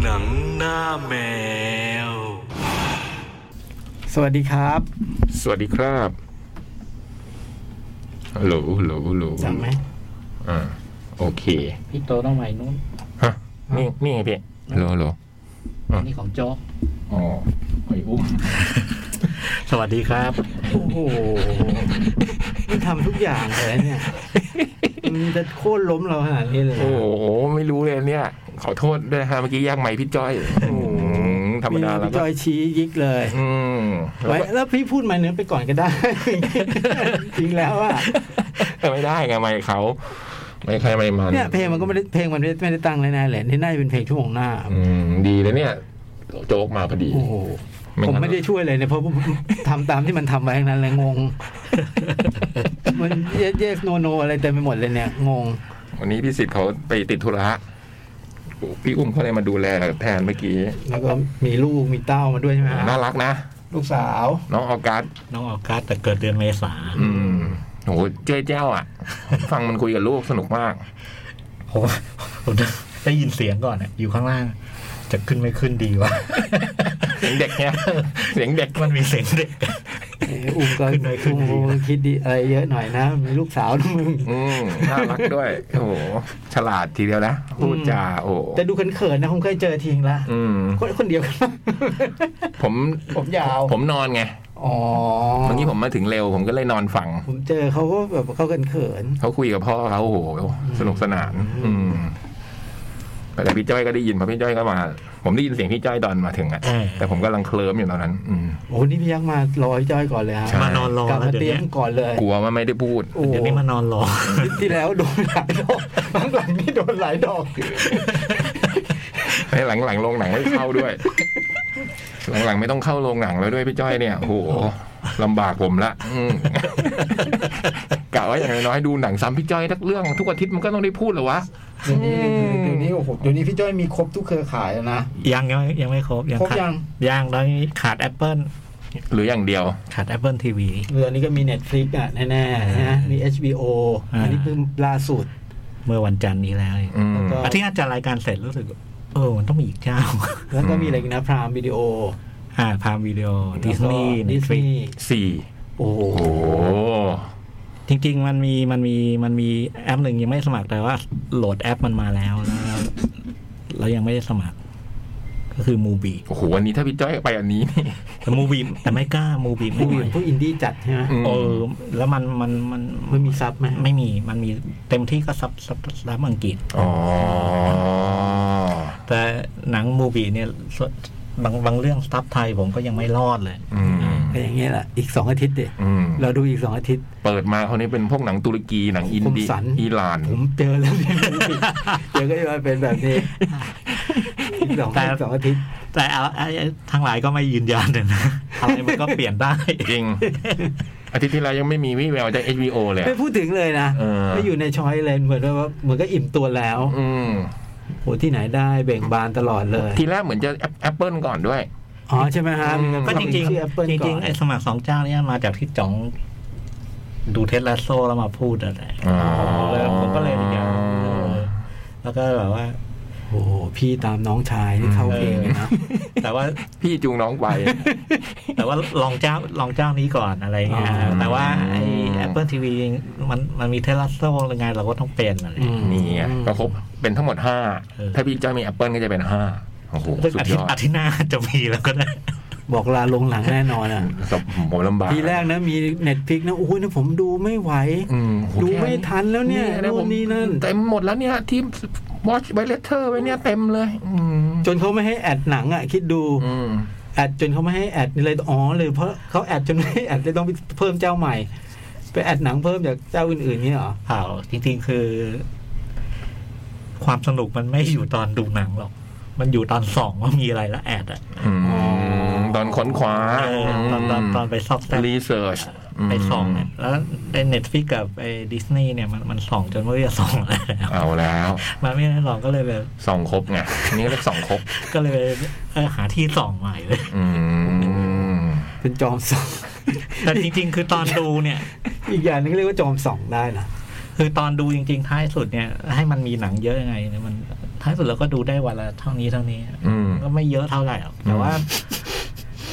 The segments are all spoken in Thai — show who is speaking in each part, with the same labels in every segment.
Speaker 1: หนังหน้าแมว
Speaker 2: สวัสดีครับ
Speaker 3: สวัสดีครับฮัลโหลฮัลโหลฮัลโหล
Speaker 4: จำไหม
Speaker 3: อ่า โอเค
Speaker 4: พี่โตต้องไว้นู้น
Speaker 3: ฮะ
Speaker 5: นี่นี่ไงพี่
Speaker 3: ฮัลโหลฮัลโหล
Speaker 4: อันนี่ของโจ๊ก
Speaker 3: อ๋อไออุ้ม
Speaker 5: สวัสดีครับ
Speaker 2: โอ้โหมันทำทุกอย่างเลยเนี่ย มันจะโค่นล้มเราขนาดนี้เลยเหร
Speaker 3: โอ้
Speaker 2: อ
Speaker 3: โห ไม่รู้เลยเนี่ย ขอโทษด้วยฮะเมื่อกี้แย่งไม้พี่จ้อยอืมธรรม
Speaker 2: มี
Speaker 3: ดาแล้ว
Speaker 2: พี่จ
Speaker 3: ก็
Speaker 2: อยชี้ยิกเลย
Speaker 3: อืม
Speaker 2: ไว้
Speaker 3: แล้วก็
Speaker 2: แล้วพี่พูดมาเนื้อไปก่อนก็ได้ จริงแล้วอะ
Speaker 3: ไม่ได้ไงไม่เขา ไม่ใครไม่มัน
Speaker 2: เนี่ยเพลงมันก็ไม่ได้เพลงมันไม่ได้ไม่ได้ตั้งเลยนะแหละนี่น่าจะเป็นเพลงชั่วโมงหน้า
Speaker 3: อืม ดีเลยเนี่ย โจ๊กมาพอดี
Speaker 2: โอ้โห
Speaker 3: ไม่งั้น
Speaker 2: ผมไม่ได้ช่วยเลยเนี่ยเพราะผมทำตามที่มันทำไว้ทั้งนั้นเลยงง มันเยสเยสโนโนอะไรเต็มไปหมดเลยเนี่ยงง
Speaker 3: วันนี้พี่สิทธิ์เขาไปติดธุระพี่อุ้มเขาเลยมาดูแลแทนเมื่อกี้
Speaker 2: แล้วก็มีลูกมีเต้ามาด้วยใช่ไหม
Speaker 3: น่ารักนะ
Speaker 2: ลูกสาว
Speaker 3: น้องออกัส
Speaker 5: น้องออกัสแต่เกิดเดือนเมษา
Speaker 3: อืมโหเจ้ยเจ้าอ่ะ ฟังมันคุยกับลูกสนุกมาก
Speaker 5: ผมผมได้ยินเสียงก่อนอะอยู่ข้างล่าง จะขึ้นไม่ขึ้นดี วะ
Speaker 3: เสียงเด็กเนี่ยเสียงเด็ก
Speaker 5: มันมีเสียงเด็ก
Speaker 2: เอออุ้มก็
Speaker 5: ขึ้นหน่อยขึ้นหน่อย
Speaker 2: อุ้มก็คิดดีอะไรเยอะหน่อยนะ มีลูกสาวนะมึง
Speaker 3: อืมน่ารักด้วย โอ้โห ฉลาดทีเดียวนะ พูดจาโอ้โห
Speaker 2: แต่ดูเขินๆนะผมเคยเจอทิ้งละ
Speaker 3: อืม
Speaker 2: คนคนเดียวกันปะ
Speaker 3: ผม
Speaker 2: ผมยาว
Speaker 3: ผมนอนไง
Speaker 2: อ๋อ
Speaker 3: เมื่อกี้ผมมาถึงเร็ว ผมก็เลยนอนฟัง
Speaker 2: ผมเจอเขาก็แบบเขาเขิน
Speaker 3: เขาคุยกับพ่อเขาโอ้โห สนุกสนาน อืม แต่พี่จ้อยก็ได้ยินเพราะพี่จ้อยก็มา ผมได้ยินเสียงพี่จ้อยตอนมาถึงอะ
Speaker 5: เออ
Speaker 3: แต่ผมกำลังเคลิ้มอยู่ตอนนั้น อืม
Speaker 2: ๆโอ้นี่พี่ยักษ์มารอไอ้จ้อยก่อนเลยฮะ
Speaker 3: ใช่
Speaker 5: มานอนรอก
Speaker 2: ลับ
Speaker 5: แล้ว
Speaker 2: มา
Speaker 5: เดี๋ยว
Speaker 2: เตรียม
Speaker 5: เนี้ย
Speaker 2: ก่อนเลย
Speaker 3: กลัวว่าไม่ได้พูด
Speaker 2: โอ้
Speaker 5: เดี๋ยวนี้มานอนรอ
Speaker 2: ที่แล้วโดนหลายดอกบางหลังนี่โดนหลายด อก
Speaker 3: ให้หลังหลังๆโรงหนังให้เข้าด้วย หลังหลังๆไม่ต้องเข้าโรงหนังแล้วด้วยพี่จ้อยเนี่ยโอ้โหลำบากผมละอืมกะว่าอย่างน้อยๆดูหนังซ้ำพี่จ้อยทักเรื่อง ทุกอาทิตย์มันก็ต้องได้พูดเหรอวะ
Speaker 2: เดี๋ยวนี้เดี๋ยวนี้โอ้โหเดี๋ยวนี้พี่จ้อยมีครบทุกเครือข่ายแล้วนะ
Speaker 5: ยังยังยังไม่ครบยัง
Speaker 2: ครบ
Speaker 5: ขาด
Speaker 2: ยัง
Speaker 5: ยังแล้วนี่ขาด Apple
Speaker 3: หรืออย่างเดียว
Speaker 5: ขาด Apple TV
Speaker 2: เรือนี้ก็มี Netflix อ่ะแน่ๆนะมี HBO อันนี้เพิ่งล่าสุด
Speaker 5: เมื่อวันจันทร์นี้แล้ว
Speaker 3: อืม
Speaker 2: แล้วก็
Speaker 5: อาทิตย์หน้าจะรายการเสร็จรู้สึก เออ มันต้องมีอีกเจ้า
Speaker 2: แล้วก็มีอะไรอีกนะพรามวิดีโอ
Speaker 5: อ่าพามวิดีโอดิสนีย์
Speaker 2: ดิ
Speaker 5: ดิ
Speaker 2: ส
Speaker 5: สนี
Speaker 2: นี
Speaker 5: ย์
Speaker 2: ย์
Speaker 3: สี่
Speaker 2: โอ้โห
Speaker 3: โอ้โห
Speaker 5: จริง ๆ มันมีมันมีมันมีแอปหนึ่งยังไม่สมัครแต่ว่าโหลดแอปมันมาแล้วแล้วแล้วยังไม่ได้สมัคร ก็คือมูบี
Speaker 3: โอ้โหวันนี้ถ้าพี่จ้อยไปอันนี้นี่
Speaker 5: แต่มูบีแต่ไม่กล้ามูบีไม่
Speaker 2: ผู้
Speaker 5: ไห
Speaker 2: ห
Speaker 5: ว
Speaker 2: ญิงผู้อินดี้จัดใช่ไหม
Speaker 3: ม
Speaker 5: เออแล้วมันมันมัน
Speaker 2: ไม่มีซับไหม
Speaker 5: ไม่มีมันมีเต็มที่ก็ซับซับซับอังกฤษ
Speaker 3: อ๋อ
Speaker 5: แต่หนังมูบีเนี่ยส่วนบางบางเรื่องซับไทยผมก็ยังไม่รอดเลย
Speaker 3: อืม
Speaker 2: ก็อย่างเงี้ยแหละอีกสองอาทิตย์เด็
Speaker 3: อืม
Speaker 2: เราดูอีกสองอาทิตย์
Speaker 3: เปิดมาเขาวนี่เป็นพวกหนังตุรกีหนังอินเดีย
Speaker 2: คมสัน
Speaker 3: อิหร่าน
Speaker 2: ผมเจอแล้วเนี่ย เจอก็จะมาเป็นแบบนี้อีกสอง
Speaker 5: แต่
Speaker 2: อีกสองอาทิตย์
Speaker 5: แต่เอาไอ้ไอ้ทั้งหลายก็ไม่ยืนยันเลยนะอะไรมันก็เปลี่ยนได้
Speaker 3: จริง อาทิตย์ที่แล้วยังไม่มีวี่แววจาก HBO เลยอะ
Speaker 2: ไม่พูดถึงเลยนะ
Speaker 3: เออ
Speaker 2: ไม่อยู่ในช้อยเลยเหมือนว่าเหมือนก็อิ่มตัวแล้ว
Speaker 3: อืม
Speaker 2: โหที่ไหนได้เบ่งบานตลอดเลย
Speaker 3: ทีแรกเหมือนจะแอปแอปเปิลก่อนด้วย
Speaker 2: อ๋อใช่ไหมฮะ
Speaker 3: อืม
Speaker 5: ก็จริง
Speaker 2: ชื่อ Apple
Speaker 5: ๆจ
Speaker 2: ก่
Speaker 5: ริ
Speaker 2: อง น
Speaker 5: ๆไอ้สมัครสองเจ้าเนี่ยมาจากที่จ๋องดูเทสลาโซแล้วมาพูดอะไรแล้วผมก็เลยอย่างเออแล้วก็แบบว่า
Speaker 2: โอ้โหพี่ตามน้องชายที่เข้าเพลงเลยนะ
Speaker 5: แต่ว่า
Speaker 3: พี่จูงน้องไป
Speaker 5: แต่ว่าลองเจ้าลองเจ้านี้ก่อนอะไรเงี้ยแต่ว่าไอ้ Apple TV มันมันมีเทสลาโซอะไรไงเราก็ต้องเป็นอะไร
Speaker 2: อืม
Speaker 3: นี่ไงก็ครบเป็นทั้งหมดห้า
Speaker 5: เออ
Speaker 3: ถ้าพี่จ้อยมีแอปเปิลก็จะเป็นห้าโอ้โห
Speaker 5: ซึ่ง
Speaker 3: สุด
Speaker 5: อาย ทิต
Speaker 3: อ
Speaker 5: ย์
Speaker 3: ด
Speaker 5: อาทิตย์หน้าจะมีแล้วก็ได้
Speaker 2: บอกลาลงหลังแน่นอนอ่ะ
Speaker 3: สบผมลำบาก
Speaker 2: ทีแรกนะมีเน็ตพิกนะโอ้ยนะผมดูไม่ไหว
Speaker 3: อืมโอ้โห
Speaker 2: ดูไม่ทันแล้วเนี่ย
Speaker 3: ะ
Speaker 2: นู่
Speaker 3: ผ
Speaker 2: น
Speaker 3: ม
Speaker 2: นี่นั่น
Speaker 3: เต็มหมดแล้วเนี่ย ที่ watch by letter ไว้เนี่ยเต็มเลย อืม
Speaker 2: จนเขาไม่ให้แอดหนังอ่ะ คิดดู
Speaker 3: อืม
Speaker 2: แอดจนเขาไม่ให้แอดนี่เลยอ๋อเลยเพราะเขาแอดจนไม่ให้แอดเลยต้องไปเพิ่มเจ้าใหม่ ไปแอดหนังเพิ่มจากเจ้าอื่นๆนี่เหรอ
Speaker 5: เปล่าจริงๆคือ ความสนุกมันไม่อยู่ตอนดูหนังหรอก มันอยู่ตอนส่องว่ามีอะไรและแอดอะ
Speaker 3: อืมตอนค้นคว้า
Speaker 5: เออตอนตอนตอนไปซอกแซก
Speaker 3: รีเสิร์ช
Speaker 5: ไปส่องเนี่ยแล้วไอ้เน็ตฟิกกับไอ้ดิสนีย์เนี่ยมันมันส่องจนไม่รู้จะส่องอะไร แล้ว
Speaker 3: เอาแล้ว
Speaker 5: มันไม่ได้ส่องก็เลยแบบ
Speaker 3: สองครบไงอันนี่เรียกสองครบ
Speaker 5: ก็เลยเออหาที่ส่องใหม่เลย
Speaker 3: อืม
Speaker 2: เป็นจอมสอง
Speaker 5: แต่จริง ๆ คือตอนดูเนี่ย
Speaker 2: อีกอย่างหนึงก็เรียกว่าจอมสองได้นะ
Speaker 5: คือตอนดูจริง ๆ ท้ายสุดเนี่ย ให้มันมีหนังเยอะยังไงเนี่ยมัน ท้ายสุดเราก็ดูได้วันละเท่านี้เท่านี้
Speaker 3: อืม
Speaker 5: ก็ไม่เยอะเท่าไหร่หรอกแต่ว่า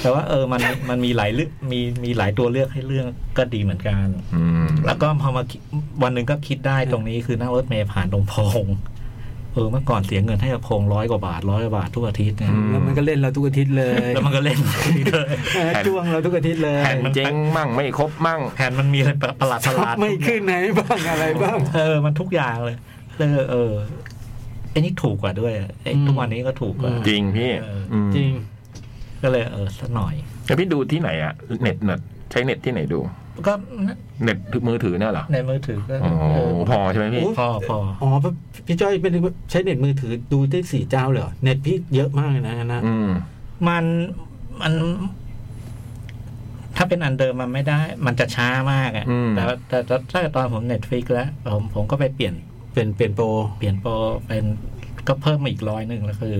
Speaker 5: แต่ว่าเออมันมันมีหลายเลือกมีมีหลายตัวเลือกให้เลือกก็ดีเหมือนกัน
Speaker 3: อืม
Speaker 5: แล้วก็พอมาคิดวันหนึ่งก็คิดได้ตรงนี้คือนั่งรถเมล์ผ่านตรงโพรงเออเมื่อก่อนเสียเงินให้กับโพรงร้อยกว่าบาทร้อยกว่าบาททุกอาทิตย์เนี่ย
Speaker 3: อืม
Speaker 2: แล้วมันก็เล่นเราทุกอาทิตย์เลย
Speaker 5: แล้วมันก็เล่นเลย
Speaker 2: เออจ้วงเราทุกอาทิตย์เลย
Speaker 3: แผ่นเจ๊งมั่งไม่ครบมั่ง
Speaker 5: แผนมันมีอะไรประหลาดประหลาด
Speaker 2: ไม่ขึ้นไหนบ้างอะไรบ้าง
Speaker 5: เออมันทุกอย่างเลยเลยเออไอ้นี่ถูกกว่าด้วยไอ้ทุกวันนี้ก็ถูกกว่า
Speaker 2: อืม
Speaker 3: จริงพี่
Speaker 5: เอออื
Speaker 3: ม
Speaker 2: จริง
Speaker 5: ก็เลยเออสักหน่อย
Speaker 3: แล้วพี่ดูที่ไหนอะเน็ตเน็ตใช้เน็ตที่ไหนดู
Speaker 5: ก็
Speaker 3: เน็ตมือถือเนี่ยเหรอ
Speaker 5: ในมือถือก็
Speaker 3: โอ้โห
Speaker 5: เออ
Speaker 3: พอใช่ไหมพี่
Speaker 5: พอพอ
Speaker 2: อ๋อพี่จ้อยเป็นใช้เน็ตมือถือดูได้สี่เจ้าเลยเหรอเน็ตพี่เยอะมากเลยนะนะ
Speaker 3: อืม
Speaker 5: มันมัน ถ้าเป็นอันเดิมมันไม่ได้ มันจะช้ามากอะ
Speaker 3: อืม
Speaker 5: แต่ว่าแต่แต่ถ้าตอนผมเน็ตฟ i ิกแล้วผมผมก็ไปเปลี่ยน
Speaker 2: เป็นเป็นโปร
Speaker 5: เปลี่ยนโปรเป็นก็เพิ่มมาอีกร้อยหนึ่งแล้วคือ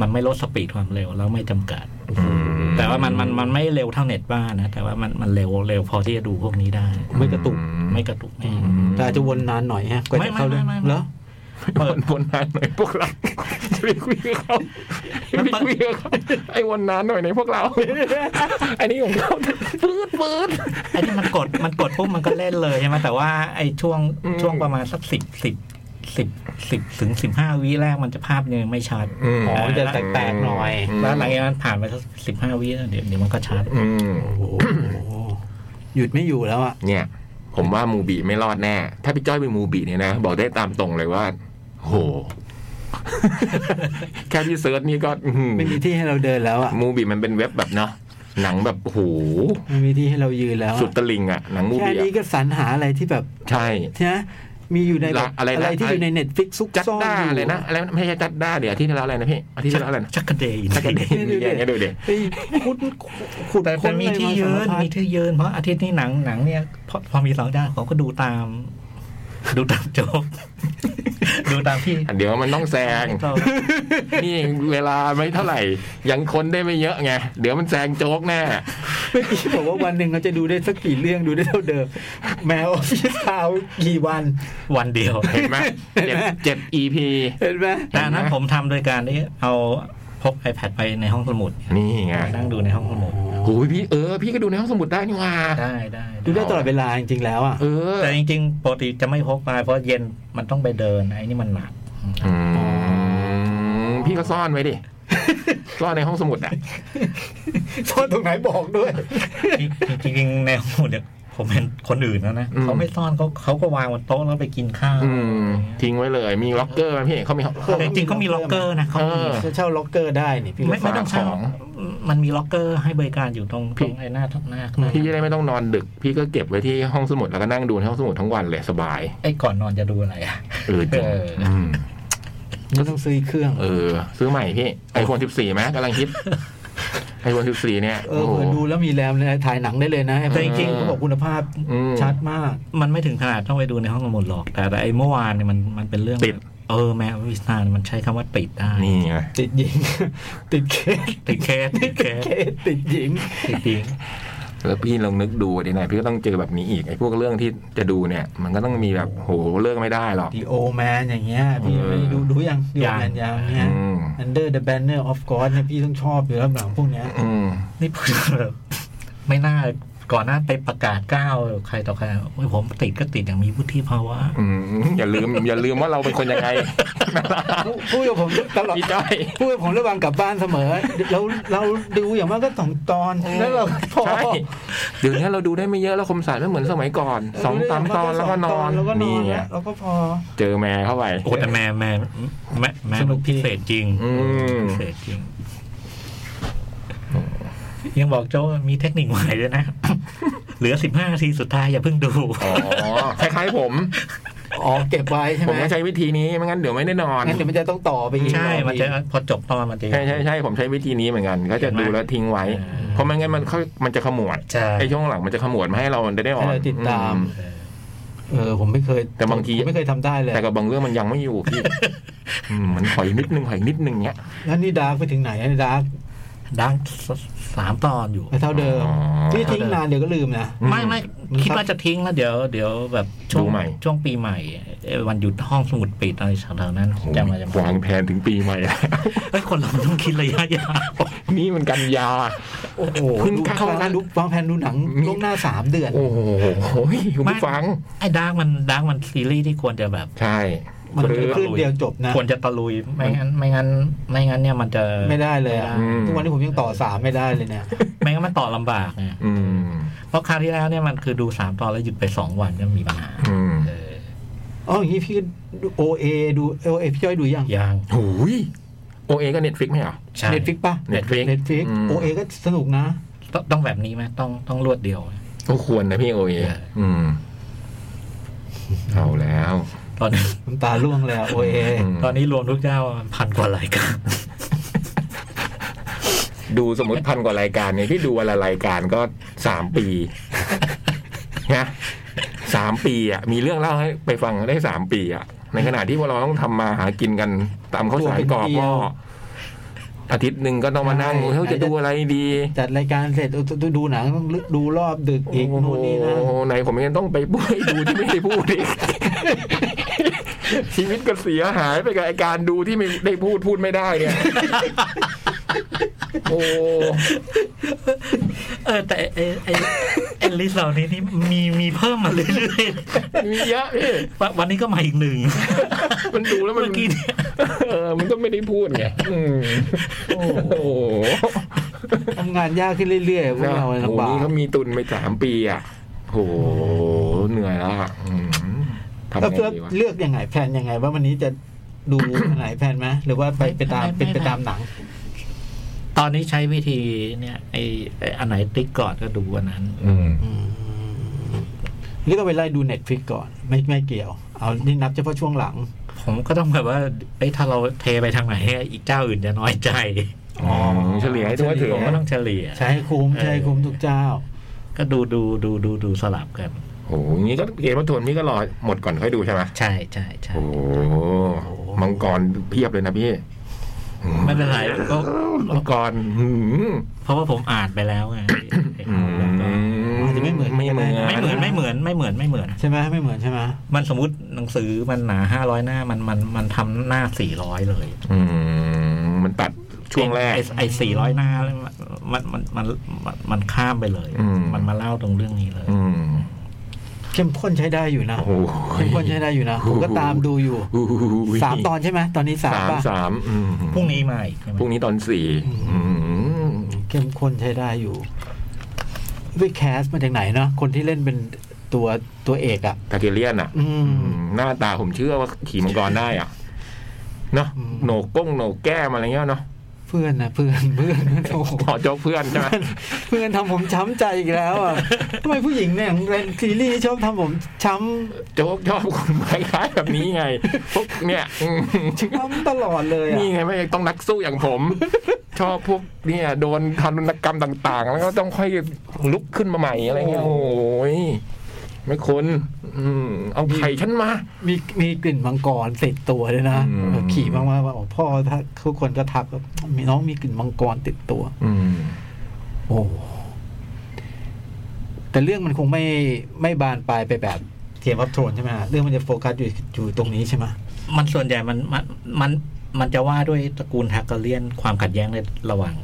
Speaker 5: มันไม่ลดสปีดความเร็วแล้วไม่จำกัด
Speaker 3: อืม
Speaker 5: แต่ว่ามันมันมันไม่เร็วเท่าเน็ตบ้านนะแต่ว่ามันมันเร็วเร็วพอที่จะดูพวกนี้ได้
Speaker 2: ไม่กระตุก
Speaker 5: ไม่กระตุกแน่
Speaker 2: แต่อาจจะวนนานหน่อยฮะกว่าจะเข้าเรื่อง
Speaker 5: ไม่ไม่ไม่ไม่
Speaker 2: เหรอ
Speaker 5: เปิด
Speaker 3: วนนานหน่อยพวกเรา จะไปคุยกับเขาจะไปคุยกับเขาไอ้วนนานหน่อยในพวกเรา อันนี้ของเขาปื๊ดปื๊ด
Speaker 5: ไอ้นี่มันกดมันกดปุ๊บมันก็เล่นเลยใช่ไหมแต่ว่าไอ้ช่วง
Speaker 3: อืม
Speaker 5: ช่วงประมาณสักสิบสิบสิบสิบถึงสิบห้าวิแรกมันจะภาพยังไม่ชัด
Speaker 3: อืม
Speaker 2: อ๋อมันจะ
Speaker 5: แล้ว
Speaker 2: แตกๆหน่อย
Speaker 5: แล้วหลังจากนั้นผ่านไปสักสิบห้าวิแล้วเดี๋ยวเดี๋ยวมันก็ชัด
Speaker 3: อืม
Speaker 2: โอ้โหหยุดไม่อยู่แล้วอ่ะ
Speaker 3: เนี่ย ผมว่ามูบีไม่รอดแน่ ถ้าพี่จ้อยเป็นมูบีเนี่ยนะ บอกได้ตามตรงเลยว่า โห แค่พี่เซิร์ชนี่ก็อื้อหือ
Speaker 2: ไม่มีที่ให้เราเดินแล้วอ่ะ
Speaker 3: มูบีมันเป็นเว็บแบบเนาะหนังแบบโอ้โห
Speaker 2: ไม่มีที่ให้เรายืนแล้วอะ
Speaker 3: สุดตะลิงอะหนังมู
Speaker 2: แค่
Speaker 3: บี
Speaker 2: นี้
Speaker 3: อะ
Speaker 2: ก็สรรหาอะไรที่แบบ
Speaker 3: ใช่
Speaker 2: นะมีอยู่ในแบบ
Speaker 3: ละอะไรนะ
Speaker 2: อะไรที่อยู่ในเน็ตฟิกซุก
Speaker 3: จัด
Speaker 2: ซ่อน
Speaker 3: ด้า
Speaker 2: อยู่
Speaker 3: เลยนะอะไรนะไม่ใช่จัดด้าเดี๋ยวอาที่ที่แล้วอะไรนะพี่อาทิตย์ที่แล้วอะไรนะ
Speaker 5: ชักกระเดย
Speaker 3: ถ้าเกิดเห็นมีอย่างเงี้ยดูดิ
Speaker 2: เฮ้ยขุดขุด
Speaker 5: แต่
Speaker 2: ค้
Speaker 5: แต่
Speaker 2: น
Speaker 5: มี
Speaker 2: อะไร
Speaker 5: ที่
Speaker 2: มา
Speaker 5: ยื
Speaker 2: สาร
Speaker 5: น
Speaker 2: พัด
Speaker 5: มีที่ยืนเพราะอาทิตย์นี้หนังหนังเนี่ยพอพอมีสองด้านผมก็ดูตาม ดูตามโจ๊ก ดูตามที่
Speaker 3: อ่ะเดี๋ยวมันต้องแซง นี่เวลาไม่เท่าไหร่ ยังคนได้ไม่เยอะไง เดี๋ยวมันแซงโจ๊กแน่
Speaker 2: เมื่อกี้บอกว่าวันหนึ่งเราจะดูได้สักกี่เรื่องดูได้เท่าเดิม แมวพี่สาวกี่วัน
Speaker 5: วันเดียว
Speaker 3: เห็น ไหมเจ็ดเจ็ด EP
Speaker 2: เห็นไหม
Speaker 5: แต่อันนั้นผมทำโดยการที่เอาพก iPad ไปในห้องสมุด
Speaker 3: นี่ไง
Speaker 5: นั่งดูในห้องสมุด
Speaker 3: โอ้ยพี่เออ พี่ก็ดูในห้องสมุดได้นี่หว่า
Speaker 5: ได้ได้
Speaker 2: ดูได้ตลอดเวลาจริงๆแล้วอ่ะ
Speaker 3: เออ
Speaker 5: แต่จริงๆปกติจะไม่พกมาเพราะเย็นมันต้องไปเดินไอ้นี่มันหนัก
Speaker 3: อืมพี่ก็ซ่อนไว้ดิ ซ่อนในห้องสมุดอ่ะ
Speaker 2: ซ่อนตรงไหนบอกด้วย
Speaker 5: จริงๆในห้องสมุดเนี่ยผมเห็นคนอื่นนะนะ
Speaker 3: อืม
Speaker 5: เขาไม่ซ่อนเขาเขาก็วางบนโต๊ะแล้วไปกินข้าว
Speaker 3: อืมทิ้งไว้เลย มีล็อกเกอร์ไหมพี่เขามี
Speaker 2: เออ
Speaker 5: แต่จริงๆก็มีล็อกเกอร์นะเขา
Speaker 3: เออ
Speaker 2: จะเช่าล็อกเกอร์ได้นี่พี่
Speaker 5: ไม่ไม่ต้อง
Speaker 3: ฝา
Speaker 5: เช่า
Speaker 3: กของ
Speaker 5: มันมีล็อกเกอร์ให้บริการอยู่ตรง
Speaker 3: พี่
Speaker 5: ตรงไอ้หน้าหน้า
Speaker 3: พี่จะได้ไม่ต้องนอนดึก พี่ก็เก็บไว้ที่ห้องสมุดแล้วก็นั่งดูในห้องสมุดทั้งวันเลยสบาย
Speaker 5: ไอ้ก่อนนอนจะดูอะไรอ่ะ
Speaker 3: เออจริง
Speaker 5: เอออื
Speaker 3: ม
Speaker 2: ไม่ต้องซื้อเครื่อง
Speaker 3: เออ ซื้อใหม่พี่ไอโฟนสิบสี่ไหมกำลัง คิดไอโฟนสิบสี่เนี่ย
Speaker 2: เอ
Speaker 3: โอ้
Speaker 2: อ
Speaker 3: โห
Speaker 2: เปิดดูแล้วมีแรมเลยนะถ่ายหนังได้เลยนะ
Speaker 5: แต่จริง
Speaker 2: เขาบอกคุณภาพ
Speaker 3: อืม
Speaker 2: ชัดมาก
Speaker 5: มันไม่ถึงขนาดต้องไปดูในห้องสมุดหรอก แต่แต่ไอ้เมื่อวานเนี่ยมันมันเป็นเรื่อง
Speaker 3: ติด
Speaker 5: เออแม้วิสนานมันใช้คำว่าติดได้
Speaker 3: นี่ไง
Speaker 2: ติดหญิง ติดเคส
Speaker 5: ติดเคสติดเคส
Speaker 2: เคสติดหญิง
Speaker 5: ติดจริง
Speaker 3: แล้วพี่ลองนึกดูดิไหนพี่ก็ต้องเจอแบบนี้อีกไอพวกเรื่องที่จะดูเนี่ย มันก็ต้องมีแบบโหเลิกไม่ได้หรอก
Speaker 2: The Old Man อย่างเงี้ยพี่
Speaker 3: เออ
Speaker 2: ดูดูยัง The Old Man ยังเนี่ย
Speaker 3: อืม
Speaker 2: Under the Banner of God เนี่ยพี่ต้องชอบอยู่แล้วหนังพวกเนี้ย
Speaker 3: อืม
Speaker 5: นี่พูดแบบไม่น่าก่อนหน้าไปประกาศก้าวใครต่อใครโอ้ยผมติดก็ติดอย่างมีวุฒิภาวะ
Speaker 3: อืมอย่าลืม อย่าลืมว่าเราเป็นคน ยังไง
Speaker 2: พูดกับผมตลอด
Speaker 3: พี่จ้อย
Speaker 2: พูดกับผมระหว่างกลับบ้านเสมอ เราเราดูอย่างมากก็สองตอนแล้วเราพอ
Speaker 3: ใช่เดี๋ยวนี้เราดูได้ไม่เยอะแล้วคมสารไม่เหมือนสมัยก่อนสองตามตอนแล้วก็นอน
Speaker 2: แล้วก็น
Speaker 3: นี่
Speaker 2: อน
Speaker 3: ไง
Speaker 2: แล้วเราก็พอ
Speaker 3: เจอแม่เข้าไป
Speaker 5: โอ้แต่แม่แม่แม่แม่
Speaker 2: สนุกดี
Speaker 5: พิเศษจริง
Speaker 3: อืม
Speaker 5: พิเศษจริง ยังบอกโจ้ว่ามีเทคนิคใหม่ด้วยนะ เหลือสิบห้านาทีสุดท้ายอย่าเพิ่งดู
Speaker 3: อ๋อคล้ายๆผม
Speaker 2: อ๋อเก็บไว้ใช่
Speaker 3: ผ
Speaker 2: ไห
Speaker 3: ม
Speaker 2: ม
Speaker 3: ก็ใช้วิธีนี้ไม่งั้นเดี๋ยวไม่ได้นอน
Speaker 2: งั้นเดี๋ยวมันจะต้องต่อไปอีก
Speaker 5: ใช่มันจะพอจบตอนมันจะ
Speaker 3: ใช่ใช่ใช่ผมใช้วิธีนี้เหมือนกัน ก็จะ
Speaker 5: เห็นไหม
Speaker 3: ดูแล้วทิ้งไว้
Speaker 5: เออ
Speaker 3: เพราะไม่งั้นมันเขามันจะขมวด
Speaker 5: ใช่
Speaker 3: ไอ้ช่วงหลังมันจะขมวดมาให้เราได้ได้ออ
Speaker 2: ให้
Speaker 3: น
Speaker 2: เราติดตาม เออผมไม่เคย
Speaker 3: แต่บางที
Speaker 2: ผมไม่เคยทำได้เล
Speaker 3: อื
Speaker 2: ย
Speaker 3: มแต่กับบางเรื่องมันยังไม่อยู่พี่ อืมมันถอยนิดนึงถอยนิดนึงเนี้ย
Speaker 2: แล้วนี่ดาร์กไปถึงไหนอะนี่ดาร์ก
Speaker 5: ดังสามตอนอยู่
Speaker 2: เท่าเดิม
Speaker 3: อ๋อ
Speaker 2: ที่ทิ้งนานเดี๋ยวก็ลืมนะ
Speaker 5: ไม่ไม่คิดว่าจะทิ้งแล้วเดี๋ยวเดี๋ยวแบบช่วง
Speaker 3: ดูใหม่
Speaker 5: ช่วงปีใหม่เอ่อวันหยุดห้องสมุดปิดอะไรแถวๆนั้นจะมาจะมาว
Speaker 3: างแผนถึงปีใหม่
Speaker 5: เฮ้ยคนเรามันต้องคิดระยะยาว
Speaker 3: นี่มันกันยา
Speaker 2: โอ้โห
Speaker 3: เพิ่ง
Speaker 2: ดู
Speaker 3: เข้า
Speaker 2: วางแผนดูวางแผนดูหนังล่วงหน้าสามเดือน
Speaker 3: โอ้โหคุณผู้ฟัง
Speaker 5: ไอ้ดังมันดังมันซีรีส์ที่ควรจะแบบ
Speaker 3: ใช่
Speaker 2: มัน
Speaker 3: หรื
Speaker 2: คือ อขึ้นเดียวจบนะ
Speaker 5: ควรจะตะลุยไม่งั้นไม่งั้น ไม่งั้นเนี่ยมันจะ
Speaker 2: ไม่ได้เลยอะ
Speaker 3: อืม
Speaker 2: ทุกวันนี้ผมยังต่อสามไม่ได้เลยเนี่ย
Speaker 5: ไม่งั้นมันต่อลำบากไง
Speaker 3: อืม
Speaker 5: เพราะคราวที่แล้วเนี่ยมันคือดูสามตอนแล้วหยุดไปสองวันก็มีปัญหา
Speaker 3: อืม
Speaker 5: เออ
Speaker 2: อ๋ออย่างนี้พี่โอเอดูโอเอพี่จ้อยดูยัง
Speaker 5: ยัง
Speaker 3: หูยโอเอก็เน็ตฟิกไหมเหรอ
Speaker 5: ใช่
Speaker 2: เน็ตฟิกป่ะ
Speaker 3: Netflix
Speaker 2: เน็ตฟิก
Speaker 3: อืม
Speaker 2: โอเอก็สนุกนะ
Speaker 5: ต้องต้องแบบนี้ไหมต้องต้องรวดเดียว
Speaker 3: ก็ควรนะพี่โอเออืมเอาแล้ว
Speaker 5: ตอนนี้
Speaker 2: น้ำตาล่วงเลยโอเอ
Speaker 3: ม
Speaker 5: ตอนนี้รวมทุกเจ้าพันกว่ารายการ
Speaker 3: ดูสมมติพันกว่ารายการเนี่ยพี่ดูวันละรายการก็สามปี นะสามปีอ่ะ มีเรื่องเล่าให้ไปฟังได้สามปีอ่ะ ในขณะที่พวกเราต้องทำมาหากินกันตามข้าวสารกรอบหม้ออาทิตย์หนึ่งก็ต้องมานั่งเฮ้ยจะดูอะไรดี
Speaker 2: จัดรายการเสร็จดูดูหนังต้องดูรอบดึกอีก
Speaker 3: โโห
Speaker 2: นู่นนี่นั่น
Speaker 3: ไหนผมยังต้องไปบุ้ยดูที่ไม่ได้พูดอีก ชีวิตก็เสียหายไปกับไอ้การดูที่ไม่ได้พูดพูดไม่ได้เนี่ย โอ้
Speaker 5: เออแต่ไอไอ ไอลิสต์เหล่านี้นี่มีมีเพิ่มมาเรื่อย
Speaker 3: มีเยอะพี่
Speaker 5: ๆ วันวันนี้ก็มาอีกหนึ่ง
Speaker 3: มันดูแล้วมัน
Speaker 5: เมื่อกี้เนี่ย
Speaker 3: เออ มันก็ไม่ได้พูดไงอืมโอ้โห
Speaker 2: ทำงานยากขึ้นเรื่อยๆพวกเรา
Speaker 3: นะ
Speaker 2: ลำบา
Speaker 3: โอ้
Speaker 2: ก
Speaker 3: นี่เขามีตุนไปสามปีอ่ะโหเหนื่อยแล้วอะอืมทำ
Speaker 2: แล้ว
Speaker 3: ไง
Speaker 2: แล้ว
Speaker 3: ดีวะ
Speaker 2: เลือกยังไงแพลนยังไง ว่าวันนี้จะ ดู อันไหนแพลนไหมหรือว่าไปไปตามเป็นไปตามหนัง
Speaker 5: ตอนนี้ใช้วิธีเนี่ยไอไอ้อันไหนติ๊กก่อนก็ดูอันนั้น
Speaker 3: อืม
Speaker 2: อืมนี่ต้องไปไล่ดูเน็ตฟิกก่อน ไม่ไม่เกี่ยว เอานี่นับเฉพาะช่วงหลัง
Speaker 5: ผมก็ต้องแบบว่าเอ้ยถ้าเราเทไปทางไหนเนี่ยอีกเจ้าอื่นจะน้อยใจ
Speaker 3: อ๋อเฉลี่ยให้ทั่วถึง
Speaker 5: ผมก็ต้องเฉลี่ย
Speaker 2: ใช้ให้คุ้ม
Speaker 5: เออ
Speaker 2: ใช้ให้คุ้มทุกเจ้า
Speaker 5: ก็ดูดูดูดูดูสลับกัน
Speaker 3: โอ้โหงี้ก็เกมวัตถุนนี่ก็รอหมดก่อนค่อยดูใช่ไหม
Speaker 5: ใช่ใช่ใช่
Speaker 3: โอ้โหมังกรเพียบเลยนะพี่
Speaker 5: ไม่เป็นไรก็
Speaker 3: มังกรหืม
Speaker 5: เพราะว่าผมอ่านไปแล้วไงไอ้ของแบบว่า
Speaker 2: อาจจะไม่เหมือน
Speaker 3: ไม่เหมือน
Speaker 5: ไม่เหมือนไม่เหมือนไม่เหมือนไม่เหมือน
Speaker 2: ใช่ไหมไม่เหมือนใช่ไหม
Speaker 5: มันสมมติหนังสือมันหนาห้าร้อยหน้ามันมันมันทำหน้าสี่ร้อยเลย
Speaker 3: อืมมันตัดช่วงแรก
Speaker 5: ไอ้ไอ้สี่ร้อยหน้าเลยมันมันมันมันมันข้ามไปเลย
Speaker 3: อืม
Speaker 5: มันมาเล่าตรงเรื่องนี้เลย
Speaker 3: อืม
Speaker 2: เข้มข้นใช้ได้อยู่นะ
Speaker 3: โอ้โห
Speaker 2: เข้มข้นใช้ได้อยู่นะ ผมก็ตามดูอยู่
Speaker 3: โอ้โห
Speaker 2: สามตอนใช่ไหมตอนนี้สาม
Speaker 3: สาม
Speaker 2: ป่ะ
Speaker 3: สามอืม
Speaker 5: พรุ่งนี้มาอีกใช่ไหม
Speaker 3: พรุ่งนี้ตอนสี่อืม
Speaker 2: เข้มข้นใช้ได้อยู่ด้วยแคสมาจากไหนเนาะคนที่เล่นเป็นตัวตัวเอกอ่ะ
Speaker 3: ทาเกเลียนอ่ะ
Speaker 2: อืม
Speaker 3: อืมหน้าตาผมเชื่อว่าขี่มังกรได้อ่ะเนาะ
Speaker 2: อืม
Speaker 3: โหนกก้งโหนกแก้มอะไรเงี้ยเนาะ
Speaker 2: เพื่อนนะเพื่อนเพื่อนโอ้โห
Speaker 3: ขอโจ๊กเพื่อนใช่ไหม
Speaker 2: เพื่อนทำผมช้ำใจอีกแล้ว อ่ะทำไมผู้หญิงเนี่ยเล่นซีรีส์ชอบทำผมช้ำ
Speaker 3: โจ๊กชอบคนคล้ายๆแบบนี้ไงพวกเนี่ยอืม
Speaker 2: ช้ำตลอดเลยอ่ะ
Speaker 3: นี่ไงไม่ต้องนักสู้อย่างผม ชอบพวกเนี่ยโดนทารุณกรรมต่างๆ แล้วก็ต้องค่อยลุกขึ้นมาใหม่อะไรเงี้ย
Speaker 2: โอ้
Speaker 3: โอ้
Speaker 2: โห
Speaker 3: ยไม่คนอืมเอาไข่ฉันมา
Speaker 2: มีมีกลิ่นมังกรติดตัวด้วยนะ
Speaker 3: อืม
Speaker 2: แบบขี่มากๆว่าโอ้พ่อถ้าทุกคนก็ทักว่ามีน้องมีกลิ่นมังกรติดตัว
Speaker 3: อืม
Speaker 2: โอ้แต่เรื่องมันคงไม่ไม่บานปลายไปแบบเทียมวัตโทนใช่ไหมฮะเรื่องมันจะโฟกัสอยู่อยู่ตรงนี้ใช่ไหม
Speaker 5: มันส่วนใหญ่มันมันมันมันจะว่าด้วยตระกูลทักกะเลียนความขัดแย้งในระหว่าง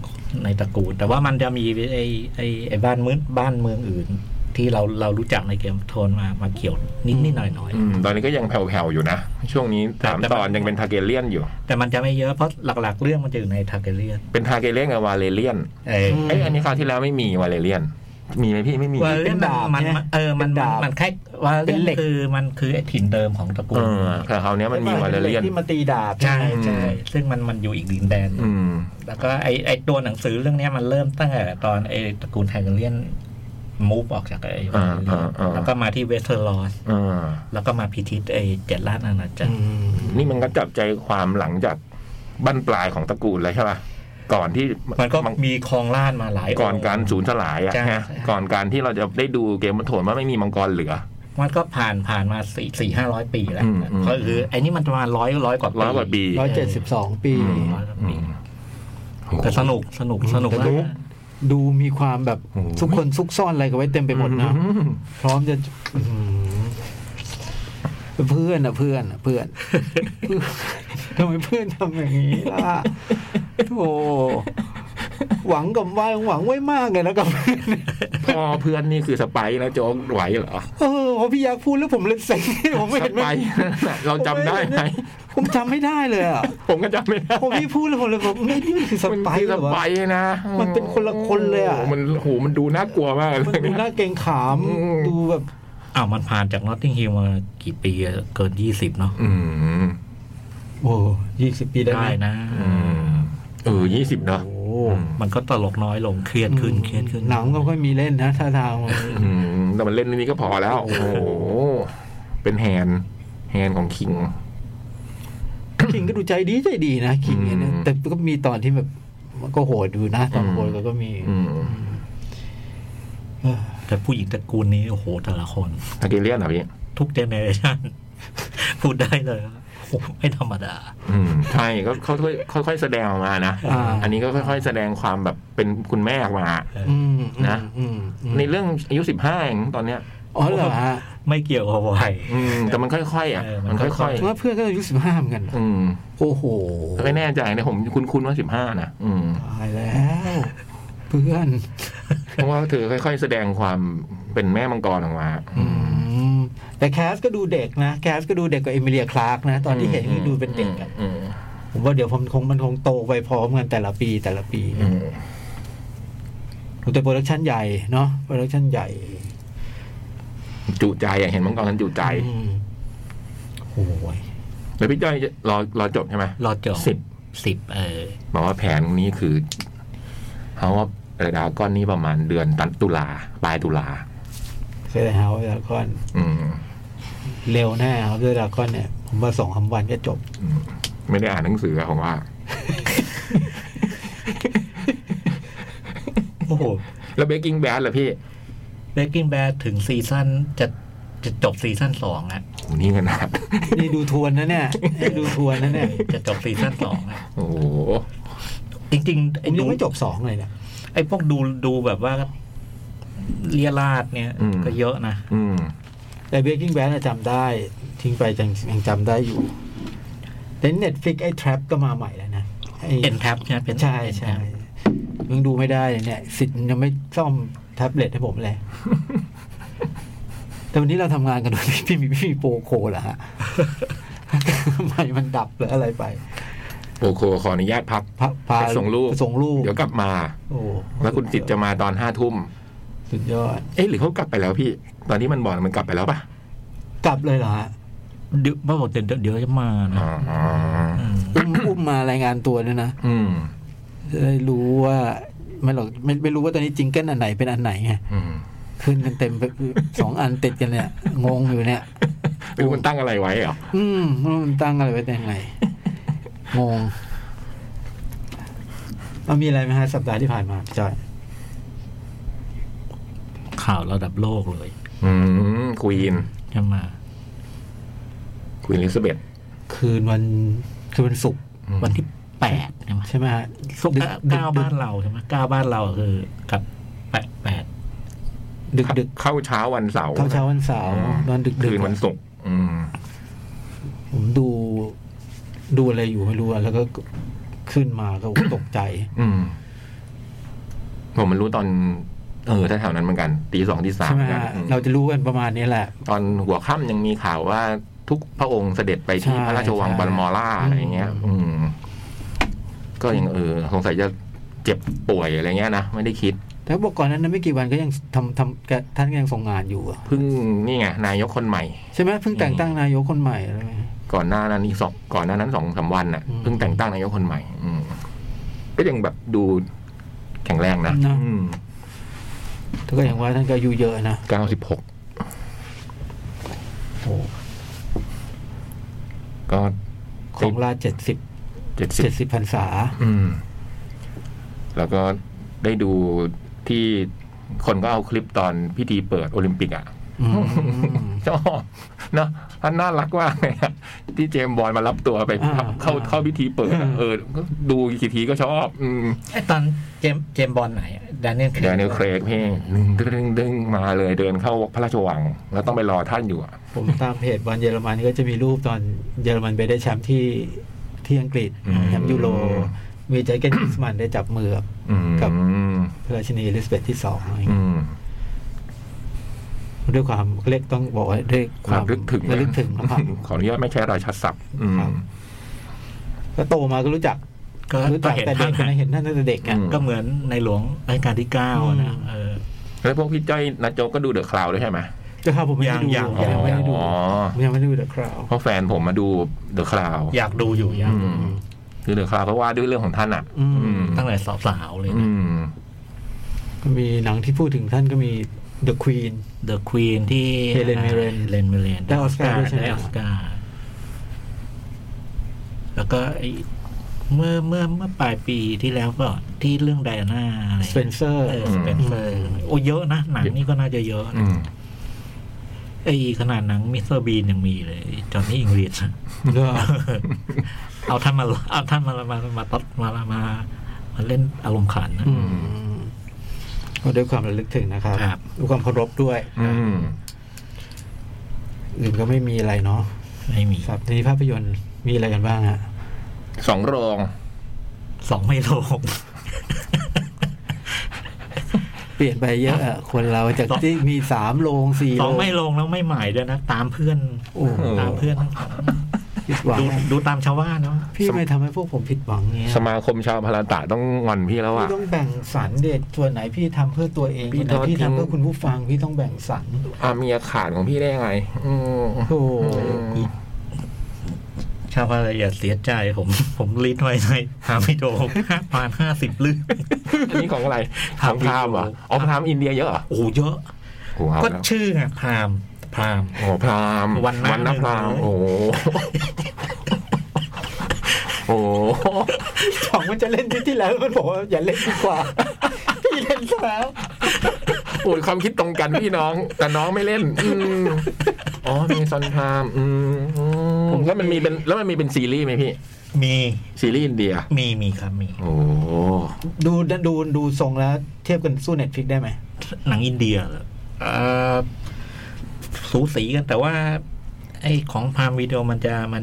Speaker 5: ในตระกูล แต่ว่ามันจะมีไอ้ไอ้ไอ้บ้านมืดบ้านเมืองอื่น ที่เราเรารู้จักในเกมโทนมามาเกี่ยวนิดนิดหน่อยหน่อยๆ
Speaker 3: อืม ตอนนี้ก็ยังแผ่วๆอยู่นะ ช่วงนี้สาม
Speaker 5: แต่
Speaker 3: ตอนยังเป็นทาเกเลียนอยู่
Speaker 5: แต่มันจะไม่เยอะเพราะหลัก ๆ เรื่องมันจะอยู่ในทาเกเลียน
Speaker 3: เป็นทาเกเลียนกับวาเลเลียน
Speaker 5: เอ้ย
Speaker 3: เอ้ยอันนี้คราวที่แล้วไม่มีวาเลเลียน มีไหมพี่ไม่มี
Speaker 5: วาเลนมันมันเออมันมันมันแค่วาเลนคือมันคือไอ้ถิ่นเดิมของตระกู
Speaker 3: เอ
Speaker 5: ล
Speaker 3: อแต่คราวเนี้ยมันมีวาเลเลียน
Speaker 2: ที่มาตีดาบ
Speaker 5: ใช่ใช่ซึ่งมันมันอยู่อีกดินแดน
Speaker 3: อืม
Speaker 5: แล้วก็ไอ้ไอ้ตัวหนังสือเรื่องเนี้ยมันเริ่มตั้งแต่ตอนไอ้ตระกูลไทเกเลียนมูฟออกจากไอ้วาเลเลียน
Speaker 3: อ่าอ่าอ่า
Speaker 5: แล้วก็มาที่เวสเทอร์ลอส
Speaker 3: อ่า
Speaker 5: แล้วก็มาพิทิตไอ้เจ็ดราชอาณาจัก
Speaker 2: อื
Speaker 5: ร
Speaker 2: ม
Speaker 3: นี่มันก็จับใจความหลังจากบั้นปลายของตระกูลเลยใช่ป่ะก่อนที่
Speaker 5: มันก็มีคลองราชมาหลาย
Speaker 3: ก่อน
Speaker 5: งค์
Speaker 3: การสูญสลายอะ
Speaker 5: ใช่
Speaker 3: ฮะก่อนการที่เราจะได้ดูเกมมันโถนว่าไม่มีมังกรเหลือ
Speaker 5: มันก็ผ่านผ่านมาสี่สี่ห้าร้อยปีแล้ว
Speaker 3: อืมอืม
Speaker 5: ก็คือไอ้นี่มันประมาณร้อยร้อยกว่าปี
Speaker 3: ร้อยกว่าปี
Speaker 2: ร้อยเจ็ดสิบสองปี
Speaker 3: อืม
Speaker 5: ร้อยกว่า
Speaker 3: อื
Speaker 5: ปี
Speaker 3: ม โอ้โห
Speaker 5: แต่สนุกสนุกสนุก
Speaker 3: สนุก
Speaker 5: มาก
Speaker 2: ดูมีความแบบ
Speaker 3: โอ้ย
Speaker 2: ซุกคนซุกซ่อนอะไรกันไว้เต็มไปหมดนะ
Speaker 3: อืม
Speaker 2: พร้อมจะอื้อหือเพื่อนอะเพื่อนอะเพื่อนทำไมเพื่อนทำอย่างนี้ล่ะโอ้หวังกับไว้หวังไว้มากเลยนะกับเพื่อน
Speaker 3: พ่อเพื่อนนี่คือสไปร์นะโจ๊กไหวเหรอ
Speaker 2: เออพอพี่ยักษ์พูดแล้วผมเลยเซ็งผมไม่
Speaker 3: ส
Speaker 2: เห็น
Speaker 3: ไป
Speaker 2: มัน
Speaker 3: ร์เราจำได้ไหม
Speaker 2: ผมจำไม่ได้เลยอะ
Speaker 3: ผมก็จำไม่ได้
Speaker 2: พอพี่พูดแล้วผมเลยผมนี่นี่มันคือส
Speaker 3: มัน
Speaker 2: ไปซ์
Speaker 3: คือ
Speaker 2: เหร
Speaker 3: ส
Speaker 2: อ
Speaker 3: ไป
Speaker 2: วะ
Speaker 3: ร์นะ
Speaker 2: มันเป็นคนละคนเลยอะ
Speaker 3: โโหมันโอ้โหมันดูน่ากลัวมากเล
Speaker 2: มัน
Speaker 3: ย
Speaker 2: ดูน่าเกรงขาม
Speaker 3: อืม
Speaker 2: ดูแบบ
Speaker 5: อ้าวมันผ่านจากนอตติงฮิลมากี่ปีอะเกินยี่สิบเนาะ
Speaker 3: อืม
Speaker 2: โอ้ยี่สิบปีได้ไหม
Speaker 5: ได้นะ
Speaker 3: อืมเออยี่สิบเนาะ
Speaker 2: โอ้
Speaker 5: มันก็ตลกน้อยลงเครียดขึ้นเครียดขึ้น
Speaker 2: หนังก็ค่อยมีเล่นนะท่าทางมัน
Speaker 3: อืมแต่มันเล่นเรื่องนี้ก็พอแล้ว โอ้โห เป็นแฮนด์แฮนด์ของคิง
Speaker 2: คิงก็ดูใจดีใจดีนะคิงเนี่ยนะ
Speaker 3: อืม
Speaker 2: แต่ก็มีตอนที่แบบมันก็โหดดูนะ ตอน
Speaker 3: อืม
Speaker 2: โหดก็ก็มี
Speaker 3: อืม
Speaker 2: เออ
Speaker 5: แต่ผู้หญิงตระกูลนี้โอ้โหแต่ละคน
Speaker 3: ทาเกเลียนเหรอพี่
Speaker 5: ทุกเจเนอเรชัน พูดได้เลยว่าโอ้โหไม่ธรรมดา
Speaker 3: อืมใช่ก็เขาค่อยค่อยๆแสดงออกมานะ
Speaker 2: อ่า
Speaker 3: อันนี้ก็ค่อย ๆ แสดงความแบบเป็นคุณแม่ออกมา
Speaker 2: อืม
Speaker 3: นะ
Speaker 2: อืมอืม
Speaker 3: ในเรื่องอายุสิบห้าเองตอนเนี้ย
Speaker 2: อ๋อเหรอฮะ
Speaker 5: ไม่เกี่ยวกับวัย
Speaker 3: อืม แต่มันค่อยๆอ่ะ
Speaker 5: เออมั
Speaker 3: มัน น
Speaker 5: ค่
Speaker 3: ค่
Speaker 5: อย
Speaker 3: อ
Speaker 5: ๆ
Speaker 3: ย
Speaker 2: ว่าเพื่อนก็อายุสิบห้าเหมือนกันเหรอ
Speaker 3: ๆ อืม
Speaker 2: โอ้โห
Speaker 3: ไม่แน่ใจนะผมคุ้นๆว่าสิบห้านะอืม
Speaker 2: ตายแล้ว เพื่อน
Speaker 3: เพราะว่าเธอค่อย ๆ แสดงความเป็นแม่มังกรออกมา
Speaker 2: อืมแต่แคสก็ดูเด็กนะ แคสก็ดูเด็กกว่าเอมิเลียคลาร์กนะ ตอนที่เห็นก็ดูเป็นเด็กอะ
Speaker 3: อืม
Speaker 2: ผมว่าเดี๋ยวผมคงมันคงโตไปพร้อมกันแต่ละปีแต่ละปี
Speaker 3: อืม
Speaker 2: แต่โปรดักชันใหญ่เนาะโปรดักชันใหญ่
Speaker 3: จุใจอะเห็นมังกรกันจุใจ
Speaker 2: อืมโอ้ย
Speaker 3: แล้วพี่จ้อยจะรอรอจบใช่ไหม
Speaker 5: รอจบ
Speaker 3: สิบ
Speaker 5: สิบเออ
Speaker 3: บอกว่าแผนนี้คือเขาว่าเออดาวก้อนนี้ประมาณเดือนตันตุลาปลายตุลา
Speaker 2: เซเลฮาวดราคอน
Speaker 3: อืม
Speaker 2: เร็วแน่ครับด้วยดราคอนเนี่ย ผมว่าสองคำวันก็จบ
Speaker 3: อืมไม่ได้อ่านหนังสืออะผมว่า
Speaker 5: โอ้โห
Speaker 3: แล้วเบกกิ้งแบดเหรอพี่
Speaker 5: เบ k กิ้งแบ d ถึงซีซั่นจะจะจบซีซั่นสองอ่ะ
Speaker 3: โหนี่ขนาด
Speaker 2: นี่ดูทวนนะเนี่ยนี่ดูทวนนะเนี่ย
Speaker 5: จะจบซีซั่นสองอ่ะ
Speaker 3: โอ้โห
Speaker 5: จริงๆ
Speaker 2: ผ
Speaker 5: ไอ้
Speaker 2: มยั
Speaker 5: ดู
Speaker 2: งไม่จบสองเลยเนี่ย
Speaker 5: ไอ้พวกดูดูแบบว่าเลียราดเนี่ย ก็เยอะนะ
Speaker 3: อืม
Speaker 2: แต่เบรกิ้งแบดจำได้ ทิ้งไปยังยังจำได้อยู่ แต่เน็ตฟิกไอ้ Trap ก็มาใหม่แล้วนะไอ้
Speaker 5: เอ็นแท็บใช่ไหมเป็น
Speaker 2: ใช่
Speaker 5: N
Speaker 2: ใช่
Speaker 5: Tab
Speaker 2: ยังดูไม่ได้เลยเนี่ย สิทธิ์ยังไม่ซ่อมแท็บเล็ตให้ผมเลย แต่วันนี้เราทำงานกันโดย พี่พี่มีพี่มีโปรโคเหรอฮะ ไม่มันดับหรืออะไรไป
Speaker 3: โอโคขออนุญาตพัก
Speaker 2: พาพา
Speaker 3: ไปส่งลูก
Speaker 2: ไปส่งลูก
Speaker 3: เดี๋ยวกลับมา
Speaker 2: โอ้
Speaker 3: แล้วคุณจิตจะมาตอนห้าทุ่ม
Speaker 2: สุดยอด
Speaker 3: เอ๊ะหรือเขากลับไปแล้วพี่ ตอนนี้มันบอกมันกลับไปแล้วปะ
Speaker 2: กลับเลยเหรอฮะ
Speaker 5: เดี๋ยวพ่อบอกเดี๋ยวเดี๋ยวจะมานะ
Speaker 3: อ๋อ
Speaker 5: ม
Speaker 2: อุ้มอุ้มมารายงานตัวด้วยนะ
Speaker 3: อืม
Speaker 2: จะได้รู้ว่าไม่หรอกไม่ไม่รู้ว่าตอนนี้จิงเกิลอันไหนเป็นอันไหนไง
Speaker 3: อืม
Speaker 2: ขึ้นกันเต็มไปสองอันติดกันเนี่ยงงอยู่เนี่ย
Speaker 3: ไม่รู้มันตั้งอะไรไว้เหรอ
Speaker 2: อืมมันตั้งอะไรไว้ยังไง งงมันมีอะไรไหมฮะสัปดาห์ที่ผ่านมาพี่จอย
Speaker 5: ข่าวระดับโลกเลย
Speaker 3: อืมควีน
Speaker 5: จะมา
Speaker 3: ควีนลิซาเบธ
Speaker 2: คืนวันคืนวันศุกร์
Speaker 5: วันที่แปดใช่ไหม
Speaker 2: ใช่ไหมฮะ
Speaker 5: สุก
Speaker 2: ดึ
Speaker 5: ร์เก้าบ้านเราใช่ไหมเก้าบ้านเราคือกับแปดแปด
Speaker 2: ดึกดึก
Speaker 3: เข้าเช้าวันเสาร์
Speaker 2: เข้าเช้าวันเสาร์นอนดึกดึ
Speaker 3: คื
Speaker 2: ก
Speaker 3: นวันศุกร์อืม
Speaker 2: ผมดู ดูอะไรอยู่ไม่รู้อะแล้วก็ขึ้นมาก็ตกใจ
Speaker 3: อืมผมมันรู้ตอน เออแถวๆนั้นเหมือนกันตีสองตีสาม
Speaker 2: ใช่ไหม
Speaker 3: นะ
Speaker 2: ฮะ
Speaker 3: อืม
Speaker 2: เราจะรู้กันประมาณนี้แหละ
Speaker 3: ตอนหัวค่ำยังมีข่าวว่าทุกพระองค์เสด็จไปที่
Speaker 2: ใช่
Speaker 3: พระราชวัง
Speaker 2: ใช่
Speaker 3: บัลมอร่า
Speaker 2: อืม
Speaker 3: อะไรเงี้ย อืม ก็ยังเออสงสัยจะเจ็บป่วยอะไรเงี้ยนะ ไม่ได้คิด
Speaker 2: แต่บอกก่อนนั้นนะไม่กี่วันก็ยังทำทำแกท่านก็ยังส่งงานอยู่อะ
Speaker 3: เพิ่งนี่ไงนายกคนใหม่
Speaker 2: ใช่ไหมเพิ่งแต่งตั้งนายกคนใหม่อะไรไหม
Speaker 3: ก่อนหน้านั้นอีกสองก่อนหน้านั้นสองสามวันน่ะ
Speaker 2: อืม
Speaker 3: เพิ่งแต่งตั้งนายกคนใหม่ อืมก็ยังแบบดูแข็งแรงนะ
Speaker 2: นะ แต่ก็อย่างว่าท่านก็อายู่เยอะนะ
Speaker 3: เก้าสิบหก
Speaker 2: โอ้
Speaker 3: ก็
Speaker 2: ของราเจ็ดสิบ
Speaker 3: เจ็ดสิบ
Speaker 2: เจ็ดสิบพรรษา
Speaker 3: อืม แล้วก็ได้ดูที่คนก็เอาคลิปตอนพิธีเปิดโอลิมปิกอ่ะ
Speaker 2: อื ม
Speaker 3: ช อบเนอะอันน่ารักว่ากเลยอะที่เจมส์บอลมารับตัวไป
Speaker 2: อ่า
Speaker 3: เข้า
Speaker 2: อ่า
Speaker 3: เข้าพิธีเปิดอะเออก็ดูกี่ทีก็ชอบ อืม
Speaker 5: ไอ้ตอนเจมเจมบอลไหนแดเนียล
Speaker 3: เดนนิลเครกพี่ดึงดึงดึงมาเลยเดินเข้าพระราชวัง แล้วต้องไปรอท่านอยู่อะ
Speaker 2: ผมตามเพจบอลเยอรมันก็จะมีรูปตอนเยอรมันไปได้แชมป์ที่ที่อังกฤษแชมป์ยูโร มีใจเก้นกิสมันได้จับมือกับ
Speaker 3: อืม
Speaker 2: กับ พระราชินีอลิซาเบธที่สองอะไรอย่าง
Speaker 3: อื
Speaker 2: เงี้ย
Speaker 3: ม
Speaker 2: ด้วยความเรียกต้องบอกว่าด้วยความ
Speaker 3: ระลึกถึงนะ
Speaker 2: ระลึกถึงนะครับ
Speaker 3: ขออนุญาตไม่ใช้ราชศัพท์ อืม
Speaker 2: ครับ แล้วโตมาก็รู้จัก
Speaker 5: ก็
Speaker 2: รู้จัก
Speaker 5: ก็เห็น
Speaker 2: แต่เด็ก
Speaker 5: ท่าน
Speaker 2: นะเห็นท่านตั้งแต่เด็กไง
Speaker 3: อืม
Speaker 5: ก็เหมือนในหลวงรัชกาลที่เก้า
Speaker 2: อื
Speaker 5: นะ
Speaker 2: ม
Speaker 5: เออ
Speaker 3: แล้วพวกพี่จ้อยนัทโจกก็ดูเดอะคลาวด้วยใช่ไหม
Speaker 2: แต่ถ้าผมไม่ได้ดู
Speaker 5: ยังๆ
Speaker 2: ยังไม่ได้ดู
Speaker 3: อ๋อ
Speaker 2: ผมยังไม่ได้ดูเดอะคราว
Speaker 3: เพราะแฟนผมมาดูเดอะคลาว
Speaker 5: อยากดูอยู่อยากดู
Speaker 3: คือเดอะคลาวเพราะว่าด้วยเรื่องของท่านอ่ะ
Speaker 2: อื
Speaker 3: อื
Speaker 2: ม
Speaker 3: ม
Speaker 5: ตั้งแต่สาวๆเลย
Speaker 3: อื
Speaker 5: นะ
Speaker 3: ม
Speaker 2: ก็มีหนังที่พูดถึงท่านก็มี The Queen
Speaker 5: The Queen ที่
Speaker 2: Helen Mirren
Speaker 5: เลนเมเรน
Speaker 2: ได้ออสการ์ด้วยใช่ไหม
Speaker 5: ได้ออสการ์แล้วก็ไอ้เมื่อเมื่อเมื่อปลายปีที่แล้วก็ที่เรื่องไดอาน่าอะไร
Speaker 2: Spencer
Speaker 5: เออสเปนเซอร์โอ้เยอะนะหนังนี่ก็น่าจะเยอะ
Speaker 3: อื
Speaker 5: นะ
Speaker 3: ม
Speaker 5: ไอ้ขนาดหนังมิสเตอร์บีนยังมีเลยจอห์นนี่อิงลิช
Speaker 2: เนอะ
Speaker 5: เอาท่านมาเอาท่านมามามาตัดมามามามาเล่นอารมณ์ขันนะ
Speaker 2: อืมก็ด้วยความระลึกถึงนะครับ
Speaker 5: ครับ
Speaker 2: ด้วยความเคารพด้วย
Speaker 3: อืม
Speaker 2: อื่นก็ไม่มีอะไรเนาะ
Speaker 5: ไม่มี
Speaker 2: ครับทีนี้ภาพยนตร์มีอะไรกันบ้างฮะ
Speaker 3: สองโรง
Speaker 5: สองไม่ล ง
Speaker 2: เปลี่ยนไปเยอะอะคนเราจาก
Speaker 5: สอง
Speaker 2: ที่มีสามโรงสี่
Speaker 5: ส
Speaker 2: โร
Speaker 5: อง
Speaker 2: ง
Speaker 5: ไม่ลงแล้วไม่หมายด้วยนะ ตามเพื่อน
Speaker 2: โอ้โห
Speaker 5: ตามเพื่อนทั้งสอง
Speaker 2: ผิดหวัง
Speaker 5: ดูดูตามชาวบ้านเนาะ
Speaker 2: พี่ไม่ทำให้พวกผมผิดหวังเงี้ย
Speaker 3: สมาคมชาวพาราตะต้องงอนพี่แล้ว
Speaker 2: พี่
Speaker 3: อ่ะ
Speaker 2: ต้องแบ่งสรรเดชส่วนไหนพี่ทำเพื่อตัวเอง
Speaker 3: พี่
Speaker 2: ส่วนไหน
Speaker 3: ทอด
Speaker 2: พี่
Speaker 3: ทิ้
Speaker 2: ทำ
Speaker 3: ง
Speaker 2: เพื่อคุณผู้ฟังพี่ต้องแบ่งสรร
Speaker 3: อาเมียขาดของพี่ได้ยังไง อืม
Speaker 2: โอ้โห
Speaker 5: ชาวบ้านอย่าเสียใจผม ผมรีดไว้ในหาไม่โดนประมาณห้าสิบลึก
Speaker 3: อันนี้ของอะไรข
Speaker 5: ถา
Speaker 3: อ
Speaker 5: ม
Speaker 3: ง
Speaker 5: พี่
Speaker 3: พราหมณ์เหรอ
Speaker 5: ดู
Speaker 3: อ๋อพราหมณ์อินเดียเยอะเหรอ
Speaker 5: โอ้โหเยอะ
Speaker 3: โอ้โหเอา
Speaker 5: ก็
Speaker 3: แล้ว
Speaker 5: ชื่อไงพราหมณ์พราหมณ์
Speaker 3: โอ้พราม
Speaker 5: วันนะ
Speaker 3: นะพราม
Speaker 5: หนึ่ง
Speaker 3: โอ้โหโอ้โห
Speaker 2: สองมันจะเล่นที่ที่แล้วมันบอกว่าอย่าเล่นดีกว่าพี่เล่นซะแล้ว
Speaker 3: โอ้ยความคิดตรงกันพี่น้อง แต่น้องไม่เล่นอืมอ๋อเมซอนพรามอืมอืม
Speaker 2: ผมก็
Speaker 3: แล้วมันมีเป็นแล้วมันมีเป็นซีรีส์ไหมพี่
Speaker 5: มี
Speaker 3: ซีรีส์อินเดีย
Speaker 5: มีมีครับมี
Speaker 3: โอ้โห
Speaker 2: ดูดูดูทรงแล้วเทียบกันสู้เน็ตฟิกได้ไหม
Speaker 5: หนังอินเดียเหรอเอ่อสูสีกันแต่ว่า ไอ้ของพามวิดีโอมันจะมัน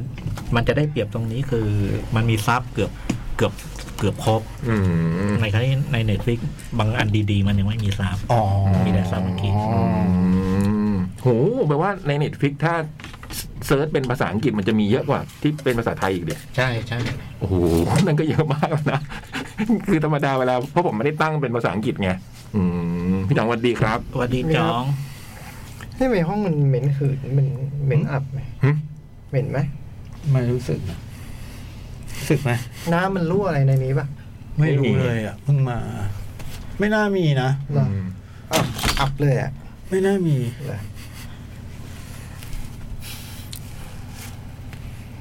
Speaker 5: มันจะได้เปรียบตรงนี้คือ มันมีซับเกือบเกือบเกือบครบ
Speaker 3: อืม
Speaker 5: ในขณะที่ในเน็ตฟลิกบางอันดีๆ มันยังไม่มีซับ
Speaker 2: อ๋อ
Speaker 5: มีแต่ซับเมื่อกี้
Speaker 3: มโหแปลว่าในเน็ตฟิกถ้าเซิร์ชเป็นภาษาอังกฤษมันจะมีเยอะกว่า ที่เป็นภาษาไทยอีกเดีย
Speaker 5: ใช่ใช่
Speaker 3: โอ้โหนั่นก็เยอะมากแล้วนะ คือธรรมดาเวลาเพราะผมไม่ได้ตั้งเป็นภาษาอังกฤษไงอืมพี่น้องสวัสดีครับ
Speaker 5: สวัสดีจ้อง
Speaker 4: นี่ในห้องมันเหม็นหืนมันเหม็นอับไหม
Speaker 3: หึ
Speaker 4: เหม็นไหม
Speaker 2: ไม่รู้สึกนะรู้สึกไหม
Speaker 4: น้ำมันรั่วอะไรในนี้ปะ
Speaker 2: ไม่
Speaker 3: ไม่มี
Speaker 2: รู้เลยอ่ะเพิ่งมา ไม่น่ามีนะ
Speaker 4: เหรออับอับเลยอ่ะ
Speaker 2: ไม่น่ามี
Speaker 4: เหรอ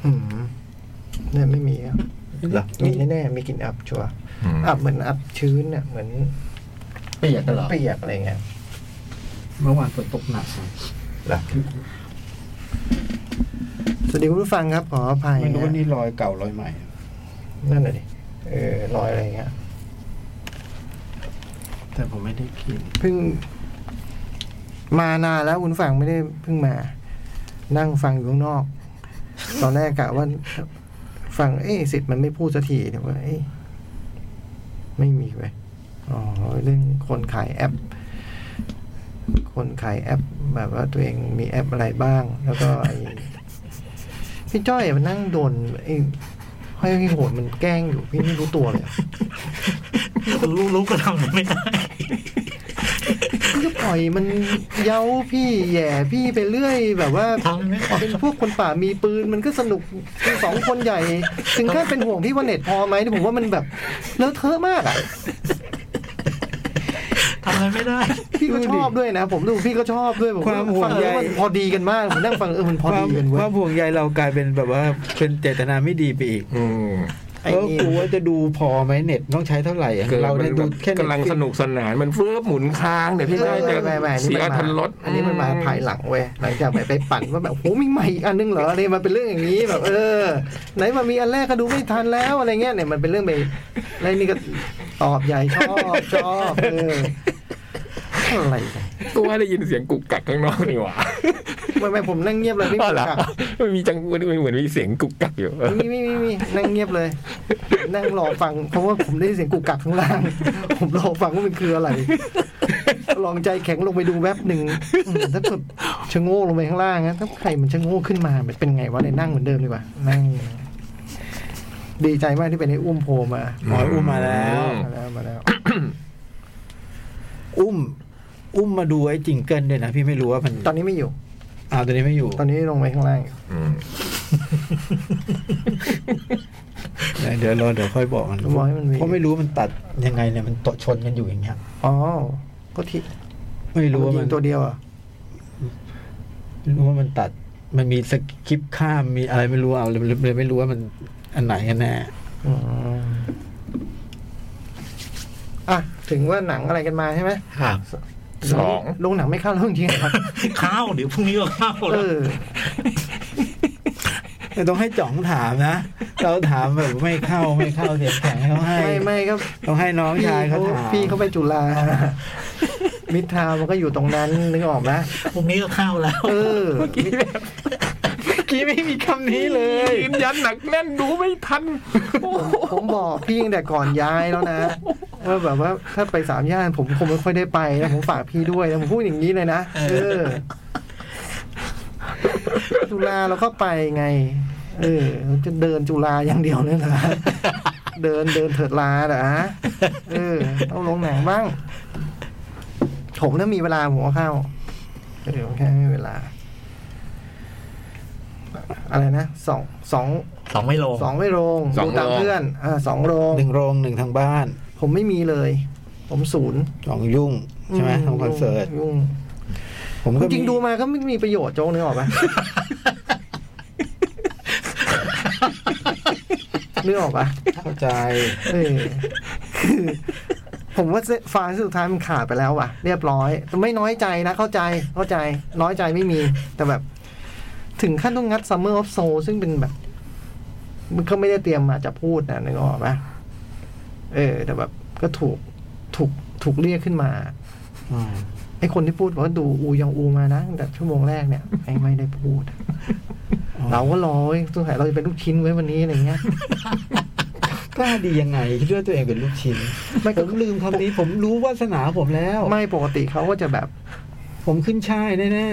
Speaker 4: อืมเนี่ยไม่มีอ่ะเหรอมีแน่ๆมีกลิ่นอับชัวร์อับเหมือนอับชื้นเนี่ยเหมือน
Speaker 6: เปียกกันเหรอ
Speaker 4: เปียกอะไรเงี้ย
Speaker 2: เมื่อวานฝนตกหนัก
Speaker 4: เหรอสวัสดีคุณผู้ฟังครับขออภัย
Speaker 2: ไม่รู้ว่า
Speaker 4: นะ
Speaker 2: นี่รอยเก่ารอยใหม่
Speaker 4: นั่นน่ะดิ เออรอยอะไรเงี้ย
Speaker 2: แต่ผมไม่ได้กิน
Speaker 4: เพิ่ง มานานแล้วคุณฟังไม่ได้เพิ่งมา นั่งฟังอยู่ข้างนอก ตอนแรกกะว่า ฟัง เอ้สิทธิ์มันไม่พูดสักทีแต่ว่าเอ้ยไม่มีไปอ๋อเรื่องคนขายแอป คนขายแอป แบบว่าตัวเองมีแอปอะไรบ้าง แล้วก็ไอ้พี่จ้อยมันนั่งโดนไอ้ห้อยโหดมันแกล้งอยู่ พี่ไม่รู้ตัวเลยอะ
Speaker 5: รู้รู้ก็ทำอะไรไม่ได้
Speaker 4: พี่ก็ปล่อย มันเย้าพี่แหย่พี่ไปเรื่อยแบบว่า
Speaker 5: ทำอะไรไม่ได้
Speaker 4: เป็นพวกคนป่ามีปืนมันก็สนุกสองคนใหญ่ ถึงขั้นเป็นห่วงที่ว่าเน็ตพอไหมผมว่ามันแบบเลอะเทอะมากอ่ะ
Speaker 5: ทำอะไรไม่ได้
Speaker 4: พี่ก็ชอบด้วยนะ ผมดูพี่ก็ชอบด้วยผมฟังแล้วมันพอดีกันมากผมนั่งฟังเออมันพอ
Speaker 2: ควา
Speaker 4: ดี
Speaker 2: ม
Speaker 4: กันเว้ยว
Speaker 2: คามห่วงใยเรากลายเป็นแบบว่า เป็นเจตนาไม่ดีไปอีก
Speaker 3: อืม
Speaker 4: ไอ้
Speaker 2: เออ
Speaker 4: นี่
Speaker 2: กูว่าจะดูพอไหมเน็ตต้องใช้เท่าไหร่อะ
Speaker 3: กิด
Speaker 2: เรา
Speaker 3: มั
Speaker 2: ได้
Speaker 3: น
Speaker 2: ดูแค่
Speaker 3: กำลังสนุกสนานมันเฟื่อหมุนค้างเดี๋ยวพี่
Speaker 4: ไม่
Speaker 3: ได้
Speaker 4: ไม่
Speaker 3: จะ
Speaker 4: ไม่ไม่นี่
Speaker 3: เสีย
Speaker 4: มัน
Speaker 3: ทันร
Speaker 4: มา
Speaker 3: ถ
Speaker 4: อันนี้มันมาภายหลังเว้ยหลังจากไปไปปั่นว่าแบบ โหมีใหม่อีกอันนึงเหรอเนี่ยมันเป็นเรื่องอย่างนี้แบบ เออ ไหนมันมีอันแรกก็ดูไม่ทันแล้วอะไรเงี้ยเนี่ยมันเป็นเรื่องไปอะไรนี่ก็ตอบใหญ่ชอบชอบเอออะไรกัน
Speaker 3: กูว่าได้ยินเสียงกุกกักข้างนอกนี่หว่า
Speaker 4: ไม่ไม่ผมนั่งเงียบเลยไม่
Speaker 3: อ๋อ
Speaker 4: มี
Speaker 3: เหรอ
Speaker 4: กัก
Speaker 3: มันมีจังมันเหมือนมีเสียงกุกกักอยู่เออ
Speaker 4: มีมีมีมีนั่งเงียบเลย นั่งรอฟัง เพราะว่าผมได้ยินเสียงกุกกักข้างล่าง ผมรอฟังว่ามันคืออะไร ลองใจแข็งลงไปดูแวบหนึ่งอืมถ้าแบบชะโงกลงไปข้างล่างนะถ้าใครมันชะโงกขึ้นมามันเป็นไงวะเลยนั่งเหมือนเดิมดีกว่านั่ง ดีใจมากที่เป็นไอ้อุ้มโผล่มา
Speaker 2: หมออุ้มมาแล้ว
Speaker 4: มาแล้วมาแล้ว
Speaker 2: อุ้ม อุ้มมาดูไอ้จิงเกิลด้วยนะ พี่ไม่รู้ว่ามัน
Speaker 4: ตอนนี้ไม่อยู่
Speaker 2: อ้าวตอนนี้ไม่อยู่
Speaker 4: ตอนนี้ลงไปข้างล่างอยู่
Speaker 3: อืม
Speaker 2: เดี๋ยวเดี๋ยวรอเดี๋ยวค่อยบอกมัน
Speaker 4: บอกให้มันมี
Speaker 2: เพราะไม่รู้มันตัดยังไงเนี่ยมันตดชนกันอยู่อย่างเงี้ย
Speaker 4: อ๋อก็ที่
Speaker 2: ไม่รู้ว่า
Speaker 4: ยิ
Speaker 2: มัน
Speaker 4: งตัวเดียวอ่ะ
Speaker 2: ไม่รู้ว่ามันตัด มันมีสคริปต์ข้ามมีอะไรไม่รู้เอาเลยเลยเลยไม่รู้ว่ามันอันไหนกันแน่
Speaker 4: อืมอ่ะถึงว่าหนังอะไรกันมาใช่ไหม
Speaker 5: ครับ
Speaker 3: สอง
Speaker 4: ลงหนังไม่เข้าเรื่องจริงๆครับ
Speaker 5: ข้าวเดี๋ยวพรุ่งนี้ก็ข้าว
Speaker 4: เอ
Speaker 5: แล้ว
Speaker 4: อ
Speaker 2: แต่ต้องให้จ่องถามนะ เราถามแบบไม่เข้าไม่เข้าเสียงแข็งให้เขาให้
Speaker 4: ไม่ไม่ก็
Speaker 2: ต้องให้น้อง
Speaker 4: พี่
Speaker 2: ชายเขา
Speaker 4: เขา
Speaker 2: ถาม
Speaker 4: พี่เขาไปจุฬามิตรทาวน์มันก็อยู่ตรงนั้นนึกออกนะ
Speaker 5: พรุ่งนี้ก็ข้าวแล้ว
Speaker 4: เออ
Speaker 2: เมื่อกี้ไม่มีคำนี้เลย
Speaker 3: ยืนยันหนักแน่นดูไม่ทันโอ้โห
Speaker 4: ผมบอกพี่ตั้งแต่ก่อนย้ายแล้วนะว่าแบบว่าถ้าไปสามย่านผมคงไม่ค่อยได้ไปนะผมฝากพี่ด้วยนะผมพูดอย่างนี้เลยนะเออจุฬาเราก็ไปไง เออเราจะเดินจุฬาอย่างเดียวเนี่ยนะเดินเดินเถิดลาเหรอฮะเออต้องลงหนังบ้าง ผมถ้ามีเวลาผมก็เข้าเออผมแค่ไม่มีเวลา อะไรนะสองสอง
Speaker 5: สองไม่ลง
Speaker 4: สองไม่โรงดูตามเพื่อนอ่าสองโรง
Speaker 2: หนึ่งโรงหนึ่งทางบ้าน
Speaker 4: ผมไม่มีเลย ผมศูนย์
Speaker 2: สองยุ่งใช่ไหมทำคอนเสิร์ต
Speaker 4: ยุ่ง
Speaker 2: ผมก็
Speaker 4: จริงๆดูมาก็ไม่มีประโยชน์โจ๊กนึกออก ปะ นึกออกปะ
Speaker 2: เข้าใจ
Speaker 4: เออ คือผมว่าฟาสุดท้ายมันขาดไปแล้วว่ะ เรียบร้อย ไม่น้อยใจนะ เข้าใจเข้าใจ น้อยใจไม่มี แต่แบบ ถึงขั้นต้องงัด Summer of Soul ซึ่งเป็นแบบ มันก็ไม่ได้เตรียมมาจะพูดนะนึกออกปะเออ แต่แบบ ก็ถูกถูกถูกเรียกขึ้นมา
Speaker 2: อืม
Speaker 4: ไอคนที่พูดบอกว่าดูอูยองอูมานะตั้งแต่ชั่วโมงแรกเนี่ยไอไม่ได้พูด เราก็ รอเว้ยสงสัยเราจะเป็นลูกชิ้นไว้ยวันนี้อะไรเงี้ย
Speaker 2: กล้าดียังไงคิดว่าตัวเองเป็นลูกชิ้น
Speaker 4: ไม่ก็
Speaker 2: ผมลืมคำนี้ผมรู้วาสนาผมแล้ว
Speaker 4: ไม่ปกติเขาก็จะแบบ
Speaker 2: ผมขึ้นช่ายแน่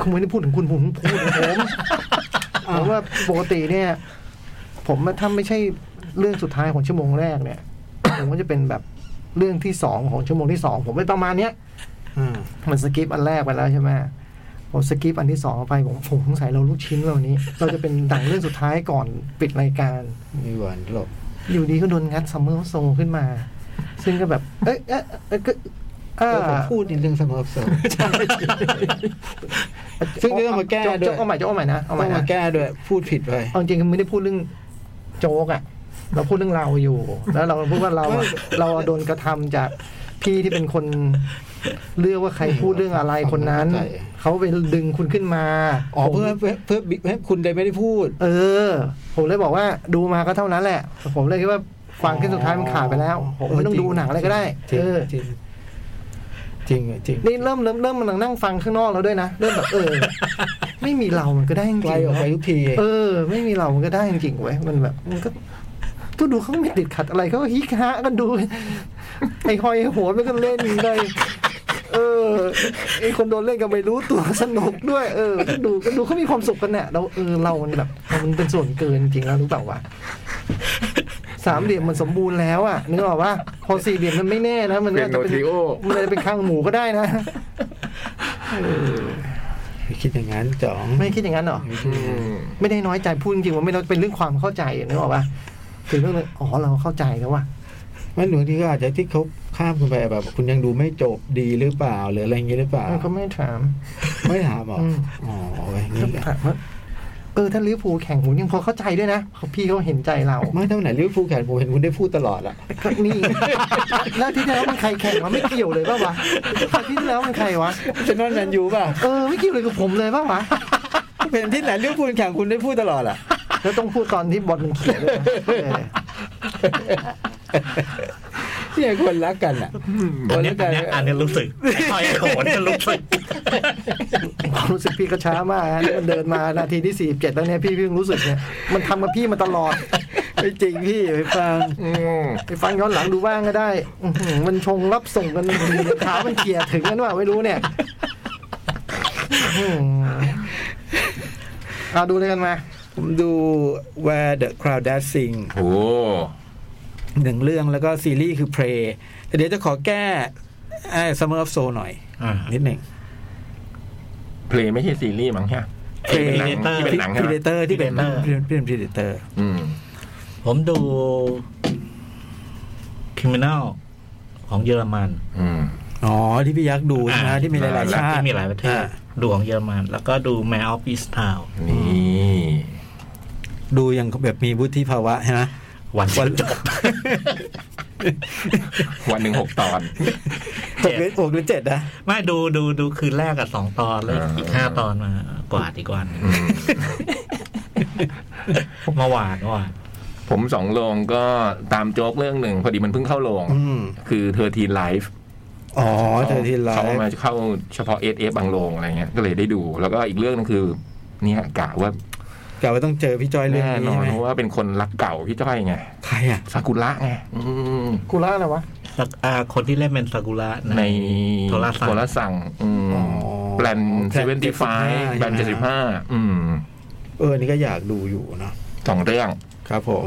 Speaker 4: คุณไม่ได้พูดถึงคุณผมพูดถึง ผม
Speaker 2: ๆ
Speaker 4: เพ
Speaker 2: อ้าว
Speaker 4: ราะว่าปกติเนี่ย ผมถ้าไม่ใช่เรื่องสุดท้ายของชั่วโมงแรกเนี่ย ผมก็จะเป็นแบบเรื่องที่สองของชั่วโมงที่สองผมไม่ประมาณเนี้ย
Speaker 2: อ่า
Speaker 4: มันสกิปอันแรกไปแล้วใช่ไหมผมสกิปอันที่สองไปผมผมสงสัยเราลูกชิ้นเรานี้ เราจะเป็นดังเรื่องสุดท้ายก่อนปิดรายการ
Speaker 2: มีหวานหลบ
Speaker 4: อยู่ดีก็โดนงัดซัมเมอร์โซขึ้นมา ซึ่งก็แบบ เอ๊ะเอ๊ะเอ๊ะก็อ่า
Speaker 2: แล้วผมพูดในเรื่องสมอฟเซอร์ ซึ่งก็ต้องมาแก้ด้วย
Speaker 4: โจ๊เอาใหม่โจ๊กเอาใหม่นะเอา
Speaker 2: ต้
Speaker 4: ใหม่
Speaker 2: อง
Speaker 4: นะ
Speaker 2: มาแก้ด้วยพูดผิดไป
Speaker 4: เอาจริงๆไม่ได้พูดเรื่องโจ๊กอ่ะ เราพูดเรื่องเราอยู่ แล้วเราพูดว่าเราอะเราโดนกระทำจากพี่ที่เป็นคนเลือกว่าใครพูดเรื่องอะไรคนนั้น เขาไปดึงคุณขึ้นมา
Speaker 2: อ๋อเพื่อเพื่อเพื่อเพื่อคุณได้ไม่ได้พูด
Speaker 4: เออ ผมเลยบอกว่าดูมาก็เท่านั้นแหละ ผมเลยคิดว่าฟังแค่สุดท้ายมันขาดไปแล้ว ผมไม่ต้องดูหนังอะไรก็ได้
Speaker 2: จริง
Speaker 4: เออ
Speaker 2: จริงจริงจริง
Speaker 4: นี่เริ่มเริ่มเริ่มกำลังนั่งฟังข้างนอกแล้วด้วยนะเริ่มแบบ เออ ไม่มีเรามันก็ได้จริง
Speaker 2: ไกลออกไปทุกที
Speaker 4: เออ ไม่มีเรามันก็ได้จริงเว้ยมันแบบ มันก็ก็ดูเขาไม่ติดขัดอะไรเขาก็ฮิกฮะกันดู ไอ้หอยโหัวมันก็เล่นไปเออไอ้คนโดนเล่นก็ไม่รู้ตัวสนุกด้วย เออก็ดูก็ดูเขามีความสุขกันเนี่ยเราเออเรามันแบบมันเป็นส่วนเกินจริงแล้วรู้เปล่าวะสามเหลี่ยมมันสมบูรณ์แล้วอ่ะนึกออกว่าพอสี่เหลี่ยมมันไม่แน่นะมัน
Speaker 3: เป็น
Speaker 4: อาจ
Speaker 3: โน
Speaker 4: จะเป็น
Speaker 3: ทิโอ
Speaker 4: มันอาจจะเป็นข้างหมูก็ได้นะ
Speaker 2: ไปคิดอย่างนั้นจ๋อง
Speaker 4: ไม่คิดอย่างนั้นหรอ ไม่ได้น้อยใจพูดจริงๆว่าไม่ได้เป็นเรื่องความเข้าใจนึกออกปะคือเรื่องนึงอ๋อเราเข้าใจแล้วว่ะ
Speaker 2: ไม่หนูที่ก็อาจจะที่เขาข้ามคุณไปแบบ คุณยังดูไม่จบดีหรือเปล่า หรืออะไรอย่างงี้หรือเปล่า
Speaker 4: มันก็ไม่ถาม
Speaker 2: ไม่ถามหรออ๋ออย่าง
Speaker 4: ก็
Speaker 2: นี้แหละ
Speaker 4: ถามว่า เออถ้าลิเวอร์พูลแข่งผมยังพอเข้าใจด้วยนะเพราะพี่เขาเห็นใจเรา
Speaker 2: ไม่ตั้งแต่ลิเวอร์พูลแข่งผมเห็นคุณได้พูดตลอดอะ
Speaker 4: ก็นี่ แล้วที่แล้วมันใครแข่งวะไม่เกี่ยวเลยป่าวะที่แล้วมันใครวะ
Speaker 2: เซนนอนแมนยูป่ะ
Speaker 4: เออไม่เกี่ยวเลยกับผมเลยป่าวะ
Speaker 2: เป็นที่ไหนลิเวอร์พูลแข่งคุณได้พูดตลอดอะ
Speaker 4: แล้วต้องพูดตอนที่บอลมันเขียนด้วยนะเออ
Speaker 2: เนี่ยคนรักกันอะค
Speaker 5: อัน
Speaker 2: น
Speaker 5: เนี้
Speaker 2: รั
Speaker 5: ย
Speaker 2: กกัน น
Speaker 5: อัเนี้ยอันเนี้ยรู้สึกถอยโขนจะรู้สึก
Speaker 4: ความรู้สึกพี่ก็ช้ามากฮะนี่มันเดินมานาทีที่สี่เจ็ดแล้วเนี่ยพี่เพิ่งรู้สึกเนี่ยมันทำกับพี่มาตลอด
Speaker 2: ไม่จริงพี่ไปฟัง
Speaker 3: อืม
Speaker 4: ไปฟังย้อนหลังดูบ้างก็ได้อื้อหือมันชงรับส่งกันขามันเขี่ยถึงกันว่าไม่รู้เนี่ยอื้อหือเอาดูเลยกันมา
Speaker 2: ผมดู Where the Crowd That Sing
Speaker 3: โอ้
Speaker 2: หนึ่งเรื่องแล้วก็ซีรีส์คือ Prey แต่เดี๋ยวจะขอแก้ไอ้ Summer of Soul หน่อย
Speaker 5: อ่า
Speaker 2: นิดหนึ่ง
Speaker 3: เพลงไม่ใช่ซีรีส์มั้งใช่ไหมที่เป็นหนัง
Speaker 5: Predator
Speaker 3: ที่เป็นหนังใช่ไหม
Speaker 2: Predator ที่เป็น
Speaker 5: Predator
Speaker 2: เป็น Predator
Speaker 3: อืม
Speaker 5: ผมดู criminal ของเยอรมัน
Speaker 3: อืม
Speaker 2: อ๋อ ที่พี่ยักษ์ดูใช่ไหม
Speaker 5: อ่า
Speaker 2: ที่มีหลายๆชาติ
Speaker 5: ที่มีหลายประเทศ
Speaker 2: อ่
Speaker 5: ดูของเยอรมัน แล้วก็ดู Man of East Town
Speaker 3: นี่
Speaker 2: ดูอย่างแบบมีวุฒิภาวะใช่ไหม
Speaker 5: วัน
Speaker 2: วัน
Speaker 5: จบ
Speaker 3: วันหนึ่งหกตอน
Speaker 2: หกหรือหกหรือเจ็ดนะ
Speaker 5: ไม่ดูดูดูคืนแรกกับสองตอนแล้ว
Speaker 3: อ่า
Speaker 5: อีกห้าตอนมากวาดอีกวัน
Speaker 3: อืม
Speaker 5: เมื่อว านเมื่อวาน
Speaker 3: ผมสองโรงก็ตามโจ๊กเรื่องหนึ่ง พอดีมันเพิ่งเข้าโรง
Speaker 2: อืม
Speaker 3: คือเธอทีไลฟ์
Speaker 2: อ๋อเธอทีไล
Speaker 3: เขา
Speaker 2: ฟ์
Speaker 3: มาเข้าเฉพาะเอสเอฟบางโรงอะไรเงี้ย ก็เลยได้ดู แล้วก็อีกเรื่องนึงคือ เนี่ยกะว่าก
Speaker 2: ะว่าต้องเจอพี่จอยเรื่อง
Speaker 3: แน่น
Speaker 2: นี้
Speaker 3: อน
Speaker 2: ใช่ไหม
Speaker 3: เพราะว่าเป็นคนรักเก่าพี่จ้อยไง
Speaker 2: ใครอ่ะ
Speaker 3: ซากุระไงอืม
Speaker 4: กูล่าอะไรวะ
Speaker 5: สักอ่าคนที่เล่นเป็นซากุระใน
Speaker 3: ใน
Speaker 5: โทรศัพท์
Speaker 3: สั่งอืม
Speaker 2: อ๋อ
Speaker 3: แบรนด์
Speaker 2: แบ
Speaker 3: เซ
Speaker 2: ร
Speaker 3: เว่
Speaker 2: น
Speaker 3: น
Speaker 2: ด์
Speaker 3: ตี้ไฟ
Speaker 2: 75
Speaker 3: แบรนด์เจ็ดสิบห้าอืม
Speaker 2: เออ นี่ก็อยากดูอยู่เนาะ
Speaker 3: สองเรื่อง
Speaker 2: ครับผม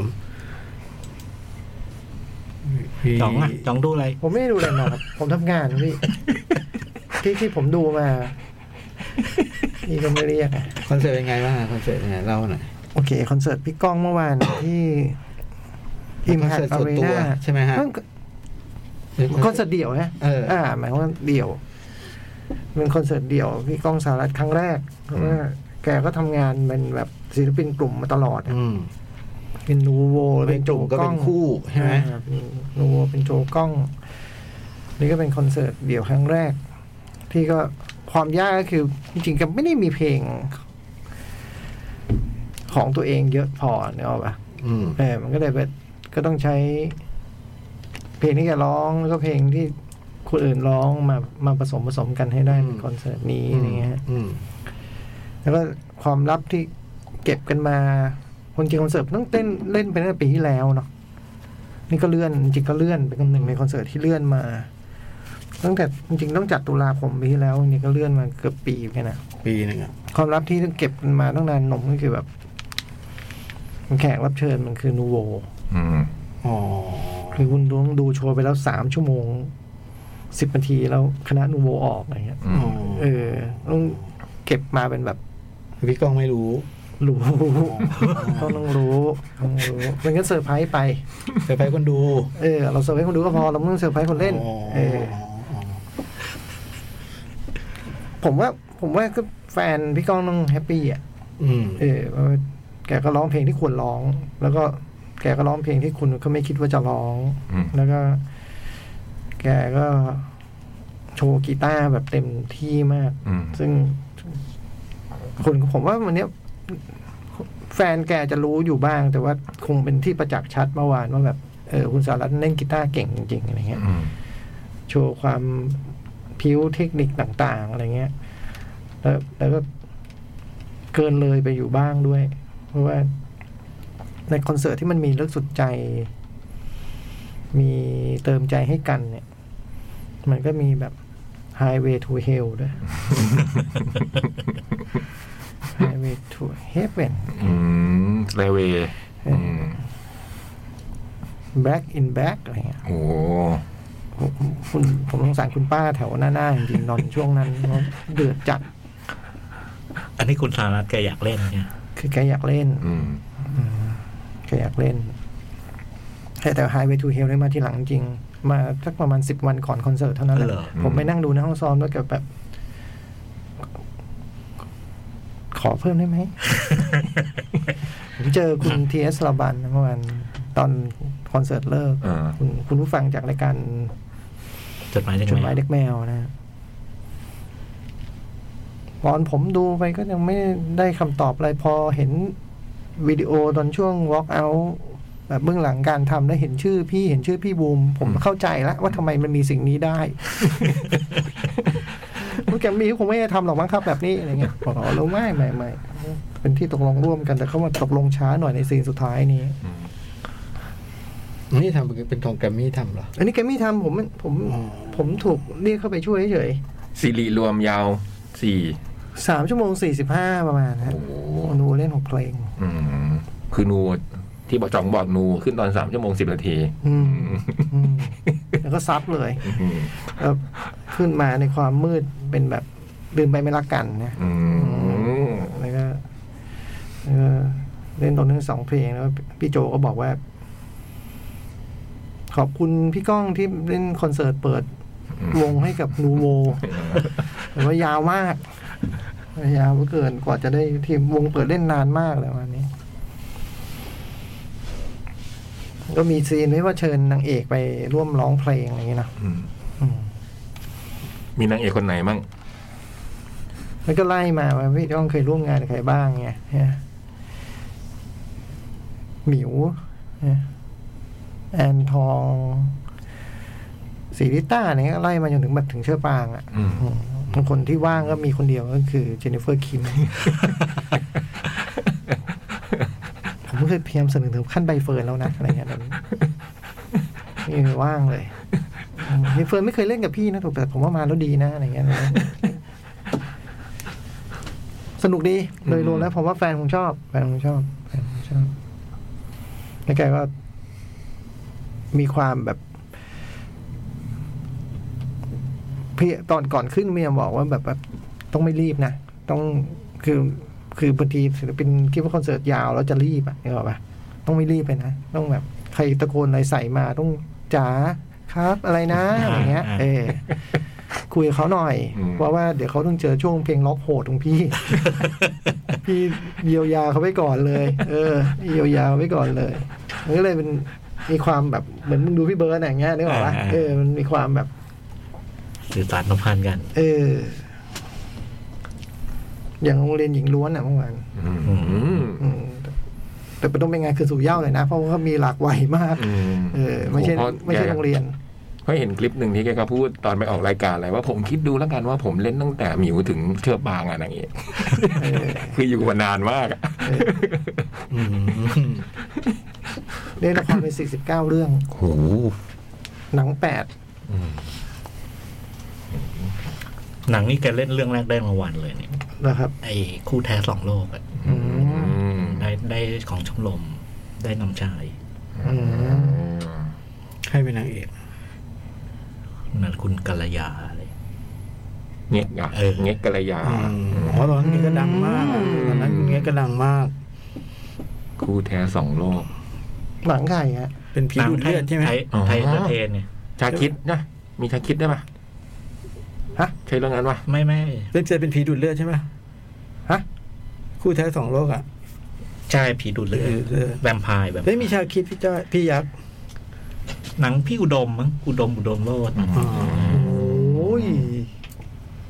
Speaker 5: จองอะจองดูอะไร
Speaker 4: ผมไม่ได้ดูอะไรมาครับผมทำงานพี่ที่ที่ผมดูมานี่ก็ไม่เรียกอะ
Speaker 2: คอนเสิร์ตเป็นไงบ้างคอนเสิร์ตเป็นไงเล่าหน่อย
Speaker 4: โอเค คอนเสิร์ตพี่ก้องเมื่อวานที่อิม
Speaker 2: คอน
Speaker 4: แพค
Speaker 2: เสิร์ต
Speaker 4: อา
Speaker 2: ส่วน
Speaker 4: รี
Speaker 2: ตัว
Speaker 4: นา
Speaker 2: ใช่ไหมฮะ
Speaker 4: คอนเสิร์ตเดี่ยวนะ
Speaker 2: เอออ่
Speaker 4: หมายความว่าเดี่ยวเป็นคอนเสิร์ตเดี่ยวพี่ก้องสารัตครั้งแรกเพราะว่าแกก็ทำงานเป็นแบบศิลปินกลุ่มมาตลอดอะ
Speaker 2: อืม
Speaker 4: เป็นนูโว
Speaker 2: เป็นกลุ่มก็เป็นคู่ใช่ไหม
Speaker 4: อ่าเป็นนูโวเป็นโจกล้อง นี่ก็เป็นคอนเสิร์ตเดี่ยวครั้งแรก ที่ก็ความยากก็คือ จริงๆก็ไม่ได้มีเพลง ของตัวเองเยอะพอเนกอะปะ
Speaker 2: อืม
Speaker 4: เออมันก็เลยแบบก็ต้องใช้ เพลงที่จะร้องแล้วก็เพลงที่คนอื่นร้องมามาผสมผสมกันให้ได้ใน
Speaker 2: อืม
Speaker 4: คอนเสิร์ตนี้อะไรเงี้ย
Speaker 2: อืม
Speaker 4: แล้วก็ความลับที่เก็บกันมา คนจริงคอนเสิร์ตต้องเต้นเล่นไปตั้งแต่ปีที่แล้วเนาะนี่ก็เลื่อนจริงก็เลื่อนเป็นหนึ่งในคอนเสิร์ตที่เลื่อนมาตั้งแต่จริงๆต้องจัดตุลาคมปีที่แล้วจริงๆก็เลื่อนมาเกือบปีแค่นะ
Speaker 2: ปีหนึ่งอะ
Speaker 4: ความลับที่เก็บกันมาตั้งนานนมก็คือแบบแขกรับเชิญมันคือนูโว
Speaker 3: อืม
Speaker 2: อ๋อ
Speaker 4: คือคุณต้องดูโชว์ไปแล้วสามชั่วโมงสิบนาทีแล้วคณะนูโวออกอะไรเงี้ย
Speaker 3: อืม
Speaker 4: เออต้องเก็บมาเป็นแบบ
Speaker 2: พี่ก้องไม่รู้
Speaker 4: รู้ก็ต้องรู้ต้องรู้มันก็เซอร์ไพรส์ไป
Speaker 2: เซอร์ไพรส์คนดู
Speaker 4: เออ เราเซอร์ไพรส์คนดูก็พอ เราไม่ต้องเซอร์ไพรส์คนเล่น
Speaker 2: อ๋อ
Speaker 4: เออ ผมว่า ผมว่าก็แฟนพี่ก้องต้องแฮปปี้อ่ะ
Speaker 2: อืม
Speaker 4: เออเพราะว่าแกก็ร้องเพลงที่ควรร้อง แล้วก็แกก็ร้องเพลงที่คุณก็ไม่คิดว่าจะร้อง
Speaker 3: อืม
Speaker 4: แล้วก็ แกก็โชว์กีตาร์แบบเต็มที่มาก
Speaker 3: อืม
Speaker 4: ซึ่งคนผมว่าวันเนี้ยแฟนแกจะรู้อยู่บ้าง แต่ว่าคงเป็นที่ประจักษ์ชัดเมื่อวานว่าแบบเออคุณสารัตน์เล่นกีตาร์เก่งจริงๆอะไรเงี้ย
Speaker 3: อืม
Speaker 4: โชว์ความพิ้วเทคนิคต่างๆอะไรเงี้ย แล้วแล้วก็เกินเลยไปอยู่บ้างด้วย เพราะว่า ในคอนเสิร์ตที่มันมีเลิกสุดใจ มีเติมใจให้กันเนี่ย มันก็มีแบบ Highway to Hell ด้วย Highway to Heaven
Speaker 3: อืมเรเวย์อืม
Speaker 4: Back in Back อะไรเงี้ย
Speaker 3: โอ้โห
Speaker 4: ผมคุณผมสงสารคุณป้าแถวหน้าๆจริงๆตอนช่วงนั้นเพราะเดือดจัด
Speaker 5: อันนี้คุณสารัตแกอยากเล่นไง
Speaker 4: คือแกอยากเล่น
Speaker 3: อืม
Speaker 4: แกอยากเล่น แต่แต่ Highway to Hell ได้มาทีหลังจริง มาสักประมาณสิบวันก่อนคอนเสิร์ตเท่านั้นแห
Speaker 5: เหร
Speaker 4: ละ
Speaker 5: อ
Speaker 4: ผมไปนั่งดูในห้องซ้อมแล้วแกแบบ ขอเพิ่มได้ไหม ผมเจอคุณทีเอสลาบันเมื่อวานตอนคอนเสิร์ตเลิก
Speaker 3: เออ
Speaker 4: คุณคุณผู้ฟังจากรายการ
Speaker 5: จดหมายเด็ก
Speaker 4: จดห
Speaker 5: แม
Speaker 4: มายว เด็กแมวนะ ตอนผมดูไปก็ยังไม่ได้คำตอบอะไรพอเห็นวิดีโอตอนช่วง walk out แบบเบื้องหลังการทำแล้วเห็นชื่อพี่เห็นชื่อพี่บูม ผมเข้าใจแล้วว่าทำไมมันมีสิ่งนี้ ได้ พวกแกมมี่คงไม่ได้ทำหรอกมั้งครับแบบนี้อะไรเงี้ยบอกอ๋อแล้วไม่ไม่ไม่เป็นที่ตกลงร่วมกันแต่เขามาตกลงช้าหน่อยในซีนสุดท้ายนี้
Speaker 2: นี่ทำเป็นของแกรมมี่ทำเหรอ
Speaker 4: อันนี้แกมมี่ทำผมผม
Speaker 2: อ๋อ
Speaker 4: ผมถูกเรียกเข้าไปช่วยเฉย
Speaker 3: ซีรีรวมยาวสี่
Speaker 4: ๆสามชั่วโมงสี่สิบห้าประมาณฮะ
Speaker 3: โอ้โห
Speaker 4: หนูเล่นหกเพลง
Speaker 3: อืมคือนูที่บอกจองบอกนูขึ้นตอนสามชั่วโมงสิบนาที
Speaker 4: อืมอืมแล้วก็ซับเลย
Speaker 3: อืม
Speaker 4: แล้วขึ้นมาในความมืดเป็นแบบลืมไปไม่รักกันนะ
Speaker 3: อืม
Speaker 4: แล้วก็แล้วก็เล่นตอนนั้นสองเพลงแล้วพี่โจก็บอกว่า ขอบคุณพี่ก้องที่เล่นคอนเสิร์ตเปิดวงให้กับนูโว แต่ว่ายาวมาก ยาวเกินกว่าจะได้ทีมวงเปิดเล่นนานมากเลยวันนี้ ก็มีซีนไว้ว่าเชิญนางเอกไปร่วมร้องเพลงอะไรอย่างเงี้ยนะ
Speaker 3: อืม
Speaker 4: อืม
Speaker 3: มีนางเอกคนไหนบ้าง
Speaker 4: แล้วก็ไล่มาว่าพี่ต้องเคยร่วมงานกับใครบ้างไงฮะหมิวฮะแอนทองสีริต้าอะไรเงี้ยไล่มาจนถึงแบบถึงเชื่อปางอ่ะ
Speaker 3: อืม
Speaker 4: อืมคนที่ว่างก็มีคนเดียวก็คือเจนนิเฟอร์คิม ผมเคยพยายามเสนอถึงขั้นใบเฟิร์นแล้วนะอะไรเงี้ยแบบนี่ว่างเลยอืมใบเฟิร์นไม่เคยเล่นกับพี่นะถูกแต่ผมว่ามาแล้วดีนะอะไรเงี้ยสนุกดีโดยรวมแล้วผมว่าแฟนคงชอบ แฟนคงชอบแฟนคงชอบแล้วแกก็มีความแบบพี่ตอนก่อนขึ้นเมียบอกว่าแบบแบบต้องไม่รีบนะต้องคือ คือบางทีศิลปินคิดว่าคอนเสิร์ตยาวแล้วจะรีบอ่ะนึกออกปะต้องไม่รีบไปนะ ต้องแบบใครตะโกนอะไรใส่มาต้องจ๋าครับอะไรนะอะไรเงี้ย เออคุยกับเขาหน่อย เพราะว่าเดี๋ยวเขาต้องเจอช่วงเพลงล็อกโหดของพี่ พี่เยียวยาเขาไว้ก่อนเลย เออเยียวยาไว้ก่อนเลยมันก็เลยเป็นมีความแบบเหมือนมึงดูพี่เบิร์ดอย่างเงี้ยนึกออกปะเออมันมีความแบบ
Speaker 5: สื่อสารสัมพันธ์กัน
Speaker 4: เออ อย่างโรงเรียนหญิงล้วนอ่ะเมื่อวาน
Speaker 3: อืม
Speaker 4: อืมแต่เป็นต้องเป็นงานคือสู่เหย่าเลยนะ เพราะว่าเขามีหลากหลายมาก
Speaker 3: อืม
Speaker 4: เออไม่ใช่
Speaker 3: โอ้โหพอ
Speaker 4: ไม่ใช่
Speaker 3: แก
Speaker 4: โรงเรียน
Speaker 3: เพราะเห็นคลิปหนึ่งที่แกก็พูดตอนไปออกรายการอะไรว่าผมคิดดูแล้วกันว่าผมเล่นตั้งแต่หมิวถึงเชือกบางอะนางเอก
Speaker 4: เออ
Speaker 3: คืออยู่มานานมากอะ
Speaker 5: อืม
Speaker 4: เล่นละครไปสี่สิบเก้าเรื่อง
Speaker 3: โอ้โห
Speaker 4: หนังแปด
Speaker 5: หนังนี่แกเล่นเรื่องแรกได้รางวัลเลยเนี่ย
Speaker 4: นะครับ
Speaker 5: ไอ้คู่แท้สองโลกอะ
Speaker 4: อืม
Speaker 3: อืม
Speaker 5: ได้ได้ของชมรมได้นำชาย
Speaker 4: อืม
Speaker 7: ให้เป็นนางเอก
Speaker 5: นั่นคุณกัลยาเลย
Speaker 3: เงี้ยอะ
Speaker 5: เออ
Speaker 3: เงี้ยกระยา
Speaker 7: อ๋อตอนนั้นก็ดังมากตอนนั้นคุณเงี้ยก็ดังมาก
Speaker 3: คู่แท้สองโลก
Speaker 4: หลังไก่ฮะ
Speaker 7: เป็นผีดูดเลือดใช่ไหม
Speaker 5: ไทย
Speaker 3: อ๋อ
Speaker 5: ไทยเอนเตอร์เทนเนี่ย
Speaker 3: ชาคิดนะมีชาคิดได้ปะ
Speaker 4: ฮะ
Speaker 3: ใช่เรื่องนั้นปะ
Speaker 5: ไม่ไม่
Speaker 7: เล่นเจอเป็นผีดูดเลือดใช่ไหม
Speaker 4: ฮะ
Speaker 7: คู่แท้สองโลกอ่ะ
Speaker 5: ใช่ผีดูดเลือด
Speaker 7: ผีดูดเลือด
Speaker 5: แวมไพร์แบบ
Speaker 7: ได้ยมีชาคิดพี่จ้อยพี่ยักษ์
Speaker 5: หนังพี่อุดมมั้งอุดมอุดมโลด
Speaker 7: อ๋อ
Speaker 4: โอ้ย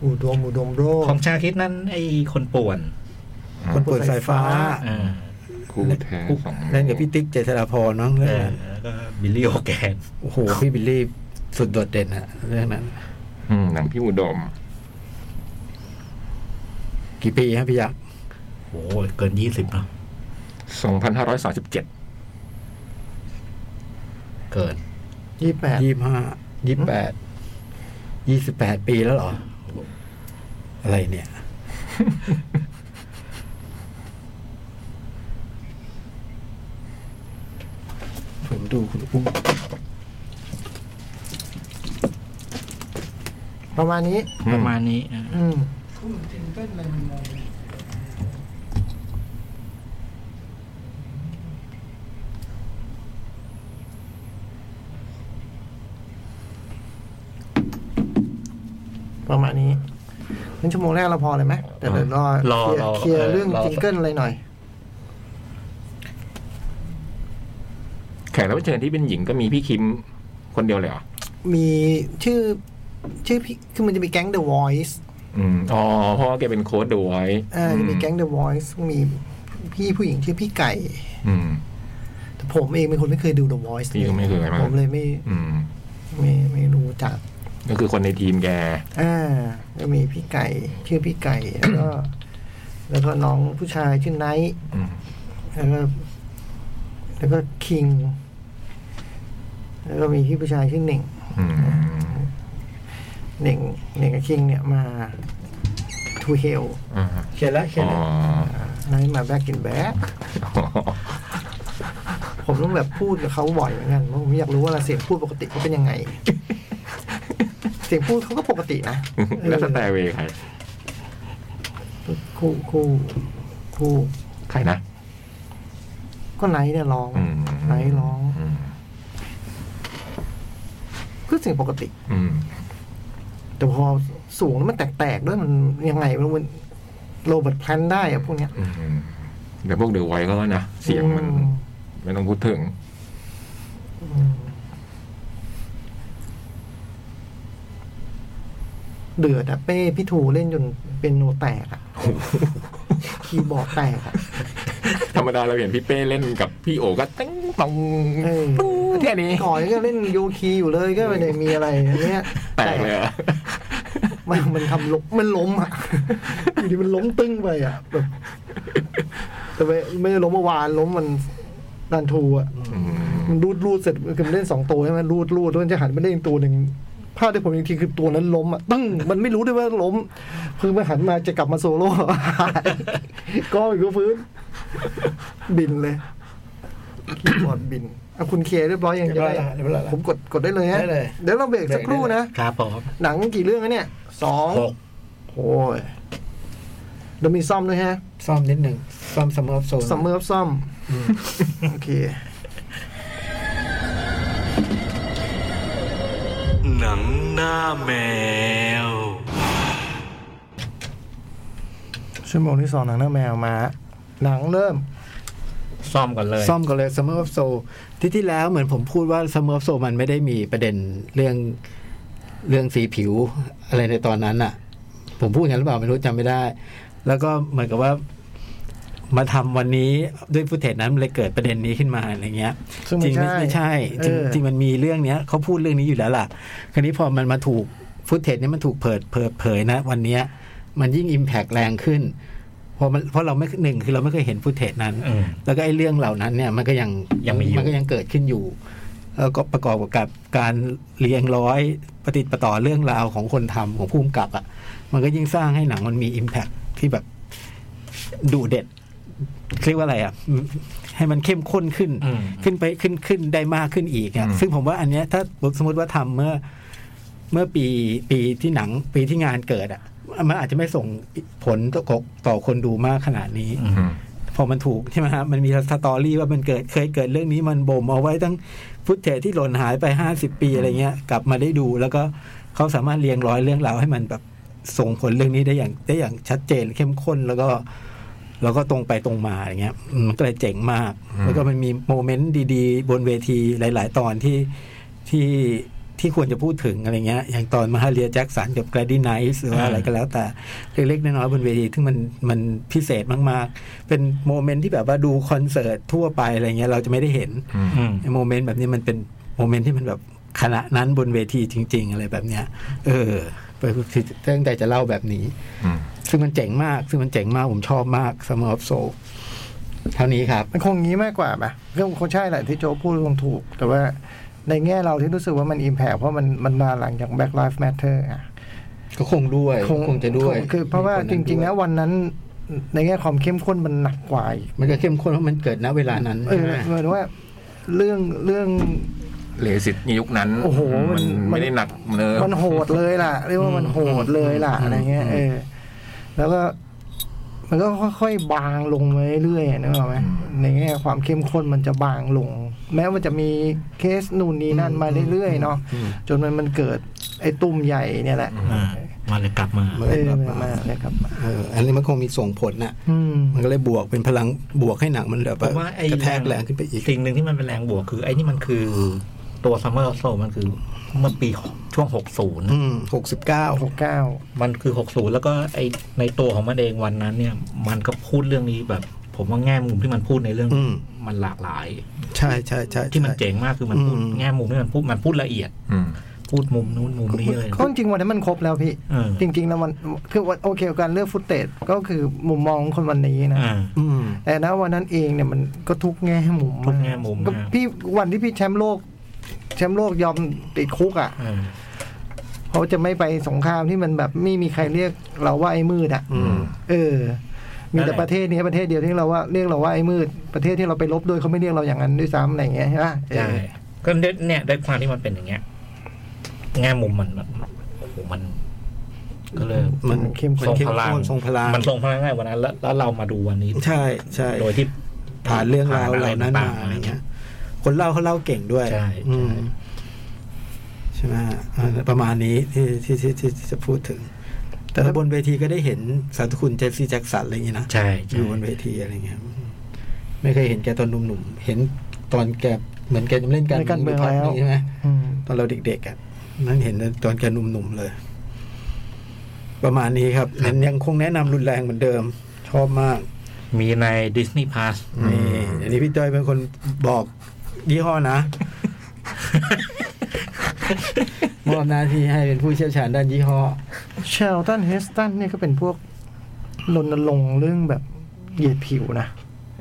Speaker 4: อุดมอุดมโรค
Speaker 5: ของชาคิดนั่นไอ้คนป่วน
Speaker 7: คนเปิดสายฟ้า
Speaker 5: อ่า
Speaker 3: คู่แท้สองโล
Speaker 7: เล่นกับพี่ติ๊กเจษฎาพรเน้อง
Speaker 5: เอ
Speaker 7: เรื่อง
Speaker 5: อ
Speaker 7: นั้น
Speaker 5: แล้วก็บิลลี่โอแกน
Speaker 7: โอ้โหพี่บิลลี่สุดโดดเด่นอะเรื่องนั้น
Speaker 3: อืมหนังพี่อุดม
Speaker 7: กี่ปีฮะพี่ยักษ์
Speaker 5: โอ้ยเกินยี่สิบเนาะ
Speaker 3: 2537
Speaker 5: เกิน
Speaker 4: ยี่แปด
Speaker 7: ยี่ห้ายี่แปดยี่สิบแปดปีแล้วเหรอ อะไรเนี่ย
Speaker 2: ผมดูคุณอุ้ม
Speaker 4: ประมาณนี้
Speaker 5: ประมาณนี้อ่ะ
Speaker 4: อืมประมาณนี้ งั้นชั่วโมงแรกเราพอเลยไหมแต่เดี๋ยวรอ
Speaker 5: รอ
Speaker 4: เคลีย
Speaker 5: รอ
Speaker 4: ร์เคลีย
Speaker 5: เอ
Speaker 4: ร์
Speaker 5: อ
Speaker 4: เรื่อง
Speaker 5: รอ
Speaker 4: จิงเกิลอะไรหน่อย
Speaker 3: แขกรับเชิญที่เป็นหญิงก็มีพี่คิมคนเดียวเลยเหรอ
Speaker 4: มีชื่อชื่อพี่คือมันจะมีแก๊ง The Voice
Speaker 3: อืมอ๋อเพราะว่าแกเป็นโค้ดดวย
Speaker 4: อ่าจะมีแก๊ง The Voice มีพี่ผู้หญิงชื่อพี่ไก่
Speaker 3: อืม
Speaker 4: แต่ผมเองเป็นคนไม่เคยดู The Voice
Speaker 3: พี่ก็ไม่เคยมาก
Speaker 4: ผมเลยไม่
Speaker 3: อืม
Speaker 4: ไม่ไม่รู้จัก
Speaker 3: ก็คือคนในทีมแก
Speaker 4: อ่าก็มีพี่ไก่ ชื่อพี่ไก่ แล้วก็ แล้วก็น้องผู้ชายชื่อไนท์
Speaker 3: อืม
Speaker 4: แล้วก็แล้วก็คิง แล้วก็มีพี่ผู้ชายชื่อเหน่ง
Speaker 3: อืม
Speaker 4: เหน่งเหน่งกับคิงเนี่ยมาทูเฮล
Speaker 3: อ่า
Speaker 8: เขียนแล้วเขียน
Speaker 3: อ๋อ
Speaker 8: แล้ว
Speaker 4: ไนท์มาแบกกินแบกผมต้องแบบพูดกับเขาบ่อยเหมือนกันเพราะผมอยากรู้ว่าเสียงพูดปกติเขาเป็นยังไง เสียงพูดเขาก็ปกตินะเออ
Speaker 3: แล้วสแตร์เวย์ใคร
Speaker 4: คู่คู่คู่
Speaker 3: ใครนะ
Speaker 4: ก็ไนท์เนี่ยร้อง
Speaker 3: อืม
Speaker 4: ไนท์ร้อง
Speaker 3: อืม
Speaker 4: ก็เสียงปกติ
Speaker 3: อืม
Speaker 4: แต่พอสูงแล้วมันแตกๆด้วยมันยังไงมันมันโรเบิร์ตแพลนได้อะพวกเนี้ย
Speaker 3: อืมแต่พวกเดอะไวท์ก็นะเสียงมัน
Speaker 4: อื
Speaker 3: ไม่ต้องพูดถึง
Speaker 4: อืมเดือดอะเป้พี่ถูเล่นจนเป็นโนแตกอะคีย์บอร์ดแตกอะ
Speaker 3: ธรรมดาเราเห็นพี่เป้เล่นกับพี่โอก็ตั้งตอง
Speaker 4: เออ
Speaker 3: ปึ้งแค่นี้
Speaker 4: ก่อนก็เล่นโยคีอยู่เลยก็ไม่ได้มีอะไรอันเนี้ย
Speaker 3: แตกเลยเหรอ
Speaker 4: มันมันทำล้มมันล้มอะอยู่ดีมันล้มตึ้งไปอะแบบแต่ไม่ไม่ได้ล้มเมื่อวานล้มมันดันทูอะ
Speaker 3: อืม
Speaker 4: มันรูดรูดเสร็จคือมันเล่นสองตัวใช่ไหมรูดรูดแล้วมันจะหันไปเล่นอีกตัวหนึ่งภาพที่ผมเห็นอีกทีคือตัวนั้นล้มอ่ะตึ้งมันไม่รู้ด้วยว่าล้ม คือมันหันมาจะกลับมาโซโล่ ก็อีกก็ฟื้น บินเลยคีย์บอร์ดบินอ่ะคุณเคลียร์เรียบร้อยยัง
Speaker 8: เรียบ
Speaker 4: จะ
Speaker 8: ร้อย
Speaker 4: ได้
Speaker 8: ละเรียบร้อยละ
Speaker 4: ผมกดกดได้เลยฮะ
Speaker 8: ได้เลย
Speaker 4: เดี๋ยวเราเบรกสักครู่นะ
Speaker 5: ครับผม
Speaker 4: หนังกี่เรื่องนะเนี่ยสอง
Speaker 5: หก
Speaker 4: โอ้ยเรามีซ่อมด้วยฮะ
Speaker 8: ซ่อมนิดหนึ่งซ่อมซัมเมอร์โซน
Speaker 4: ซัมเมอร์ซ่อมโอเค
Speaker 1: หนังหน้าแมว
Speaker 4: ชั่วโมงที่สองหนังหน้าแมวมา หนังเริ่ม
Speaker 5: ซ่อมก่อนเลย
Speaker 2: ซ่อมกันเลย Summer of Soul ที่ที่แล้วเหมือนผมพูดว่า Summer of Soul มันไม่ได้มีประเด็นเรื่องเรื่องสีผิวอะไรในตอนนั้นอะผมพูดอย่างนั้นหรือเปล่าไม่รู้จำไม่ได้ แล้วก็เหมือนกับว่ามาทำวันนี้ด้วยฟุตเทจนั้นมันเลยเกิดประเด็นนี้ขึ้นมาอะไรเงี้ย
Speaker 4: ซึ่งไม่
Speaker 2: จริง
Speaker 4: ใช่
Speaker 2: ไม่ใช่จริง
Speaker 4: เออ
Speaker 2: จริงมันมีเรื่องเนี้ยเขาพูดเรื่องนี้อยู่แล้วล่ะ คราวนี้พอมันมาถูกฟุตเทจเนี้ยมันถูกเปิดเปิดเผยนะ วันเนี้ยมันยิ่งอิมแพกแรงขึ้นเพราะมันเพราะเราไม่หนึ่งคือเราไม่เคยเห็นฟุตเทจนั้น
Speaker 5: อืม
Speaker 2: แล้วก็ไอ้เรื่องเหล่านั้นเนี่ยมันก็ยัง
Speaker 5: ยังมีอยู่
Speaker 2: นก็ยังเกิดขึ้นอยู่แล้วก็ประกอบกับการเรียงร้อยปฏิติดประต่อเรื่องราวของคนทำของผู้กำกับอะ่ะ มันก็ยิ่งสร้างให้หนังมันมีอิมแพคที่แบบดูเด็ดเรียกว่าอะไรอะ่ะ ให้มันเข้มข้นขึ้น
Speaker 5: อืม
Speaker 2: ขึ้นไปขึ้นขึ้นได้มากขึ้นอีกอะซึ่งผมว่าอันเนี้ยถ้าสมมติว่าทำเมื่อ เมื่อปีปีที่หนังปีที่งานเกิดอะ่ะ มันอาจจะไม่ส่งผลต่อต่อคนดูมากขนาดนี้
Speaker 5: อืม
Speaker 3: อืม
Speaker 2: พอมันถูกใช่ไหมฮะมันมีสตอรี่ว่ามันเกิดเคยเกิดเรื่องนี้มันบ่มเอาไว้ตั้งฟุตเทจที่หล่นหายไป 50 ปีอะไรเงี้ย กลับมาได้ดู แล้วก็เขาสามารถเรียงร้อยเรื่องราวให้มันแบบส่งผลเรื่องนี้ได้อย่างได้อย่างชัดเจนเข้มข้นแล้วก็ แล้วก็ตรงไปตรงมาอย่างเงี้ยอืมมันก็เลยเจ๋งมาก
Speaker 3: อืม
Speaker 2: แล้วก็มันมีโมเมนต์ดีๆ บนเวทีหลาย ๆ ตอนที่ที่ที่ควรจะพูดถึงอะไรเงี้ย อย่างตอนมาฮาเรียแจ็คสันกับแกรดี้ไนส์หรือว่าอะไรก็แล้วแต่ เล็กๆ น้อยๆบนเวทีซึ่งมันมันพิเศษมาก ๆ เป็นโมเมนต์ที่แบบว่าดูคอนเสิร์ตทั่วไปอะไรเงี้ยเราจะไม่ได้เห็น
Speaker 3: อืม
Speaker 5: อืม
Speaker 2: ไอ้โมเมนต์แบบนี้มันเป็นโมเมนต์ที่มันแบบขณะนั้นบนเวทีจริง ๆ อะไรแบบเนี้ย เออไปคือตั้งใจจะเล่าแบบนี้
Speaker 3: อืม
Speaker 2: ซึ่งมันเจ๋งมาก ซึ่งมันเจ๋งมาก ผมชอบมาก Summer of Soul เท่านี้ครับ
Speaker 4: มันคงงี้มากกว่าป่ะเรื่องคงใช่แหละที่โจพูดคงถูก แต่ว่าในแง่เราที่รู้สึกว่ามันอิมแพ t เพราะมันมันมาหลังจาก Black Lives Matter อ่ะ
Speaker 2: ก็คงด้วย คงจะด้วย
Speaker 4: คคือเพราะว่าจริงๆนะ
Speaker 2: ว
Speaker 4: วันนั้น ในแง่ความเข้มข้นมันหนักกว่าอีก
Speaker 2: มันก็เข้มข้นเพราะมันเกิดณเวลานั้น
Speaker 4: เออ
Speaker 2: ใช่ไหม
Speaker 4: เหมือนว่าเรื่องเรื่อง
Speaker 3: เลสิตยุคนั้น
Speaker 4: โอ้โหมั
Speaker 3: มัน
Speaker 4: นมัน
Speaker 3: ไม่ได้หนักเนอะ
Speaker 4: มันโหดเลยล่ะ เรียกว่ามันโหดเลยล่ะอะไรเงี้ยเออ แล้วก็ มันก็ค่อยๆบางลงมาเรื่อยๆนึกออกไหมในแง่ความเข้มข้นมันจะบางลง แม้มันจะมีเคสนู่นนี่นั่นมาเรื่อยๆเนาะจนมันมันเกิดไอ้ตุ่มใหญ่เนี่ยแหละ
Speaker 5: มันเลยกลับมา
Speaker 2: มัน
Speaker 4: เอ
Speaker 2: เลย
Speaker 4: อ
Speaker 2: แบบ
Speaker 4: มา
Speaker 2: มา
Speaker 4: เลยครับมา
Speaker 2: เอออันนี้มันคงมีส่งผลน่ะ
Speaker 4: อืม
Speaker 2: มันก็เลยบวกเป็นพลังบวกให้หนังมันแบบ
Speaker 5: เพราะว่าไอ้
Speaker 2: กระแทกแรงขึ้นไปอีก
Speaker 5: สิ่งหนึ่งที่มันเป็นแรงบวกคือ ไอ้นี่มันคือตัวซัมเมอร์โซมันคือเมื่อปีช่วง 60นะ
Speaker 2: อืมหกสิบเก้า
Speaker 4: หกเก้า
Speaker 5: มันคือ 60 แล้วก็ไอ้ในตัวของมันเองวันนั้นเนี่ย มันก็พูดเรื่องนี้แบบ ผมว่าแง่มุมที่มันพูดในเรื่อง
Speaker 2: อืม
Speaker 5: มันหลากหลาย
Speaker 2: ใช่ใช่ใช่
Speaker 5: ที่มันเจ๋งมากคือมันพูด
Speaker 2: อืม
Speaker 5: แง่มุมที่มันพูดมันพูดละเอียด
Speaker 3: อืม
Speaker 5: พูดมุมนู้นมุมนี้เลย
Speaker 4: ก็จริงๆวันนั้นมันครบแล้วพี่
Speaker 5: เออ
Speaker 4: จริง ๆ แล้วมันคือวันโอเคการเลือกฟุตเตจก็คือมุมมองของคนวันนี้นะ
Speaker 5: อ่า
Speaker 2: อืม
Speaker 4: แต่ณวันนั้นเองเนี่ยมันก็ทุกแง่มุม
Speaker 5: ทุกแง่มุม
Speaker 4: ก็
Speaker 5: นะ
Speaker 4: พี่วันที่พี่แชมป์โลก แชมป์โลกยอมติดคุกอ่ะ
Speaker 5: อ่า
Speaker 4: เขาจะไม่ไปสงครามที่มันแบบไม่มีใครเรียกเราว่าไอ้มืดอ่ะ
Speaker 3: อืม
Speaker 4: เออ มีแต่ประเทศนี้ประเทศเดียวที่เราว่าเรียกเราว่าไอ้มืด ประเทศที่เราไปลบด้วยเขาไม่เรียกเราอย่างนั้นด้วยซ้ำอะไรอย่างเงี้ยใช่ปะ
Speaker 5: ใช่ก็เนี่ยด้วยความที่มันเป็นอย่างเงี้ยแง่มุมมันแบบโอ้โหมัน ก็เลย
Speaker 2: มัน
Speaker 4: เข้ม
Speaker 2: มัน
Speaker 4: ข้น
Speaker 2: เข้มข้นทรงพลัง
Speaker 5: มันทรงพลังได้วันนั้นแล้วแล้วเรามาดูวันนี้
Speaker 2: ใช่ใช่
Speaker 5: โดยที่
Speaker 2: ผ่านเรื่องราว
Speaker 5: ผ่
Speaker 2: เหล่านั้น
Speaker 5: ต่
Speaker 2: มาง
Speaker 5: ๆ
Speaker 2: อะไรเงี้ย คนเล่าเขาเล่าเก่งด้วย
Speaker 5: ใช่
Speaker 2: อื
Speaker 5: ใช่
Speaker 2: มใช่ไหมอ่าประมาณนี้ที่ที่ที่ที่ที่จะพูดถึง แต่ถ้าบนเวทีก็ได้เห็นสาธุคุณเจฟซี่แจ็คสันอะไรอย่างงี้นะ
Speaker 5: ใช่
Speaker 2: อ
Speaker 5: ใช่
Speaker 2: ยู่บนเวทีอะไรเงี้ยอืมไม่เคยเห็นแกตอนหนุ่มๆเห็นตอนแกเหมือนแกจะเล่นการ
Speaker 4: เล่นการเมือง
Speaker 2: พักหนึ่
Speaker 4: แล้ว
Speaker 2: ใช่ไหม
Speaker 4: อืม
Speaker 2: ตอนเราเด็กๆอ่ะนั่นเห็นตอนแกหนุ่มๆเลย ประมาณนี้ครับเน้นยังคงแนะนำรุนแรงเหมือนเดิม ชอบมาก
Speaker 5: มีใน Disney Plus
Speaker 2: นี่อันนี้พี่จ้อยเป็นคนบอกยี่ห้อนะ มอบหน้าที่ให้เป็นผู้เชี่ยวชาญด้านยี่ห้อ
Speaker 4: เชลตันเฮสตันเนี่ยก็เป็นพวกรณรงค์เรื่องแบบเหยียดผิวนะ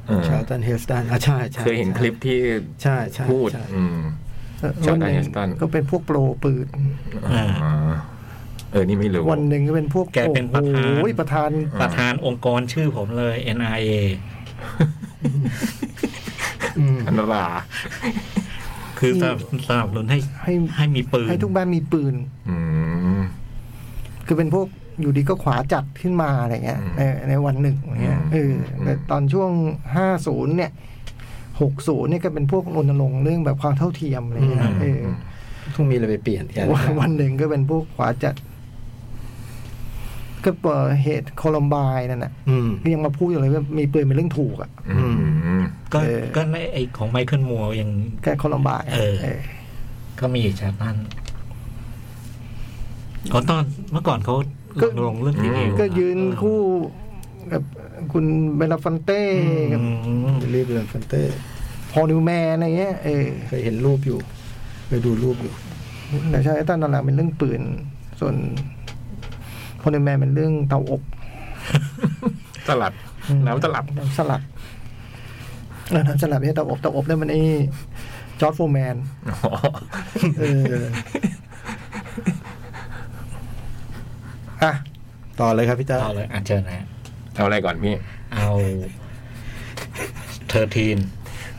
Speaker 3: อืม
Speaker 2: ชาวตันเฮสตันอ่ะใช่ใช่
Speaker 3: เคยเห็นคลิปที่
Speaker 2: ใช่ใช่
Speaker 3: พูด
Speaker 2: ใช่
Speaker 3: อืม
Speaker 4: เอ่อ
Speaker 3: Charlton
Speaker 4: วันหนึ่ง
Speaker 3: Heston
Speaker 4: ก็เป็นพวกโปรปืน
Speaker 3: อ่าเออ นี่ไม่รู้
Speaker 4: วันหนึ่งก็เป็นพวก
Speaker 5: แกเป็นประธาน
Speaker 4: โอ้ยประธาน
Speaker 5: ประธานองค์กรชื่อผมเลย NRA
Speaker 2: อืม
Speaker 3: อันตรา
Speaker 5: คือสนับสนับสนุนให้
Speaker 4: ให้
Speaker 5: ให้มีปืน
Speaker 4: ให้ทุกบ้านมีปืน
Speaker 3: อืม
Speaker 4: คือเป็นพวกอยู่ดีก็ขวาจัดขึ้นมาอะไรเงี้ย
Speaker 3: อืม
Speaker 4: ในในวันหนึ่งอย่างเงี้ย
Speaker 3: อืม
Speaker 4: เออ
Speaker 3: อืม
Speaker 4: แต่ตอนช่วงห้าศูนย์เนี่ยหกศูนย์เนี่ยก็เป็นพวกรณรงค์เรื่องแบบความเท่าเทียมอะไรเงี้ยเออ
Speaker 2: ต้องมีอะไรไปเปลี่ยนแก
Speaker 4: วันวันหนึ่งก็เป็นพวกขวาจัด ก็เปิดเหตุโคลัมไบน์นั่นแหละ
Speaker 2: อืม
Speaker 4: ยังมาพูดอยู่เลยว่ามีปืนเป็นเรื่องถูกอ่ะ
Speaker 3: อืม
Speaker 5: ก็
Speaker 4: เออ
Speaker 5: ก็ในไอของไมเคิลมัวยัง
Speaker 4: แกโคลัมไบน์อะ
Speaker 5: เออ
Speaker 4: เออ
Speaker 5: ก็มีชาตันเขาตอนเมื่อก่อนเขาลงลงเรื่องที่
Speaker 3: ม
Speaker 4: ก็ยืนคู่กับคุณเบลาฟันเต้กับ
Speaker 2: รีบเรียนฟันเต้
Speaker 4: พอลนิวแมนอะไรเงี้ยเออ
Speaker 2: เคยเห็นรูปอยู่ เคยดูรูปอยู่
Speaker 4: แต่ใช่ตอนหลังๆเป็นเรื่องปืน ส่วนพอลนิวแมนเป็นเรื่องเตาอบ
Speaker 3: สลัด น้ำสลัด
Speaker 4: น้ำสลัดเออน้ำสลัดไม่ใช่เตาอบเตาอบเนี่ยมันไอ้จอร์ดโฟร์แมน
Speaker 3: อ๋อ
Speaker 4: เอออ่ะ
Speaker 2: ต่อเลยครับพี่จ้า
Speaker 5: เอาเลยอ่ะเชิญนะ
Speaker 3: เอาอะไรก่อนพี่
Speaker 5: เอาเธอทีน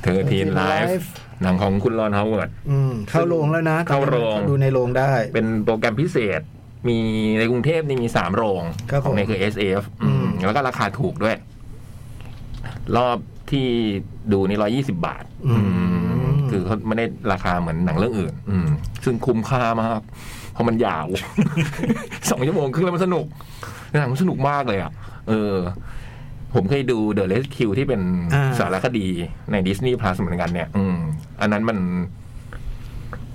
Speaker 3: เธอทีนไลฟ์ หนังของคุณรอนฮาวเวิร์ด
Speaker 2: อืม เข้าโรงแล้วนะ
Speaker 3: เข้าโรง
Speaker 2: ดูในโรงได้
Speaker 3: เป็นโปรแกรมพิเศษ มีในกรุงเทพนี่มีสามโรง
Speaker 2: ครับผม
Speaker 3: ของในคือ SF
Speaker 2: อืม
Speaker 3: อืมแล้วก็ราคาถูกด้วย รอบที่ดูนี่ร้อยี่สิบาท อืมคือเขาไม่ได้ราคาเหมือนหนังเรื่องอื่น อืม ซึ่งคุ้มค่ามาก เพราะมันยาว สองชั่วโมงครึ่งแล้วมันสนุก หนังมันสนุกมากเลยอ่ะ เออ ผมเคยดู The Rescue ที่เป็น
Speaker 2: อ่า
Speaker 3: สารคดีใน Disney Plus เหมือนกันเนี่ย อืม อันนั้นมัน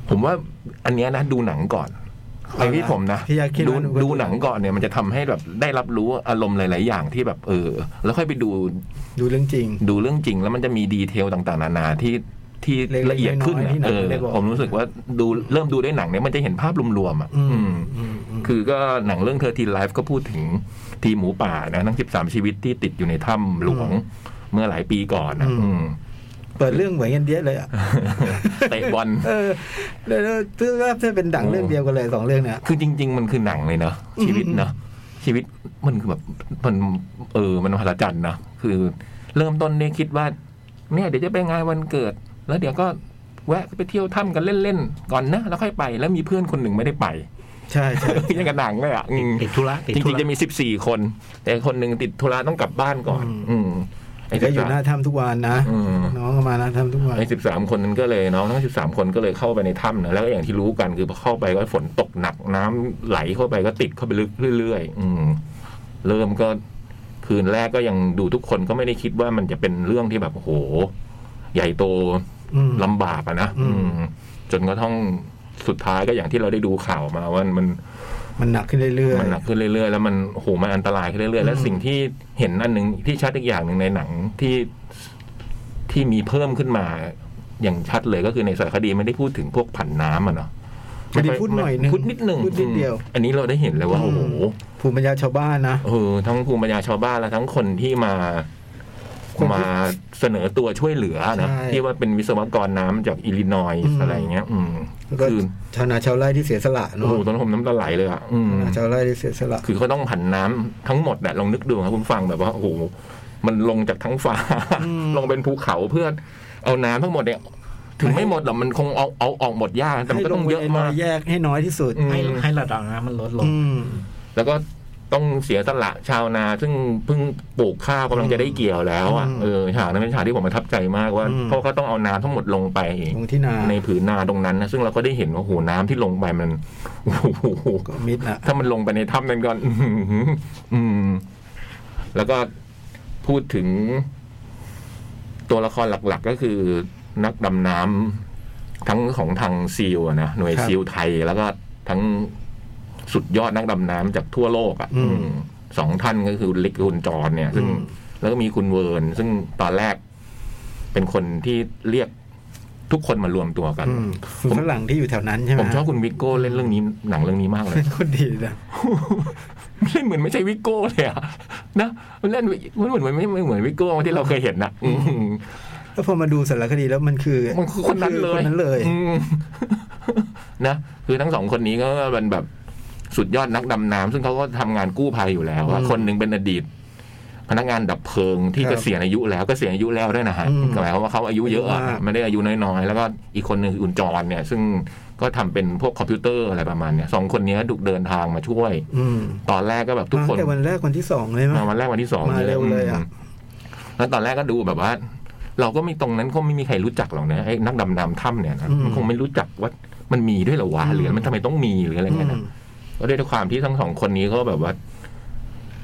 Speaker 3: ผมว่าอันเนี้ยนะดูหนังก่อนไอ้ที่ผมนะ
Speaker 2: พี่อยากคิด
Speaker 3: ดู
Speaker 2: ว่าหนูก็
Speaker 3: ดูหนังก่อนเนี่ยมันจะทำให้แบบได้รับรู้อารมณ์หลาย ๆ อย่างที่แบบเออ แล้วค่อยไปดู
Speaker 2: ดูเรื่องจริง
Speaker 3: ดูเรื่องจริง แล้วมันจะมีดีเทลต่าง ๆ นานาที่ที่
Speaker 2: เล็กๆ
Speaker 3: ละเอียดขึ้น
Speaker 2: น้อยๆที่
Speaker 3: อะ
Speaker 2: หนัง
Speaker 3: เออ
Speaker 2: ไม่ได้บอก
Speaker 3: ผมรู้สึกว่าดูเริ่มดูด้วยหนังเนี่ยมันจะเห็นภาพรวม ๆ อ่ะ อืม
Speaker 2: อืมอืม
Speaker 3: คือก็หนังเรื่องเธอทีไลฟ์ก็พูดถึงทีมหมูป่านะทั้ง 13 ชีวิตที่ติดอยู่ในถ้ำหลวงเมื่อหลายปีก่อนนะอืม
Speaker 2: เปิดเรื่องเหมือนกันเดียอะเลยอ่ะ
Speaker 3: เตะบอล
Speaker 2: เออเดี๋ยวเพื่อจะเป็นดังเรื่องเดียวกันเลยสองเรื่องเนี่ย
Speaker 3: คือจริง ๆ มันคือหนังเลยเนอะชีวิตเนอะชีวิตมันคือแบบมันเออมันมหัศจรรย์นะคือเริ่มต้นเนี่ยคิดว่า เนี่ยเดี๋ยวจะไปงานวันเกิด แล้วเดี๋ยวก็แวะไปเที่ยวถ้ำกันเล่นๆก่อนนะแล้วค่อยไปแล้วมีเพื่อนคนหนึ่งไม่ได้ไป
Speaker 2: ใช่ใช่
Speaker 3: ยังกับหนังเลยอ่ะอืม
Speaker 5: ติดธุระติด
Speaker 3: จ
Speaker 5: ธุ
Speaker 3: ริงๆ
Speaker 5: ระ
Speaker 3: จะมี 14 คน แต่คนหนึ่งติดธุระต้องกลับบ้านก่อน
Speaker 2: อืม
Speaker 3: อืม ไอ้
Speaker 7: ก็
Speaker 3: สิบ
Speaker 7: อยู่
Speaker 3: สาม
Speaker 7: หน้าถ้ำทุกวันนะ
Speaker 3: อืม
Speaker 7: น้องก็มาหน้าถ้ำทุกวัน
Speaker 3: ไอ้สิบสามคนนั้นก็เลยน้องทั้งสิบสามคนก็เลยเข้าไปในถ้ำนะแล้วก็อย่างที่รู้กันคือพอเข้าไปก็ฝนตกหนักน้ำไหลเข้าไปก็ติดเข้าไปลึกเรื่อยๆอืมเริ่มก็คืนแรกก็ยังดูทุกคนก็ไม่ได้คิดว่ามันจะเป็นเรื่องที่แบบโอ้โห ใหญ่โต
Speaker 7: อืม
Speaker 3: ลำบากอะนะ
Speaker 7: อืม
Speaker 3: อืมจนกระทั่งสุดท้ายก็อย่างที่เราได้ดูข่าวมาว่ามัน
Speaker 7: มันหนักขึ้นเรื่อย
Speaker 3: มันหนักขึ้นเรื่อยๆ แล้วมันโอ้โหมันอันตรายขึ้นเรื่อยๆ และสิ่งที่เห็นอันหนึ่งที่ชัดอีกอย่างหนึ่งในหนังที่ที่มีเพิ่มขึ้นมา อย่างชัดเลยก็คือในสารคดีไม่ได้พูดถึงพวกผันน้ำอะเนาะ
Speaker 7: ๆไม่ได้พูดหน่อยนึง
Speaker 3: พูดนิดหนึ่ง
Speaker 7: พูดนิดเดียว
Speaker 3: อืมอันนี้เราได้เห็นเลยว่าโอ้โห
Speaker 7: ภูมิปัญญาชาวบ้านนะ
Speaker 3: เออทั้งภูมิปัญญาชาวบ้านและทั้งคนที่มา
Speaker 7: คนที่
Speaker 3: มาเสนอตัวช่วยเหลือนะ
Speaker 7: ใช่
Speaker 3: ที่ว่าเป็นวิศวกรน้ำจากอิลลินอยส์อะไรอย่างเงี้ย อืม
Speaker 7: แล้วก็
Speaker 3: คือ
Speaker 7: ชาวนาชาวไร่ที่เสียสละ
Speaker 3: โอ้
Speaker 7: เนาะ
Speaker 3: โหตอนนนผมน้ำตาไหลเลยอ่ะอืม
Speaker 7: ชาวนาชาวไร่ที่เสียสละ
Speaker 3: คือเขาต้องผันน้ำทั้งหมดแหละลองนึกดูนะคุณฟังแบบว่าโอ้โหมันลงจากทั้งฟ้า ลงเป็นภูเขาเพื่อเอาน้ำทั้งหมดเนี่ย ถึงไม่หมดหรอกมันคงเอาเอาออกหมดยากแต่มันก็ต้องเยอะมา
Speaker 7: ให้ลงไป
Speaker 3: ก
Speaker 7: ในรแยกให้น้อยที่สุด
Speaker 3: อืม
Speaker 5: ให้ให้ระดับน้ำมันลดลง
Speaker 7: อืม
Speaker 3: แล้วก็ต้องเสียสละชาวนา ซึ่งเพิ่งปลูกข้าวกำลังจะได้เกี่ยวแล้วอ่ะ
Speaker 7: อืม
Speaker 3: เออฉากนั้นเป็นฉากที่ผมประทับใจมากว่า
Speaker 7: อืม
Speaker 3: เพราะเขาต้องเอาน้ำทั้งหมดลงไป
Speaker 7: ลงที่นา
Speaker 3: ในผืนนาตรงนั้นนะซึ่งเราก็ได้เห็นว่าโอ้โหน้ำที่ลงไปมันโอ้โห
Speaker 7: ก็มิดนะ
Speaker 3: ถ้ามันลงไปในถ้ำนั้นก่อนอื้อหืออืม แล้วก็พูดถึง ตัวละครหลัก ๆ ก็คือนักดำน้ำทั้งของทางซีลนะหน่วยซีลไทยแล้วก็ทั้งสุดยอดนักดำน้ำจากทั่วโลกอะ่ะอืมสองท่านก็คือลิกคุณจรเนี่ย ซึ่งแล้วก็มีคุณเวิร์นซึ่งตอนแรกเป็นคนที่เรียกทุกคนมารวมตัวกัน
Speaker 7: อืม
Speaker 3: ผม
Speaker 7: ฝรั่งที่อยู่แถวนั้นใช่ไหม
Speaker 3: ผมชอบคุณวิกโก้เล่นเรื่องนี้หนังเรื่องนี้มากเลย
Speaker 7: เป็นคนดีนะ
Speaker 3: เล่นเหมือนไม่ใช่วิกโก้เลยอะ นะมันเล่นมันเหมือนไม่ไม่เหมือนวิกโก้ที่เราเคยเห็นนะอืม
Speaker 7: แล้วพอมาดูสารคดีแล้วมันคือ
Speaker 3: มันคือคนนั้นเลย
Speaker 7: คนนั้นเลย
Speaker 3: อืม นะ คือทั้งสองคนนี้ก็เป็นแบบสุดยอดนักดำน้ำซึ่งเขาก็ทำงานกู้ภัยอยู่แล้วอะ
Speaker 7: อืม
Speaker 3: คนหนึ่งเป็นอดีต พนักงานดับเพลิง
Speaker 7: ค
Speaker 3: ที่
Speaker 7: รับ
Speaker 3: เกษียณอายุแล้วก็เกษียณอายุแล้วด้วยนะฮะ
Speaker 7: อืม
Speaker 3: หมายความว่าเขาอายุเยอะ
Speaker 7: อา
Speaker 3: อะ
Speaker 7: ยุมาก
Speaker 3: ไม่ได้อายุน้อยๆ แล้วก็อีกคนหนึ่งคืออุนจรเนี่ย ซึ่งก็ทำเป็นพวกคอมพิวเตอร์อะไรประมาณเนี่ยสองคนนี้ถูกเดินทางมาช่วย
Speaker 7: อืม
Speaker 3: ตอนแรกก็แบบทุก
Speaker 7: มา
Speaker 3: ค
Speaker 7: ตั้
Speaker 3: น
Speaker 7: งแต่วันแรกวันที่สองเลยมั้ย
Speaker 3: มาวันแรกวันที่สอง
Speaker 7: มาเร็วเลยอะ
Speaker 3: มแล้วตอนแรกก็ดูแบบว่า เราก็ไม่ตรงนั้นก็ไม่มีใครรู้จักหรอกนะไอ้นักดำน้ำถ้ำเนี่ยนะมันคงไม่รู้จักว่ามันมีด้วยเหรอวะหรือมันทำไมต้องมีหรืออะไร
Speaker 7: อื
Speaker 3: เงี้ย
Speaker 7: ม
Speaker 3: นะก็ด้วยความที่ทั้งสองคนนี้ก็แบบว่า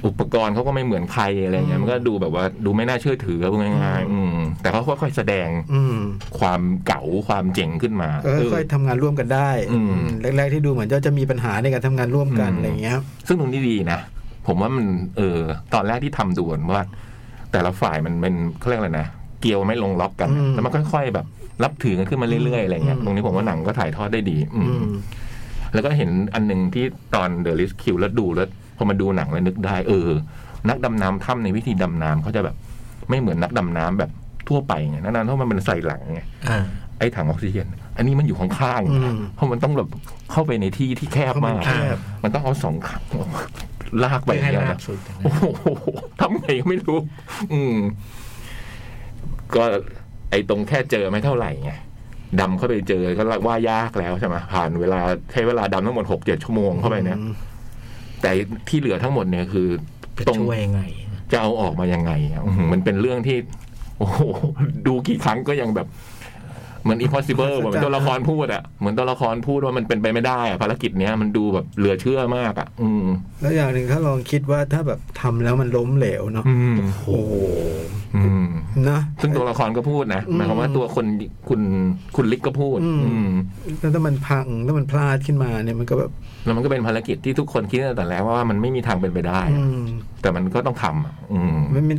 Speaker 3: อุปกรณ์เขาก็ไม่เหมือนใครอะไรเงี้ยมันก็ดูแบบว่า ดูไม่น่าเชื่อถือเอาพูดง่ายๆอืม แต่เขาก็ค่อยๆแสดง
Speaker 7: อืม
Speaker 3: ความเก๋าความเจ๋งขึ้นมา
Speaker 7: เออค่อยทำงานร่วมกันได้
Speaker 3: อืม
Speaker 7: อืมแรกๆที่ดูเหมือนจะมีปัญหาในการทำงานร่วมกัน
Speaker 3: อืม
Speaker 7: อะไรอย่างเงี้ย
Speaker 3: ซึ่งตรงนี้ดีนะ ผมว่ามัน เออ ตอนแรกที่ทำดูเหมือนว่า แต่ละฝ่ายมันเป็นเขาเรียกอะไรนะ เกลียวไม่ลงล็อกกัน
Speaker 7: อืม
Speaker 3: แล้วมันค่อยๆแบบ รับถือกันขึ้นมาเรื่อยๆอะไรเงี้ย
Speaker 7: อืม
Speaker 3: ตรงนี้ผมว่าหนังก็ถ่ายทอดได้ดี อืม
Speaker 7: อืม
Speaker 3: แล้วก็เห็นอันหนึ่งที่ตอนเดอะลิสคิวแล้วดูแล้วพอมาดูหนังแล้วนึกได้ เออ นักดำน้ำถ้ำในวิธีดำน้ำเขาจะแบบ ไม่เหมือนนักดำน้ำแบบทั่วไปไงนักดำน้ำเพราะมันเป็นใส่หลังไง
Speaker 5: อ่า
Speaker 3: ไอ้ถังออกซิเจนอันนี้มันอยู่ข้าง
Speaker 7: อืม
Speaker 3: ๆเพราะมันต้องแบบเข้าไปในที่ที่แคบมาก
Speaker 5: เพราะมันแคบ
Speaker 3: มันต้องเอาสองขังลากไปอ
Speaker 5: ไม่
Speaker 3: ย่า
Speaker 5: ให้
Speaker 3: งเงี้ย
Speaker 5: ลา
Speaker 3: นะ
Speaker 5: บสุดนะ
Speaker 3: โอ้โหทำไงก็ไม่รู้ อืม ก็ไอ้ตรงแค่เจอไม่เท่าไหร่ไงดำเข้าไปเจอก็ว่ายากแล้วใช่ไหมผ่านเวลาใช้เวลาดำทั้งหมดหกเจ็ดชั่วโมงเข้าไปเนี่ย
Speaker 7: อืม
Speaker 3: แต่ที่เหลือทั้งหมดเนี่ยคือ
Speaker 5: จะ
Speaker 3: ตรง
Speaker 5: ช่วยยังไง
Speaker 3: จะเอาออกมายังไงอะอื้อหือมันเป็นเรื่องที่ โอ้โห ดูกี่ครั้งก็ยังแบบ เหมือน impossible อะเหมือนตัวละครพูดอะเหมือนตัวละครพูดว่ามันเป็นไปไม่ได้อะภารกิจเนี้ยมันดูแบบเหลือเชื่อมากอะอืม
Speaker 7: แล้วอย่างหนึ่งถ้าลองคิดว่าถ้าแบบทำแล้วมันล้มเหลวเนาะ
Speaker 3: อืม
Speaker 7: โอ้โห
Speaker 3: อืม
Speaker 7: นะ
Speaker 3: ซึ่งตัวละครก็พูดนะหมายความว่าตัวคนคุณคุณลิกก็พูด
Speaker 7: อืม
Speaker 3: อืม
Speaker 7: แล้วถ้ามันพังแล้วมันพลาดขึ้นมาเนี่ยมันก็แบบ
Speaker 3: แล้วมันก็เป็นภารกิจที่ทุกคนคิดตั้งแต่แรกว่ามันไม่มีทางเป็นไปได้อะ
Speaker 7: อืม
Speaker 3: แต่มันก็ต้องทำอะอืม
Speaker 7: ไม่มี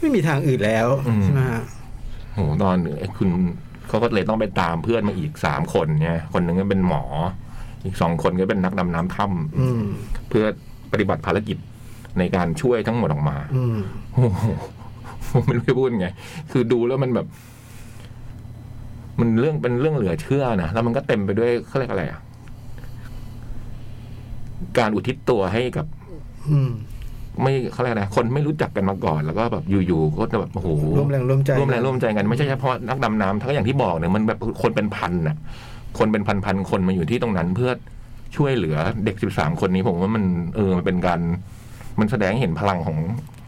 Speaker 7: ไม่มีทางอื่นแล้ว
Speaker 3: อืม
Speaker 7: ใช่ไหมฮะ
Speaker 3: โหตอนไอ้คุณเขาก็เลยต้องไปตามเพื่อนมาอีกสามคนเนี่ยคนหนึ่งก็เป็นหมอ อีกสองคนก็เป็นนักดำน้ำถ้
Speaker 7: อืม
Speaker 3: ำเพื่อปฏิบัติภารกิจในการช่วยทั้งหมดออกมา
Speaker 7: อืม
Speaker 3: โอ้โหผมไม่รู้จะพูดไง คือดูแล้วมันแบบ มันเรื่องเป็นเรื่องเหลือเชื่อนะแล้วมันก็เต็มไปด้วยเขาเรียกอะไรอ่ะการอุทิศตัวให้กับ
Speaker 7: อืม
Speaker 3: ไม่เขาเรียกอะไรนะคนไม่รู้จักกันมาก่อน แล้วก็แบบอยู่ๆก็แบบโอ้โห
Speaker 7: ร่วมแรงร่วมใจ
Speaker 3: ร่วมแรงร่วมใจกันไม่ใช่เฉพาะนักดำน้ำทั้งอย่างที่บอกเนี่ยมันแบบคนเป็นพันน่ะ คนเป็นพันๆคนมาอยู่ที่ตรงนั้นเพื่อช่วยเหลือเด็กสิบสามคนนี้ผมว่ามันเออมันเป็นการมันแสดงให้เห็นพลังของ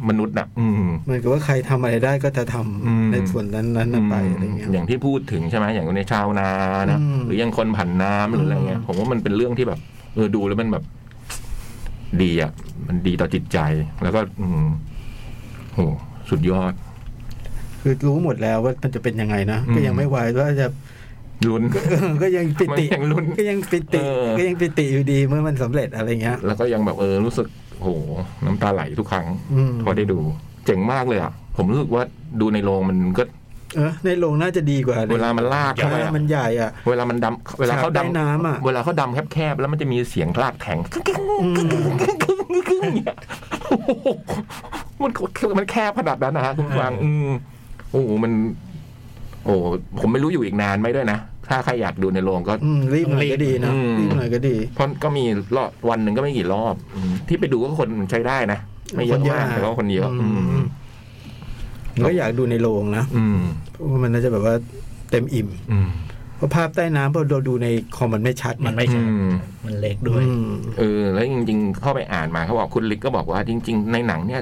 Speaker 3: มนุษย์น่ะ อืม
Speaker 2: เหมือนกับว่าใครทำอะไรได้ก็จะทำ
Speaker 3: อืม
Speaker 2: ในส่วนนั้นๆน่ะไปอะไรเงี้ย
Speaker 3: ย่างที่พูดถึงใช่ไหมอย่างในชาวนานะ
Speaker 2: อืม
Speaker 3: หรือยังคนผ่านน้ำหรืออะไรเงี้ย ผมว่ามันเป็นเรื่องที่แบบ เออดูแล้วมันแบบ ดีอ่ะ มันดีต่อจิตใจ แล้วก็ อืมโหสุดยอด
Speaker 2: คือรู้หมดแล้วว่ามันจะเป็นยังไงนะ
Speaker 3: อืม
Speaker 2: ก็ยังไม่ไหวว่าจะ
Speaker 3: ลุ้น
Speaker 2: เออ ก็ยังปิติ
Speaker 3: มันยังลุ้น
Speaker 2: ก็ยังปิติ
Speaker 3: เออ
Speaker 2: ก็ยังปิติอยู่ดีเมื่อมันสำเร็จอะไรเงี้ย
Speaker 3: แล้วก็ยังแบบเออรู้สึกโหน้ำตาไหลทุกครั้ง
Speaker 2: อืม
Speaker 3: พอได้ดู เจ๋งมากเลยอ่ะ ผมรู้สึกว่าดูในโรงมันก็
Speaker 2: เออในโรงน่าจะดีกว่า
Speaker 3: เวลามันลาก
Speaker 2: เพราะ
Speaker 3: เข้าไป
Speaker 2: ว่า
Speaker 3: อะ
Speaker 2: มันใหญ่อ่ะ
Speaker 3: เวลามันดำเวลาเขา
Speaker 2: ฉากใต้
Speaker 3: ดำ
Speaker 2: น้ำอะ
Speaker 3: เวลาเขาดำแคบๆแล้วมันจะมีเสียงลากแข็ง กึ๊กกึ๊กกึ๊กกึ๊กกึ๊กกึ๊กกึ๊กเนี่ยโอ้โหมันมันแคบขนาดนั้นนะฮะคุณผู้ฟังอืมโอ้โหมัน โอ้โหผมไม่รู้อยู่อีกนานไหมด้วยนะ ถ้าใครอยากดูในโรงก็
Speaker 2: อืมรีบหน่อยก็ดีนะ
Speaker 3: อืม
Speaker 2: รีบหน่อยก็ดี
Speaker 3: เพราะก็มีรอบวันหนึ่งก็ไม่กี่รอบอืมที่ไปดูก็คนใช้ได้นะ ไม่เยอะมากแต่ก็คนเยอะอืม
Speaker 2: ผมก็อยากดูในโรงนะ
Speaker 3: อืม
Speaker 2: เพราะว่ามันน่าจะแบบว่าเต็มอิ่ม
Speaker 3: อืม
Speaker 2: เพราะภาพใต้น้ำพอเราดูในคอมมันไม่ชัด
Speaker 5: มันไม่ใช่
Speaker 3: อืม
Speaker 5: มันเล็กด้วย
Speaker 2: อืม
Speaker 3: เออแล้วจริงๆเข้าไปอ่านมาเขาบอกคุณลิกก็บอกว่าจริง ๆ ในหนังเนี่ย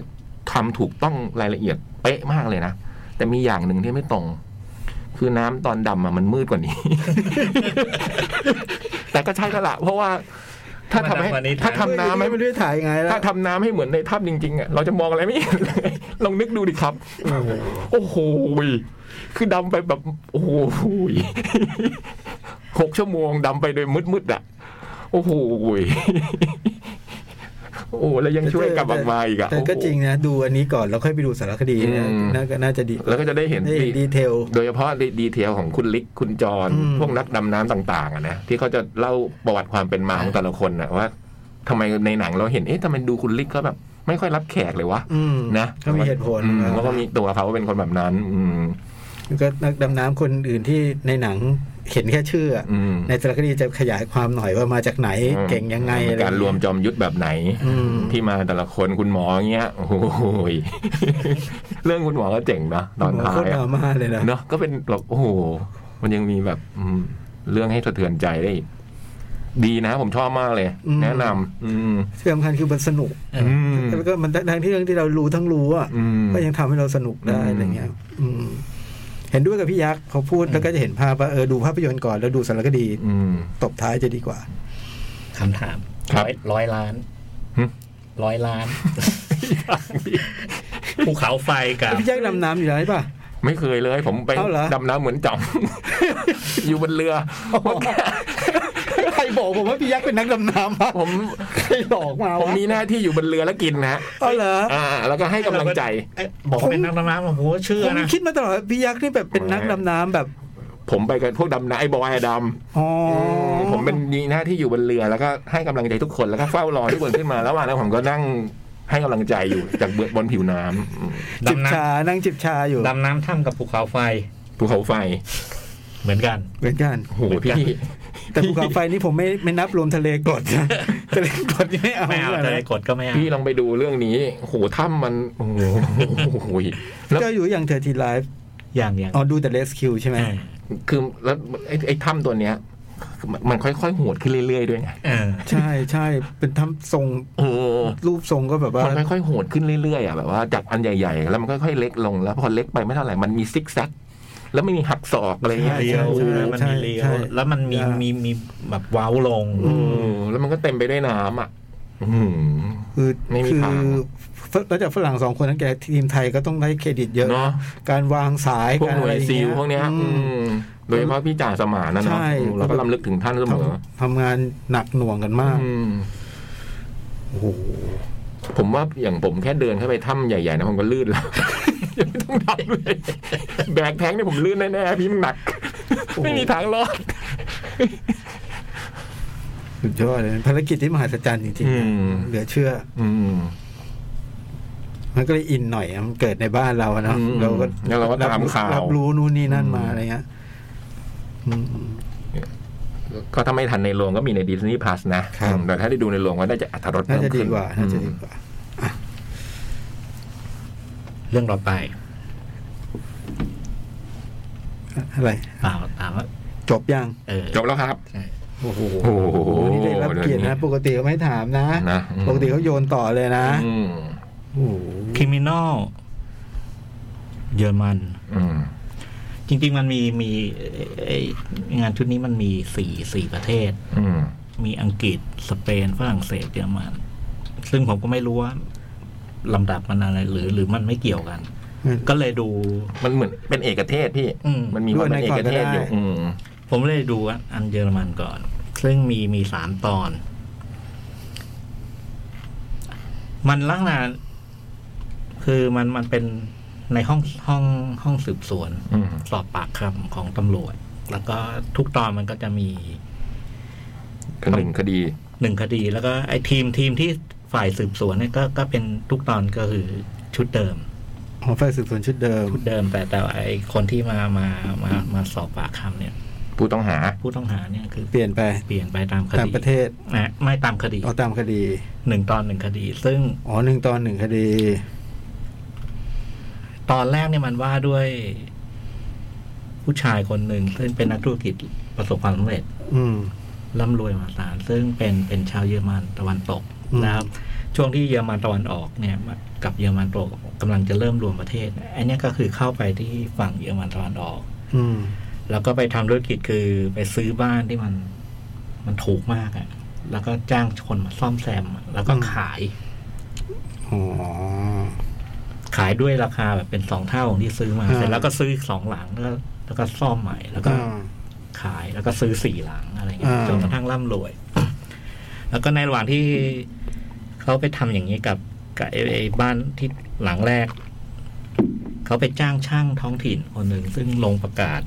Speaker 3: ทำถูกต้องรายละเอียดเป๊ะมากเลยนะ แต่มีอย่างหนึ่งที่ไม่ตรง คือน้ำตอนดำอะมันมืดกว่านี้ แต่ก็ใช่แล้วล่ะเพราะว่า ถ้าทำให้
Speaker 5: มันดำกว่านี้
Speaker 3: ถ้าทำน้ำให้
Speaker 2: ไม่ได้ถ่ายไงล่ะ
Speaker 3: ถ้าทำน้ำให้เหมือนในถ้ำจริงๆอะเราจะมองอะไรไม่เห็นเลย ลองนึกดูดิครับ
Speaker 2: โอ้โห
Speaker 3: โอ้โหยคือดำไปแบบโอ้โห ยหกชั่วโมงดำไปโดยมืดๆอ่ะ โอ้โหยโอ้แล้วยังช่วยกลับออกมาอีกอ่ะ
Speaker 2: แต่ก็
Speaker 3: โอ้โห
Speaker 2: จริงนะ ดูอันนี้ก่อนแล้วค่อยไปดูสารคดีเนะ
Speaker 3: อืม
Speaker 2: น่าก็น่าจะดี
Speaker 3: แล้วก็จะได้เห็น
Speaker 2: ได้เห็นดีเทล
Speaker 3: โดยเฉพาะดีเทลของคุณลิกคุณจร
Speaker 2: อืม
Speaker 3: พวกนักดำน้ำต่าง ๆอะนะที่เขาจะเล่าประวัติความเป็นมาของแต่ละคนอะว่าทำไมในหนังเราเห็นเอ๊ะทำไมดูคุณลิกก็แบบ ไม่ค่อยรับแขกเลยวะ
Speaker 2: อืม
Speaker 3: นะ
Speaker 2: ก็มีเหตุผล
Speaker 3: อืมแล้วก็มีตัวเขาเป็นคนแบบนั้น อืม
Speaker 2: แล้วก็นักดำน้ำคนอื่นที่ในหนังเห็นแค่ชื่ออะ
Speaker 3: อืม
Speaker 2: ในสารคดีจะขยายความหน่อยว่ามาจากไหนเก่งยังไงอะไร
Speaker 3: การรวมจอมยุทธแบบไหน
Speaker 2: อืม
Speaker 3: ที่มาแต่ละคนคุณหมอเงี้ยโอ้โหย เรื่องคุณหมอก็เจ๋งนะตอน
Speaker 2: โโห
Speaker 3: ท้า
Speaker 2: โคตรด
Speaker 3: ยอะ
Speaker 2: ราม่าเลยนะ
Speaker 3: เนาะก็เป็นแบบโอ้โห มันยังมีแบบอืมเรื่องให้สะเทือนใจได้อีกดีนะ ผมชอบมากเลย แนะนำอืม
Speaker 2: ที่สำคัญคือมันสนุก
Speaker 3: อืม
Speaker 2: แล้วก็มันทั้งที่เรื่องที่เรารู้ทั้งรู้อ่ะ
Speaker 3: อืม
Speaker 2: ก็ยังทำให้เราสนุกได้
Speaker 3: อืม
Speaker 2: อะไรเงี้ยอืมเห็นด้วยกับพี่ยักษ์พอพูดแล้วก็จะเห็นภาพว่าเออดูภาพยนตร์ก่อนแล้วดูสารคดี
Speaker 3: อืม
Speaker 2: ตบท้ายจะดีกว่า
Speaker 5: คำถาม
Speaker 3: ครับ
Speaker 5: ร้อยร้อยล้าน
Speaker 3: หึ
Speaker 5: ร้อยล้านภูเขาไฟกับ
Speaker 2: พี่ยักษ์ดำน้ำอยู่แล้วใช่ป่ะ
Speaker 3: ไม่เคยเลย ผมไป
Speaker 2: เอ้าเหรอ
Speaker 3: ดำน้ำเหมือนจ่อง อยู่บนเรือ
Speaker 2: ใครบอกผมว่าพี่ยักษ์เป็นนักดำน้ำวะ
Speaker 3: ผม
Speaker 2: ใครหลอกมา
Speaker 3: ผม
Speaker 2: วะ
Speaker 3: มีหน้าที่อยู่บนเรือแล้วกินนะฮะ
Speaker 2: เอาเหรอ
Speaker 3: อ่า แล้วก็ให้กำลังใจ
Speaker 5: เอ้ยบอกว่าเป็นนักดำน้ำผมก็เชื่อ
Speaker 2: ผม
Speaker 5: นะ
Speaker 2: คิดมาตลอดว่าพี่ยักษ์นี่แบบเป็นนักดำน้ำแบบ
Speaker 3: ผมไปกับพวกดำน้ำไอ้บอยอะดำ
Speaker 2: อ๋ออ
Speaker 3: ผมเป็นมีหน้าที่อยู่บนเรือแล้วก็ให้กำลังใจทุกคนแล้วก็เฝ้ารอทุกคนขึ้นมา ระหว่างนั้นผมก็นั่งให้กำลังใจอยู่จากเบื้องบนผิวน้ำอืม
Speaker 2: จิบ
Speaker 5: ดำน้
Speaker 2: ชานั่งจิบชาอยู่
Speaker 5: ำดำน้ำถ้ำกับภูเขาไฟ
Speaker 3: ภูเขาไฟ
Speaker 5: เหมือนกัน
Speaker 2: เหมือน กัน
Speaker 3: โอ้โหพี่
Speaker 2: แต่ภูเขาไฟนี่ผมไม่ไม่นับรวมทะเลกด นะทะเลกดนี่ไม่เอา
Speaker 5: ไม่เอา
Speaker 2: เล
Speaker 5: เลย ยกดก็ไม่เอา
Speaker 3: พี่ลองไปดูเรื่องนี้โอ้โหถ้ำมันโอ้โหโอ้โหแล้ว
Speaker 2: ก็อยู่อย่างเธอทีไลฟ์
Speaker 5: อย่างอย่าง
Speaker 2: อ๋อดูแต่เลสคิวใช่ไหม
Speaker 5: เออ
Speaker 3: คือแล้วไอ้ไอ้ถ้ำตัวเนี้ย มันค่อยๆโหดขึ้นเรื่อยๆด้วยไง
Speaker 5: เออ
Speaker 2: ใช่ใช่เป็นทำทรง
Speaker 3: เออ
Speaker 2: รูปทรงก็แบบว่า
Speaker 3: มันค่อยๆโหดขึ้นเรื่อยๆอ่ะแบบว่าจากอันใหญ่ๆ แล้วมันค่อยๆเล็กลงแล้วพอเล็กไปไม่เท่าไหร่มันมีซิกแซกแล้วไม่มีหักศอกอะไรเงี้ย
Speaker 5: เลี้ยว
Speaker 3: โอ้โห
Speaker 5: มันมีเลี้ยวแล้วมันมีมีมีแบบเว้าลง
Speaker 3: เออแล้วมันก็เต็มไปด้วยน้ำอ่ะ อืม
Speaker 2: คือ
Speaker 3: ไม่มี
Speaker 2: คือ
Speaker 3: ทาง
Speaker 2: แล้วจากฝรั่งสองคนนั้นแกทีมไทยก็ต้องได้เครดิตเยอะ
Speaker 3: เนอะ
Speaker 2: การวางสาย
Speaker 3: พวก
Speaker 2: การ
Speaker 3: หน่
Speaker 2: อะ
Speaker 3: ว
Speaker 2: ไร
Speaker 3: ย
Speaker 2: อย่าง
Speaker 3: ซิ
Speaker 2: เงี้
Speaker 3: ล
Speaker 2: ย
Speaker 3: พวกเนี้ย
Speaker 2: อื
Speaker 3: อื
Speaker 2: ม
Speaker 3: มโดยเฉพาะพี่จ่าสมานนะเนาะ
Speaker 2: ใช่
Speaker 3: อืมเราก็ลำลึกถึงท่านเสมอ
Speaker 2: ทำงานหนักหน่วงกันมาก
Speaker 3: อืม
Speaker 2: โอ้โห
Speaker 3: ผมว่าอย่างผมแค่เดินเข้าไปถ้ำใหญ่ๆนะผมก็ลื่นแล้ว ยังไม่ต้องทำเลยแบกแท้งเนี่ยผมลื่นแน่ๆพี่มันหนัก ไม่มีทางรอด
Speaker 2: สุดยอดเลยภารกิจที่มหัศจรรย์จริง
Speaker 3: อืม
Speaker 2: ๆ เหลือเชื่อ
Speaker 3: อืม
Speaker 2: มันก็เลยอินหน่อยอะมันเกิดในบ้านเราอะเนาะ
Speaker 3: อืม
Speaker 2: เราก็
Speaker 3: แล้วเราก็ตามข่า
Speaker 2: รั
Speaker 3: ว
Speaker 2: บรู้นู่นนี่นั่นมา
Speaker 3: อืม
Speaker 2: อะไรเงี้ยอืม
Speaker 3: ก็ถ้าไม่ทันในโรงก็มีในดิสนีย์พ u s นะครับ อืมแต่ถ้าได้ดูในโรงก็น่าจะอัธรส
Speaker 2: น่า
Speaker 3: เพิ่ม
Speaker 2: จะดี
Speaker 3: ขึ้น
Speaker 2: กว่าน่าจะดีกว่า
Speaker 5: เรื่องต่อไป
Speaker 2: อะไร
Speaker 5: เปล่าถามว่า
Speaker 2: จบยัง
Speaker 5: เออ
Speaker 3: จบแล้วครับ
Speaker 2: โอ้โห
Speaker 3: โอ้โห
Speaker 2: นี่ได้รับเกียรตินะ ปกติเขาไม่ถามนะ
Speaker 3: นะอืม
Speaker 2: ปกติเขาโยนต่อเลยนะ
Speaker 3: อืม
Speaker 2: โอ้โห
Speaker 5: คริมินอลเยอรมัน
Speaker 3: อืม
Speaker 5: จริง ๆ มันมีมีไอ้งานชุดนี้มันมีสี่สี่ประเทศ
Speaker 3: อืม
Speaker 5: มีอังกฤษสเปนฝรั่งเศสเยอรมัน ซึ่งผมก็ไม่รู้ว่าลำดับมันอะไรหรือหรือมันไม่เกี่ยวกัน
Speaker 2: อืม
Speaker 5: ก็เลยดู
Speaker 3: มันเหมือนเป็นเอกเทศพี่
Speaker 5: อืม
Speaker 3: มันมีความเป็นเอกเทศอยู่
Speaker 2: ด้วยในก่อนก็ได้
Speaker 3: อืม
Speaker 5: ผมเลยดูอันเยอรมันก่อน ซึ่งมีมีสามตอน มันลักษณะคือมันมันเป็นในห้องห้องห้องสืบสวน
Speaker 3: อืม
Speaker 5: สอบปากคำของตำรวจ แล้วก็ทุกตอนมันก็จะมี
Speaker 3: คือหนึ่งคดี
Speaker 5: หนึ่งคดี แล้วก็ไอ้ทีมทีมที่ฝ่ายสืบสวนเนี่ยก็ก็เป็นทุกตอนก็คือชุดเดิม
Speaker 2: ของฝ่ายสืบสวนชุดเดิม
Speaker 5: ชุดเดิม แต่แต่ว่าไอ้คนที่มามามามาสอบปากคำเนี่ย
Speaker 3: ผู้ต้องหา
Speaker 5: ผู้ต้องหาเนี่ยคือ
Speaker 2: เปลี่ยนไป
Speaker 5: เปลี่ยนไปตามคดี
Speaker 2: ตามประเทศ
Speaker 5: นะไม่ตามคดี
Speaker 2: เอาตามคดี
Speaker 5: หนึ่งตอนหนึ่งคดี ซึ่ง
Speaker 2: อ๋อหนึ่งตอนหนึ่งคดี
Speaker 5: ตอนแรกเนี่ยมันว่าด้วย ผู้ชายคนหนึ่งซึ่งเป็นนักธุรกิจประสบความสำเร็จ
Speaker 2: อืม
Speaker 5: ร่ำรวยมหาศาลซึ่งเป็นเป็นชาวเยอรมันตะวันตก
Speaker 2: อืม
Speaker 5: นะครับช่วงที่เยอรมันตะวันออกเนี่ยกับเยอรมันตะวันตกกำลังจะเริ่มรวมประเทศอันเนี้ยก็คือเข้าไปที่ฝั่งเยอรมันตะวันออก
Speaker 2: อืม
Speaker 5: แล้วก็ไปทำธุรกิจคือไปซื้อบ้านที่มันมันถูกมากอะ่ะแล้วก็จ้างคนมาซ่อมแซมอะแล้วก็
Speaker 2: อืม
Speaker 5: ขาย
Speaker 2: อ๋อ
Speaker 5: ขายด้วยราคาแบบเป็นสองเท่าของที่ซื้อมา
Speaker 2: อ่า
Speaker 5: เสร็จแล้วก็ซื้ออีกสองหลังแล้วแล้วก็ซ่อมใหม่แล้วก็
Speaker 2: อ่า
Speaker 5: ขายแล้วก็ซื้อสี่หลังอะไรเงี้ย
Speaker 2: อ่า
Speaker 5: จนกระทั่งร่ำรวย แล้วก็ในระหว่างที่เขาไปทำอย่างนี้กับกับไอ้ไอ้บ้านที่หลังแรก เขาไปจ้างช่างท้องถิ่นคนหนึ่งซึ่งลงประกาศ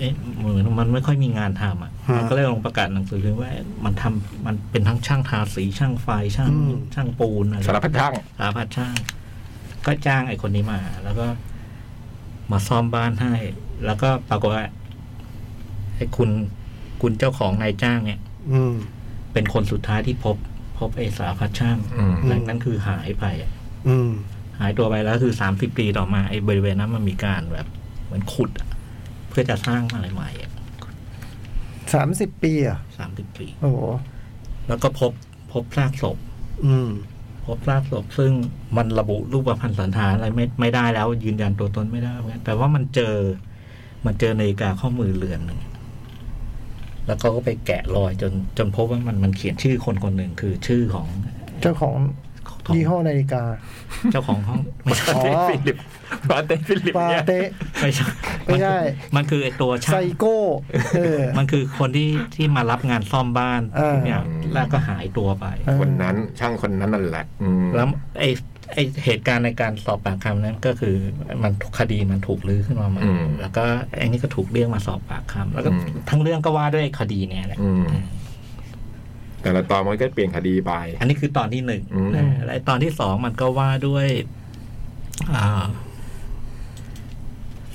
Speaker 5: เอ๊ะเหมือนมันไม่ค่อยมีงานทำอ่ะมันก็เลยลงประกาศหนังสือพิมพ์ว่า มันทำมันเป็นทั้งช่างทาสีช่างไฟช่าง
Speaker 2: อืม
Speaker 5: ช่างปูนอะไร
Speaker 3: สารพัดช่าง
Speaker 5: สารพัดช่าง ก็จ้างไอ้คนนี้มา แล้วก็มาซ่อมบ้านให้ แล้วก็ปรากฏว่าไอ้คุณคุณเจ้าของนายจ้างเนี่ย
Speaker 2: อืม
Speaker 5: เป็นคนสุดท้ายที่พบ พบไอ้สารพัดช่าง
Speaker 3: อืม
Speaker 5: ดังนั้นคือหายไปอะ
Speaker 2: อืม
Speaker 5: หายตัวไปแล้วคือสามสิบปีต่อมาไอ้บริเวณนั้นมันมีการแบบเหมือนขุดอะเพื่อจะสร้างอะไรใหม่
Speaker 4: สามสิบปีเหรอ่ะ
Speaker 5: สามสิบปี
Speaker 4: โอ้โห
Speaker 5: แล้วก็พบพบซากศพ
Speaker 2: อืม
Speaker 5: พบซากศพซึ่งมันระบุรูปพันธ์สันฐานอะไรไม่ไม่ได้แล้ว ยืนยันตัวตนไม่ได้เหมือนกันแต่ว่ามันเจอ มันเจอนาฬิกาข้อมือเรือนหนึ่งแล้วก็ก็ไปแกะรอยจนจนพบว่ามันมันเขียนชื่อคนคนหนึ่งคือชื่อของ
Speaker 4: เจ้าของ
Speaker 5: ของ
Speaker 4: ยี่ห้อนาฬิกา
Speaker 5: เจ้าของห้องไม่ใช่
Speaker 4: อ๋อ
Speaker 3: ฟิลิปปาเต้ฟิลิป
Speaker 4: ปา
Speaker 3: เนี่ย
Speaker 4: เตะ
Speaker 5: ไม่ใช่
Speaker 4: ไม่ใช่
Speaker 5: มันคือไอตัว
Speaker 4: ไซ
Speaker 5: ช่าง
Speaker 4: โก้เออ
Speaker 5: มันคือคนที่ที่มารับงานซ่อมบ้าน
Speaker 4: เออ
Speaker 5: เนี่ยแล้วก็หายตัวไป
Speaker 4: เออ
Speaker 3: คนนั้นช่างคนนั้นนั่นแหละ อืม
Speaker 5: แล้วไอไอเหตุการณ์ในการสอบปากคำนั้นก็คือมันคดีมันถูกลื้อขึ้นมาใหม่แล้วก็ไอนี่ก็ถูกเรียกมาสอบปากคำแล้วก็ทั้งเรื่องก็ว่าด้วยคดีเนี่ยแหละ
Speaker 3: อืม แต่ละตอนมันก็เปลี่ยนคดีไป
Speaker 5: อันนี้คือตอนที่หนึ่ง
Speaker 3: อืม
Speaker 5: นะและตอนที่สองมันก็ว่าด้วยอ่า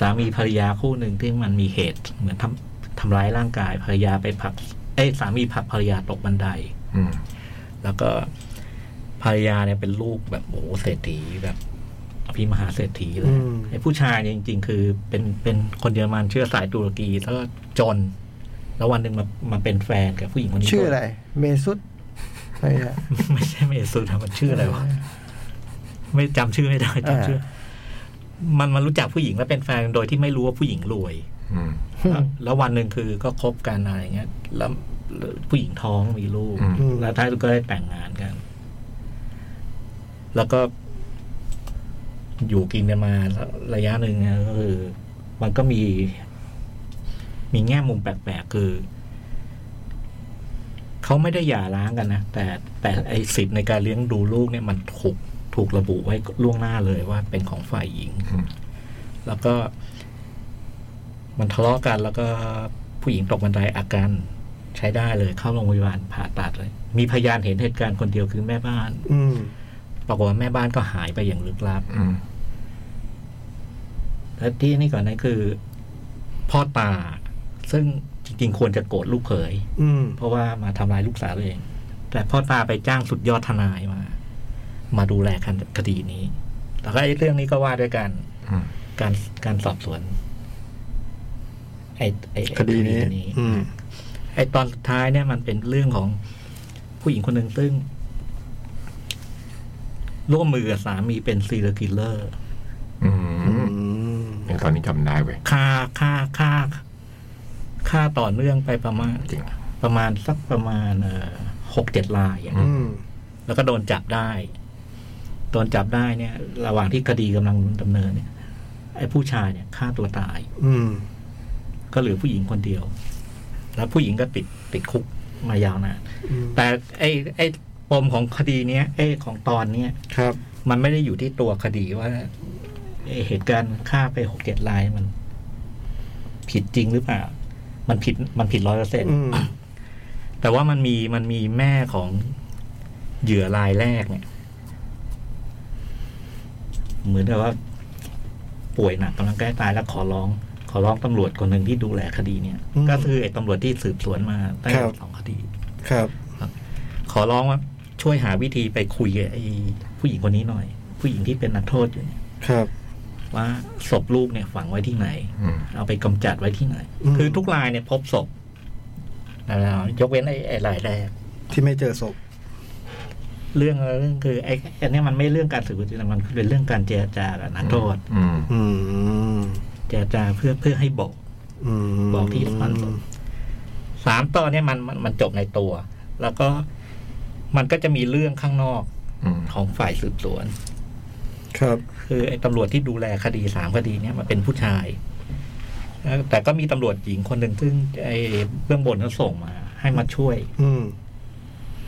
Speaker 5: สามีภรรยาคู่หนึ่งที่มันมีเหตุ เหมือนทำทำร้ายร่างกายภรรยาไปผลักไอยสามีผลักภรรยาตกบันได
Speaker 3: อืม
Speaker 5: แล้วก็ภรรยาเนี่ยเป็นลูกแบบโอ้โหเศรษฐีแบบอภิมหาเศรษฐีเล
Speaker 2: อื
Speaker 5: ย
Speaker 2: ม
Speaker 5: ไอ้ผู้ชายเนี่ยจริง ๆ คือเป็นเป็นคนเยอรมันเชื้อสายตุรกีแล้วก็จน แล้ววันหนึ่งมามาเป็นแฟนกับผู้หญิงคนนี้
Speaker 4: ชื่อ
Speaker 5: ก็
Speaker 4: อะไร เมสุดอะไรเนี่ย
Speaker 5: ไม่ใช่เมสุนะมันชื่ออะไรวะไม่จำชื่อไม่ได้จำชื่อ มันมันรู้จักผู้หญิงแล้วเป็นแฟนโดยที่ไม่รู้ว่าผู้หญิงรวย
Speaker 3: อืม
Speaker 5: แล้วแล้ววันหนึ่งคือก็คบกันอะไรเงี้ย แล้วผู้หญิงท้องมีลูก
Speaker 3: อื
Speaker 2: ม
Speaker 5: แล้วท้ายสุดก็ได้แต่งงานกัน แล้วก็ อยู่กินกันมาระยะหนึ่งนะก็คือ มันก็มี มีแง่มุมแปลกๆคือ เขาไม่ได้หย่าร้างกันนะ แต่แต่ไอสิทธิ์ในการเลี้ยงดูลูกเนี่ยมันถูกถูกระบุไว้ล่วงหน้าเลยว่าเป็นของฝ่ายหญิง
Speaker 3: อืม
Speaker 5: แล้วก็ มันทะเลาะกัน แล้วก็ผู้หญิงตกบันไดอาการใช้ได้เลยเข้าโรงพยาบาลผ่าตัดเลย มีพยานเห็นเหตุการณ์คนเดียวคือแม่บ้าน
Speaker 2: อืม
Speaker 5: ปรากฏว่าแม่บ้านก็หายไปอย่างลึกลับ
Speaker 3: อืม
Speaker 5: และที่นี่ก่อนนั้นคือ พ่อตา ซึ่งจริงๆ ควรจะโกรธลูกเขย
Speaker 2: อืม
Speaker 5: เพราะว่ามาทำลายลูกสาวตัวเอง แต่พ่อตาไปจ้างสุดยอดทนายมา มาดูแลคดีนี้ แล้วก็ไอ้เรื่องนี้ก็ว่าด้วยกัน
Speaker 3: อืม
Speaker 5: การการสอบสวนไอ้ไอ้ไอ้
Speaker 2: คดีนี้
Speaker 5: คดี
Speaker 2: อืม
Speaker 5: ไอ้ตอนสุดท้ายเนี่ยมันเป็นเรื่องของผู้หญิงคนหนึ่งซึ่ง ร่วมมือกับสามีเป็นซีเรียลกิลเลอร์
Speaker 3: อืม
Speaker 2: อืม
Speaker 3: เนี่ยตอนนี้จำได้เว้ย
Speaker 5: ฆ่าฆ่าฆ่าฆ่าต่อเนื่องไปประมาณ
Speaker 3: จริง
Speaker 5: ประมาณสักประมาณหกเจ็ดลายอย่าง
Speaker 3: อื
Speaker 5: เงี้ย
Speaker 2: อืม
Speaker 5: แล้วก็โดนจับได้โดนจับได้เนี่ย ระหว่างที่คดีกำลังดำเนินเนี่ย ไอ้ผู้ชายเนี่ยฆ่าตัวตาย
Speaker 2: อืม
Speaker 5: ก็เหลือผู้หญิงคนเดียว แล้วผู้หญิงก็ติดติดคุกมายาวนาน
Speaker 2: อืม
Speaker 5: แต่ไอ้ไอ้ปมของคดีเนี้ยไอ้ของตอนเนี้ย
Speaker 2: ครับ
Speaker 5: มันไม่ได้อยู่ที่ตัวคดีว่าเอ่อเหตุการณ์ฆ่าไปหกเจ็ดลายมัน ผิดจริงหรือเปล่า มันผิดมันผิดร้อยเปอร์เซ็นต์
Speaker 2: อืม
Speaker 5: แต่ว่ามันมีมันมีแม่ของเหยื่อรายแรกเนี่ย เหมือนกับว่า ป่วยหนักกำลังใกล้ตายแล้วขอร้อง ขอร้องตำรวจคนหนึ่งที่ดูแลคดีเนี่ย
Speaker 2: อืม
Speaker 5: ก็คือไอ้ตำรวจที่สืบสวนมาตั้ง
Speaker 2: ครั
Speaker 5: แต่
Speaker 2: บ
Speaker 5: สองคดี
Speaker 2: ครับ
Speaker 5: ขอร้องว่าช่วยหาวิธีไปคุยกับไอ้ผู้หญิงคนนี้หน่อย ผู้หญิงที่เป็นนักโทษอยู่เนี่ย
Speaker 2: ครับ
Speaker 5: ว่าศพลูกเนี่ยฝังไว้ที่ไหน
Speaker 3: อืม
Speaker 5: เอาไปกำจัดไว้ที่ไหน
Speaker 2: อืม
Speaker 5: คือทุกรายเนี่ยพบศพแล้วยกเว้นไอ้ไอ้รายแรก
Speaker 2: ที่ไม่เจอศพ
Speaker 5: เรื่องเรื่องคือไอ้อันเนี้ยมันไม่เรื่องการสืบสวนแต่มันเป็นเรื่องการเจรจากับนักโทษ
Speaker 3: อืม
Speaker 2: อืม
Speaker 5: เจรจาเพื่อเพื่อให้บอก
Speaker 2: อืม
Speaker 5: บอกที่ฝังศพสามตอนเนี่ยมันมันมันจบในตัว แล้วก็มันก็จะมีเรื่องข้างนอก
Speaker 3: อืม
Speaker 5: ของฝ่ายสืบสวน
Speaker 2: ครับ
Speaker 5: คือไอ้ตำรวจที่ดูแลคดีสามคดีเนี่ยมันเป็นผู้ชายเอ่อแต่ก็มีตำรวจหญิงคนหนึ่งซึ่งไอ้เบื้องบนเขาส่งมา ให้มาช่วย
Speaker 2: อืม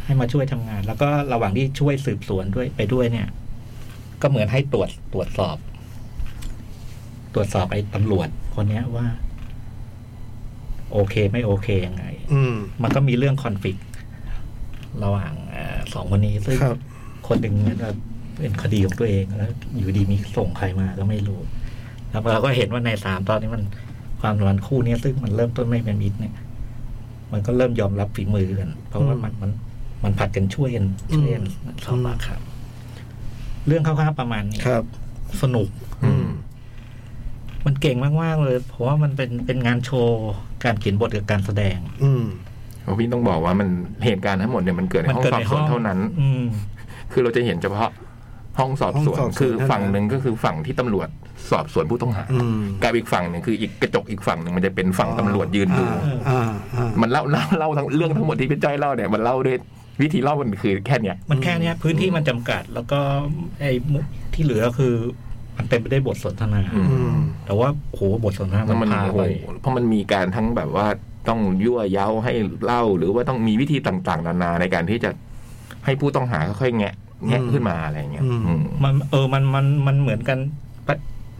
Speaker 5: ให้มาช่วยทำงาน แล้วก็ระหว่างที่ช่วยสืบสวนด้วยไปด้วยเนี่ย ก็เหมือนให้ตรวจตรวจสอบ ตรวจสอบไอ้ตำรวจคนเนี้ยว่า โอเคไม่โอเคยังไง
Speaker 2: อืม
Speaker 5: มันก็มีเรื่องคอนฟ lict ระหว่างเอ่อสองคนนี้ซึ่ง
Speaker 2: ครับ
Speaker 5: คนหนึ่งเหมือนแบบเป็นคดีของตัวเองแล้วอยู่ดีมีส่งใครมาก็ไม่รู้ แล้วเราก็เห็นว่าในสามตอนนี้มันความสัมพันธ์คู่เนี้ซึ่งมันเริ่มต้นไม่เป็นมิตรเนี่ย มันก็เริ่มยอมรับฝีมือกัน เพราะว่ามันมันมันผลัดกันช่วยกันช่วยกันสอบปากคำเรื่องคร่าวๆประมาณนี้
Speaker 2: ครับ
Speaker 5: สนุก
Speaker 3: อืม
Speaker 5: มันเก่งมากๆเลยเพราะว่ามันเป็นเป็นงานโชว์การเขียนบทกับการแสดง
Speaker 2: อืม
Speaker 3: เพราะพี่ต้องบอกว่ามันเหตุการณ์ทั้งหมดเนี่ยมันเกิดใน
Speaker 5: มั
Speaker 3: ห้อง
Speaker 5: เกิด
Speaker 3: สอบ
Speaker 5: ใน
Speaker 3: สวนเท่านั้น
Speaker 5: อืม
Speaker 3: คือเราจะเห็นเฉพาะห้องสอบสวน
Speaker 2: ห้องสอบสวน
Speaker 3: คือฝั่ง
Speaker 2: เท่านั้น
Speaker 3: หนึ่งก็คือฝั่งที่ตำรวจสอบสวนผู้ต้องหา
Speaker 2: อืม
Speaker 3: กับอีกฝั่งหนึ่งคืออีกกระจกอีกฝั่งหนึ่งมันจะเป็นฝั่งตำรวจยืนดู
Speaker 2: อ่าอ่า
Speaker 3: มันเล่าเล่าเล่าทั้งเรื่องทั้งหมดที่พี่จ้อยเล่าเนี่ยมันเล่าด้วยวิธีเล่ามันคือแค่เนี้ย
Speaker 5: มันแค่เนี้ยพื้นที่มันจำกัด แล้วก็ไอ้มุที่เหลือคือ มันเต็มไปด้วยบทสนทนา
Speaker 2: อืม
Speaker 5: แต่ว่าโอ้โหบทสนทนา
Speaker 3: แล้ว
Speaker 5: มั
Speaker 3: มัน
Speaker 5: นพา
Speaker 3: โอ้โห
Speaker 5: ไป
Speaker 3: เพราะมันมีการทั้งแบบว่าต้องยั่วเย้าให้เล่าหรือว่าต้องมีวิธีต่างๆ นานาในการที่จะให้ผู้ต้องหาค่อยๆแงะแงะขึ้นมาอะไรอย่างเงี้ยอืม
Speaker 5: มันเออมันมันมันเหมือนกันปะ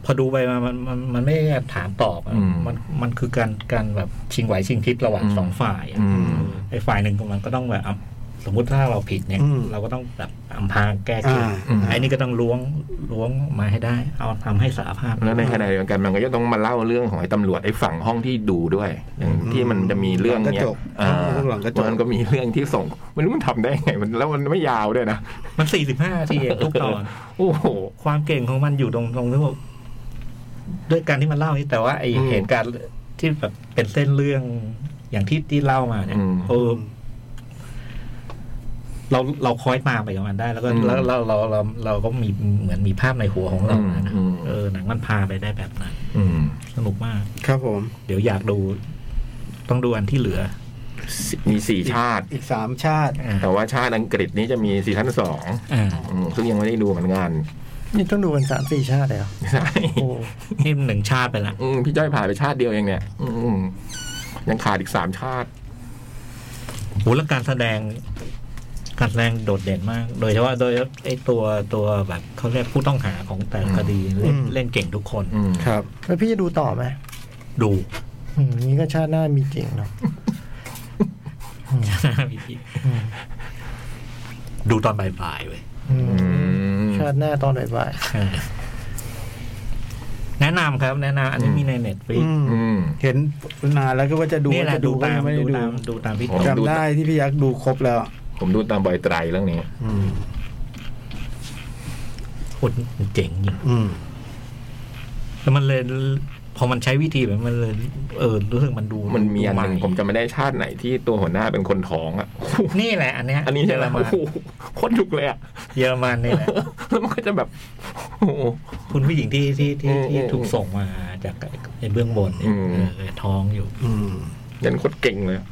Speaker 5: พอดูไปมามันมันมันไม่ได้ถามตอบอะ
Speaker 3: อืม
Speaker 5: มันมันคือการการแบบชิงไหวชิงพลิบระหว่าง
Speaker 3: อืม
Speaker 5: สองฝ่ายอะ
Speaker 3: อืม
Speaker 5: ไอ้ฝ่ายหนึ่งมันก็ต้องแบบเอาสมมติถ้าเราผิดเนี่ย เราก็ต้องแบบอำพรางแก้
Speaker 2: อ่า
Speaker 5: เกม
Speaker 3: อืม
Speaker 5: ไอ้นี่ก็ต้องล้วงล้วงมาให้ได้ เอาทำให้สารภาพ
Speaker 3: แล้วในขณะเดียวกันมันก็จะต้องมาเล่าเรื่องของไอ้ตำรวจไอ้ฝั่งห้องที่ดูด้วยอย่างที่มันจะมีเรื่อง
Speaker 2: กระ
Speaker 3: เนี้ย
Speaker 2: จก
Speaker 3: อ่า
Speaker 2: เรื่องหลังกระจก
Speaker 3: มันก็มีเรื่องที่ส่งไม่รู้มันทำได้ไงมันแล้วมันไม่ยาวด้วยนะ
Speaker 5: มันสี่สิบห้าทีเองทุกตอน
Speaker 3: โอ้โห
Speaker 5: ความเก่งของมันอยู่ตรงตรงที่ว่าด้วยการที่มันเล่านี่แต่ว่าไอ
Speaker 3: อืม
Speaker 5: เหตุการณ์ที่แบบเป็นเส้นเรื่องอย่างที่ที่เล่ามาเนี่ย
Speaker 3: อืม
Speaker 5: เออเราเราคอยตามไปกับมันได้ แล้วก็
Speaker 3: อืม
Speaker 5: แล้วเราเราเราเราก็มีเหมือนมีภาพในหัวของเรานะ
Speaker 3: อืม
Speaker 5: เออหนังมันพาไปได้แบบนั้น
Speaker 3: อืม
Speaker 5: สนุกมาก
Speaker 2: ครับผม
Speaker 5: เดี๋ยวอยากดู ต้องดูอันที่เหลือ
Speaker 3: มีสี่ชาติ
Speaker 2: อีกสามชาติ
Speaker 5: อ่า
Speaker 3: แต่ว่าชาติอังกฤษนี้จะมีซีซั่นสอง
Speaker 5: อ่า
Speaker 3: อืมซึ่งยังไม่ได้ดูเหมือนกัน
Speaker 4: นี่ต้องดูกันสามสี่ชาติเลยเหรอ
Speaker 3: ใช่
Speaker 4: โอ้
Speaker 5: นี่หนึ่งชาติไปละ
Speaker 3: อืมพี่จ้อยผ่านไปชาติเดียวเองเนี่ย อืมยังขาดอีกสามชาติ
Speaker 5: โหแล้วการแสดง การแสดงโดดเด่นมาก โดยเฉพาะโดยไอตัวตัวแบบเขาเรียกผู้ต้องหาของแต่ละคดีเล่น
Speaker 2: อืม
Speaker 5: เล่นเก่งทุกคน
Speaker 3: อืม
Speaker 2: ครับ
Speaker 4: แล้วพี่จะดูต่อไหม
Speaker 5: ดู
Speaker 4: อืมนี่ก็ชาติหน้ามีจริงเนาะ
Speaker 5: พี่พี่ดูตอนบ่ายๆเว้ย
Speaker 4: อืม
Speaker 3: อืม
Speaker 4: ชาติหน้าตอนบ่าย
Speaker 5: เออแนะนำครับ แนะนำอันนี้มีในเน็ตฟ i ิก
Speaker 2: อืม
Speaker 3: อืม
Speaker 2: เห็นนานแล้วก็ว่าจะดู
Speaker 5: นี่แหละ
Speaker 2: จะ
Speaker 5: ดูตาม
Speaker 2: ก็ยังไม่
Speaker 5: ดู
Speaker 2: ได้ดู
Speaker 5: ตามดูตามพี่
Speaker 3: ผม
Speaker 5: ตอม
Speaker 2: จำได้ที่พี่ยักษ์ดูครบแล้ว
Speaker 3: ผมดูตามบอยไตรเรื่องนี้
Speaker 2: อืม
Speaker 5: โคตรเจ๋งจริง
Speaker 2: อืม
Speaker 5: แล้วมันเลย พอมันใช้วิธีแบบมันเลยเออรู้สึกมันดู
Speaker 3: มันมีอันหนึ่ง
Speaker 5: ดูใ
Speaker 3: ผมจำไม่ได้ชาติไหนที่ตัวหัวหน้าเป็นคนท้องอ่ะ
Speaker 5: นี่แหละอันเนี้ย
Speaker 3: อันนี้
Speaker 5: เย
Speaker 3: ใช่
Speaker 5: อ
Speaker 3: ไหม
Speaker 5: รมั
Speaker 3: โอ้
Speaker 5: น
Speaker 3: โหโคตรดุเลยอ่ะ
Speaker 5: เยอรมันนี่แหละ
Speaker 3: แล้วมันก็จะแบบโอ้โห
Speaker 5: คุณผู้หญิงที่ที่ที่ที่
Speaker 3: อืม
Speaker 5: ถูกส่งมาจากไอ้เบื้องบนเนี่ย
Speaker 3: อืม
Speaker 5: เออเออท้องอยู่
Speaker 2: อืม
Speaker 3: ยันโคตรเก่งเลยอะ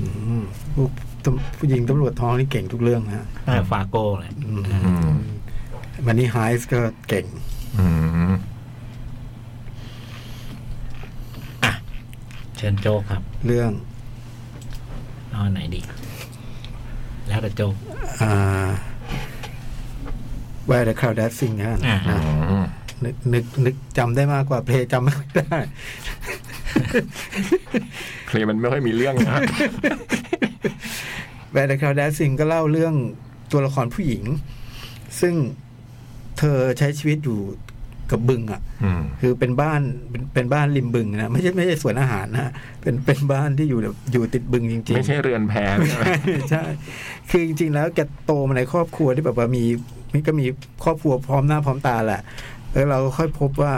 Speaker 2: อืมผู้ตำผู้หญิงตำรวจท้องนี่เก่งทุกเรื่องนะฮะ
Speaker 5: น่าฟาโก้เลย
Speaker 2: อืม
Speaker 3: อืม
Speaker 2: มันนี่ไฮส์ก็เก่ง
Speaker 3: อืม
Speaker 5: เชิญโจกครับ
Speaker 2: เรื่อง
Speaker 5: เอาอันไหนดี แล้วแต่โจก
Speaker 2: อ่า Where the crowd that sing นะฮะ
Speaker 5: อ่า
Speaker 2: นะ
Speaker 3: อืม
Speaker 2: นึกนึกนึกจำได้มากกว่าเพลงจำไม่ได้
Speaker 3: เพลงมันไม่ค่อยมีเรื่องนะ
Speaker 2: แวร์ดคาวแดซิงก็เล่าเรื่องตัวละครผู้หญิง ซึ่งเธอใช้ชีวิตอยู่กับบึงอะ่ะ
Speaker 3: อืม
Speaker 2: คือเป็นบ้านเป็นเป็นบ้านริมบึงนะไม่ใช่ไม่ใช่สวนอาหารนะเป็นเป็นบ้านที่อยู่แบบอยู่ติดบึงจริงๆ
Speaker 3: ไม่ใช่เรือนแพร
Speaker 2: ใช่ใช่ คือจริงๆ แล้วแกโตมาในครอบครัวที่แบบว่ามีมันก็มีครอบครัวพร้อมหน้าพร้อมตาแหละ แล้วเราก็ค่อยพบว่า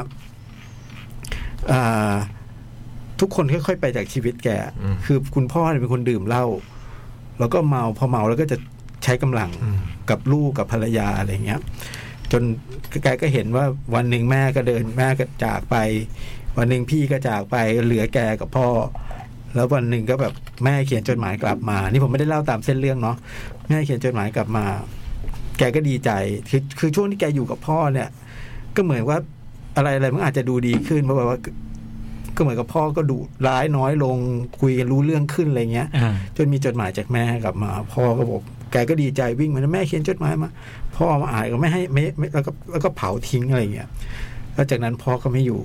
Speaker 2: อ่า ทุกคนค่อยๆ ไปจากชีวิตแก
Speaker 3: อืม
Speaker 2: คือคุณพ่อเนี่ยเป็นคนดื่มเหล้า แล้วก็เมา พอเมาแล้วก็จะใช้กำลังกับลูกกับภรรยาอะไรเงี้ย จนแกก็เห็นว่าวันหนึ่งแม่ก็เดินแม่ก็จากไป วันหนึ่งพี่ก็จากไปเหลือแกกับพ่อ แล้ววันหนึ่งก็แบบแม่เขียนจดหมายกลับมา นี่ผมไม่ได้เล่าตามเส้นเรื่องเนาะแม่เขียนจดหมายกลับมา แกก็ดีใจคือคือช่วงที่แกอยู่กับพ่อเนี่ย ก็เหมือนว่าอะไรอะไรมันอาจจะดูดีขึ้นเพราะแบบว่า ก็เหมือนกับพ่อก็ดุร้ายน้อยลงคุยกันรู้เรื่องขึ้นอะไรเงี้ย
Speaker 5: อ่า
Speaker 2: จนมีจดหมายจากแม่กลับมา พ่อก็บอกแกก็ดีใจวิ่งมานะแม่เขียนจดหมายมา พ่อมาอ่านก็ไม่ให้ไม่ไม่แล้วก็แล้วก็เผาทิ้งอะไรอย่างเงี้ยแล้วจากนั้นพ่อก็ไม่อยู่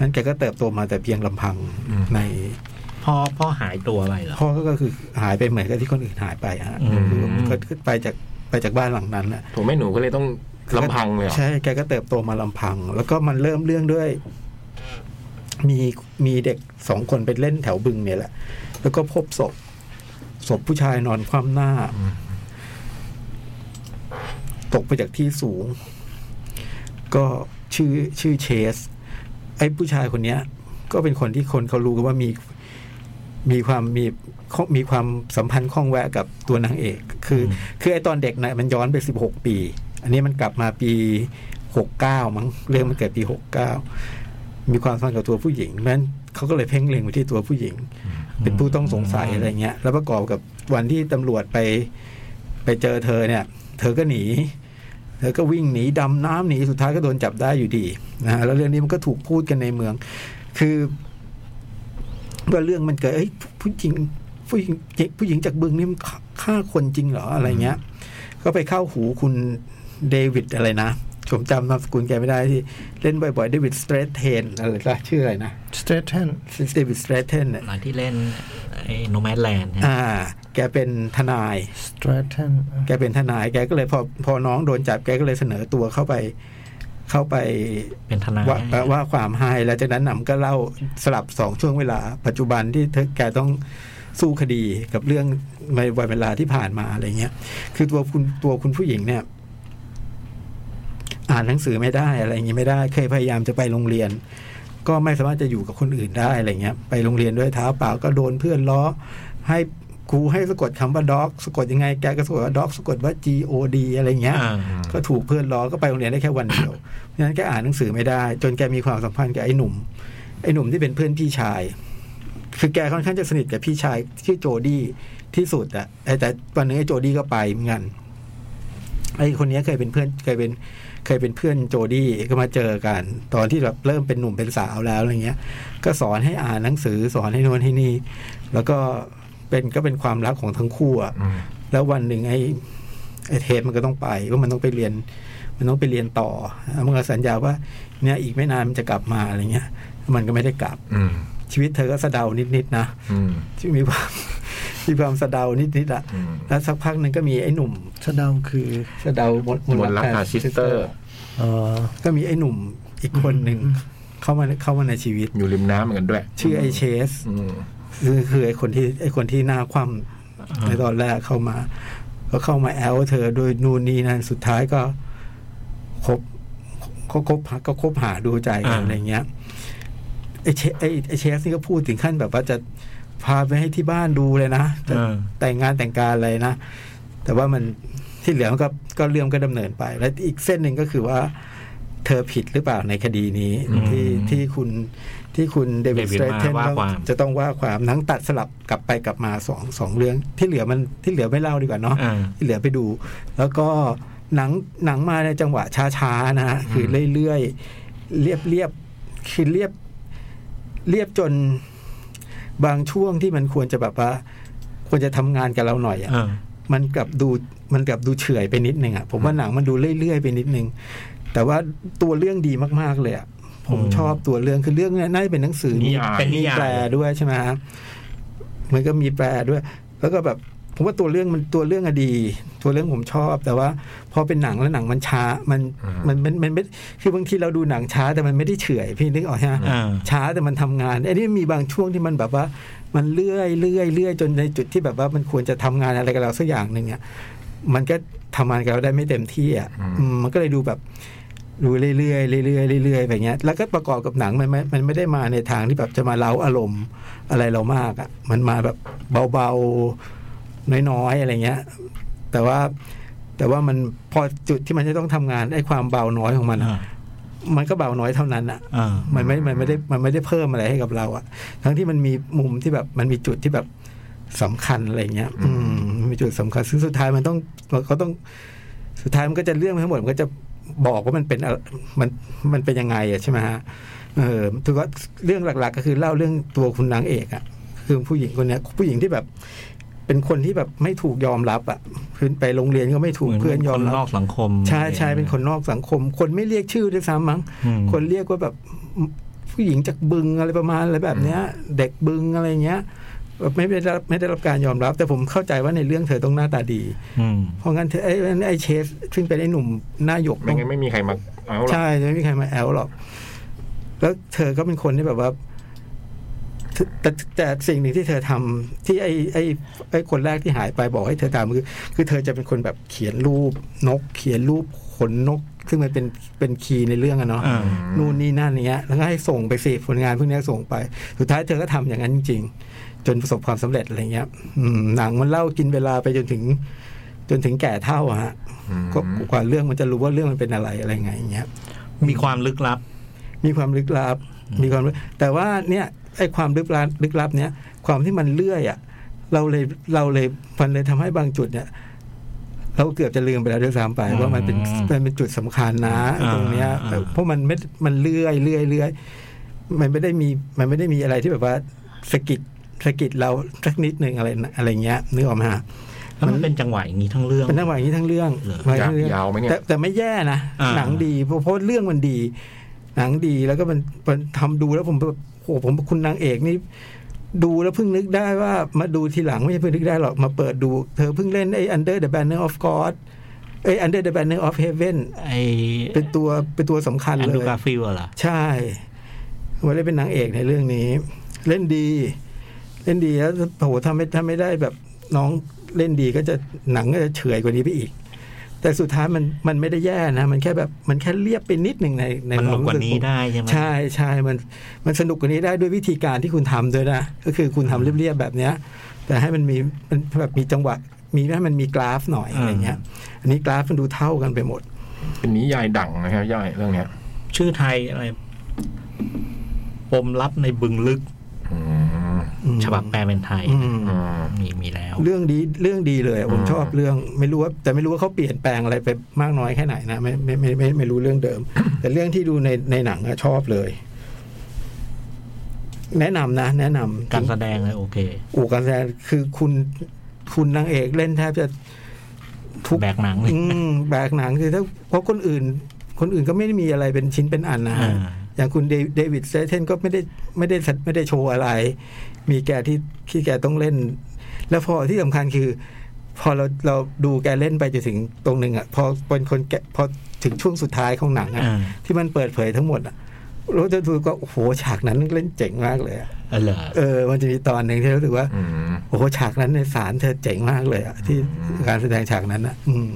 Speaker 2: นั้นแกก็เติบโตมาแต่เพียงลำพัง
Speaker 3: อืม
Speaker 2: ใน
Speaker 5: พ่อพ่อหายตัวไปเหรอ
Speaker 2: พ่อก็คือหายไปเหมือนกับที่คนอื่นหายไปฮะ
Speaker 5: อืม
Speaker 2: คือก็ก็ไปจากไปจากบ้านหลังนั้นนะ
Speaker 3: ถูกไหม่หนูก็เลยต้องลำพังเลยเหรอ
Speaker 2: ใช่แกก็เติบโตมาลำพัง แล้วก็มันเริ่มเรื่องด้วย มีมีเด็กสองคนไปเล่นแถวบึงเนี่ยแหละ แล้วก็พบศพศพผู้ชายนอนคว่ำหน้า ตกไปจากที่สูง ก็ชื่อชื่อเชส ไอ้ผู้ชายคนเนี้ย ก็เป็นคนที่คนเขารู้กันว่ามี มีความมีมีความสัมพันธ์ข้องแวะกับตัวนางเอก คืออคือไอ้ตอนเด็กนะมันย้อนไปสิบหกปี อันนี้มันกลับมาปีหกเก้ามั้งเรื่องมันเกิดปีหกเก้ามีความสัมพันธ์กับตัวผู้หญิงเพราะฉะนั้นเขาก็เลยเพ่งเล็งไปที่ตัวผู้หญิง เป็นผู้ต้องสงสัยอะไรเงี้ย แล้วประกอบกับวันที่ตำรวจไปไปเจอเธอเนี่ย เธอก็หนี เธอก็วิ่งหนีดำน้ำหนีสุดท้ายก็โดนจับได้อยู่ดีนะฮะแล้วเรื่องนี้มันก็ถูกพูดกันในเมือง คือว่าเรื่องมันเกิดเอ้ยผู้หญิงผู้หญิงผู้หญิงจากบึงนี่มันฆ่าฆ่าคนจริงเหรออะไรเงี้ย ก็ไปเข้าหูคุณเดวิดอะไรนะผมจำนามสกุลแกไม่ได้ที่เล่นบ่อยๆเดวิดสเตรทเทนอะไรนะชื่ออะไรนะ
Speaker 4: สเตทเทน
Speaker 2: เดวิดสเตรทเทนเนี่ย
Speaker 5: หลังที่เล่นไอ้โนแมดแลนด์
Speaker 2: อ่า แกเป็นทนาย
Speaker 4: สเตทเทน
Speaker 2: แกเป็นทนาย แกก็เลยพอพอน้องโดนจับ แกก็เลยเสนอตัวเข้าไป เข้าไป
Speaker 5: เป็นทนาย
Speaker 2: ว่าว่าความให้แล้วจากนั้นหนำก็เล่าสลับสองช่วงเวลา ปัจจุบันที่เธอแกต้องสู้คดีกับเรื่องในวันเวลาที่ผ่านมาอะไรเงี้ย คือตัวคุณตัวคุณผู้หญิงเนี่ย อ่านหนังสือไม่ได้อะไรอย่างงี้ไม่ได้ เคยพยายามจะไปโรงเรียน ก็ไม่สามารถจะอยู่กับคนอื่นได้อะไรเงี้ย ไปโรงเรียนด้วยเท้าเปล่าก็โดนเพื่อนล้อ ให้ครูให้สะกดคำว่าด็อกสะกดยังไงแกก็สะกดว่าด็อกสะกดว่า G O D อะไรเงี้ย
Speaker 5: อ่า
Speaker 2: ก็ถูกเพื่อนล้อก็ไปโรงเรียนได้แค่วันเดียว เพราะฉะนั้นแกอ่านหนังสือไม่ได้ จนแกมีความสัมพันธ์กับไอ้หนุ่ม ไอ้หนุ่มที่เป็นเพื่อนพี่ชาย คือแกค่อนข้างจะสนิทกับพี่ชายชื่อโจดี้ที่สุดอะแต่แต่วันหนึงไอ้โจดี้ก็ไปเหมือนกัน ไอ้คนเนี้ยเคยเป็นเพื่อนเคยเป็นเคยเป็นเพื่อนโจดี้ก็มาเจอกัน ตอนที่แบบเริ่มเป็นหนุ่มเป็นสาวแล้วอะไรเงี้ย ก็สอนให้อ่านหนังสือสอนให้โน่นให้นี่ แล้วก็เป็นก็เป็นความรักของทั้งคู่อะ
Speaker 3: อืม
Speaker 2: แล้ววันหนึ่งไอ้ไอ้เทปมันก็ต้องไปว่ามันต้องไปเรียน มันต้องไปเรียนต่อแล้วมันก็สัญญาว่าเนี่ยอีกไม่นานมันจะกลับมาอะไรเงี้ย มันก็ไม่ได้กลับ
Speaker 3: อืม
Speaker 2: ชีวิตเธอก็สะเดานิดๆนะ
Speaker 3: อืม
Speaker 2: ที่มีความ มีความสะเดานิดๆอะ
Speaker 3: อืม
Speaker 2: แล้วสักพักหนึ่งก็มีไอ้หนุ่ม
Speaker 4: สะเดาคือ
Speaker 2: สะเดามด
Speaker 3: มนต์รัก
Speaker 2: แ
Speaker 3: อาซิสเตอร์
Speaker 4: อ๋อ
Speaker 2: ก็มีไอ้หนุ่มอีกคนหนึ่งเข้ามาเข้ามาในชีวิต
Speaker 3: อยู่ริมน้ำเหมือนกันด้วย
Speaker 2: ชื่อไอเชส
Speaker 3: อืม
Speaker 2: คือคือไอ้คนที่ไอ้คนที่หน้าคว่ำในตอนแรกเข้ามา ก็เข้ามาแอลเธอโดวยนู่นนี่นั่นสุดท้ายก็คบ เขาคบหาก็คบหาดูใจกัน
Speaker 5: อ่า
Speaker 2: อะไรเงี้ยไอเชไอไอเชสนี่ก็พูดถึงขั้นแบบว่าจะพาไปให้ที่บ้านดูเลยนะจะ
Speaker 5: เออ
Speaker 2: แต่งงานแต่งการอะไรนะ แต่ว่ามันที่เหลือมันก็ก็เรื่องก็ดำเนินไป และอีกเส้นหนึ่งก็คือว่า เธอผิดหรือเปล่าในคดีนี้
Speaker 5: อืม
Speaker 2: ที่ที่คุณที่คุณเดวิด
Speaker 5: David
Speaker 2: สเตรเทนต้อ
Speaker 5: มาว่า
Speaker 2: ง
Speaker 5: ความ
Speaker 2: จะต้องว่าความหนังตัดสลับกลับไปกลับมาสองสองเรื่อง ที่เหลือมันที่เหลือไม่เล่าดีกว่าเนาะ
Speaker 5: อ่า
Speaker 2: ที่เหลือไปดู แล้วก็หนังหนังมาในจังหวะช้าๆนะฮะคือเรื่อยๆเรียบเรียบๆคือเรียบเรียบจนบางช่วงที่มันควรจะแบบว่า ควรจะทำงานกับเราหน่อยอะ
Speaker 5: อ่า
Speaker 2: มันกลับดูมันกลับดูเฉื่อยไปนิดนึงอ่ะผมว่าหนังมันดูเรื่อยๆไปนิดนึง แต่ว่าตัวเรื่องดีมากๆเลยอ่ะผม
Speaker 5: อืม
Speaker 2: ชอบตัวเรื่องคือเรื่องเนี้ยน่าจะเป็นหนังสือ
Speaker 3: นิยาย
Speaker 5: เป็นนิ
Speaker 2: มี
Speaker 5: ยาย
Speaker 2: แปลด้วยใช่ไหมฮะมันก็มีแปลด้วย แล้วก็แบบ ผมว่าตัวเรื่องมันตัวเรื่องอะดี ตัวเรื่องผมชอบ แต่ว่าพอเป็นหนังแล้วหนังมันช้า มัน
Speaker 3: อืม
Speaker 2: มันมันมันไม่คือบางทีเราดูหนังช้าแต่มันไม่ได้เฉื่อยพี่นึกออกใช่ไหม
Speaker 5: อ่า
Speaker 2: ช้าแต่มันทำงานไอ้นี่มีบางช่วงที่มันแบบว่า มันเลื่อยเลื่อยเลื่อยจนในจุดที่แบบว่ามันควรจะทำงานอะไรกับเราสักอย่างหนึ่งอ่ะมันก็ทำงานกับเราได้ไม่เต็มที่อ่ะอืมมันก็เลยดูแบบ ดูเรื่อยๆเรื่อยๆเรื่อยๆแบบเนี้ย แล้วก็ประกอบกับหนังมันไม่มันไม่ได้มาในทางที่แบบจะมาเล้าอารมณ์อะไรเรามากอะ่ะ มันมาแบบเบาๆน้อยๆอะไรเงี้ย แต่ว่าแต่ว่ามันพอจุดที่มันจะต้องทำงานไอ้ความเบาน้อยของมันอะ
Speaker 5: อ่า
Speaker 2: มันก็เบาน้อยเท่านั้นอ่ะ
Speaker 5: อ่า
Speaker 2: มันไม่ มันไม่ได้ มันไม่ได้เพิ่มอะไรให้กับเราอะทั้งที่มันมีมุมที่แบบ มันมีจุดที่แบบสำคัญอะไรเงี้ย อืมมันมีจุดสำคัญ ซึ่งสุดท้ายมันต้องเขาต้อง สุดท้ายมันก็จะเรื่องทั้งหมด มันก็จะบอกว่ามันเป็นอะไรมัน มันเป็นยังไงอะใช่ไหมฮะ เออถือว่าเรื่องหลัก ๆ ก็คือเล่าเรื่องตัวคุณนางเอกอะคือผู้หญิงคนเนี้ย ผู้หญิงที่แบบ เป็นคนที่แบบไม่ถูกยอมรับอะคือไปโรงเรียนก็ไม่ถูก
Speaker 5: เหมือน
Speaker 2: เพื่อนยอม
Speaker 5: ค
Speaker 2: รั
Speaker 5: น
Speaker 2: บ
Speaker 5: นอกสังคม
Speaker 2: ใช่ใช่เป็นคนนอกสังคม คนไม่เรียกชื่อด้วยซ้ำมั้ง
Speaker 5: อืม
Speaker 2: คนเรียกว่าแบบผู้หญิงจากบึงอะไรประมาณอะไรแบบเนี้ย เด็กบึงอะไรเงี้ยแบบไม่ได้รับไม่ได้รับการยอมรับ แต่ผมเข้าใจว่าในเรื่องเธอต้องหน้าตาดี
Speaker 5: อืม
Speaker 2: เพราะงั้นเธอไอ้ไอ้เชฟซึ่งเป็นไอ้หนุ่มหน้าหยก
Speaker 3: ไม่งั้นไม่มีใครมาเอาหรอก
Speaker 2: ใช่ไม่มีใครมาแอลหรอก แล้วเธอก็เป็นคนที่แบบว่าแต่แต่แต่สิ่งหนึ่งที่เธอทำที่ไอ้ไอ้ไอ้คนแรกที่หายไปบอกให้เธอทำคือ คือเธอจะเป็นคนแบบเขียนรูปนก เขียนรูปขนนก ซึ่งมันเป็นเป็นคีย์ในเรื่องอะเนาะ
Speaker 5: อ่า
Speaker 2: นู่นนี่นั่นอย่างเงี้ยแล้วก็ให้ส่งไปสิผลงานพวกเนี้ยส่งไป สุดท้ายเธอก็ทำอย่างนั้นจริงๆจนประสบความสำเร็จอะไรเงี้ย อืมหนังมันเล่ากินเวลาไปจนถึง จนถึงแก่เท่าอะฮะก็กว่าเรื่องมันจะรู้ว่าเรื่องมันเป็นอะไรอะไรไงอย่างเงี้ย
Speaker 5: มีความลึกลับ
Speaker 2: มีความลึกลับ มีความลึกแต่ว่าเนี่ยไอ้ความลึกลับลึกลับเนี้ยความที่มันเลื่อยอะเราเลยเราเลยมันเลยทำให้บางจุดเนี่ย เราเกือบจะลืมไปแล้วด้วยซ้ำไปว่ามันเป็น
Speaker 5: อืม
Speaker 2: มันเป็นจุดสำคัญนะ
Speaker 5: อ่า
Speaker 2: ตรงเนี้ย
Speaker 5: อ่า
Speaker 2: เพราะมันไม่มันเลื่อยเลื่อยเลื่อยมันไม่ได้มีมันไม่ได้มีอะไรที่แบบว่าสะกิดสะกิดเราสักนิดหนึ่งอะไรอะไรเงี้ยนึกออกไหมฮะ
Speaker 5: แล้วมันเป็นจังหวะอย่างนี้ทั้งเรื่อง
Speaker 2: เป็นทั้งหวะอย่างนี้ทั้งเรื่อง
Speaker 5: เหรอ
Speaker 2: ทั้งเรื่อง
Speaker 3: ยาวไหมเนี่ย
Speaker 2: แต่แต่ไม่แย่นะ
Speaker 5: อ่า
Speaker 2: หนังดีเพราะเพราะเรื่องมันดี หนังดีแล้วก็มันมันทำดูแล้วผมแบบโอ้โหผมคุณนางเอกนี่ ดูแล้วเพิ่งนึกได้ว่ามาดูทีหลังไม่ใช่เพิ่งนึกได้หรอกมาเปิดดู เธอเพิ่งเล่นไอ้ Under the Banner of God ไอ้ Under the Banner of Heaven
Speaker 5: ไอ้
Speaker 2: เป็นตัวเป็นตัวสำคัญ
Speaker 5: แอน
Speaker 2: เล
Speaker 5: ดู
Speaker 2: ย
Speaker 5: กาฟิลด์อะเหรอ
Speaker 2: ใช่ว่าเล่นเป็นนางเอกในเรื่องนี้ เล่นดี เล่นดีแล้วโอ้โหถ้าไม่ถ้าไม่ได้แบบน้องเล่นดีก็จะหนังก็จะเฉอยกว่านี้ไปอีก แต่สุดท้ายมันมันไม่ได้แย่นะ มันแค่แบบมันแค่เรียบไปนิดหนึ่งในใน
Speaker 5: มัน
Speaker 2: ค
Speaker 5: หนุ
Speaker 2: วาม
Speaker 5: ก
Speaker 2: รู้
Speaker 5: กว่า
Speaker 2: สึก
Speaker 5: นี้
Speaker 2: ผม
Speaker 5: ได้ใช่ไหม
Speaker 2: ใช่ใช่มันมันสนุกกว่านี้ได้ด้วยวิธีการที่คุณทำด้วยนะ ก็คือคุณทำเรียบๆแบบเนี้ย แต่ให้มันมีมันแบบมีจังหวะ มีให้มันมีกราฟหน่อยอะไรเงี้ย อันนี้กราฟมันดูเท่ากันไปหมด
Speaker 3: เป็นนิยายดังนะครับย่อยเรื่องเนี้ย
Speaker 5: ชื่อไทยอะไรปมลับในบึงลึก
Speaker 3: อืม
Speaker 5: ฉบับแปลเป็นไทย
Speaker 2: อืม
Speaker 3: อืม
Speaker 5: มีมีแล้ว
Speaker 2: เรื่องดีเรื่องดีเลยอะผม
Speaker 3: อืม
Speaker 2: ชอบเรื่องไม่รู้ว่าแต่ไม่รู้ว่าเขาเปลี่ยนแปลงอะไรไปมากน้อยแค่ไหนนะไม่ไม่ไมไม่ไม่รู้เรื่องเดิม แต่เรื่องที่ดูในในหนังอะชอบเลย แนะนำนะ แนะนำ
Speaker 5: การแสดงเลยโอเค
Speaker 2: อูกันแซนคือคุณคุณนางเอกเล่นแทบจะทุก
Speaker 5: แบกหนังเลย
Speaker 2: อืมแบกหนังคือถ้าเพราะคนอื่น คนอื่นก็ไม่ได้มีอะไรเป็นชิ้นเป็นอันนะฮะ
Speaker 5: อ่า
Speaker 2: อย่างคุณเดเดวิดเซเทนก็ไม่ได้ไม่ได้ไม่ได้โชว์อะไร มีแกที่ที่แกต้องเล่น แล้วพอที่สำคัญคือ พอเราเราดูแกเล่นไปจนถึงตรงหนึ่งอ่ะพอเป็นคนแกพอถึงช่วงสุดท้ายของหนังอ่ะ
Speaker 5: อ่า
Speaker 2: ที่มันเปิดเผยทั้งหมดอ่ะรู้จะดูก็โอ้โหฉากนั้นเล่นเจ๋งมากเลยอะ
Speaker 5: เออเหรอ
Speaker 2: เออ มันจะมีตอนหนึ่งที่รู้สึกว่า
Speaker 3: อืม
Speaker 2: โอ้โหฉากนั้นในสารเธอเจ๋งมากเลยอ่ะที่การแสดงฉากนั้นอ่ะ อืม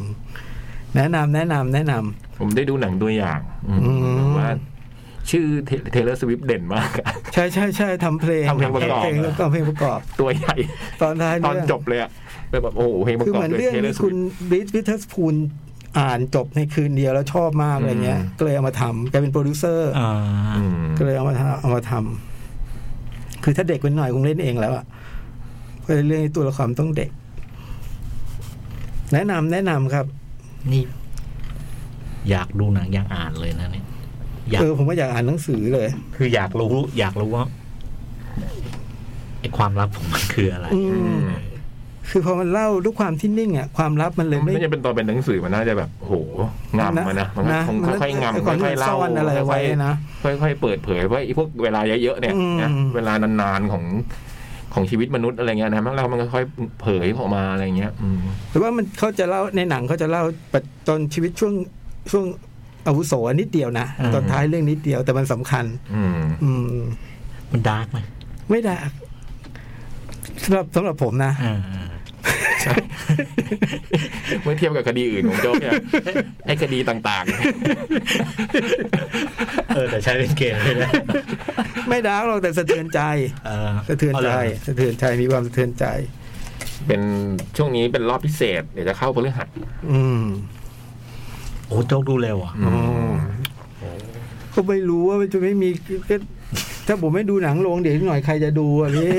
Speaker 2: แนะนำแนะนำแนะนำ
Speaker 3: ผมได้ดูหนังตัวอย่างอืม
Speaker 2: อืม
Speaker 3: ว่า ชื่อเทเลอร์สวิฟเด่นมากอะ
Speaker 2: ใช่ใช่ใช่ทำเพลง
Speaker 3: ทำเพลงประกอบ
Speaker 2: เพลงแล้วก็เพลงประกอบ
Speaker 3: ตัวใหญ่
Speaker 2: ตอนท้าย
Speaker 3: ตอน
Speaker 2: เรื่อง
Speaker 3: จบเลยอะเป็นแบบโอ้โหเพลงประ
Speaker 2: คือก
Speaker 3: อบ
Speaker 2: เหมือน
Speaker 3: เลย
Speaker 2: เรื่อง
Speaker 3: เทเลอ
Speaker 2: นี้
Speaker 3: ร์ส
Speaker 2: คุ
Speaker 3: วิฟ
Speaker 2: ณริชวิทเทอร์สพูลอ่านจบในคืนเดียวแล้วชอบมากอะไรเงี้ย
Speaker 3: อืม
Speaker 2: ก็เลยเอามาทำแกเป็นโปรดิวเซอร์
Speaker 5: อ่า
Speaker 2: ก็เลยเอามาทำเอามาทำคือถ้าเด็กเป็นหน่อยคงเล่นเองแล้วอะเพราะเรื่องนี้ตัวละครต้องเด็ก แนะนำแนะนำครับ
Speaker 5: นี่ อยากดูหนังอยากอ่านเลยนะเนี่ย อยาก
Speaker 2: เออผมว่าอยากอ่านหนังสือเลย
Speaker 5: คืออยากรู้ อยากรู้ว่าไอความลับของมันคืออะไร
Speaker 2: อืม คือพอมันเล่าด้วยความที่นิ่งอะความลับมันเลย
Speaker 3: มัน
Speaker 2: ไม่
Speaker 3: น่าจะเป็นตอนเป็นหนังสือมันน่าจะแบบโอ้โหงำมันนะมันก็
Speaker 2: นะ
Speaker 3: คง
Speaker 2: มันก็
Speaker 3: ค่อยๆ
Speaker 2: ไอ้
Speaker 3: งำ
Speaker 2: ความ
Speaker 3: ค่อยๆเล่า
Speaker 2: ซ่อนอะไรไว้นะ
Speaker 3: ค่อยๆค่อยๆเปิดเผยว่าไอ้พวกเวลาเยอะๆเนี่ยนะ
Speaker 2: อืม
Speaker 3: เวลานานๆของของชีวิตมนุษย์อะไรเงี้ยนะแล้วเรามันก็ค่อยเผยออกมาอะไรเงี้ย อืม
Speaker 2: หรือว่ามันเขาจะเล่าในหนังเขาจะเล่าปัจจนชีวิตช่วงช่วงอาวุโสนิดเดียวนะ
Speaker 5: อืม
Speaker 2: ตอนท้ายเรื่องนิดเดียวแต่มันสำคัญ
Speaker 3: อืม
Speaker 2: อืม
Speaker 5: มันดาร์กไหม
Speaker 2: ไม่ได้สำหรับสำหรับผมนะ
Speaker 5: อ่า
Speaker 3: เมื่อเทียบกับคดีอื่นของโจ๊กเนี่ย ไอ้คดีต่าง
Speaker 5: เออแต่ใช้เป็นเกมเลยนะ
Speaker 2: ไม่ดาร์กหรอกแต่สะเทือนใจ
Speaker 5: เออ
Speaker 2: สะเทือนใจสะเทือนใจมีความสะเทือนใจ
Speaker 3: ๆ เป็นช่วงนี้เป็นรอบพิเศษ เดี๋ยวจะเข้าพฤหัส
Speaker 2: อืม
Speaker 5: โอ้โจ๊กดูเร็วอ่ะ
Speaker 3: อืม
Speaker 2: ก็ไม่รู้ว่ามันจะไม่มีก็ถ้าผมไม่ดูหนังลงเดี๋ยวอีกหน่อยใครจะดูอ่ะ พี่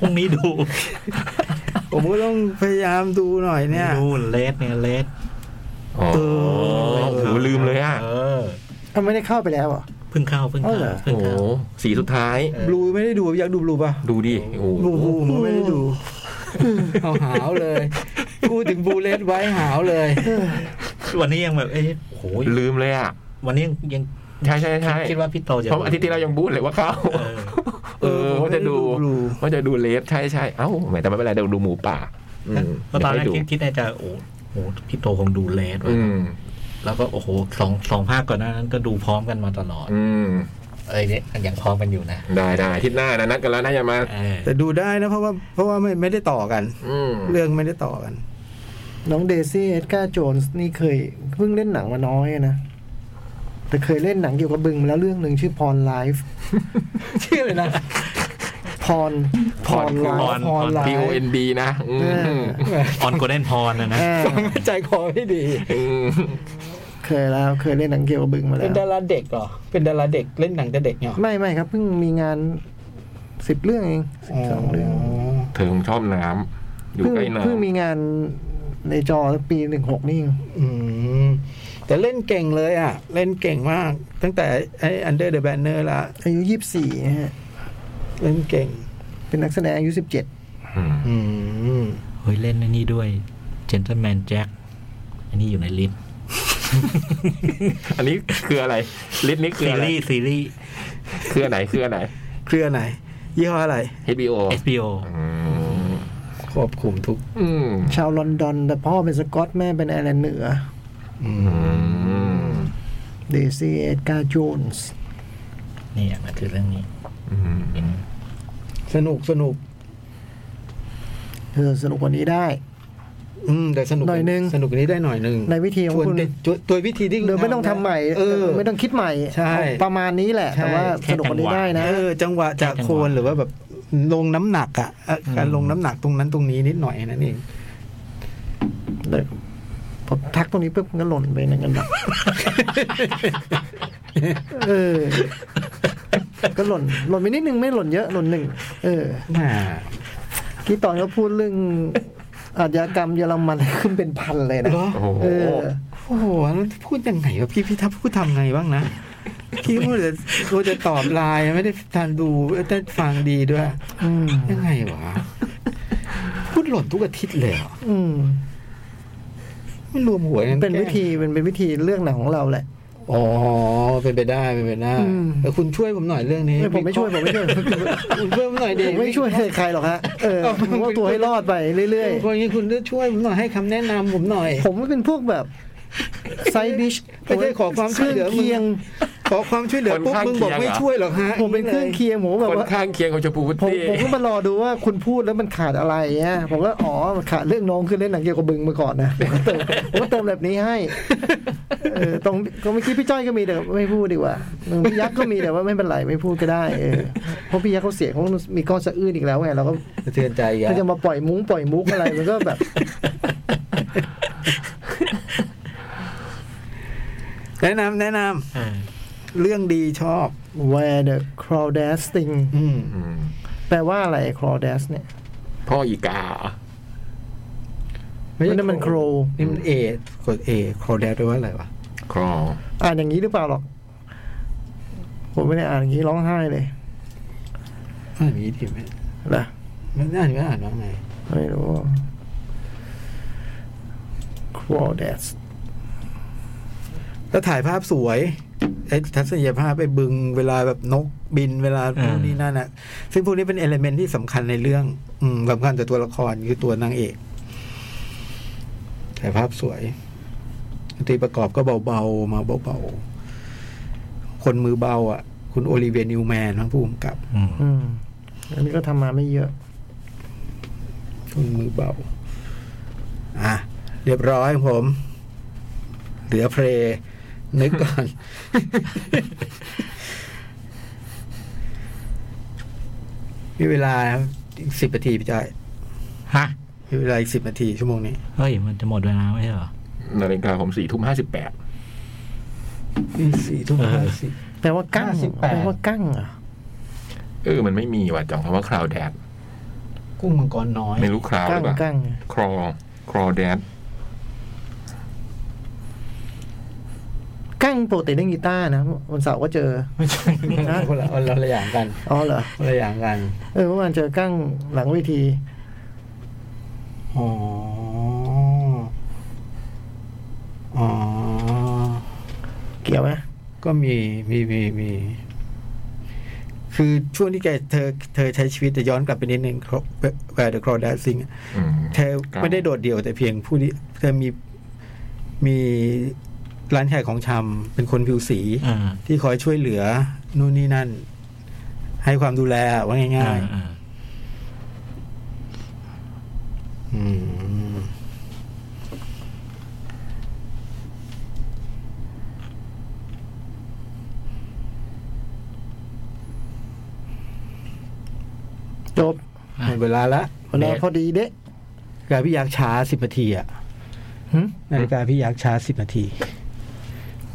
Speaker 5: พรุ่งนี้ดู
Speaker 2: ผมก็ต้องพยายามดูหน่อยเนี่ย
Speaker 5: ดูเลสเนี่ยเลส
Speaker 3: อ๋อ
Speaker 2: เออ
Speaker 3: โอ้โหลืมเลยอ่ะ
Speaker 5: เออ
Speaker 4: เขาไม่ได้เข้าไปแล้วเหรอ่ะ
Speaker 5: เพิ่งเข้าเพิ่ง
Speaker 4: เอา
Speaker 5: เข้า
Speaker 4: เหรอ
Speaker 5: เพิ่
Speaker 3: โอ้
Speaker 5: ง
Speaker 3: โห
Speaker 5: เข้า
Speaker 3: สีสุดท้าย
Speaker 2: บลูไม่ได้ดูอยากดูบลูป่ะ
Speaker 3: ดูดิโอ้
Speaker 2: บ
Speaker 3: โห
Speaker 2: ลูบลูผมก็ไม่ได้ดูเอาหาวเลยพูดถึงบลูเลสไว้หาวเลย
Speaker 5: วันนี้ยังแบบเอ๊ะโอ้โห
Speaker 3: ลืมเลยอ่ะ
Speaker 5: วันนี้ยังยัง
Speaker 3: ใช่ใช่ใช่
Speaker 5: คิดว่าพี่โตจะ
Speaker 3: เพราะอาทิตย์ที่เรายังบูดเลยว่าเข้า
Speaker 5: เออ
Speaker 3: เออ
Speaker 2: เออผม
Speaker 3: ว่าจะดู
Speaker 2: ไม่ได้ดู
Speaker 3: ว่าจะดูเลฟใช่ใช่เอ้าแหมแต่ไม่เป็นไรเดี๋ยวดูหมูป่าอืม
Speaker 5: ก็ตอนแรก
Speaker 3: เดี๋ยว
Speaker 5: คิ
Speaker 3: ให้ดู
Speaker 5: ดคิดในใจโอ้โหพี่โตคงดูเลส
Speaker 3: อืม
Speaker 5: แล้วก็โอ้โหสองสองภาคก่อนหน้านั้นก็ดูพร้อมกันมาตลอด
Speaker 3: อืม
Speaker 5: เอ้ยเนี่ยยังพร้อมกันอยู่นะ
Speaker 3: ได้ได้อาทิตย์หน้านะนัดกันแล้วน่าจะมา
Speaker 5: เออ
Speaker 2: แต่ดูได้นะเพราะว่าเพราะว่าไม่ไม่ได้ต่อกัน
Speaker 3: อืม
Speaker 2: เรื่องไม่ได้ต่อกัน
Speaker 4: น้องเดซี่เอ็ดการ์โจนส์นี่เคยเพิ่งเล่นหนังมาน้อยนะ แต่เคยเล่นหนังเกี่ยวกับบึงมาแล้วเรื่องหนึ่งชื่อพรไลฟ์
Speaker 2: ชื่ออะไรนะ
Speaker 4: พรพรไลฟ์พรไล
Speaker 3: พีโอเอ็
Speaker 4: ฟ์
Speaker 3: นดีนะอืม
Speaker 4: เออ
Speaker 5: ออนโกลเด้นพรนะนะ
Speaker 2: ใจคอไม่ดี
Speaker 3: อืม
Speaker 4: เคยแล้วเคยเล่นหนังเกี่ยวกับบึงมาแล้
Speaker 2: เป็นดาว ราเด็กเหรอเป็นดาราเด็กเล่นหนังแต่เด็กเนี่ยเหรอ
Speaker 4: ไม่ไม่ครับเพิ่งมีงานสิบเรื่องเองสิบสองเรื่อง
Speaker 3: เธอคงชอบน้ำอยู่
Speaker 4: เพิ่ง
Speaker 3: ใกล้น้ำ
Speaker 4: เพิ่งมีงานในจอปีหนึ่งหกนี่เอง
Speaker 2: อืมแต่เล่นเก่งเลยอ่ะ เล่นเก่งมาก ตั้งแต่ไอ้อันเดอร์เดอะแบนเนอร์ละ
Speaker 4: อายุยี่สิบสี่ฮะ
Speaker 2: เล่นเก่ง
Speaker 4: เป็นนักแสดงอายุสิบเจ็ด
Speaker 3: อืม
Speaker 2: อืม
Speaker 5: เฮ้ยเล่นไอ้นี่ด้วย Gentleman Jack อันนี้อยู่ในลิสต์
Speaker 3: อันนี้คืออะไรลิสต์นี้คือ
Speaker 5: ซี
Speaker 3: อะไร
Speaker 5: รีส์ซีรีส์
Speaker 3: คืออนไหนคืออนไหน
Speaker 2: เครือไหน ยี่ห้ออะไร
Speaker 3: HBO
Speaker 5: HBO
Speaker 3: อืม
Speaker 2: ควบคุมทุก
Speaker 3: อืม
Speaker 4: ชาวลอนดอน แต่พ่อเป็นสกอตแม่เป็นไอร์แลนด์เหนือ
Speaker 3: อืม
Speaker 4: เดซี่เอ็ดการ์โจนส์
Speaker 5: นี่อ่ะมันคือเรื่องนี้
Speaker 3: อืม
Speaker 2: สนุกสนุก
Speaker 4: เออสนุกกว่านี้ได้
Speaker 2: อืม แต่สนุก
Speaker 4: หน่อยนึง
Speaker 2: สนุกกว่านี้ได้หน่อยนึง
Speaker 4: ในวิธีของ
Speaker 2: ชว
Speaker 4: คุณ
Speaker 2: ได้ชวนตัววิธีที่
Speaker 4: เดี๋ยวไม่ต้องทำใหม่
Speaker 2: เออ
Speaker 4: ไม่ต้องคิดใหม่
Speaker 2: ใช่
Speaker 4: เอาประมาณนี้แหละ
Speaker 2: ใช่
Speaker 4: แต่ว่า
Speaker 5: แค่
Speaker 4: สนุกกว่านี้
Speaker 5: จังหวะ
Speaker 4: ได้นะ
Speaker 2: เออ จังหวะจากโคนหรือว่าแบบลงน้ำหนักอ่ะเอ่อการลงน้ำหนักตรงนั้นตรงนี้นิดหน่อยนั่นเอง
Speaker 4: พอทักตรงนี้ปุ๊บมันก็หล่นไปในกันดับ เออ ก็หล่น หล่นไปนิดนึงไม่หล่นเยอะ หล่นหนึ่ง เออ ที่ตอนเขาพูดเรื่อง อาชญากรรมเยอรมันขึ้นเป็นพันเลยนะ
Speaker 2: เหรอ
Speaker 3: โอ้โห
Speaker 4: เออ
Speaker 2: โอ้โหแล้วพูดยังไงวะพี่พี่ทัพพูดทำไงบ้างนะพี่พูดแต่โดจะตอบไลน์ไม่ได้ทันดูแต่ฟังดีด้วย
Speaker 4: อืม
Speaker 2: ยังไงวะ พูดหล่นทุกอาทิตย์เลยเหรอ
Speaker 4: อืม
Speaker 2: ไม่รวมหัวกัน
Speaker 4: เป็น
Speaker 2: แกล้ง
Speaker 4: วิธีเป็นเป็นวิธีเรื่องหนังของเราแหละ
Speaker 2: อ๋อเป็นไปได้เป็นไปได้
Speaker 4: อืม
Speaker 2: แต่คุณช่วยผมหน่อยเรื่องนี้
Speaker 4: เออผมไม่ช่วย ผมไม่ช่วย
Speaker 2: คุณช่วยผมหน่อยเด็
Speaker 4: ผมไม่ช่วยใครหรอกฮะ เออ
Speaker 2: เอา
Speaker 4: ผมว่าตัวให้รอดไปเรื่อย
Speaker 2: คนนี้คุณช่วยผมหน่อยให้คำแนะนำ ผมหน่อย
Speaker 4: ๆ ผมเป็นพวกแบบไซบิช
Speaker 2: ไม่ใช่ขอความช่วยเหลือมึง
Speaker 4: เคียง
Speaker 2: ขอความช่วยเหลือ
Speaker 3: คน
Speaker 2: ปุ๊บ
Speaker 3: ข้าง
Speaker 2: มึงบอก
Speaker 3: เคียง
Speaker 2: ไม่
Speaker 3: เหรอ
Speaker 2: ช่วยหรอกฮะ
Speaker 4: ผมเป็นเครื่องเคียงผมก็แบ
Speaker 3: ค
Speaker 4: บ
Speaker 3: น
Speaker 4: ว่า
Speaker 3: ข้างเคียงของชมพูพุต
Speaker 4: ผม
Speaker 3: ตี้
Speaker 4: ผมก็มารอดูว่าคุณพูดแล้วมันขาดอะไรอ่ะผมก็อ๋อมันขาดเรื่องน้องคือเล่นหนังเกี่ยวกับบึงมาก่อนนะผมก็เติมผมก็เติมแบบนี้ให้เออตรงก็เมื่อกี้พี่จ้อยก็มีแต่ไม่พูดดีกว่าพี่ยักษ์ก็มีแต่ว่าไม่เป็นไรไม่พูดก็ได้เออเพราะพี่ยักษ์เขาเสียงเขามีก้อนสะอื้นอีกแล้วไงเราก็
Speaker 7: สะเทือนใจอีก
Speaker 4: ถ้าจะ
Speaker 7: อ่ะ
Speaker 4: มาปล่อยมุ้งปล่อยมุกอะไรมันก็แบบ
Speaker 2: แนะนำแนะนำ
Speaker 5: อ่า
Speaker 2: เรื่องดีชอบ
Speaker 4: where the crow d a s t i n g
Speaker 2: อืม
Speaker 3: อืม
Speaker 4: แปลว่าอะไร crow d a s เนี่ย
Speaker 3: พ่ออีกา
Speaker 4: ไม่ใช่มัน crow
Speaker 2: นี่มันเอกดเอครอแดดด้วยว่าอะไรวะ
Speaker 3: ครอง
Speaker 4: อ่านอย่างนี้หรือเปล่าหรอกผมไม่ได้อ่านอย่างนี้ร้องไห้เลย
Speaker 2: อ่านอย่างนี้ดีไหม
Speaker 4: นะ
Speaker 2: มันอ่านก็อ่านว่าไง
Speaker 4: ไม่รู้ crawl dash
Speaker 2: แล้วถ่ายภาพสวยไอ้ทัศนียภาพไอ้บึงเวลาแบบนกบินเวลาพวกนี้นั่นน่ะ ซึ่งพวกนี้เป็นเอลเมนที่สำคัญในเรื่อง อืมสำคัญแต่อตัวละครคือตัวนางเอกถ่ายภาพสวยดนตรีประกอบก็เบาๆ มาเบาๆ คนมือเบาอ่ะ คุณโอลิเวียนิวแมนทั้งผู้กำกับ
Speaker 5: อืม
Speaker 4: อืม อันนี้ก็ทำมาไม่เยอะ
Speaker 2: ทุ่งมือเบา อ่ะ เรียบร้อยผม เหลือเพลงนึกก่อน มีเวลาสิบนาทีพี่จ้อย
Speaker 5: ฮะ
Speaker 2: มีเวลาอีกสิบนาทีชั่วโมงนี้
Speaker 5: เฮ้ย มันจะหมดเวลาไม่ใช่เหรอ
Speaker 3: นาฬิกาผมสี่ทุ่มห้าสิบแปด
Speaker 2: สี่ทุ่มห้าสิบ
Speaker 4: แปลว่ากั้ง
Speaker 5: 98
Speaker 4: แปลว่ากั้งเหรอ่ะ
Speaker 3: เออ มันไม่มีว่ะจองคำว่าคราวแดด
Speaker 2: กุ้งมังกรน้อย
Speaker 3: ไม่รู้คราวหรื
Speaker 4: กั้ง
Speaker 3: อเปล่า
Speaker 4: กั้ง
Speaker 3: ครอครอแดด
Speaker 4: กั้งโปรตีนเล่นกีตาร์นะวันเสาร์ก็เจอ
Speaker 2: ไม่ใช่นะคนละคนละอย่างกัน
Speaker 4: อ๋อเหรอ
Speaker 2: คนละอย่างกัน
Speaker 4: เออเมื่อวานเจอกั้งหลังเวที
Speaker 2: อ๋อ อ๋อ
Speaker 4: เกี่ยวไหม
Speaker 2: ก็มีมีมีมี คือช่วงที่แกเธอเธอใช้ชีวิตแต่ย้อนกลับไปนิดนึงแวร์เดอะครอดซิง
Speaker 3: อืม
Speaker 2: เธอไม่ได้โดดเดี่ยวแต่เพียงผู้นี้เธอมีมีร้านขายของชำเป็นคนผิวสี
Speaker 5: อ่า
Speaker 2: ที่คอยช่วยเหลือ นู่นนี่นั่น ให้ความดูแลว่า
Speaker 5: อ่า
Speaker 2: ง่าย
Speaker 5: อ่า
Speaker 2: ๆ อืม
Speaker 4: จบ
Speaker 2: หมดเวลาละ
Speaker 4: เวลาพอดีเด้
Speaker 2: กาพี่ยักษ์ช้าสิบนาทีอ่ะ
Speaker 4: หึ
Speaker 2: นาฬิกาพี่ยักษ์ช้าสิบนาที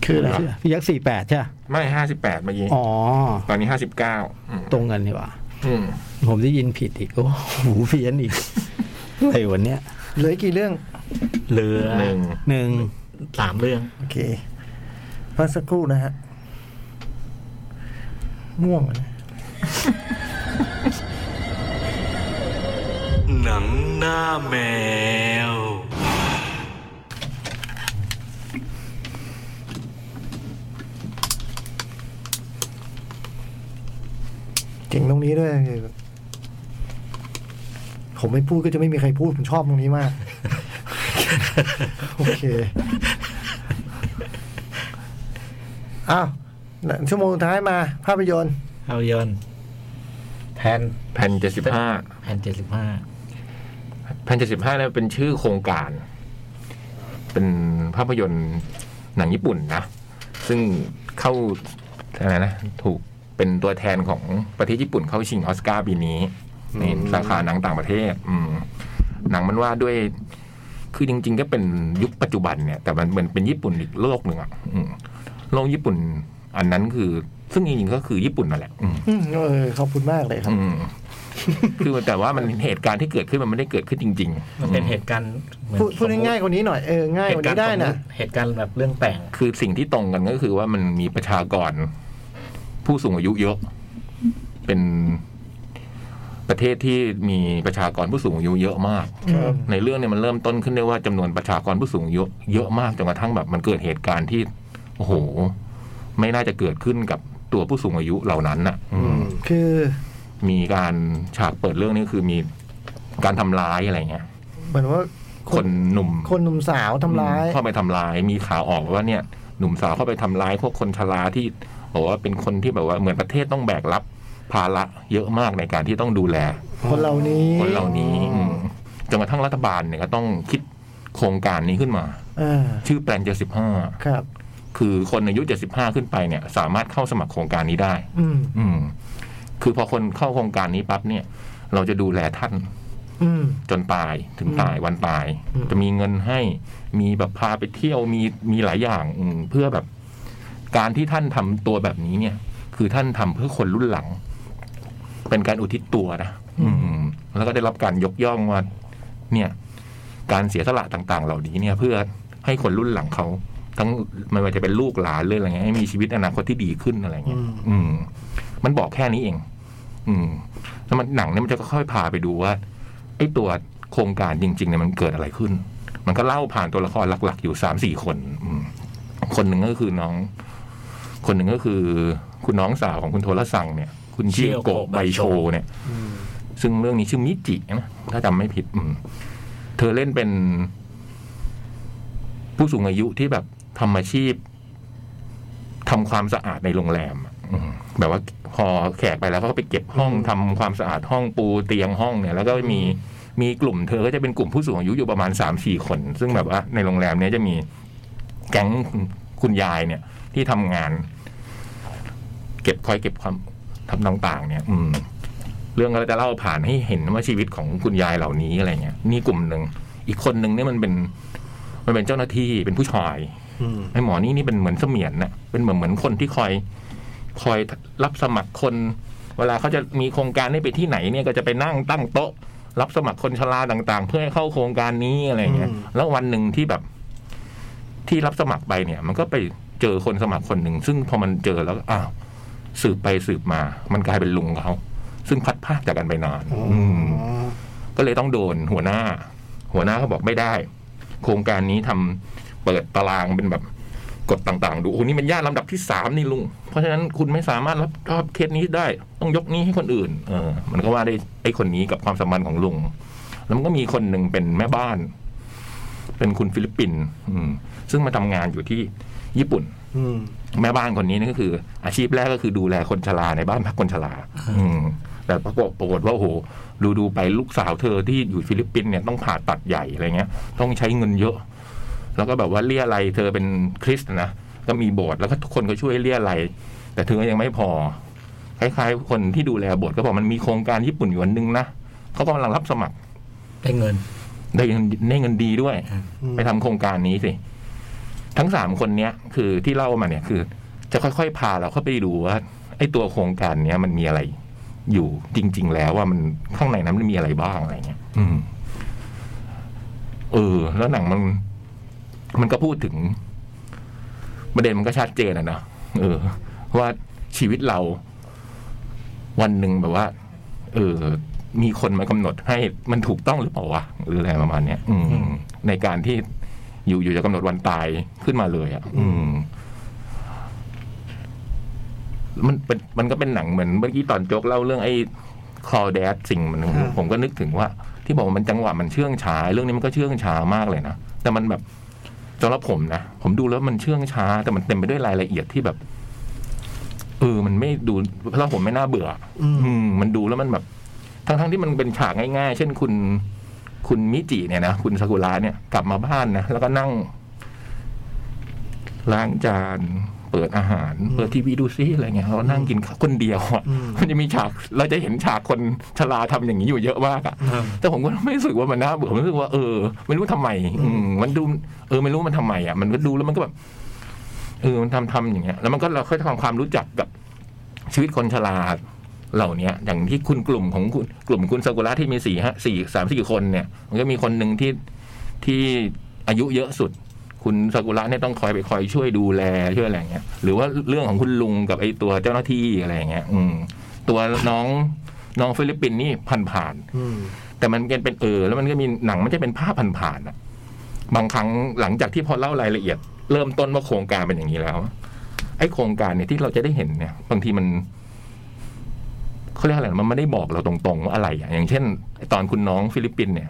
Speaker 4: คืออะไร
Speaker 3: ครับ
Speaker 2: พี่ยักษ์สี่แปดใช่ปะ
Speaker 3: ไม่ห้าสิบแปดเมื่อกี้
Speaker 2: อ๋อ
Speaker 3: ตอนนี้ห้าสิบเก้า
Speaker 2: ตรงกันนี่หว่า
Speaker 3: อืม
Speaker 2: ผมได้ยินผิดอีกโอ้หูเพี้ยนอีกอะ ไรวันเนี้ย
Speaker 4: เหลือกี่เรื่อง
Speaker 5: เหลือ
Speaker 3: หนึ่ง
Speaker 2: หนึ่ง
Speaker 5: สามเรื่อง
Speaker 4: โอเคพักสักครู่นะฮะง่วงอะนะ
Speaker 1: หนังหน้าแมว
Speaker 4: เจ๋งตรงนี้ด้วยคือผมไม่พูดก็จะไม่มีใครพูด ผมชอบตรงนี้ มาก โอเค อ้าวชั่วโมงสุดท้ายมา ภาพยนตร์
Speaker 5: เอายนต์แพน
Speaker 3: แผ่นเจ็ดสิบห้า
Speaker 5: แพนเจ็ดสิบห้า
Speaker 3: แผ่นเจ็ดสิบห้าเนี่ยเป็นชื่อโครงการ เป็นภาพยนตร์หนังญี่ปุ่นนะ ซึ่งเข้าอะไรนะ ถูกเป็นตัวแทนของประเทศญี่ปุ่นเข้าชิงออสการ์ปีนี้ในสาขาหนังต่างประเทศ อืม หนังมันว่าด้วย คือจริง ๆ ก็เป็นยุคปัจจุบันเนี่ย แต่มันเหมือนเป็นญี่ปุ่นอีกโลกหนึ่งอะอืมโลกญี่ปุ่น อันนั้นคือ ซึ่งจริงๆก็คือญี่ปุ่นนั่นแหละอืม
Speaker 4: อืมเออขอบคุณมากเลยครับ
Speaker 3: อืม คือมันแต่ว่ามันเหตุการณ์ที่เกิดขึ้นมันไม่ได้เกิดขึ้นจริงๆ
Speaker 5: มันเป็น
Speaker 3: อื
Speaker 5: เหตุการณ์เหมือน
Speaker 4: พูดพูดง่ายๆกว่านี้หน่อย เออ ง่าย
Speaker 5: เห
Speaker 4: กว่า
Speaker 5: ตุการ
Speaker 4: นี้
Speaker 5: ณ์
Speaker 4: ได้นะ
Speaker 5: สมมุติเหตุการณ์แบบเรื่องแต่ง
Speaker 3: คือสิ่งที่ตรงกันก็คือว่ามันมีประชากร ผู้สูงอายุเยอะ เป็นประเทศที่มีประชากรผู้สูงอายุเยอะมาก
Speaker 4: ครับ
Speaker 3: ในเรื่องเนี่ยมันเริ่มต้นขึ้นได้วยว่าจำนวนประชากรผู้สูงอายุเยอะมากจนกระทั่งแบบมันเกิดเหตุการณ์ที่โอ้โห ไม่น่าจะเกิดขึ้นกับตัวผู้สูงอายุเหล่านั้นน่ะ อืม
Speaker 4: คือ
Speaker 3: มีการฉากเปิดเรื่องนี่คือมีการทำร้ายอะไรเงี้ย
Speaker 4: เหมือนว่า
Speaker 3: คนหนุ่ม
Speaker 4: คนหนุ่มสาวทำร้าย
Speaker 3: เข้าไปทำร้ายมีข่าวออกว่าเนี่ย หนุ่มสาวเข้าไปทำร้ายพวกคนชราที่ บอกว่าเป็นคนที่แบบว่าเหมือนประเทศต้องแบกรับภาระเยอะมากในการที่ต้องดูแล
Speaker 4: คนเหล่านี้
Speaker 3: คนเหล่านี้มจนกระทั่งรัฐบาลเนี่ยก็ต้องคิดโครงการนี้ขึ้นมา
Speaker 4: อ่า
Speaker 3: ชื่อแปลนเจ็ดสิบห้า
Speaker 4: ครับ
Speaker 3: คือคนอายุเจ็ดสิบห้าขึ้นไปเนี่ย สามารถเข้าสมัครโครงการนี้ได้
Speaker 4: อืม
Speaker 3: อืม คือพอคนเข้าโครงการนี้ปั๊บเนี่ย เราจะดูแลท่าน
Speaker 4: อืม
Speaker 3: จนตายถึงตายวันตาย
Speaker 4: อืม
Speaker 3: จะมีเงินให้มีแบบพาไปเที่ยวมีมีหลายอย่างอืมเพื่อแบบ การที่ท่านทำตัวแบบนี้เนี่ย คือท่านทำเพื่อคนรุ่นหลัง เป็นการอุทิศตัวนะอืม แล้วก็ได้รับการยกย่องว่าเนี่ย การเสียสละต่าง ๆ เหล่านี้เนี่ย เพื่อให้คนรุ่นหลังเขาทั้งไม่ว่าจะเป็นลูกหลานหรืออะไรเงี้ยให้มีชีวิตอนาคตที่ดีขึ้นอะไรเงี้ยอืม มันบอกแค่นี้เอง อืม แล้วมันหนังเนี่ยมันจะค่อยๆพาไปดูว่าไอ้ตัวโครงการจริงๆเนี่ยมันเกิดอะไรขึ้น มันก็เล่าผ่านตัวละครหลัก ๆ อยู่สามสี่คน อืม คนหนึ่งก็คือน้อง คนหนึ่งก็คือ คุณน้องสาวของคุณโทรสังเนี่ย คุณเชียโกะไบโชเนี่ย ซึ่งเรื่องนี้ชื่อมิจินะถ้าจำไม่ผิด อืม เธอเล่นเป็น ผู้สูงอายุที่แบบทำอาชีพทำความสะอาดในโรงแรมอะอืมแบบว่าพอแขกไปแล้วเขาก็ไปเก็บห้องทำความสะอาดห้องปูเตียงห้องเนี่ย แล้วก็มีมีกลุ่มเธอก็จะเป็นกลุ่มผู้สูงอายุอยู่ประมาณสามสี่คน ซึ่งแบบว่าในโรงแรมเนี้ยจะมีแก๊งคุณยายเนี่ย ที่ทำงาน เก็บคอยเก็บความทำต่างๆ เนี่ย อืม เรื่องก็จะเล่าผ่านให้เห็นว่าชีวิตของคุณยายเหล่านี้อะไรเงี้ยนี่กลุ่มหนึ่งอีกคนหนึ่งเนี่ยมันเป็น มันเป็นเจ้าหน้าที่เป็นผู้ชาย
Speaker 2: อืม
Speaker 3: ไอ้หมอนี่นี่เป็นเหมือนเสมียนน่ะเป็นเหมือนเหมือนคนที่คอย คอยรับสมัครคน เวลาเขาจะมีโครงการให้ไปที่ไหนเนี่ยก็จะไปนั่งตั้งโต๊ะ รับสมัครคนชราต่าง ๆ เพื่อให้เข้าโครงการนี้อะไรเงี้ย
Speaker 2: อืม
Speaker 3: แล้ววันหนึ่งที่แบบ ที่รับสมัครไปเนี่ย มันก็ไปเจอคนสมัครคนหนึ่งซึ่งพอมันเจอแล้วก็อ้าวสืบไปสืบมา มันกลายเป็นลุงเขาซึ่งพัดภาคจากกันไปนานอืม ก็เลยต้องโดนหัวหน้า หัวหน้าเขาบอกไม่ได้ โครงการนี้ทำเปิดตารางเป็นแบบกฎต่างๆ ดูโอ้โหนี่มันญาติลำดับที่สามนี่ลุง เพราะฉะนั้นคุณไม่สามารถรับผิดชอบเคสนี้ได้ ต้องยกนี้ให้คนอื่น เออ มันก็ว่าได้ไอ้คนนี้กับความสัมพันธ์ของลุง แล้วมันก็มีคนหนึ่งเป็นแม่บ้าน เป็นคุณฟิลิปปินส์อืม ซึ่งมาทำงานอยู่ที่ญี่ปุ่น
Speaker 2: อืม
Speaker 3: แม่บ้านคนนี้นี่ก็คือ อาชีพแรกก็คือดูแลคนชราในบ้านพักคนชรา อืม แต่ปรากฏปรากฏว่าโอ้โหดูดูไปลูกสาวเธอที่อยู่ฟิลิปปินส์เนี่ยต้องผ่าตัดใหญ่อะไรเงี้ย ต้องใช้เงินเยอะ แล้วก็แบบว่าเลี่ยอะไรเธอเป็นคริสต์นะก็มีโบสถ์แล้วก็ทุกคนก็ช่วยเลี่ยอะไร แต่เธอยังไม่พอ คล้ายๆ คนที่ดูแลโบสถ์ก็บอกมันมีโครงการญี่ปุ่นอยู่อันนึงนะเขากำลังรับสมัคร
Speaker 5: ได้เงิน
Speaker 3: ได้เงินได้เงินดีด้วย
Speaker 5: อืม
Speaker 3: ไปทำโครงการนี้สิ ทั้งสามคนเนี้ย คือที่เล่ามาเนี่ยคือ จะค่อยๆพาเราเข้าไปดูว่า ไอ้ตัวโครงการเนี้ยมันมีอะไร อยู่จริง ๆ แล้วว่ามันข้างในนั้นมันมีอะไรบ้างอะไรเงี้ย อืม เออ แล้วหนังมัน มันก็พูดถึง ประเด็นมันก็ชัดเจนอะเนาะเออ ว่าชีวิตเรา วันหนึ่งแบบว่า เออ มีคนมากำหนดให้มันถูกต้องหรือเปล่าวะหรืออะไรประมาณเนี้ยอืม ในการที่อยู่อยู่จะกำหนดวันตายขึ้นมาเลยอะ่ะ อืม มันเป็นมันก็เป็นหนังเหมือนเมื่อกี้ตอนโจ๊กเล่าเรื่องไอ้คลอแดดสิ่งมัน
Speaker 2: ครับ
Speaker 3: ผมก็นึกถึงว่า ที่บอกว่ามันจังหวะมันเชื่องช้าเรื่องนี้มันก็เชื่องช้ามากเลยนะ แต่มันแบบสำหรับผมนะ ผมดูแล้วมันเชื่องช้า แต่มันเต็มไปด้วยรายละเอียดที่แบบ เออ มันไม่ดูเพราะผมไม่น่าเบื่อ
Speaker 2: อืม
Speaker 3: อืมมันดูแล้วมันแบบ ทั้งๆที่มันเป็นฉากง่ายๆ เช่นคุณ คุณมิจิเนี่ยนะคุณซากุระเนี่ยกลับมาบ้านนะแล้วก็นั่ง ล้างจานเปิดอาหาร เปิดทีวีดูซิอะไรเงี้ยแล้วก็นั่งกินข้าวคนเดียวอ่ะ
Speaker 2: อืม
Speaker 3: มันจะมีฉาก เราจะเห็นฉากคนชราทำอย่างนี้อยู่เยอะมากอ่ะ แต่ผมก็ไม่รู้สึกว่ามันน่าเบื่อผมรู้สึกว่าเออไม่รู้ทำไม อืมมันดู เออ ไม่รู้มันทำไมอ่ะ มันก็ดูแล้วมันก็แบบเออมันทำทำอย่างเงี้ย แล้วมันก็เราค่อยทำความรู้จักกับชีวิตคนชราเหล่าเนี้ย อย่างที่คุณกลุ่มของคุณกลุ่มคุณซากุระที่มีสี่ฮะสี่สามสี่คนเนี่ย มันก็มีคนหนึ่งที่ที่อายุเยอะสุด คุณซากุระเนี่ยต้องคอยไปคอยช่วยดูแลช่วยอะไรอย่างเงี้ย หรือว่าเรื่องของคุณลุงกับไอ้ตัวเจ้าหน้าที่อะไรอย่างเงี้ย อืม ตัวน้องน้องฟิลิปปินส์นี่ผ่านผ่านๆ
Speaker 2: อืม
Speaker 3: แต่มันเป็นเป็นเออ แล้วมันก็มีหนังมันจะเป็นภาพผ่านๆอะบางครั้งหลังจากที่พอเล่ารายละเอียด เริ่มต้นว่าโครงการเป็นอย่างนี้แล้วอะไอ้โครงการเนี่ยที่เราจะได้เห็นเนี่ย บางทีมันเขาเรียกอะไรนะมันไม่ได้บอกเราตรงๆว่าอะไรอะอย่างเช่นไอ้ตอนคุณน้องฟิลิปปินส์เนี่ย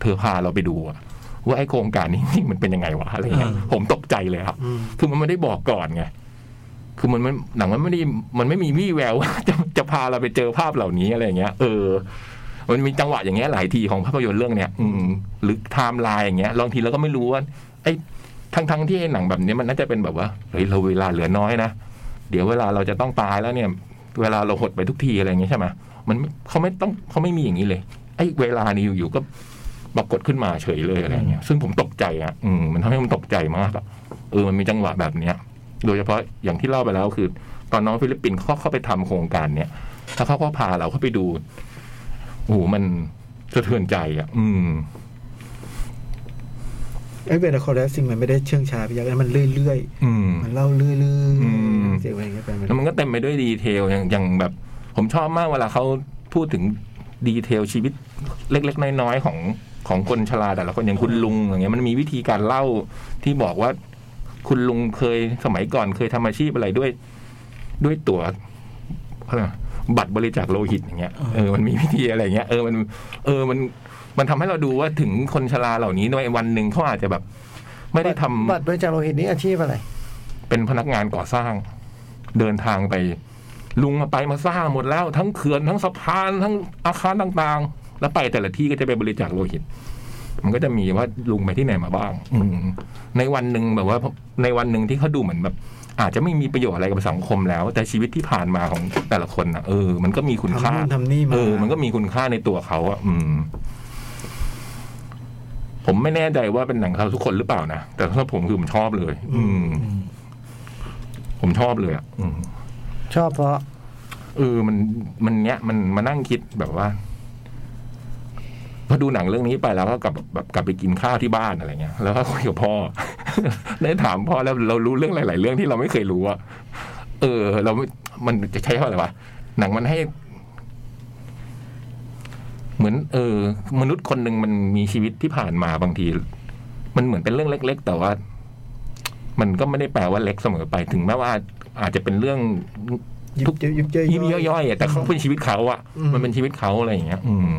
Speaker 3: เธอพาเราไปดูอะว่าไอ้โครงการนี้จริงๆมันเป็นยังไงวะอะไรเงี้ยผมตกใจเลยครับ
Speaker 2: อืม
Speaker 3: คือมันไม่ได้บอกก่อนไง คือมันมันหนังมันไม่ได้มันไม่มีวี่แว วว่าจะจะพาเราไปเจอภาพเหล่านี้อะไรอย่างเงี้ย เออ มันมีจังหวะอย่างเงี้ยหลายทีของภาพยนตร์เรื่องเนี้ยอืมหรือไทม์ไลน์อย่างเงี้ยบางทีเราก็ไม่รู้ว่าไอ้ทั้งทั้งๆที่ไอ้หนังแบบเนี้ยมันน่าจะเป็นแบบว่าเฮ้ยเราเวลาเหลือน้อยนะเดี๋ยวเวลาเราจะต้องตายแล้วเนี่ย เวลาเราหดไปทุกทีอะไรอย่างเงี้ยใช่ไหมมันเขาไม่ต้องเขาไม่มีอย่างนี้เลย ไอ้เวลานี้อยู่ๆก็ปรากฏขึ้นมาเฉยเลยอะไรอย่างเงี้ยซึ่งผมตกใจอ่ะอืมมันทำให้ผมตกใจมากอะเออมันมีจังหวะแบบเนี้ย โดยเฉพาะอย่างที่เล่าไปแล้วคือ ตอนน้องฟิลิปปินส์เขาเข้าไปทำโครงการเนี่ยแล้วเขาก็พาเราเข้าไปดูโอ้โหมันสะเทือนใจอ่ะ อืม
Speaker 2: ไอ้เวลาคอร์ดซิงมันไม่ได้เชื่องช้าไปยักษ์มันเรื่อย
Speaker 3: อืม
Speaker 2: ๆ มันเล่าเรื่อย
Speaker 3: ม
Speaker 2: ๆเสียงอะไรอย่างเงี้ยไปมัน
Speaker 3: แล้วมันก็เต็มไปด้วยดีเทลอย่างอย่างแบบ ผมชอบมากเวลาเขาพูดถึงดีเทลชีวิตเล็ก ๆ น้อยๆของของคนชราแต่ละคนอย่างคุณลุงอย่างเงี้ยมันมีวิธีการเล่าที่บอกว่า คุณลุงเคยสมัยก่อนเคยทำอาชีพอะไรด้วย ด้วยตัว๋วอะไรนะบัตรบริจาคโลหิตอย่างเงี้ยเออมันมีวิธีอะไรเงี้ยเออมันเออมันมันทำให้เราดูว่าถึงคนชราเหล่านี้ในวันหนึ่งเขาอาจจะแบบ ไม่ได้ทำ
Speaker 4: บัตรบริจาคโลหิตนี่อาชีพอะไร
Speaker 3: เป็นพนักงานก่อสร้าง เดินทางไป ลุงมาไปมาสร้างหมดแล้ว ทั้งเขื่อนทั้งสะพานทั้งอาคารต่างๆ แล้วไปแต่ละที่ก็จะไปบริจาคโลหิต มันก็จะมีว่าลุงไปที่ไหนมาบ้าง อืมในวันหนึ่งแบบว่า ในวันหนึ่งที่เขาดูเหมือนแบบ อาจจะไม่มีประโยชน์อะไรกับสังคมแล้ว แต่ชีวิตที่ผ่านมาของแต่ละคนนะเออมันก็มีคุณ
Speaker 2: ทำ
Speaker 3: ค่า
Speaker 2: นู่นทำนี่มา
Speaker 3: เออ มันก็มีคุณค่าในตัวเขาอะอืม ผมไม่แน่ใจว่าเป็นหนังเขาทุกคนหรือเปล่านะ แต่สำหรับผมคือผมชอบเลย อืม ผมชอบเลยอะอืม
Speaker 4: ชอบเพราะ
Speaker 3: เออ มัน มันเนี้ย มันมานั่งคิดแบบว่า พอดูหนังเรื่องนี้ไปแล้วก็กลับแบบกลับไปกินข้าวที่บ้านอะไรเงี้ย แล้วก็คุยกับพ่อ ได้ถามพ่อแล้วเรารู้เรื่องหลาย ๆ เรื่องที่เราไม่เคยรู้อะเออ เราไม่มันจะใช้คำว่าอะไรวะ หนังมันให้ เหมือน เออ มนุษย์คนหนึ่งมันมีชีวิตที่ผ่านมาบางที มันเหมือนเป็นเรื่องเล็ก ๆ แต่ว่า มันก็ไม่ได้แปลว่าเล็กเสมอไป ถึงแม้ว่า อาจจะเป็นเรื่อง
Speaker 2: ยิบยิบยิบย่อย
Speaker 3: ยิ้มย่อยๆอะแต่เขาเป็นชีวิตเขาอะ
Speaker 2: อืม
Speaker 3: มันเป็นชีวิตเขาอะไรอย่างเงี้ย อืม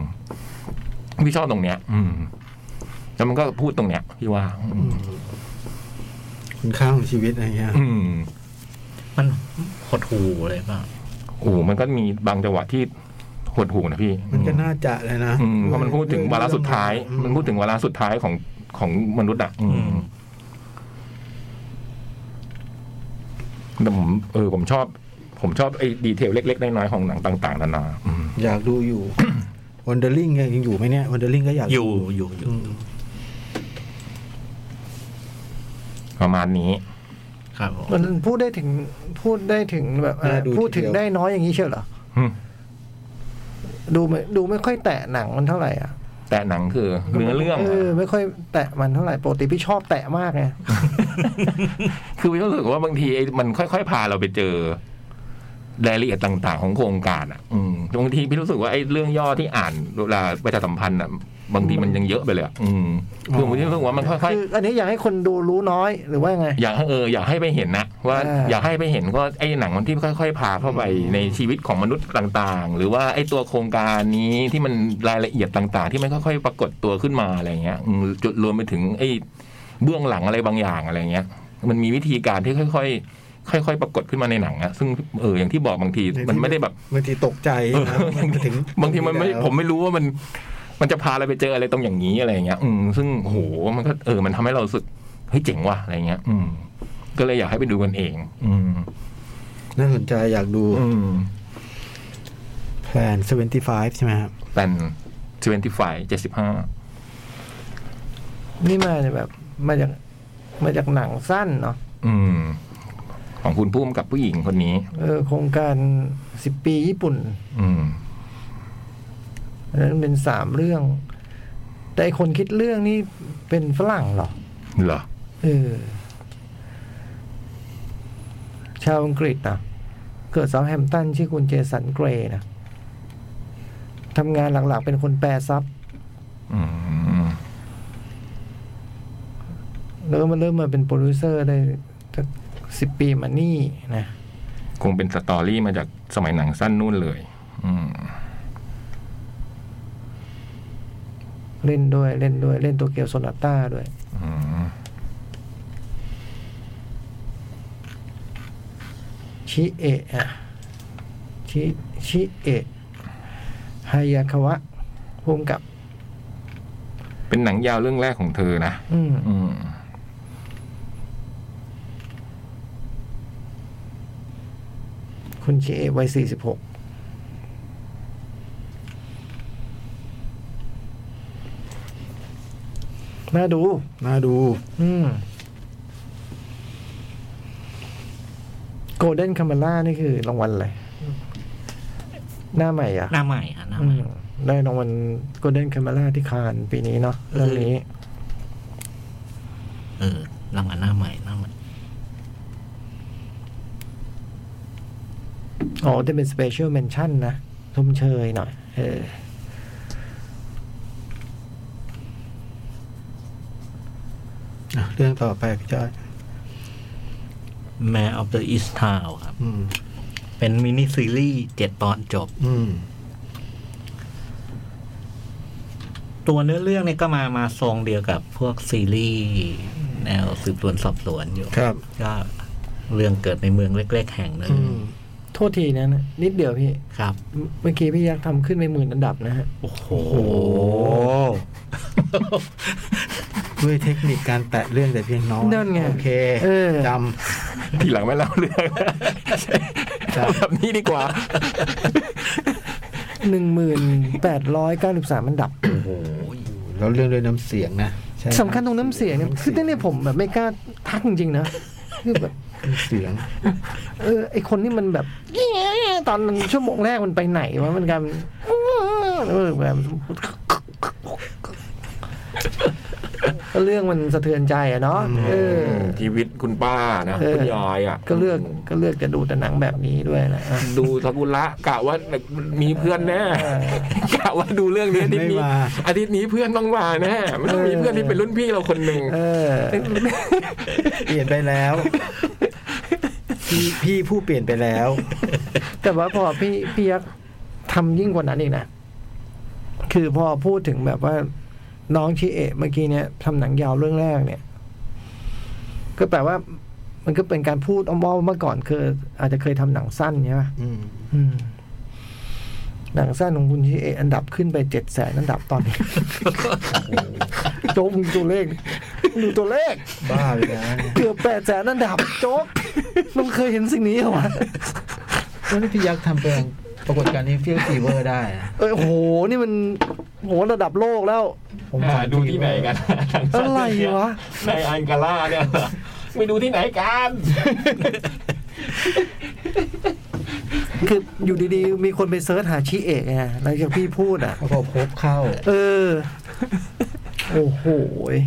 Speaker 3: พี่ชอบตรงเนี้ย อืม แล้วมันก็พูดตรงเนี้ยพี่ว่า อืม
Speaker 2: คุณค่าของชีวิตอะไรเงี้ย
Speaker 3: อืม
Speaker 5: มันหดหูเลยป่ะ
Speaker 3: โอ้โหมันก็มีบางจังหวะที่หดหูนะพี่
Speaker 2: มันก็น่าจะเลยนะ
Speaker 3: อืมเพราะมันพูดถึงวาระสุดท้าย มันพูดถึงวาระสุดท้ายของของมนุษย์อะอืม
Speaker 5: อืม
Speaker 3: แต่ผมเออ ผมชอบ ผมชอบไอ้ดีเทลเล็กๆน้อยๆของหนังต่างๆนานาอืม
Speaker 2: อยากดูอยู่ วันเดอร์ลิงยังอยู่ไหมเนี่ยวันเดอร์ลิงก็อยาก
Speaker 5: อยู่อยู่อยู่
Speaker 2: อืม
Speaker 3: ประมาณนี้
Speaker 5: ครับผม
Speaker 4: มันพูดได้ถึงพูดได้ถึงแบบอะไรพูดถึงได้น้อยอย่างนี้เชียวเหรอ
Speaker 3: อืม
Speaker 4: ดูไม่ดูไม่ค่อยแตะหนังมันเท่าไหร่อ่ะ
Speaker 3: แต่หนังคือเนื้อเรื่อง
Speaker 4: เอ
Speaker 3: อะ
Speaker 4: อไม่ค่อยแตะมันเท่าไหร่ปกติพี่ชอบแตะมากไง
Speaker 3: คือพี่รู้สึกว่าบางทีไอ้มันค่อยๆ พาเราไปเจอรายละเอียดต่าง ๆ ของโครงการอ่ะ อืมบางทีพี่รู้สึกว่าไอ้เรื่องย่อที่อ่านเวลาประชาสัมพันธ์อ่ะ บางทีมันยังเยอะไปเลยอะอืมคือผมรู้สึกว่ามันค่อย
Speaker 4: คืออันนี้อยากให้คนดูรู้น้อยหรือว่าไง
Speaker 3: ๆ อยากให้เอออยากให้ไปเห็นนะว่า
Speaker 4: อ่า
Speaker 3: อยากให้ไปเห็นว่าไอ้หนังมันที่ค่อย ๆ พาเข้าไปในชีวิตของมนุษย์ต่าง ๆ หรือว่าไอ้ตัวโครงการนี้ที่มันรายละเอียดต่าง ๆ ที่มันค่อยๆปรากฏตัวขึ้นมาอะไรเงี้ยอืมจุดรวมไปถึงไอ้เบื้องหลังอะไรบางอย่างอะไรเงี้ย มันมีวิธีการที่ค่อย ๆ ค่อย ๆ ปรากฏขึ้นมาในหนังอะซึ่งเอออย่างที่บอกบางที มันไม่ได้แบบ
Speaker 2: บางทีตกใจนะ มันไปถึง
Speaker 3: บางที มันไม่
Speaker 2: แล้ว
Speaker 3: ผมไม่รู้ว่ามัน มันจะพาเราไปเจออะไรตรงอย่างนี้อะไรอย่างเงี้ย อืมซึ่งโหมันก็เออ มันทำให้เรารู้สึกเฮ้ยเจ๋งว่ะอะไรเงี้ย อืม ก็เลยอยากให้ไปดูกันเอง อืม
Speaker 2: น่าสนใจอยากดู
Speaker 3: อืม
Speaker 2: แพลน75 ใช่ไหมครับ
Speaker 3: เป็นเวนตี้ไฟเจ็ดสิบห้า
Speaker 4: นี่มาจากแบบมาจากมาจากหนังสั้นเนาะ
Speaker 3: อืม ของคุณพุ่มกับผู้หญิงคนนี้
Speaker 4: เออโครงการสิบปีญี่ปุ่น
Speaker 3: อืม
Speaker 4: อันนั้นเป็นสามเรื่อง แต่ไอ้คนคิดเรื่องนี่เป็นฝรั่งเหรอ
Speaker 3: เหรอ
Speaker 4: เออ ชาวอังกฤษนะเกิดเซาท์แฮมป์ตันชื่อคุณเจสันเกรย์นะทำงานหลักๆ เป็นคนแปรซับ
Speaker 3: อืม
Speaker 4: แล้วก็มาเริ่มมาเป็นโปรดิวเซอร์ได้สักสิบปีมานี่นะ
Speaker 3: คงเป็นสตอรี่มาจากสมัยหนังสั้นนู่นเลย อืม
Speaker 4: เล่นด้วยเล่นด้วย เล่นตัวเกียวโซนาต้าด้วย
Speaker 3: อืม
Speaker 4: ชิเอะอะชิชิเอะฮายาคาวะพุ่มกับ
Speaker 3: เป็นหนังยาวเรื่องแรกของเธอนะ
Speaker 4: อืม
Speaker 3: อืม
Speaker 4: คุณชิเอะวัยสี่สิบหกน่าดู
Speaker 2: น่าดู
Speaker 4: อืมโกลเด้นคาเมล่านี่คือรางวัลอะไร หน้าใหม่อ่ะ
Speaker 5: หน้าใหม่อ่ะหน้า
Speaker 4: อื
Speaker 5: ใหม่
Speaker 4: มได้รางวัลโกลเด้นคาเมล่าที่คานปีนี้เนาะเรื่องนี้
Speaker 5: เออรางวัลหน้าใหม่หน้าใหม่
Speaker 4: อ๋อจะเป็นสเปเชียลเมนชั่นนะชมเชยหน่อย เออ
Speaker 2: อ่ะเรื่องต่อไปพี่จ้อย
Speaker 5: Man of the East Town ครับ
Speaker 2: อืม
Speaker 5: เป็นมินิซีรีส์เจ็ดตอนจบ
Speaker 2: อืม
Speaker 5: ตัวเนื้อเรื่องเนี่ยก็มามาทรงเดียวกับพวกซีรีส์แนวสืบสวนสอบสวนอยู่
Speaker 2: ครับ
Speaker 5: ก็เรื่องเกิดในเมืองเล็กๆแห่งหนึ่ง
Speaker 2: อืม
Speaker 4: โทษทีนะนะนิดเดียวพี่
Speaker 5: ครับ
Speaker 4: เมื่อกี้พี่ยักษ์ทำขึ้นไปหมื่นอันดับนะฮะ
Speaker 5: โอ้โห
Speaker 2: ด้วยเทคนิคการแตะเรื่องแต่เพียงน้อย
Speaker 4: นั่นไง
Speaker 2: โอเค
Speaker 4: เออ
Speaker 2: จ
Speaker 3: ทีหลังไม่เล่าเรื่อง
Speaker 2: ครับ
Speaker 3: เอาแบบนี้ดีกว่า
Speaker 4: หนึ่งหมื่นแปดร้อยเก้าสิบสามอันดับ
Speaker 2: ำแล้วเรื่องด้วยน้ำเสียงนะใช่ไหม
Speaker 4: สำคัญตรงน้ำเสียงเนี่ยคือเนี่ยผมแบบไม่กล้าทักจริงๆนะคือแบบ
Speaker 2: น้ำเสียง
Speaker 4: เออไอคนนี่มันแบบ ตอนชั่วโมงแรกมันไปไหนวะมันกลายเป็นเออแบบก็เรื่องมันสะเทือนใจอะเนาะเออ
Speaker 3: ชีวิตคุณป้านะ
Speaker 4: เออ
Speaker 3: คุณยายอ่ะ
Speaker 4: ก็เลือกก็เลือกจะดูแต่หนังแบบนี้ด้วยนะอ่ะ
Speaker 3: ดูซากุระกะว่ามีเพื่อนแน่ กะว่าดูเรื่องนี้อาทิตย์นี้
Speaker 2: ไม่มา
Speaker 3: อาทิตย์นี้เพื่อนต้องมาแน่มันต้องมีเพื่อนที่เป็นรุ่นพี่เราคนหนึ่ง
Speaker 4: เออ
Speaker 2: เปลี่ยนไปแล้ว พี่พี่ผู้เปลี่ยนไปแล้ว
Speaker 4: แต่ว่าพอพี่พี่ยักษ์ทำยิ่งกว่านั้นอีกนะ คือพอพูดถึงแบบว่า น้องชิเอะเมื่อกี้เนี่ยทำหนังยาวเรื่องแรกเนี่ย ก็แปลว่า มันก็เป็นการพูดอ้อมๆเมื่อก่อนคือ อาจจะเคยทำหนังสั้นใช่ไหม
Speaker 2: อืม
Speaker 4: อืม หนังสั้นของคุณชิเอะอันดับขึ้นไปเจ็ดแสนอันดับตอน นี้ โจ๊กมึงดูตัวเลขมึงดูตัวเลข
Speaker 2: บ้าไปแล้วเนี่ย
Speaker 4: เกือบแปดแสนอันดับ โจ๊กมึงเคยเห็นสิ่งนี้เหรอว ะ
Speaker 2: แล้วนี่พี่ยักษ์ทำเป็นปรากฏการณ์นี้เฟี้ยวฟีเวอร์ได้นะ
Speaker 4: เอ้ยโอ้โห นี่มันโหระดับโลกแล้ว
Speaker 2: ผม
Speaker 3: หา
Speaker 2: ถาม
Speaker 3: ดูที่ไหนกัน
Speaker 4: อะไรวะ
Speaker 3: ในอังการ่าเนี่ยเหรอไม่ดูที่ไหนกัน
Speaker 4: คืออยู่ดีๆ มีคนไปเซิร์ชหาชีเอกไงหลังจากพี่พูดอ่ะ
Speaker 2: แล้วก็พบเข้า
Speaker 4: เออ โอ้โหย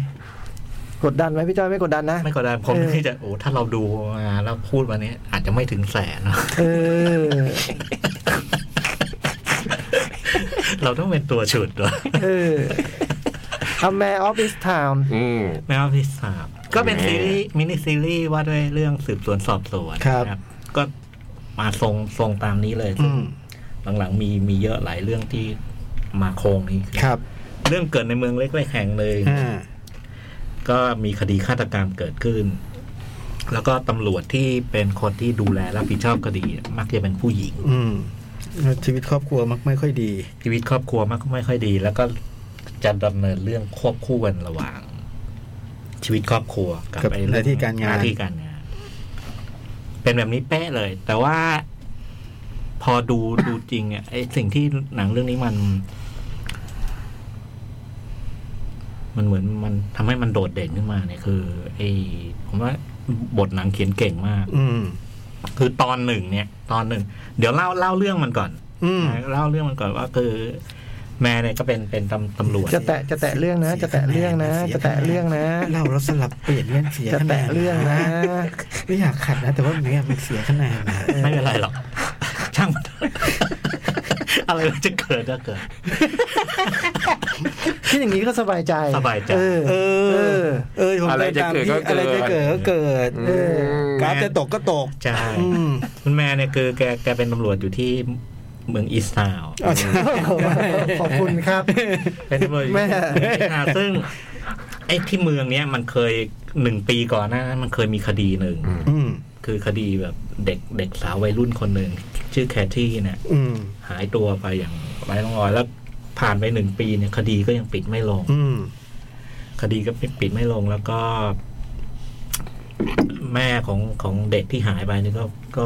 Speaker 4: กดดันไหมพี่จ้อยไม่กดดันนะ
Speaker 5: ไม่ก็ได้ผม
Speaker 4: เออ
Speaker 5: ที่จะโอ้ถ้าเราดูมาแล้วพูดวันนี้ อาจจะไม่ถึงแสนนะ
Speaker 4: เออ
Speaker 5: เราต้องเป็นตัวฉุดเหรอ
Speaker 4: เออเอาแมร์ออฟอิสทาวน์
Speaker 3: อืม
Speaker 5: แมวที่สามก็เป็น
Speaker 3: แหม
Speaker 5: ซีรีส์มินิซีรีส์ว่าด้วยเรื่องสืบสวนสอบสวน
Speaker 2: ครับ
Speaker 5: นะก็มาทรงทรงตามนี้เลย
Speaker 2: อืม
Speaker 5: หลังๆมีมีเยอะหลายเรื่องที่มาโครงนี้คือ
Speaker 2: ครับ
Speaker 5: เรื่องเกิดในเมืองเล็กๆแห่งหนึ่ง
Speaker 2: อ่า
Speaker 5: ก็มีคดีฆาตกรรมเกิดขึ้น แล้วก็ตำรวจที่เป็นคนที่ดูแลรับผิดชอบคดี มักจะเป็นผู้หญิง
Speaker 2: อืมแล้วชีวิตครอบครัวมักไม่ค่อยดี
Speaker 5: ชีวิตครอบครัวมักไม่ค่อยดี แล้วก็จะดำเนินเรื่องควบคู่กันระหว่าง ชีวิตครอบครัวกับ
Speaker 2: กับ
Speaker 5: ไอ้เอ
Speaker 2: หน้าที่การงาน
Speaker 5: หน้าที่การงาน เป็นแบบนี้เป๊ะเลย แต่ว่า พอดูดูจริงอ่ะไอ้สิ่งที่หนังเรื่องนี้มัน มันเหมือนมันทำให้มันโดดเด่นขึ้นมาเนี่ยคือไอ้ผมว่าบทหนังเขียนเก่งมาก
Speaker 2: อืม
Speaker 5: คือตอนหนึ่งเนี่ย ตอนหนึ่ง เดี๋ยวเล่าเล่าเรื่องมันก่อน
Speaker 2: อืม
Speaker 5: เล่าเรื่องมันก่อนว่าคือ แม่เนี่ยก็เป็นเป็นตำตำรวจ
Speaker 4: จะแตะจะแตะเรื่องนะ จะแตะเรื่องนะ จะแตะเรื่องนะ
Speaker 2: เราเราสลับเปลี่ยนเรื่องเสีย
Speaker 4: จะ
Speaker 2: คะแน
Speaker 4: แตะ
Speaker 2: น
Speaker 4: เรื่องนะ
Speaker 2: ไม่อยากขัดนะ แต่ว่ามันเนี่ยมันเสียคะแนนนะ
Speaker 5: ไม่เป็นไรหรอก ช่างมันเถอะ อะไรมันจะเกิดก็เกิด
Speaker 4: ที่อย่างนี้ก็สบายใจ
Speaker 5: สบายใจ
Speaker 4: เออ
Speaker 2: เออ
Speaker 4: เออ
Speaker 2: เออผม
Speaker 3: อะไรจะเกิดก็เกิด
Speaker 2: อะไรจะเกิดก็เกิดเอออกราฟจะตกก็ตก
Speaker 5: ใช่
Speaker 2: อืม
Speaker 5: คุณแม่เนี่ยคือแกแกเป็นตำรวจอยู่ที่เมืองอีสตาวน์
Speaker 2: อ๋อใช่
Speaker 4: ขอบคุณครับ
Speaker 5: เป็นตำรวจอยู่
Speaker 4: แม่
Speaker 5: ที่เมืองอีสตาวน์ซึ่ง ไอ้ที่เมืองเนี้ยมันเคยหนึ่งปีก่อนหนานั้นมันเคยมีคดีหนึ่ง
Speaker 2: อืม
Speaker 5: คือคดีแบบเด็กเด็กสาววัยรุ่นคนหนึ่ง ชื่อแคทที่เนี่ย
Speaker 2: อืม
Speaker 5: หายตัวไปอย่างไร้ร่องรอยแล้วผ่านไปหนึ่งปีเนี่ยคดีก็ยังปิดไม่ลง
Speaker 2: อืม
Speaker 5: คดีก็ปิดไม่ลงแล้วก็ แม่ของของเด็กที่หายไปนี่ก็ก็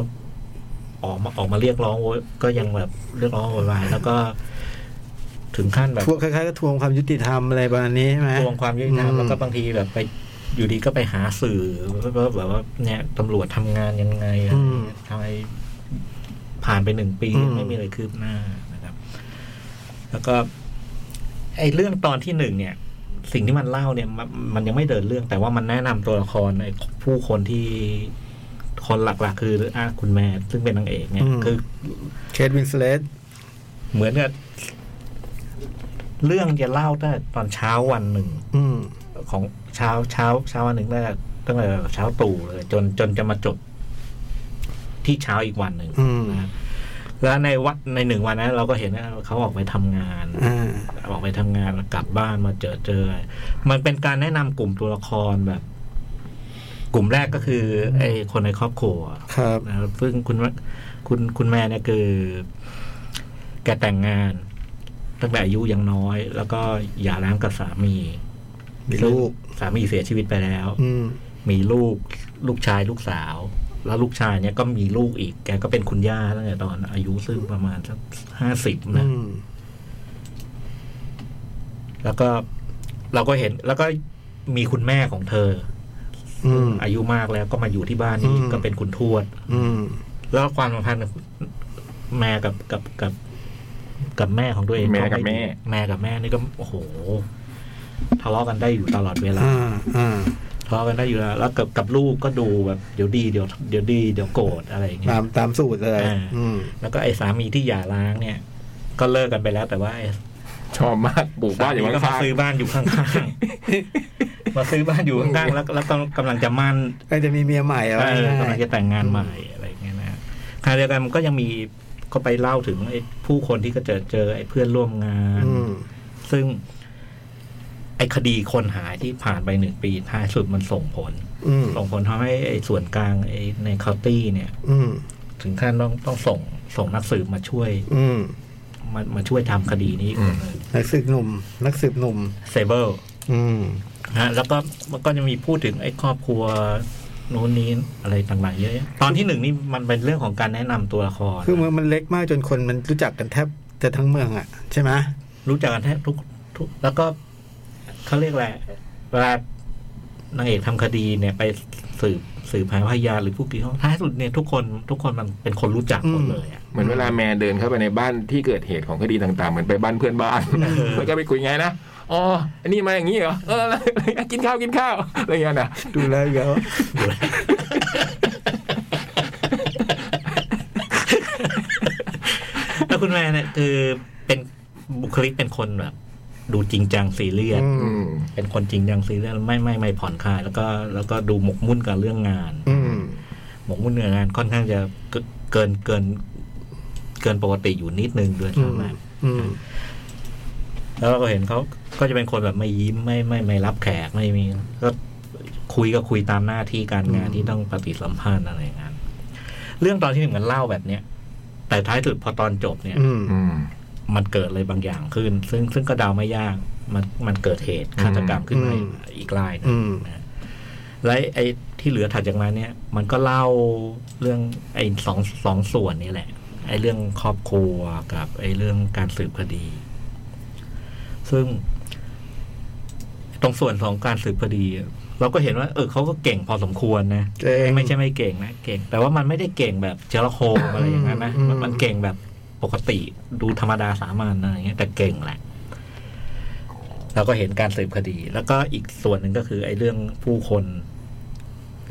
Speaker 5: ออกมาออกมาเรียกร้องโวยก็ยังแบบเรียกร้องโวยวายแล้วก็ถึงขั้นแบบ
Speaker 2: ทวงคล้ายๆก็ทวงความยุติธรรมอะไรประมาณนี้ใช่ไหม
Speaker 5: ทวงความยุติธรรม
Speaker 2: อื
Speaker 5: แล้วก็บางทีแบบไปอยู่ดีก็ไปหาสื่อว่าแบบว่าเนี่ยตำรวจทำงานยังไงอะ
Speaker 2: อืม
Speaker 5: ทำไมผ่านไปหนึ่งปี
Speaker 2: อืม
Speaker 5: ไม่มีอะไรคืบหน้านะครับ แล้วก็ไอ้เรื่องตอนที่หนึ่งเนี่ย สิ่งที่มันเล่าเนี่ยมันมันยังไม่เดินเรื่อง แต่ว่ามันแนะนำตัวละครไอ้ผู้คนที่คนหลักๆ คืออาคุณแม่ซึ่งเป็นนางเอกเนี่ย
Speaker 2: อืม
Speaker 5: คือ
Speaker 2: เคทวินสเลต
Speaker 5: เหมือนกับเรื่องจะเล่าตั้งแต่ตอนเช้าวันหนึ่ง
Speaker 2: อืม
Speaker 5: ของเช้าเช้าเช้าวันหนึ่งตั้งแต่ตั้งแต่เช้าตู่เลย จนจนจะมาจบที่เช้าอีกวันหนึ่ง
Speaker 2: อืม
Speaker 5: นะฮะแล้วในวัดในหนึ่งวันนั้น เราก็เห็นว่าเขาออกไปทำงาน
Speaker 2: อ่า
Speaker 5: ออกไปทำงานกลับบ้านมาเจอเจอ มันเป็นการแนะนำกลุ่มตัวละครแบบ กลุ่มแรกก็คือไอ้คนในครอบครัว
Speaker 2: ครับ
Speaker 5: นะครับซึ่งคุณคุณคุณแม่เนี่ยคือ แกแต่งงาน ตั้งแต่อายุยังน้อย แล้วก็หย่าร้างกับสามี
Speaker 2: มีลูก
Speaker 5: ซึ่งสามีเสียชีวิตไปแล้ว
Speaker 2: อืม
Speaker 5: มีลูกลูกชายลูกสาว แล้วลูกชายเนี่ยก็มีลูกอีก แกก็เป็นคุณย่าตั้งแต่ตอนอายุซึ่งประมาณสักห้าสิบนะ
Speaker 2: อืม
Speaker 5: แล้วก็เราก็เห็นแล้วก็มีคุณแม่ของเธอ
Speaker 2: อืม
Speaker 5: อายุมากแล้วก็มาอยู่ที่บ้านนี้
Speaker 2: อืม
Speaker 5: ก็เป็นคุณทวด
Speaker 2: อืม
Speaker 5: แล้วความสัมพันธ์แม่กับกับกับกับแม่ของตัวเอง
Speaker 3: แม่กับ
Speaker 5: ไดี
Speaker 3: แม่
Speaker 5: แม่กับแม่นี่ก็โอ้โหทะเลาะกันได้อยู่ตลอดเวลา
Speaker 2: อ่า อ่า
Speaker 5: ทะเลาะกันได้อยู่แล้วแล้วกับกับลูกก็ดูแบบเดี๋ยวดีเดี๋ยวเดี๋ยวดีเดี๋ยวโกรธอะไรอย่างเงี้ย
Speaker 2: ตามตามสูตรเลย
Speaker 5: อ่า
Speaker 2: อืม
Speaker 5: แล้วก็ไอ้สามีที่หย่าร้างเนี่ย ก็เลิกกันไปแล้ว แต่ว่าไอ้
Speaker 3: ชอบมากปลูกบ้านอยู่
Speaker 5: สก็มา
Speaker 3: ข้าง
Speaker 5: ซื้อบ้านอยู่ข้างๆ มาซื้อบ้านอยู่ข้างๆ แล้วแล้วก็กำลังจะมั่น
Speaker 2: ก็จะมีเมียใหม่แล้ว
Speaker 5: เออกำลังจะแต่งงานใหม่อะไรอย่างเงี้ยนะขณะเดียวกันมันก็ยังมีก็ไปเล่าถึงไอ้ผู้คนที่ก็เจอเจอไอ้เพื่อนร่วมงาน
Speaker 2: อืม
Speaker 5: ซึ่ง ไอ้คดีคนหายที่ผ่านไปหนึ่งปีท้ายสุดมันส่งผล
Speaker 2: อืม
Speaker 5: ส่งผลทำให้ไอ้ส่วนกลางไอ้ในคาวตี้เนี่ย
Speaker 2: อืม
Speaker 5: ถึงขั้นต้องต้องส่งส่งนักสืบมาช่วย
Speaker 2: อืม
Speaker 5: มามาช่วยทำคดีนี้
Speaker 2: นักสืบหนุ่ม นักสืบหนุ่ม
Speaker 5: เซเบิล
Speaker 2: อืม
Speaker 5: ฮะแล้วก็มันก็จะมีพูดถึงไอ้ครอบครัวโน้นนี้อะไรต่างๆเยอะแยะตอนที่หนึ่งนี่มันเป็นเรื่องของการแนะนำตัวละคร
Speaker 2: คือเมืองมันเล็กมากจนคนมันรู้จักกันแทบจะทั้งเมืองอ่ะ ใช่ไหม
Speaker 5: รู้จักกันแทบทุกทุก แล้วก็เขาเรียกแหละไรเวลานางเอกทำคดีเนี่ยไปสืบสืบหาพยานหรือผู้เกี่ยวข้องท้ายสุดเนี่ยทุกคนทุกคนมันเป็นคนรู้จักหมดเลยอะ
Speaker 3: ๆเหมือนเวลาแม่เดินเข้าไปในบ้านที่เกิดเหตุของคดีต่างๆ เหมือนไปบ้านเพื่อน บ้านแล้วก็ไปคุยไงนะอ๋ออันนี้มาอย่างนี้เหรอเออแล้วกินข้าวกินข้าวอะไรอย่างเงี้ยนะ
Speaker 2: ดูแล้วเยอะ
Speaker 5: แล้วคุณแม่เนี่ยคือเป็นบุคลิกเป็นคนแบบ ดูจริงจังซีเรียส
Speaker 2: อืม
Speaker 3: อืม
Speaker 5: เป็นคนจริงจังซีเรียสไม่ไม่ไม่ผ่อนคลาย แล้วก็แล้วก็ดูหมกมุ่นกับเรื่องงาน
Speaker 2: อืม
Speaker 5: หมกมุ่นในงานค่อนข้างจะเกิเกินเกิน เกินปกติอยู่นิดนึงด้วย
Speaker 2: อืม
Speaker 5: ซ้ำอะ
Speaker 2: อืม
Speaker 5: แล้วเราก็เห็นเขาก็จะเป็นคนแบบไม่ยิ้มไม่ไม่ไม่รับแขกไม่มีก็คุยก็คุยตามหน้าที่การงาน
Speaker 2: อืม
Speaker 5: ที่ต้องปฏิสัมพันธ์อะไรอย่างนั้นเรื่องตอนที่หนึ่งมันเล่าแบบเนี้ยแต่ท้ายสุดพอตอนจบเนี่ย
Speaker 2: อืม
Speaker 3: อืม
Speaker 5: มันเกิดอะไรบางอย่างขึ้น ซึ่งซึ่งก็เดาไม่ยากมันมันเกิดเหตุฆาตกรรมขึ้นมา
Speaker 2: อืม
Speaker 5: อีกรายหนึง
Speaker 2: อืม
Speaker 5: และไอ้ที่เหลือถัดจากนั้นเนี่ย มันก็เล่าเรื่องไอ้สองสองส่วนนี่แหละ ไอ้เรื่องครอบครัวกับ ไอ้เรื่องการสืบคดี ซึ่ง ตรงส่วนของการสืบคดีอะเราก็เห็นว่า เออเขาก็เก่งพอสมควรนะ
Speaker 2: เก่ง
Speaker 5: ไม่ใช่ไม่เก่งนะเก่ง แต่ว่ามันไม่ได้เก่งแบบเจอร์โคมอะไรอย่างนั้นนะ
Speaker 2: อืม
Speaker 5: มันมันเก่งแบบปกติดูธรรมดาสามัญอะไรอย่างเงี้ยแต่เก่งแหละ เราก็เห็นการสืบคดี แล้วก็อีกส่วนหนึ่งก็คือ ไอ้เรื่องผู้คน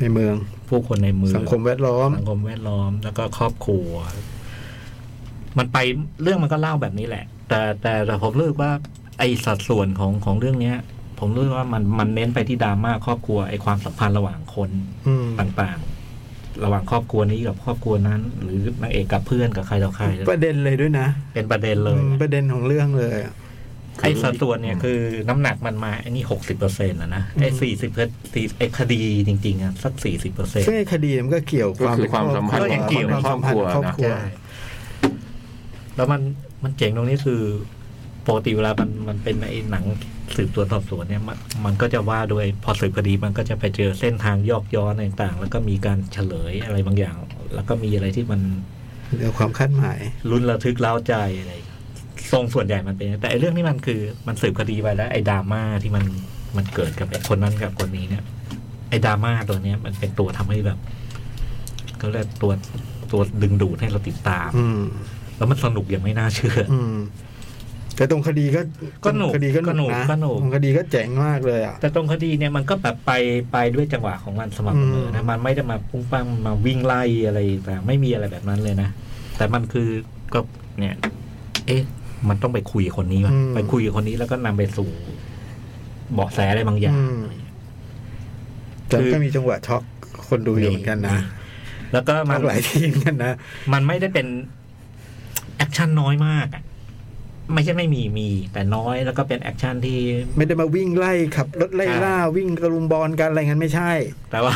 Speaker 2: ในเมือง
Speaker 5: ผู้คนในเมือง
Speaker 2: สังคมแวดล้อม
Speaker 5: สังคมแวดล้อม แล้วก็ครอบครัว มันไปเรื่องมันก็เล่าแบบนี้แหละ แต่แต่แต่ผมรู้สึกว่า ไอสัดส่วนของของเรื่องเนี้ย ผมรู้สึกว่ามันมันเน้นไปที่ดราม่าครอบครัวไอความสัมพันธ์ระหว่างคน
Speaker 2: อืม
Speaker 5: ต่างๆ ระหว่างครอบครัวนี้กับครอบครัวนั้น หรือนางเอกกับเพื่อนกับใครต่อใคร
Speaker 2: ประเด็นเลยด้วยนะ
Speaker 5: เป็นประเด็นเลย
Speaker 2: อืมประเด็นของเรื่องเลยอะ
Speaker 5: ไอ้สัดส่วนเนี่ยคือน้ำหนักมันมาไอ้นี่หกสิบเปอร์เซ็นต์นะนะไอ้สี่สิบสี่ไอ้คดีจริงๆอ่ะสักสี่สิบเปอร์เซ็นต์
Speaker 2: ซึ่งไอ้คดีมันก็เกี่ยวความ
Speaker 3: ก็คือความสัมพันธ์
Speaker 2: ครอบ
Speaker 5: เกี่ยว
Speaker 2: ค
Speaker 3: ในคร
Speaker 2: วา
Speaker 3: อ
Speaker 2: ม
Speaker 3: บ
Speaker 2: สั
Speaker 3: ค
Speaker 2: ม
Speaker 3: รัว
Speaker 2: พันธ์ครอบ
Speaker 3: นะ
Speaker 2: ครัว
Speaker 5: ใช่แล้วมันมันเจ๋งตรงนี้คือปกติเวลามันมันเป็นไอ้หนังสืบสวนสอบสวนเนี่ยมันมันก็จะว่าโดวยพอสืบคดีมันก็จะไปเจอเส้นทางยอกย้อนอะไรต่างๆ แล้วก็มีการเฉลยอะไรบางอย่าง แล้วก็มีอะไรที่มัน
Speaker 2: เรื่องความคาดหมาย
Speaker 5: ลุ้นระทึกเล้าใจอะไรทรงส่วนใหญ่มันเป็นอย่างนั้นแต่ไอ้เรื่องนี้มันคือมันสืบคดีไปแล้ว ไอ้ดราม่าที่มันมันเกิดกับไอ้คนนั้นกับคนนี้เนี่ย ไอ้ดราม่าตัวเนี้ยมันเป็นตัวทำให้แบบก็เรียกตัวตัวดึงดูดให้เราติดตาม
Speaker 2: อืม
Speaker 5: แล้วมันสนุกอย่างไม่น่าเชื่อ
Speaker 2: อืม แต่ตรงคดีก็
Speaker 5: ก็หนุก
Speaker 2: คดีก็
Speaker 5: ก็หนุก
Speaker 2: นะ
Speaker 5: ก็หนุก
Speaker 2: ตรงคดีก็เจ๋งมากเลยอ่ะ
Speaker 5: แต่ตรงคดีเนี่ยมันก็แบบไปไปด้วยจังหวะของมันสม่ำเสมอนะ มันไม่ได้มาพุ่งปังมาวิ่งไล่อะไรแต่างไม่มีอะไรแบบนั้นเลยนะ แต่มันคือก็เนี่ย เอ๊ะ มันต้องไปคุยกับคนนี้ว่ะ
Speaker 2: อืม
Speaker 5: ไปคุยกับคนนี้แล้วก็นำไปสู่เบาะแสอะไรบางอย่าง
Speaker 2: อืมแต่
Speaker 5: คือ
Speaker 2: ก็มีจังหวะช็อกคนดูอยู่เหมือนกันนะ
Speaker 5: แล้วก็มั
Speaker 2: ช็อน กหลายทีเหมือนกันนะ
Speaker 5: มันไม่ได้เป็นแอคชั่นน้อยมากอะไม่ใช่ไม่มีมี แต่น้อยแล้วก็เป็นแอคชั่นที่
Speaker 2: ไม่ได้มาวิ่งไล่ขับรถไล่ล่าวิ่งกระลุมบอลกันอะไรงั้นไม่ใช่
Speaker 5: แต่ว่า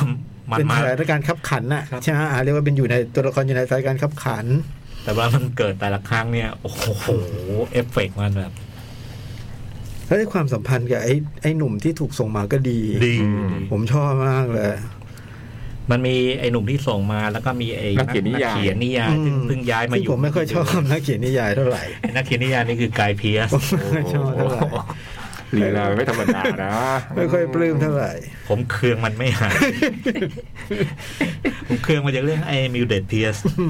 Speaker 5: มัน
Speaker 2: เป็น
Speaker 5: มา
Speaker 2: สถานการณ์ขับขันน่ะ
Speaker 5: ครับ
Speaker 2: ใช่ไหมอ่าเรียกว่าเป็นอยู่ในตัวละครอยู่ในสถานการณ์ขับขัน
Speaker 5: แต่ว่ามันเกิดแต่ละครั้งเนี่ย โอ้โห เอฟเฟกต์มันแบบ
Speaker 2: แล้วไอ้ความสัมพันธ์กับไอ้ไอ้หนุ่มที่ถูกส่งมาก็ดี
Speaker 5: ดี
Speaker 3: อืม
Speaker 2: ผมชอบมากเลย
Speaker 5: มันมีไอ้หนุ่มที่ส่งมาแล้วก็มีไอ้
Speaker 3: นักเขียนนิยาย
Speaker 5: เขียนนิยายซึ่
Speaker 2: อื
Speaker 5: ง
Speaker 2: ม
Speaker 5: เพิ่งย้ายมาอยู่
Speaker 2: ซึ่งผมไม่ค่อยชอบนักเขียนนิยายเท่าไหร่
Speaker 5: ไอ้นักเขียนนิยายนี่คือกายเพียส
Speaker 2: ผมไม่ค่อยชอบเท่าไหร่
Speaker 3: ลีลาไม่ธรรมดานะ
Speaker 2: ไม่ค่อยปลื้มเท่าไหร่
Speaker 5: ผมเคืองมันไม่ หาย ผมเคืองมาจากเรื่องไอ้มิวเดตเพียส
Speaker 3: อื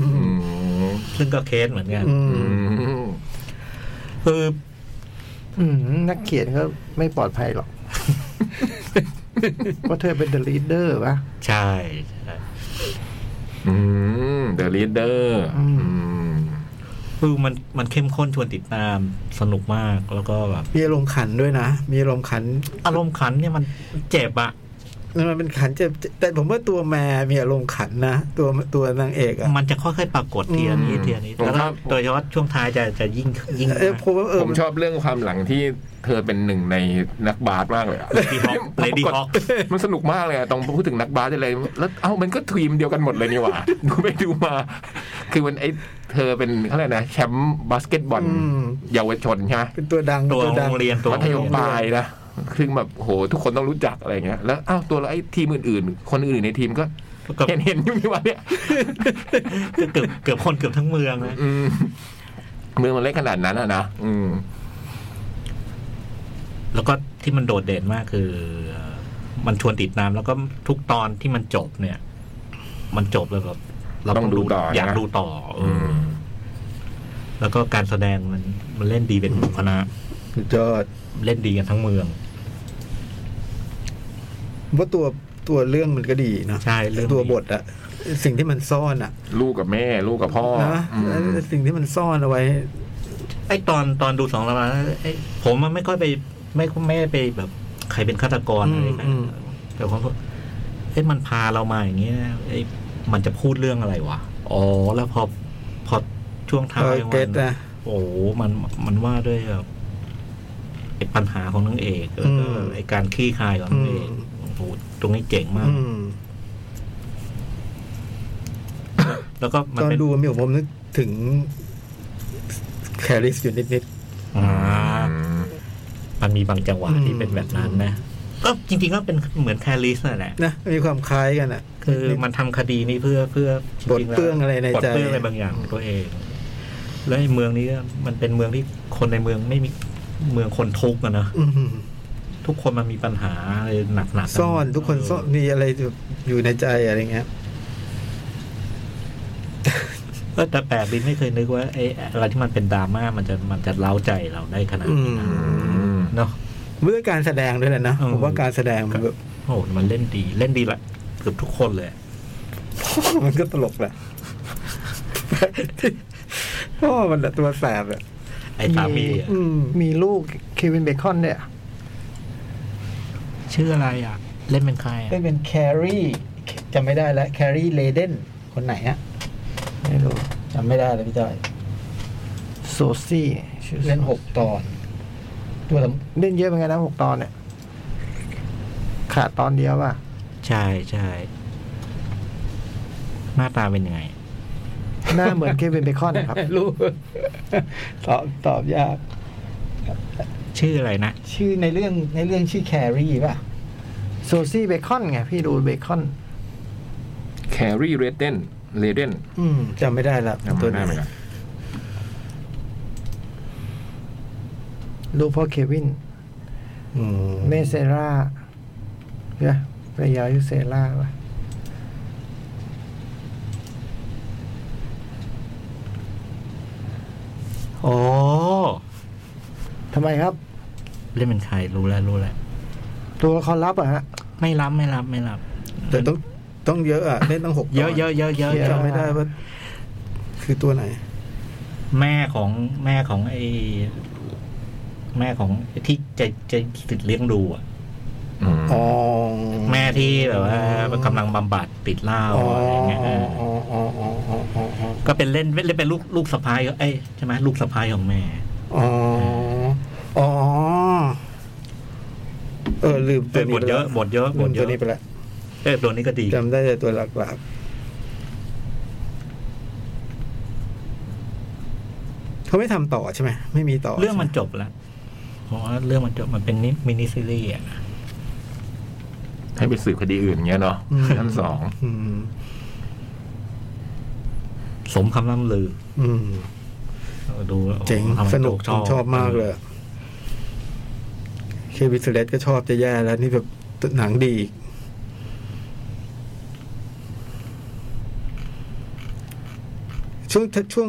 Speaker 3: ม
Speaker 5: ซึ่งก็เคสเหมือนกัน
Speaker 2: อืม
Speaker 3: อืม
Speaker 5: คือ
Speaker 4: อืมนักเขียนก็ไม่ปลอดภัยหรอก เพราะเธอเป็นเดอะลีดเดอร์ปะ
Speaker 5: ใช่ใช่
Speaker 3: อืม The Leader
Speaker 4: อืม
Speaker 3: อืม
Speaker 5: คือมันมันเข้มข้นชวนติดตามสนุกมากแล้วก็แบบ
Speaker 2: มีอารมณ์ขันด้วยนะ มีอารมณ์ขัน
Speaker 5: อารมณ์ขันเนี่ยมันเจ็บอะ
Speaker 2: นั่นมันเป็นขันเจ็บแต่ผมว่าตัวแม่มีอารมณ์ขันนะตัวตัวนางเอกอะ
Speaker 5: มันจะค่อยๆปรากฏทีละนิดทีละนิด
Speaker 3: ผม
Speaker 5: แล้วก็
Speaker 3: ครับ
Speaker 5: โดยเฉพาะช่วงท้ายจะจะยิ่งยิ่ง
Speaker 2: เออผมว่าเออ
Speaker 3: ผมชอบเรื่องความหลังที่เธอเป็นหนึ่งในนักบาสมากเลยอะ
Speaker 5: ดีฮอกเลดี้ฮอก
Speaker 3: มันสนุกมากเลยอะตองพูดถึงนักบาสอะไรแล้วเอ้ามันก็ทีมเดียวกันหมดเลยนี่หว่า ดูไปดูมา คือมันไอเธอเป็นเขาเรียกนะแชมป์บาสเกตบอลเยาวชนใช่ไหม
Speaker 2: เป็นตัวดัง
Speaker 5: ตัว
Speaker 2: เป็นดั
Speaker 5: โรงเรียนตัว
Speaker 3: มัธยมปลายนะคือแบบโหทุกคนต้องรู้จักอะไรอย่างเงี้ยแล้วอ้าวตัวเราไอ้ทีมอื่นๆ คนอื่นในทีมก็
Speaker 5: เกือบ
Speaker 3: เห็นเห็นอยู่นี่หว่าเนี่ย
Speaker 5: เกือบเกือบคนเกือบทั้งเมืองนะ
Speaker 3: อืมเมืองมันเล็กขนาดนั้นอะนะอืม
Speaker 5: แล้วก็ที่มันโดดเด่นมากคือเอ่อมันชวนติดตามแล้วก็ทุกตอนที่มันจบเนี่ย มันจบเลยแบบเรา
Speaker 3: ต้องดูต่อนะ
Speaker 5: อยากดูต่อเอ
Speaker 3: อื
Speaker 5: อ
Speaker 3: ม
Speaker 5: แล้วก็การแสดงมันมันเล่นดีเป็นหมู่คณะ
Speaker 2: สุดยอด
Speaker 5: เล่นดีกันทั้งเมือง
Speaker 2: ว่าตัวตัวเรื่องมันก็ดีเนอะ
Speaker 5: ใช่เรื่องดี
Speaker 2: ตัวบทอะสิ่งที่มันซ่อนอะ
Speaker 3: ลูกกับแม่ ลูกกับพ่อ
Speaker 2: นะ
Speaker 3: อืม
Speaker 2: แล้วสิ่งที่มันซ่อนเอาไว้
Speaker 5: ไอ้ตอนตอนดูสองละมาไอ้ผมมันไม่ค่อยไปไม่ไม่ได้ไปแบบ ใครเป็นฆาตกรอะไร
Speaker 2: อืม
Speaker 5: นะ
Speaker 2: อืม
Speaker 5: แต่ผมก็เอ้มันพาเรามาอย่างนี้นะไอ้มันจะพูดเรื่องอะไรวะอ๋อแล้วพอพอช่วงท้า
Speaker 2: เอย อ
Speaker 5: วั
Speaker 2: เก็ต
Speaker 5: น
Speaker 2: นะ
Speaker 5: โอ้โหมันมันว่าด้วยแบบไอ้ปัญหาของนางเอกแล้วก็
Speaker 2: อืม
Speaker 5: ไอ้การขี้คายของนางเอก
Speaker 2: อืม
Speaker 5: โอ้โหตรงนี้เจ๋งมาก
Speaker 2: อืม
Speaker 5: แล้วก็มัน
Speaker 2: ตอน
Speaker 5: เป็น
Speaker 2: ดูมีผมนึกถึงแคริสอยู่นิด
Speaker 5: อ่า มันมีบางจังหวะ
Speaker 2: อืม
Speaker 5: ที่เป็นแบบนั้นนะ ก็จริงๆก็เป็นเหมือนแคลิสนั่นแหละ
Speaker 2: ๆนะมีความคล้ายกันอะ
Speaker 5: คือมันทำคดีนี้เพื่อเพื่อ
Speaker 2: ปลดเปลื้องอะไรในใจ
Speaker 5: ปลดเปลื้องอะไรบางอย่างของตัวเอง แล้วไอ้เมืองนี้ก็มันเป็นเมืองที่คนในเมืองไม่มีเมืองคนทุกข์อะนะ
Speaker 2: อืม
Speaker 5: ทุกคนมันมีปัญหาอะไรหนักๆกั
Speaker 2: ซ่อนทุกคนซ่อนมีอะไรอยู่ในใจอะไรเงี้ย
Speaker 5: เออแต่แปลกดิไม่เคยนึกว่าไอ้อะไรที่มันเป็นดราม่ามันจะมันจะเล้าใจเราได้ขนาด
Speaker 2: อื
Speaker 5: นี้
Speaker 2: ม
Speaker 5: เนาะ
Speaker 2: เรื่องการแสดงด้วยแหละนะ
Speaker 5: อืม
Speaker 2: ผมว่าการแสดงมันแบบ
Speaker 5: โอ้โหมันเล่นดีเล่นดีละเกือบทุกคนเลย
Speaker 2: มันก็ตลกแหละ พ่อมันอะตัวแสบอะ
Speaker 5: ไอ้สามีอะ
Speaker 2: อืม
Speaker 4: มีลูกเควินเบคอนเนี่ย
Speaker 5: ชื่ออะไรอ่ะ เล่นเป็นใครอ่ะ
Speaker 2: ไม่เป็นแครี่จำไม่ได้แล้วแครี่เลเดนคนไหนอะ
Speaker 4: ไม่รู้
Speaker 2: จำไม่ได้แล้วพี่จอย
Speaker 4: โซซี่ชื่อ
Speaker 2: เล่นหกตอน
Speaker 5: ตัวส
Speaker 4: เล่นเยอะเหมือนกันนะหกตอนเนี่ย ขาดตอนเดียวอ่ะ
Speaker 5: ำใช่ใช่หน้าตาเป็นยังไง
Speaker 4: หน้าเหมือนเควินเบคอนนะครับ
Speaker 7: รู้ตอบตอบยาก
Speaker 5: ชื่ออะไรนะ
Speaker 7: ชื่อในเรื่องในเรื่องชื่อแครี่ป่ะ
Speaker 4: โซซี่เบคอนไงพี่ดูเบคอน
Speaker 3: แครีเรเดนเรเดน
Speaker 2: อืมจำไม่ได้ละตัวไหน
Speaker 3: ไมอนกัน
Speaker 4: ดูพ่อเควิน
Speaker 2: อืม
Speaker 4: เมเซราเนี่ยภรรยายุเซราป่ะ
Speaker 5: โอ้
Speaker 4: ทำไมครับ
Speaker 5: เล่นเป็นใครรู้แล้วรู้แล้ว
Speaker 4: ตัวละครลับเหรอะฮะ
Speaker 5: ไม่รับไม่รับไม่รับ
Speaker 2: แต่ต้องต้องเยอะอ่ะเล่นต้องหกตน
Speaker 5: เยอะเยอะเยอะเยอะ
Speaker 4: เยอะ
Speaker 2: จำไม่ได้ว่า คือตัวไหน
Speaker 5: แม่ของแม่ของไอ้แม่ของที่จะจะติดเลี้ยงดูอะ
Speaker 3: อืม
Speaker 2: อ๋อ
Speaker 5: แม่ที่แบบว่ากำลังบำบัดติดเหล้า
Speaker 2: อ๋อ
Speaker 5: อะไรเงี้ยเอ
Speaker 2: อ๋อ
Speaker 5: อ
Speaker 2: อ๋ออ๋ออ๋ออ๋ออ๋ออ๋อ
Speaker 5: ก็เป็นเล่นเล่นเป็นลูกลูกสะพ้ายเอ้ยใช่ไหมลูกสะพ้ายของแม่
Speaker 2: อ๋ออ๋อเออลืมตัวนี้
Speaker 5: เออบทเยอะบทเยอะ
Speaker 2: ลื
Speaker 5: บ
Speaker 2: ม
Speaker 5: ทเย
Speaker 2: ตั
Speaker 5: อะ
Speaker 2: วนี้ไปละ
Speaker 5: เออตัวนี้ก็ดี
Speaker 2: จำได้แต่ตัวหลักๆเขาไม่ทำต่อใช่ไหมไม่มีต่อ
Speaker 5: เรื่องมันจบแล้วเพราะว่าเรื่องมันจบมันเป็นนิมินิซีรีส์อะ
Speaker 3: ให้ไปสืบคดีอื่นเงี้ยเนาะ
Speaker 2: อืม
Speaker 3: ขั้นสอง
Speaker 2: อืม
Speaker 5: สมคำล่ำลือ
Speaker 2: อืม
Speaker 5: ดูแล้วโอ้โห
Speaker 2: เจ๋ง
Speaker 5: ทำไม
Speaker 2: สนุก
Speaker 5: โจ๊
Speaker 2: ผมชอบมากเลยเควินสเลตก็ชอบจะแย่แล้ว นี่แบบหนังดีอีกช่วงช่วง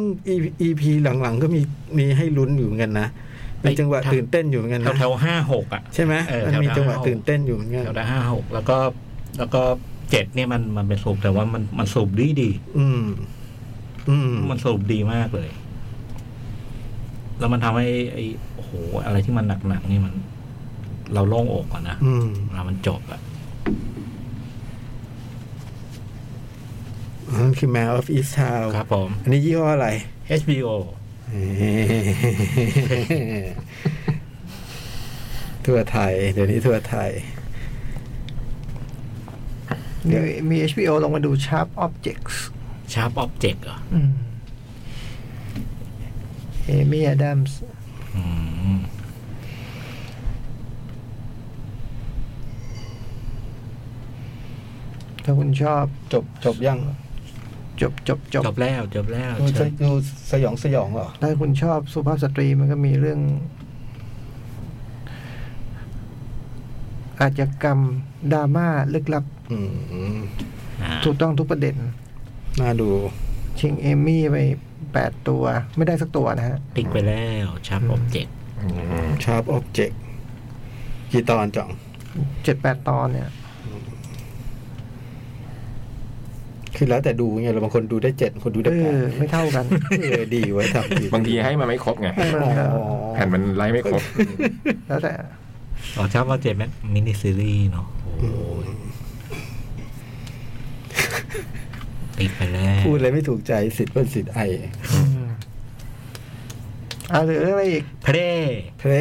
Speaker 2: EP หลังๆ ก็มีมีให้ลุ้นอยู่เหมือนกันนะมีจังหวะตื่นเต้นอยู่เหมือนกัน
Speaker 5: แถว
Speaker 2: นะ
Speaker 5: แถวห้าหกอ่ะ
Speaker 2: ใช่ไหม
Speaker 5: เออ
Speaker 2: มันมี
Speaker 5: แถวๆ
Speaker 2: จังหวะตื่นเต้นอยู่เหมือนกัน
Speaker 5: แถวได้ห้าหกแล้วก็แล้วก็เจ็ดเนี่ยมันมันเป็นสูบแต่ว่ามันมันสูบดีดี
Speaker 2: อืม อืม
Speaker 5: มันสรุปดีมากเลย แล้วมันทำให้ไอ้โอ้โห อะไรที่มันหนักๆนี่มัน เราโล่งอกก่อนนะ
Speaker 2: อืม
Speaker 5: เวลามันจบอะ
Speaker 2: อันนั่นคือแมวออฟอีสทาว
Speaker 5: ครับผม
Speaker 2: อันนี้ยี่ห้ออะไร
Speaker 5: HBO
Speaker 2: ทั่วไทย เดี๋ยวนี้ทั่วไทย
Speaker 4: มีมี HBO ลงมาดู Sharp Objects
Speaker 5: Sharp Object เหรอ
Speaker 4: เอมี่อดัมส์
Speaker 5: อืม
Speaker 4: ถ้าคุณชอบ
Speaker 2: จบจบยัง
Speaker 4: จบจบจบ
Speaker 5: จบแล้วจบแล้ว
Speaker 2: ดู
Speaker 5: เชิญ
Speaker 2: ดูสยองสยองเหรอ
Speaker 4: ถ้าคุณชอบสุภาพสตรีมันก็มีเรื่อง อาชญากรรมดราม่าลึกลับ
Speaker 2: อืม
Speaker 5: อ่า
Speaker 4: ถูกต้องทุกประเด็น
Speaker 2: น่าดู
Speaker 4: ชิงเอมี่ไปแปดตัว ไม่ได้สักตัวนะฮะ
Speaker 5: ติ๊กไปแล้ว Sharp Object
Speaker 2: ชาร์ปออบเจกต์กี่ตอนจ่อง
Speaker 4: เจ็ดแปดตอนเนี่ย
Speaker 2: คือแล้วแต่ดูไงเราบางคนดูได้เจ็ดบางคนดู
Speaker 4: เอ
Speaker 2: ได้แปด
Speaker 4: อ ไม่เท่า กัน
Speaker 2: เออดีไว้ยทำดี
Speaker 3: บางทีให้มาไม่ครบไง
Speaker 4: ให้มันแบบ
Speaker 2: อ๋อ
Speaker 3: แผ่นมันไล่ไม่ครบ
Speaker 4: แล้วแต่
Speaker 5: อ๋อ Sharp Object เป็นมินิซีรีส์เนาะโอ้ยติ๊กไปแล้ว
Speaker 2: พูดอะไรไม่ถูกใจสิทธิ์เป็นสิทธิ์ไอ
Speaker 4: อ่าหรือเรื่องอะไรอีก
Speaker 5: เพล
Speaker 2: เพล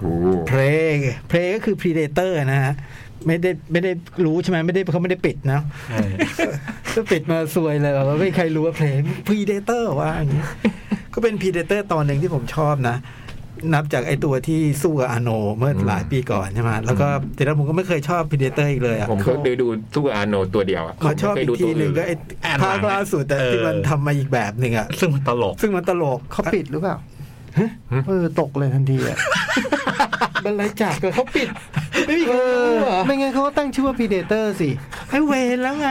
Speaker 3: โอ้
Speaker 2: เพลงเพลงก็คือ predator นะฮะ ไม่ได้ไม่ได้รู้ใช่ไหมไม่ได้เขาไม่ได้ปิดนะ
Speaker 5: เออ
Speaker 2: ถ้าปิดมาซวยเลยแบบว่าไม่มีใครรู้ว่าเพลง predator ว่าอย่างนี้ ก็เป็น predator ตอนหนึ่งที่ผมชอบนะ นับจากไอตัวที่สู้กับอาโนเมื่อหลายปีก่อนใช่ไหมแล้วก็แต่แล้วผมก็ไม่เคยชอบ predator อีกเลยอ่ะ
Speaker 3: ผมเคยดูตู้อาโนตัวเดียวอะ
Speaker 2: มาชอบ
Speaker 3: ไม่
Speaker 2: อี
Speaker 3: เคยดู
Speaker 2: กที
Speaker 3: ตัว
Speaker 2: หนึ่
Speaker 3: อื่
Speaker 2: ง
Speaker 3: น
Speaker 2: ก็ไอภาคล่าสุดแต่ที่มันทำมาอีกแบบหนึ่งอ่ะ
Speaker 5: ซึ่งมันตลก
Speaker 2: ซึ่งมันตลก
Speaker 4: เขาปิดหรือเปล่าเออ ตกเลยทันทีอ่ะ
Speaker 2: บรรลัยจักรเขาปิด ไม่มีใค
Speaker 4: เอ
Speaker 2: รรู้
Speaker 4: อ
Speaker 2: เหรอ
Speaker 4: ไม่งั้นเขาก็ตั้งชื่อว่าพีเดเตอร์สิ
Speaker 2: ไอเวรแล้วไง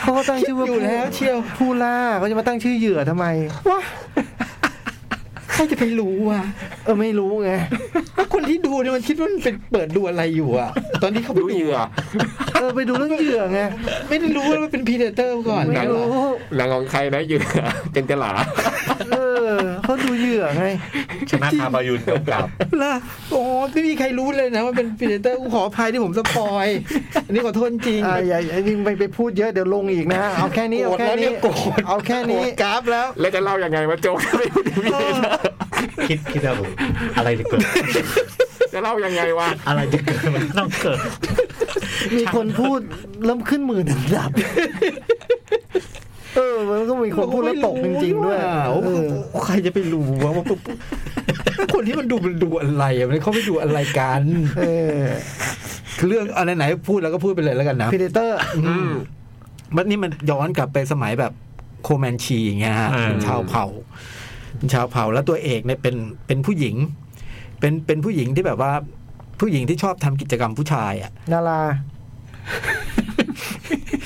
Speaker 4: เขาก็ตั้งชื่อว่า
Speaker 2: อยู่แล้วเชียว
Speaker 4: ผู้ล่าเขาจะมาตั้งชื่อเหยื่อทำไม
Speaker 2: ว่าใครจะไปรู้วะ
Speaker 4: เออ ไม่รู้ไง
Speaker 2: คนที่ดูเนี่ยมันคิดว่ามันเป็นเปิดดูอะไรอยู่อ่ะ ตอนที่เขาไป
Speaker 3: ดู
Speaker 2: ดู
Speaker 3: เหยื่อ
Speaker 4: เออ ไปดูเรื่องเหยื่อไง
Speaker 2: ไม่ได้รู้ว่ามันเป็นพีเดเตอร์ก่อน
Speaker 4: ไม่
Speaker 3: หนัง
Speaker 4: รู้
Speaker 3: หนังของใครนะเหยื่อเจนจลา
Speaker 4: เออเขาดูเหยื่อไง
Speaker 5: ชนะคาบายุนกำกับ
Speaker 2: ล่ะโอ้ไม่มีใครรู้เลยนะว่าเป็นพีเดเตอร์ขออภัยที่ผมสปอย อันนี้ขอโทษจริง
Speaker 4: อ่าอย่าอย่ายิ่งไปไปพูดเยอะเดี๋ยวลงอีกนะ เอาแค่นี้ เอาแค่นี้
Speaker 2: โกรธล้วเยโกรธ
Speaker 4: เอาแค่นี้
Speaker 2: โกรธกราฟแล้ว
Speaker 3: แล้วจะเล่ายังไงว่าโจ๊กไม่รู้ดีเลยนะ
Speaker 5: คิดคิดเอาเถอะอะไรจะเกิด
Speaker 3: จะเล่ายังไงวะ
Speaker 5: อะไรจะเกิดมันต้องเกิด
Speaker 4: มีคนพูดเริ่มขึ้นหมื่นอันดับ เออ มันก็มีคนพูดแล้วตกจริงๆด้วย
Speaker 2: โอ้โห
Speaker 4: เออ
Speaker 2: ใครจะไปรู้วะว่าปุ๊บ คนที่มันดูมันดูอะไรอะมันเขาไปดูอะไรกัน
Speaker 4: เออ
Speaker 2: เรื่องอะไรไหนพูดแล้วก็พูดไปเลยแล้วกันนะ
Speaker 4: พีเดเตอร์
Speaker 2: อืมมันนี่มันย้อนกลับไปสมัยแบบโคแมนชีอย่างเงี้ยฮะ
Speaker 5: เออ
Speaker 2: เป็นชาวเผ่าเป็นชาวเผ่าแล้วตัวเอกเนี่ยเป็นเป็นผู้หญิง เป็นเป็นผู้หญิงที่แบบว่า ผู้หญิงที่ชอบทำกิจกรรมผู้ชายอ่ะ
Speaker 4: นารา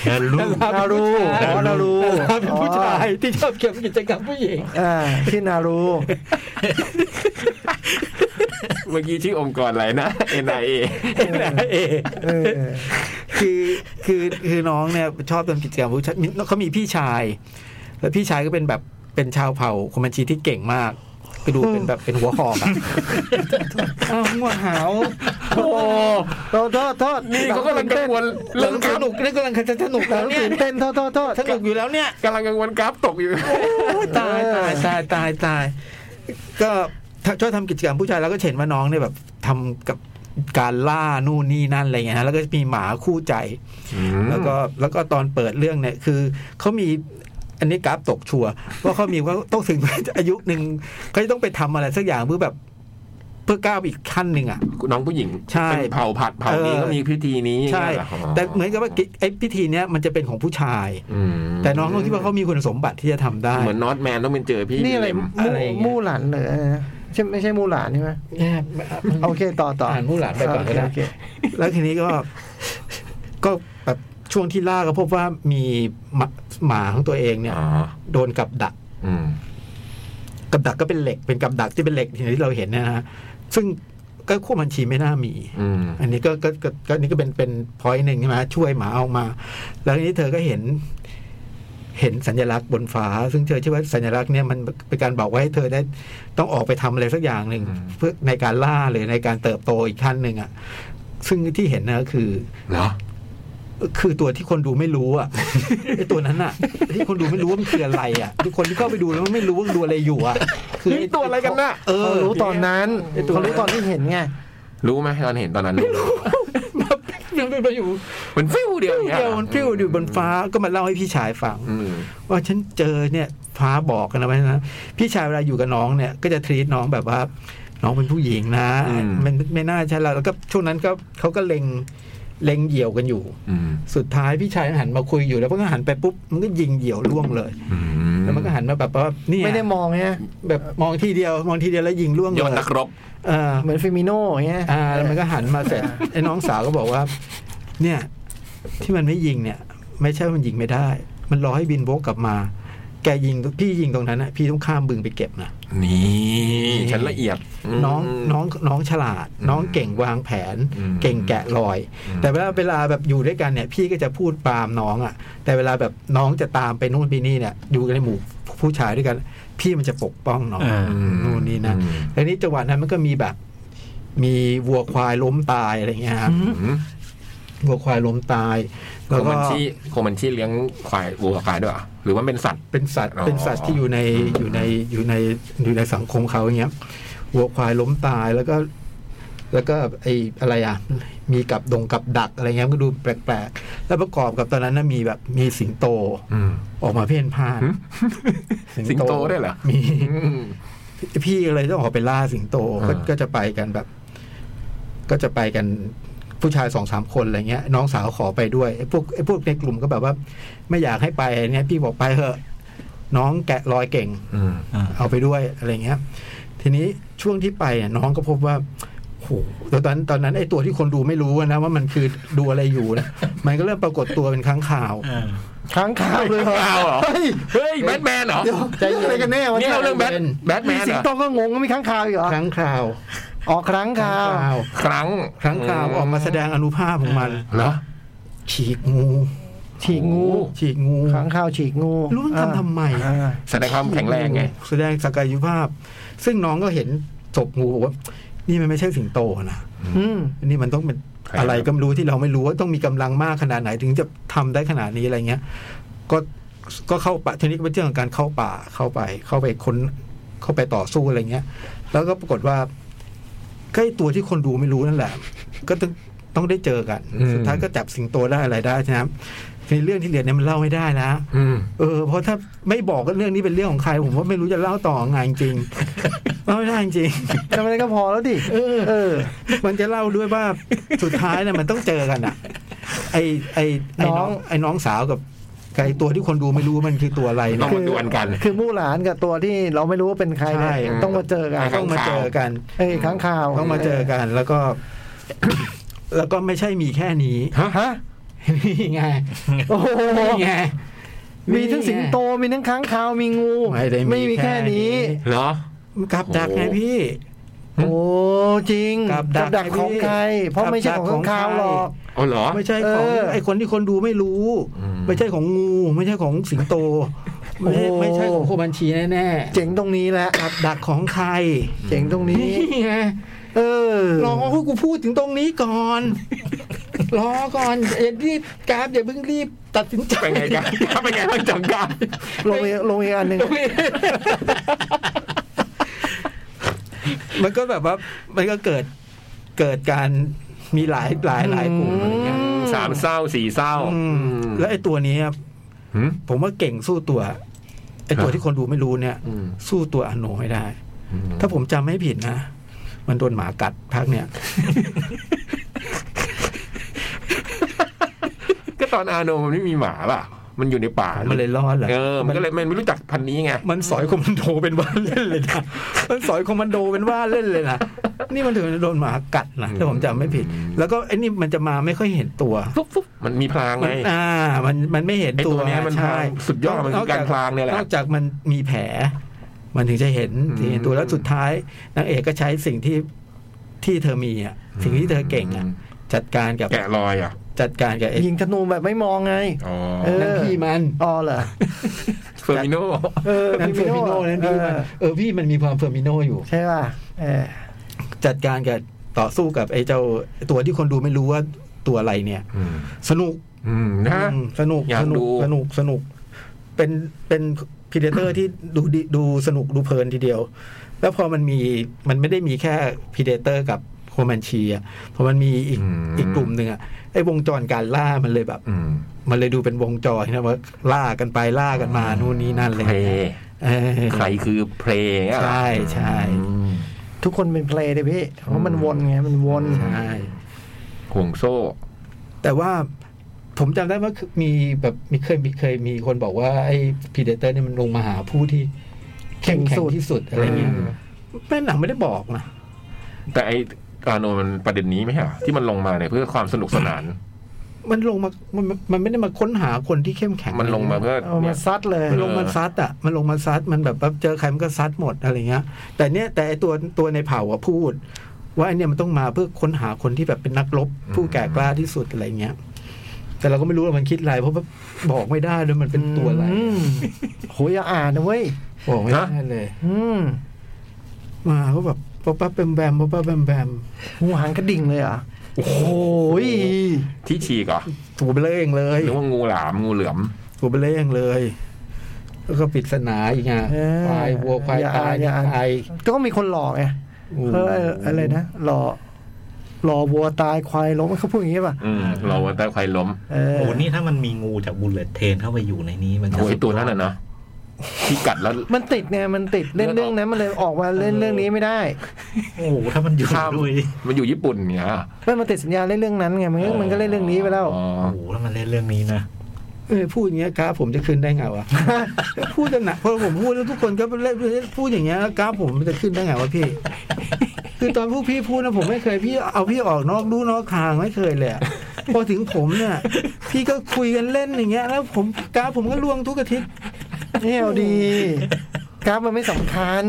Speaker 4: นารูอ๋อนารู
Speaker 2: เป็นผู้ชายที่ชอบทำกิจกรรมผู้หญิง
Speaker 4: อ่าที่นารู
Speaker 3: เมื่อกี้ชื่อองค์กรอะไรนะ NIA
Speaker 4: เออ
Speaker 2: คือคือคือน้องเนี่ยชอบทำกิจกรรมผู้ชายมีเขามีพี่ชาย แล้วพี่ชายก็เป็นแบบเป็นชาวเผ่าคอมมันชีที่เก่งมากไปดูเป็นแบบเป็นหัวหอกอะ อ้าวหัวหาว
Speaker 3: โอ้
Speaker 4: โทษโทษโทษ
Speaker 3: นี่เขากำลังกังวล
Speaker 2: เรื่
Speaker 3: เรื่
Speaker 2: อส
Speaker 3: อง งกราฟ
Speaker 2: นุกนี่กำลังจะสนุก
Speaker 4: ห
Speaker 2: แล้
Speaker 4: ลั
Speaker 2: ว
Speaker 4: ง
Speaker 2: เนี่ย
Speaker 4: ตื่นเต้นโทษโทษโทษ
Speaker 2: สนุกอยู่แล้วเนี่ย
Speaker 3: กำลังกังวลกราฟตกอยู่
Speaker 2: ตายตายตายตายตายก็ชอบทำกิจกรรมผู้ชายแล้วก็เห็นว่าน้องเนี่ยแบบทำกับการล่านู่นนี่นั่นอะไรเงี้ยฮะแล้วก็มีหมาคู่ใจ แล้วก็แล้วก็ตอนเปิดเรื่องเนี่ยคือเขามีอันนี้กราฟตกชัวร์ว่าเขามีว่าต้อง ถึง อายุหนึ่งเขาจะต้องไปทำอะไรสักอย่างเพื่อแบบเพื่อก้าวไปอีกขั้นหนึ่งอ่ะ
Speaker 3: น้องผู้หญิง
Speaker 2: ใช่
Speaker 3: เป็นเผาผัดเผานี้
Speaker 2: เออ
Speaker 3: ก็มีพิธีนี้
Speaker 2: ใช่
Speaker 3: อย่างเงี้ยเหร
Speaker 2: แต่เหมือนกับว่ากิไอ้พิธีเนี้ยมันจะเป็นของผู้ชาย
Speaker 3: อืม
Speaker 2: แต่น้องต้องคิดว่าเขามีคุณสมบัติที่จะทำได้
Speaker 3: เหมือนนอตแมนต้องเป็นเจอพี่
Speaker 4: นี่อะไร
Speaker 3: เล่ม
Speaker 4: มู
Speaker 2: อะไรอย่างเงี้ย
Speaker 4: มูหลานเหรออะไรนะใช่ไม่ใช่มูหลานใช่ไหมโอเคต่อต่อ
Speaker 2: อ่า
Speaker 4: อ่าน
Speaker 2: มู่หลานไปก่อนก็ได้
Speaker 4: โเคโเค
Speaker 2: แล้วทีนี้ก็ ก็แบบช่วงที่ล่าก็พบว่ามีหมาหมาของตัวเองเนี่ย
Speaker 3: อ๋อ
Speaker 2: โดนกับดัก
Speaker 3: อืม
Speaker 2: กับดักก็เป็นเหล็ก เป็นกับดักที่เป็นเหล็กที่เราเห็นเนยนะฮะซึ่งก็ควบบัญชีไม่น่ามี
Speaker 3: อืม
Speaker 2: อันนี้ก็ก็ก็ก็นี่ก็เป็นเป็นพอยต์หนึ่งใช่ไหมช่วยหมาออกมา แล้วทีนี้เธอก็เห็น เห็นสัญลักษณ์บนฟ้า ซึ่งเธอเชื่อว่าสัญลักษณ์เนี่ยมันเป็นการบอกว่าให้เธอได้ต้องออกไปทำอะไรสักอย่างหนึ่ง
Speaker 3: อืม
Speaker 2: เพื่อในการล่าหรือในการเติบโตอีกขั้นหนึ่งอ่ะ ซึ่งที่เห็นนะคือ
Speaker 3: เหรอ
Speaker 2: คือตัวที่คนดูไม่รู้อ่ะ ไอตัวนั้นอ่ะ ที่คนดูไม่รู้ว่ามันคืออะไรอ่ะทุกคนที่เข้าไปดูแล้วมันไม่รู้ว่าดูอะไรอยู่อ่ะคื
Speaker 3: นี่ตัวอะไรกันน่ะ
Speaker 2: เออ
Speaker 4: เขารู้ตอนนั้น
Speaker 2: ไอ้ตัว
Speaker 4: เขารู้ตอนที่เห็นไง
Speaker 3: รู้ไหมตอนเห็นตอนนั้นไม่รู้
Speaker 2: มันเป็นมาอยู่
Speaker 3: มันฟิวเดียว
Speaker 2: เดียวมันพิ้วอยู่บนฟ้าก็มาเล่าให้พี่ชายฟัง
Speaker 3: อืม
Speaker 2: ว่าฉันเจอเนี่ยฟ้าบอกกันนะไว้นะพี่ชายเวลาอยู่กับน้องเนี่ยก็จะทรีตน้องแบบว่า น้องเป็นผู้หญิงนะ
Speaker 3: อืม
Speaker 2: มันมันไม่น่าใช่แล้วแล้วก็ช่วงนั้นก็เขาก็เล็งเล็งเหยี่ยวกันอยู่
Speaker 3: อืม
Speaker 2: สุดท้ายพี่ชายหันมาคุยอยู่แล้วมันก็หันไปปุ๊บมันก็ยิงเหยี่ยวล่วงเลย
Speaker 3: อื
Speaker 2: แล้วมันก็หันมาแบบว่าเนี่ย
Speaker 4: ไม่ได้มองไง
Speaker 2: แบบมองทีเดียวมองทีเดียวแล้วยิงล่วงเลย
Speaker 3: ยอด
Speaker 2: น
Speaker 3: นักรบ
Speaker 2: เออ
Speaker 4: เหมือนฟิมิโน่อย่างเงี้ย
Speaker 2: อ่าแล้วมันก็หันมาเสร็ จไอ้น้องสาวก็บอกว่า เนี่ย ที่มันไม่ยิงเนี่ย ไม่ใช่ว่ามันยิงไม่ได้ มันรอให้บินโบกกลับมา แกยิงพี่ยิงตรงนั้นนะพี่ต้องข้ามบึงไปเก็บนะ
Speaker 3: นี่ฉันละเอียดม
Speaker 2: น้องน้องน้องฉลาด น้องเก่งวางแผน
Speaker 3: อืม
Speaker 2: เก่งแกะรอย
Speaker 3: อืม
Speaker 2: แต่เวลาเวลาแบบอยู่ด้วยกันเนี่ย พี่ก็จะพูดปรามน้องอะ่ะ แต่เวลาแบบน้องจะตามไปนู่นไปนี่เนี่ยอยู่กันในหมู่ผู้ชายด้วยกัน พี่มันจะปกป้องน้อง
Speaker 5: อ่า
Speaker 3: อืม
Speaker 2: นู่นนี่นะ
Speaker 3: อืม
Speaker 2: แล้วนี้จังหวะนั้นมันก็มีแบบ มีวัวควายล้มตายอะไรเงี้ยครับ
Speaker 3: อืม
Speaker 2: วัวควายล้มตาย
Speaker 3: โค
Speaker 2: แล้วก็
Speaker 3: มันชี่โคมันชี่เลี้ยงควายวัวควายด้วยเหรอหรือว่าเป็นสัตว์
Speaker 2: เป็นสัตว์
Speaker 3: อ๋อ
Speaker 2: เป็นสัตว์ที่อยู่ในอยู่ในอยู่ในอยู่ในสังคมเขาอย่างเงี้ย วัวควายล้มตายแล้วก็ แล้วก็ไออะไรอ่ะ มีกับดงกับดักอะไรเงี้ยมันก็ดูแปลกๆ แล้วประกอบกับตอนนั้นนะมีแบบมีสิงโต
Speaker 3: อืม
Speaker 2: ออกมาเพ่นพ่าน
Speaker 3: หืมสิงโตด้วยเหรอ
Speaker 2: มี
Speaker 3: อืม
Speaker 2: พี่ก็เลยต้องออกไปล่าสิงโตก็
Speaker 3: อ่า
Speaker 2: ก็จะไปกันแบบ ก็จะไปกันผู้ชายสองสามคนอะไรเงี้ย น้องสาวขอไปด้วยไอ้พวกไอ้พวกในกลุ่มก็แบบว่า ไม่อยากให้ไปอะไรเนี้ยพี่บอกไปเถอะ น้องแกะรอยเก่ง
Speaker 3: อืม
Speaker 2: เอาไปด้วยอะไรเงี้ย ทีนี้ช่วงที่ไปอ่ะน้องก็พบว่าโหตอนนั้นตอนนั้นไอ้ตัวที่คนดูไม่รู้นะว่ามันคือดูอะไรอยู่นะมันก็เริ่มปรากฏตัวเป็นครั้างข่าว
Speaker 4: ค้างคาวเลย
Speaker 3: ค้างคาวเหรอ
Speaker 4: เฮ้ย
Speaker 3: เฮ้ยแบทแมนเหรอ
Speaker 4: เดี๋ยวใจเย็นอะไรกันแน่วะ
Speaker 3: นี่เราเรื่องแบท
Speaker 2: เป็น
Speaker 3: แบทแม
Speaker 4: มี
Speaker 3: นเห
Speaker 4: สิ
Speaker 3: รง อ
Speaker 4: โตก็งงว่ามีค้างคาวอีกเหรอ
Speaker 2: ครั้างคราว
Speaker 4: อ๋อครั้างคาว
Speaker 2: คราว
Speaker 3: ครั้ง
Speaker 2: ครั้างคราวออกมาแสดงอนุภาพของมัน
Speaker 3: เหรอ
Speaker 2: ฉีกงู
Speaker 4: ฉีกงู
Speaker 2: ฉีกงู
Speaker 4: ค้างคาวฉีกงู
Speaker 2: รู้มันทำทำไม
Speaker 4: อ่า
Speaker 3: แสดงความแข็งแรงไง
Speaker 2: แสดงศักยภาพ ซึ่งน้องก็เห็นศพงูบอกว่า นี่มันไม่ใช่สิงโตนะ
Speaker 4: อืม
Speaker 2: นี่มันต้องเป็น
Speaker 3: ใครครับ
Speaker 2: อะไรก็ไม่รู้ที่เราไม่รู้ว่าต้องมีกำลังมากขนาดไหนถึงจะทำได้ขนาดนี้อะไรเงี้ย ก็ก็เข้าป่าทีนี้ก็เป็นเรื่องของการเข้าป่าเข้าไป เข้าไปค้นเข้าไปต่อสู้อะไรเงี้ย แล้วก็ปรากฏว่าใกล้ตัวที่คนดูไม่รู้นั่นแหละ ก็ต้องต้องได้เจอกัน
Speaker 3: อืม
Speaker 2: สุดท้ายก็จับสิงโตได้อะไรได้นะครับในเรื่องที่เหลือเนี่ยมันเล่าไม่ได้นะ
Speaker 3: อืม
Speaker 2: เออเพราะถ้าไม่บอกก็เรื่องนี้เป็นเรื่องของใคร ผมว่าไม่รู้จะเล่าต่อไงจริงๆ เล่าไม่ได้จริง
Speaker 4: ทำอะไรก็พอแล้วดิ
Speaker 2: เออเออ มันจะเล่าด้วยว่าสุดท้ายเนี่ยมันต้องเจอกันอ่ะ ไอไอไอน้อง
Speaker 4: น้อง
Speaker 2: ไอน้องสาวกับไอตัวที่คนดูไม่รู้มันคือตัวอะไร
Speaker 3: ต้
Speaker 2: เนะ
Speaker 3: องมาดวลกัน
Speaker 4: คือมู่หลานกับตัวที่เราไม่รู้ว่าเป็นใครเนี่ย
Speaker 2: ใช่
Speaker 4: ต้องมาเจอกัน
Speaker 3: ใช่
Speaker 2: ต้องมาเจอกัน
Speaker 4: เอ้ยค้างคาว
Speaker 2: ต้องมาเจอกัน แล้วก็ แล้วก็ไม่ใช่มีแค่นี้
Speaker 3: ฮะฮะ
Speaker 2: นี่ไง
Speaker 4: โอ้โห
Speaker 2: นี่ไง
Speaker 4: มีทั้งสิงโตมีทั้งค้างคาวมีงู
Speaker 2: ไม่ได้
Speaker 4: มีแค่นี้
Speaker 3: เหรอ
Speaker 2: กลับดักไงพี่
Speaker 4: โอ้จริง
Speaker 2: กับดัก
Speaker 4: ดักของใคร เพราะไม่ใช่ขอ
Speaker 2: กับ
Speaker 4: ง
Speaker 2: ดักข
Speaker 4: ค้า
Speaker 2: อง งใคร
Speaker 4: คาวหรอก
Speaker 3: อ๋อเหรอ
Speaker 2: ไม่ใช่ของ
Speaker 4: เออ
Speaker 2: ไอคนที่คนดูไม่รู้
Speaker 3: อืม
Speaker 2: ไม่ใช่ของงู ไม่ใช่ของสิงโต ไม่ใช่
Speaker 4: โอ้
Speaker 2: ไม่ใช่ของโคบัญชีแน่
Speaker 4: เจ๋งตรงนี้แหละ
Speaker 2: ๆกับดักของใคร
Speaker 4: เจ๋งตรงนี้
Speaker 2: นี่ไง
Speaker 4: เออ
Speaker 2: รอให้กูพูดถึงตรงนี้ก่อน รอก่อนอย่ารีบกราฟอย่าเพิ่งรีบตัดสินใจ
Speaker 3: เป็นไงกันเป็นไงบ้างจังกัน
Speaker 4: ลงอีกลงอีกอันหนึ่ง
Speaker 2: มันก็แบบว่ามันก็เกิดเกิดการมีหลายหลายหลายกลุ่มอะไรเงี้ย
Speaker 3: สามเศร้าสี่เศร้า
Speaker 2: อืมแล้วไอ้ตัวนี้ครับ
Speaker 3: หืม
Speaker 2: ผมว่าเก่งสู้ตัวไอ้ตั
Speaker 3: ครั
Speaker 2: ว
Speaker 3: บ
Speaker 2: ที่คนดูไม่รู้เนี่ย
Speaker 3: อืม
Speaker 2: สู้ตัวอโหนให้ได้ ถ้าผมจำไม่ผิดนะ มันโดนหมากัดพักเนี่ย
Speaker 3: ก็ตอนอาโนมันไม่มีหมาป่ะ มันอยู่ในป่า
Speaker 2: มั
Speaker 3: มัน
Speaker 2: เลยรอดเหรอ
Speaker 3: เออ มันก็เลยมันไม่รู้จักพันธุ์นี้ไง
Speaker 2: มันสอยคอมมันโดเป็นว่าเล่นเลย นะมันสอยคอมมันโดเป็นว่าเล่นเลยนะนี่มันถึงโดนหมากัดนะถ้าผมจำไม่ผิด
Speaker 3: อืม
Speaker 2: แล้วก็ไอ้นี่มันจะมาไม่ค่อยเห็นตัว
Speaker 3: ฟุ๊บฟุ๊บมันมีพลาง
Speaker 2: มั
Speaker 3: ไง
Speaker 2: นอ่ามันมันไม่เห็น
Speaker 3: ไอ้
Speaker 2: ตั
Speaker 3: ตัว วเนี้ยมัน
Speaker 2: ใช่
Speaker 3: พลางสุดยอดมันคือก
Speaker 2: จ
Speaker 3: การพลางเนี่ยแหละ
Speaker 2: นอกจากมันมีแผล มันถึงจะเห็น
Speaker 3: อืม
Speaker 2: ถึงเห็นตัวแล้วสุดท้ายนางเอกก็ใช้สิ่งที่ที่เธอมีอ่ะ สิ่งที่เธอเก่งอ่ะ จัดการกับ
Speaker 3: แกะรอยอ่ะ
Speaker 2: จัดการกับไอ้
Speaker 4: ยิงธนูแบบไม่มองไง
Speaker 3: อ๋อ
Speaker 4: เออ
Speaker 2: นั่นพี่มัน
Speaker 4: อ๋อเหรอ
Speaker 3: เฟอร์มิโน
Speaker 4: เออ
Speaker 2: นั่นเฟอร์มิโน่นั่นพี่มัน
Speaker 4: เออ
Speaker 2: เออพี่มันมีความเฟอร์มิโน่อยู่
Speaker 4: ใช่ป่ะเออ
Speaker 2: จัดการกับต่อสู้กับไอ้เจ้าตัวที่คนดูไม่รู้ว่าตัวอะไรเนี่ย
Speaker 3: อืม
Speaker 2: สนุก
Speaker 3: อืมนะ
Speaker 2: อืมสนุก
Speaker 3: อยาก
Speaker 2: สนุ
Speaker 3: ดู
Speaker 2: กสนุกสนุก เป็นเป็นพีเดเตอร์ที่ดูดีดูสนุกดูเพลินทีเดียว แล้วพอมันมีมันไม่ได้มีแค่พีเดเตอร์กับโคมันชีอ่ะพอมันมีอีกอีกกลุ่มหนึ่งอ่ะไอ้วงจรการล่ามันเลยแบบ
Speaker 3: อืม
Speaker 2: มันเลยดูเป็นวงจรนะว่าล่ากันไปล่ากันมานู่นนี่นั่นอะไรอ
Speaker 3: เพล
Speaker 2: ย่างเลย
Speaker 3: ย์
Speaker 2: เออ
Speaker 3: ใครคือเพลย์อ่ะ
Speaker 2: ใช่ใช่
Speaker 3: อืม
Speaker 4: ทุกคนเป็นเพลย์เลยพี่ เพราะมันวนไง มันวน
Speaker 2: ใช่
Speaker 3: ห่วงโซ่
Speaker 2: แต่ว่าผมจำได้ว่าคือมีแบบมีเคยมีเคยมีคนบอกว่าไอ้พีเดเตอร์เนี่ยมันลงมาหาผู้ที่เข้มแข็งที่สุดอะไรเงี้ย
Speaker 3: อืม
Speaker 2: แม่หนังไม่ได้บอกนะ
Speaker 3: แต่ไออาโนมันประเด็นนี้ไหมฮะที่มันลงมาเนี่ยเพื่อความสนุกสนาน
Speaker 2: มันลงมามันมันมันไม่ได้มาค้นหาคนที่เข้มแข็ง
Speaker 3: มันลงมาเพื่อ
Speaker 4: เอามา
Speaker 3: เนี่ย
Speaker 4: ซัดเลย
Speaker 2: มันลงมาซัดอ่ะมันลงมาซัดมันแบบว่าเจอใครมันก็ซัดหมดอะไรเงี้ย แต่เนี้ยแต่ไอตัวตัวในเผ่าอะพูด ว่าไอเนี่ยมันต้องมาเพื่อค้นหาคนที่แบบเป็นนักรบผู้แก่กล้าที่สุดอะไรเงี้ย แต่เราก็ไม่รู้ว่ามันคิดอะไรเพราะว่าบอกไม่ได้ด้วยมันเป็นตัวอะไร
Speaker 4: มโหอย่าอ่านนะเว้ย
Speaker 2: บอกไม่
Speaker 3: ฮะ
Speaker 2: ได้เลย
Speaker 4: อืม
Speaker 2: มาก็แบบป๊บปั๊บแบมแบมป๊บปั๊บแบมแบม
Speaker 4: หูหางกระดิ่งเลยเหรอ่ะ โอ้ย
Speaker 3: ที่ฉีกเหรอ
Speaker 2: ถูกไปเล่งเลย
Speaker 3: หรือว่างูหลามงูเหลือม
Speaker 2: ถูกไปเล่งเลย แล้วก็ปริดสนาอีกอ่ะ
Speaker 4: เออ
Speaker 2: ควายวัวควาย
Speaker 4: อ
Speaker 2: ตาย
Speaker 4: อ
Speaker 2: นี่
Speaker 4: อ่น
Speaker 2: ตาย
Speaker 4: ก็มีคนหลอกไง
Speaker 2: โอ้โห
Speaker 4: เอออะไรนะ หลอกหลอกวัวตายควายล้มเขาพูดอย่างนี้ป่ะ
Speaker 3: อืมเราว่าแต่ใครล้ม
Speaker 4: เออ
Speaker 5: โอ้นี่ถ้ามันมีงูจากบุลเลตเทนเข้าไปอยู่ในนี้มันจะ
Speaker 3: โอ้ยตัวนั้นน่ะเนาะที่กัดแล้ว
Speaker 4: มันติดไงมันติดเล่น
Speaker 3: เลื
Speaker 4: เรื่
Speaker 3: อดออก
Speaker 4: องนั้นมันเลยออกมาเล่นเรื่องนี้ไม่ได้
Speaker 5: โอ้โหถ้ามันอยู่
Speaker 3: ข้าม
Speaker 5: ด้วย
Speaker 3: มันอยู่ญี่ปุ่นเนี่ย
Speaker 4: ไม่มันติดสัญญาเล่นเรื่องนั้นไงมันก็มันก็เล่นเรื่องนี้ไปแล้ว
Speaker 3: อ๋อ
Speaker 5: โอ้โหถ้ามันเล่นเรื่องนี้นะ
Speaker 2: เออพูดอย่างเงี้ยกราฟผมจะขึ้นได้ไงวะ พูดกันหนักเพอผมพูดแล้วทุกคนก็เล่นพูดอย่างเงี้ยกราฟผมมันจะขึ้นได้ไงวะพี่ คือตอนพวกพี่พูดนะผมไม่เคยพี่เอาพี่ออกนอกรู้นอกทางไม่เคยเลยอะพอถึงผมเนี่ย พี่ก็คุยกันเล่นอย่างเงี้ย แล้วผมกราฟผมก็ล่วงทุกอาทิตย์
Speaker 4: นี่เอาดีกราฟมันไม่สำคัญ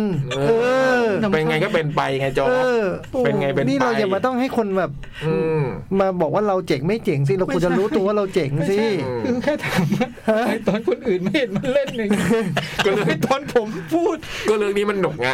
Speaker 4: เออ
Speaker 3: เป็นไงก็เป็นไปไงจอ
Speaker 4: เออ
Speaker 3: เป็นไงเป็นไป
Speaker 4: นี่เราอย่ามาต้องให้คนแบบ
Speaker 3: อืม
Speaker 4: มาบอกว่าเราเจ๋งไม่เจ๋งสิ เราควรจะรู้ตัวว่าเราเจ๋ง
Speaker 2: ไม่
Speaker 4: สิ
Speaker 2: ใช่คือแค่ถาม ว่าไอ้ตอนคนอื่นไม่เห็นมันเล่นหนึ่ง
Speaker 3: ก็เลย
Speaker 2: ไอ้ตอนผมพูด
Speaker 3: ก็เรื่องนี้มันหนกไง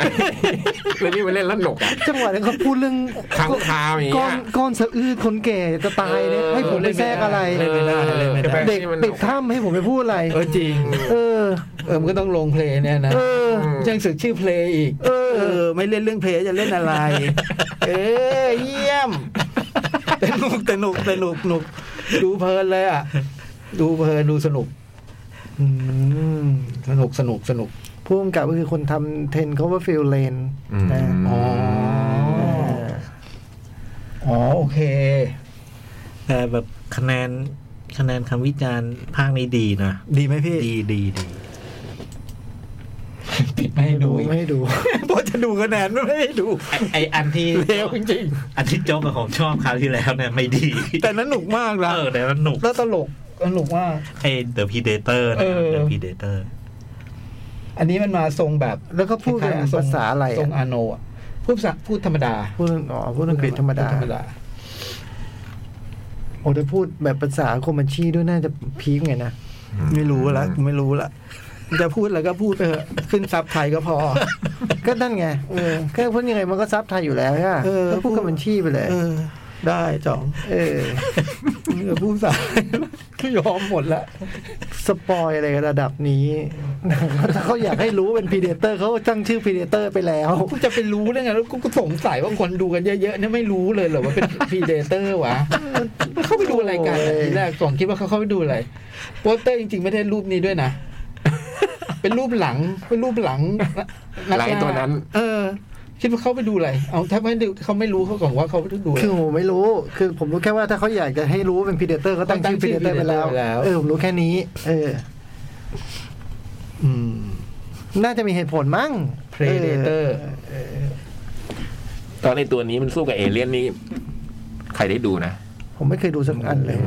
Speaker 3: เรื่องนี้มันเล่นแล้วหนกอ่ะ
Speaker 4: จังหวะนั้นเขาพูดเรื่อง
Speaker 3: ค้างคาวอย่าง
Speaker 4: ก้
Speaker 3: เงี้
Speaker 4: อย นก้อนสะอื้นคนแก่จะตายเนี่ย
Speaker 3: เออ
Speaker 4: ให้ผมไปแทรกอะไร
Speaker 2: เล่นไม่ได้เล่นไม่ได้
Speaker 4: เด็กติดถ้ำให้ผมไปพูดอะไร
Speaker 2: เออจริง
Speaker 4: เออ
Speaker 2: เออมันก็ต้องลงเพลงเนี่ยนะ
Speaker 4: เออ
Speaker 7: ยังสึกชื่อเพลงอีก
Speaker 2: เออ ไม่เล่นเรื่องเพลงจะเล่นอะไร เออเยี่ยมสนุกสนุกสนุกสนุกดูเพลินเลยอ่ะ ดูเพลินดูสนุก
Speaker 4: อืม
Speaker 2: สนุกสนุกสนุก
Speaker 4: ผู้กำกับก็คือคนทำ10 Coverfield Lane นะ
Speaker 3: อ๋อ
Speaker 4: า
Speaker 2: อ๋อ โอเค
Speaker 5: แต่แบบคะแนนคะแนนคำวิจารณ์ภาคนี้ดีนะ
Speaker 2: ดีไหมพี่
Speaker 5: ดีดีดี
Speaker 2: ไม่ให้ดู
Speaker 4: ไม่ให้ดู
Speaker 2: พอจะดูคะแนนไม่ให้ดู
Speaker 5: ไอไออันที่
Speaker 2: เลวจริง
Speaker 5: อันที่โจ๊กกับผมชอบคราวที่แล้วเนี่ยไม่ดี
Speaker 2: ๆแต่นั้นหนุกมากนะ
Speaker 5: เออแต่มันหนุก
Speaker 2: แล้วตลกสนุกมาก
Speaker 5: ไอ The Predator นะ
Speaker 2: เออ
Speaker 5: The Predator
Speaker 2: อันนี้มันมาทรงแบบ
Speaker 4: แล้วก็พูด
Speaker 2: คล้ยๆ
Speaker 4: เป็นภาษาอะไรอะ
Speaker 2: ทรงอาโนอะพูดภาษาพูดธรรมดา
Speaker 4: พูดอ๋อพูดอังกฤษธรรมดา
Speaker 2: พูธรรมดา
Speaker 4: โอ้ถ้าพูดแบบภาษาโคมันชีด้วยน่าจะพีคไงนะ
Speaker 2: ไม่รู้ละไม่รู้ละจะพูดแล้วก็พูดไปเถอะขึ้นซับไทยก็พอ
Speaker 4: ก็นั่นไงเออก็พูดยังไงมันก็ซับไทยอยู่แล้วใช่ปะ
Speaker 2: เออ
Speaker 4: ก็พูดกับมันชีไปเลย
Speaker 2: เออ ได้จ่อง
Speaker 4: เออ
Speaker 2: เดี๋ยวพูดส ายก็ยอมหมดละ
Speaker 4: สปอยอะไรระดับนี้ ถ้าเขาอยากให้รู้เป็นพีเดเตอร์เขาตั้งชื่อพีเดเตอร์ไปแล้ว
Speaker 2: กูจะไปรู้ได้ไงแล้วกูก็สงสัยว่าคนดูกันเยอะๆเนี่ยไม่รู้เลยเหรอว่าเป็น พีเดเตอร์วะเข้าไปดูอะไรกันอะ
Speaker 4: โอ้ย
Speaker 2: ทีแรกก่องคิดว่าเขาเข้าไปดูอะไรโปสเตอร์จริงๆไม่ได้รูปนี้ด้วยนะ เป็นรูปหลังเป็นรูปหลังนัก
Speaker 3: หลังไอ้ตัวนั้น
Speaker 2: เออ คิดว่าเขาไปดูอะไร เอาถ้าไม่ดูเขาไม่รู้เขาก่อนว่าเขาไปดูอะไร
Speaker 4: คือผมไม่รู้ คือผมรู้แค่ว่าถ้าเขาอยากจะให้รู้ว่าเป็นพีเดเตอร์เขาตั้งชื่อพีเดเตอร์ไปแล้ว
Speaker 2: แล้ว
Speaker 4: เออผมรู้แค่นี้ เออ
Speaker 2: อืม
Speaker 4: น่าจะมีเหตุผลมั้ง
Speaker 2: Predator
Speaker 3: ตอนในตัวนี้มันสู้กับเอเลี่ยนนี่ใครได้ดูนะ
Speaker 4: ผมไม่เคยดูสักอันเลย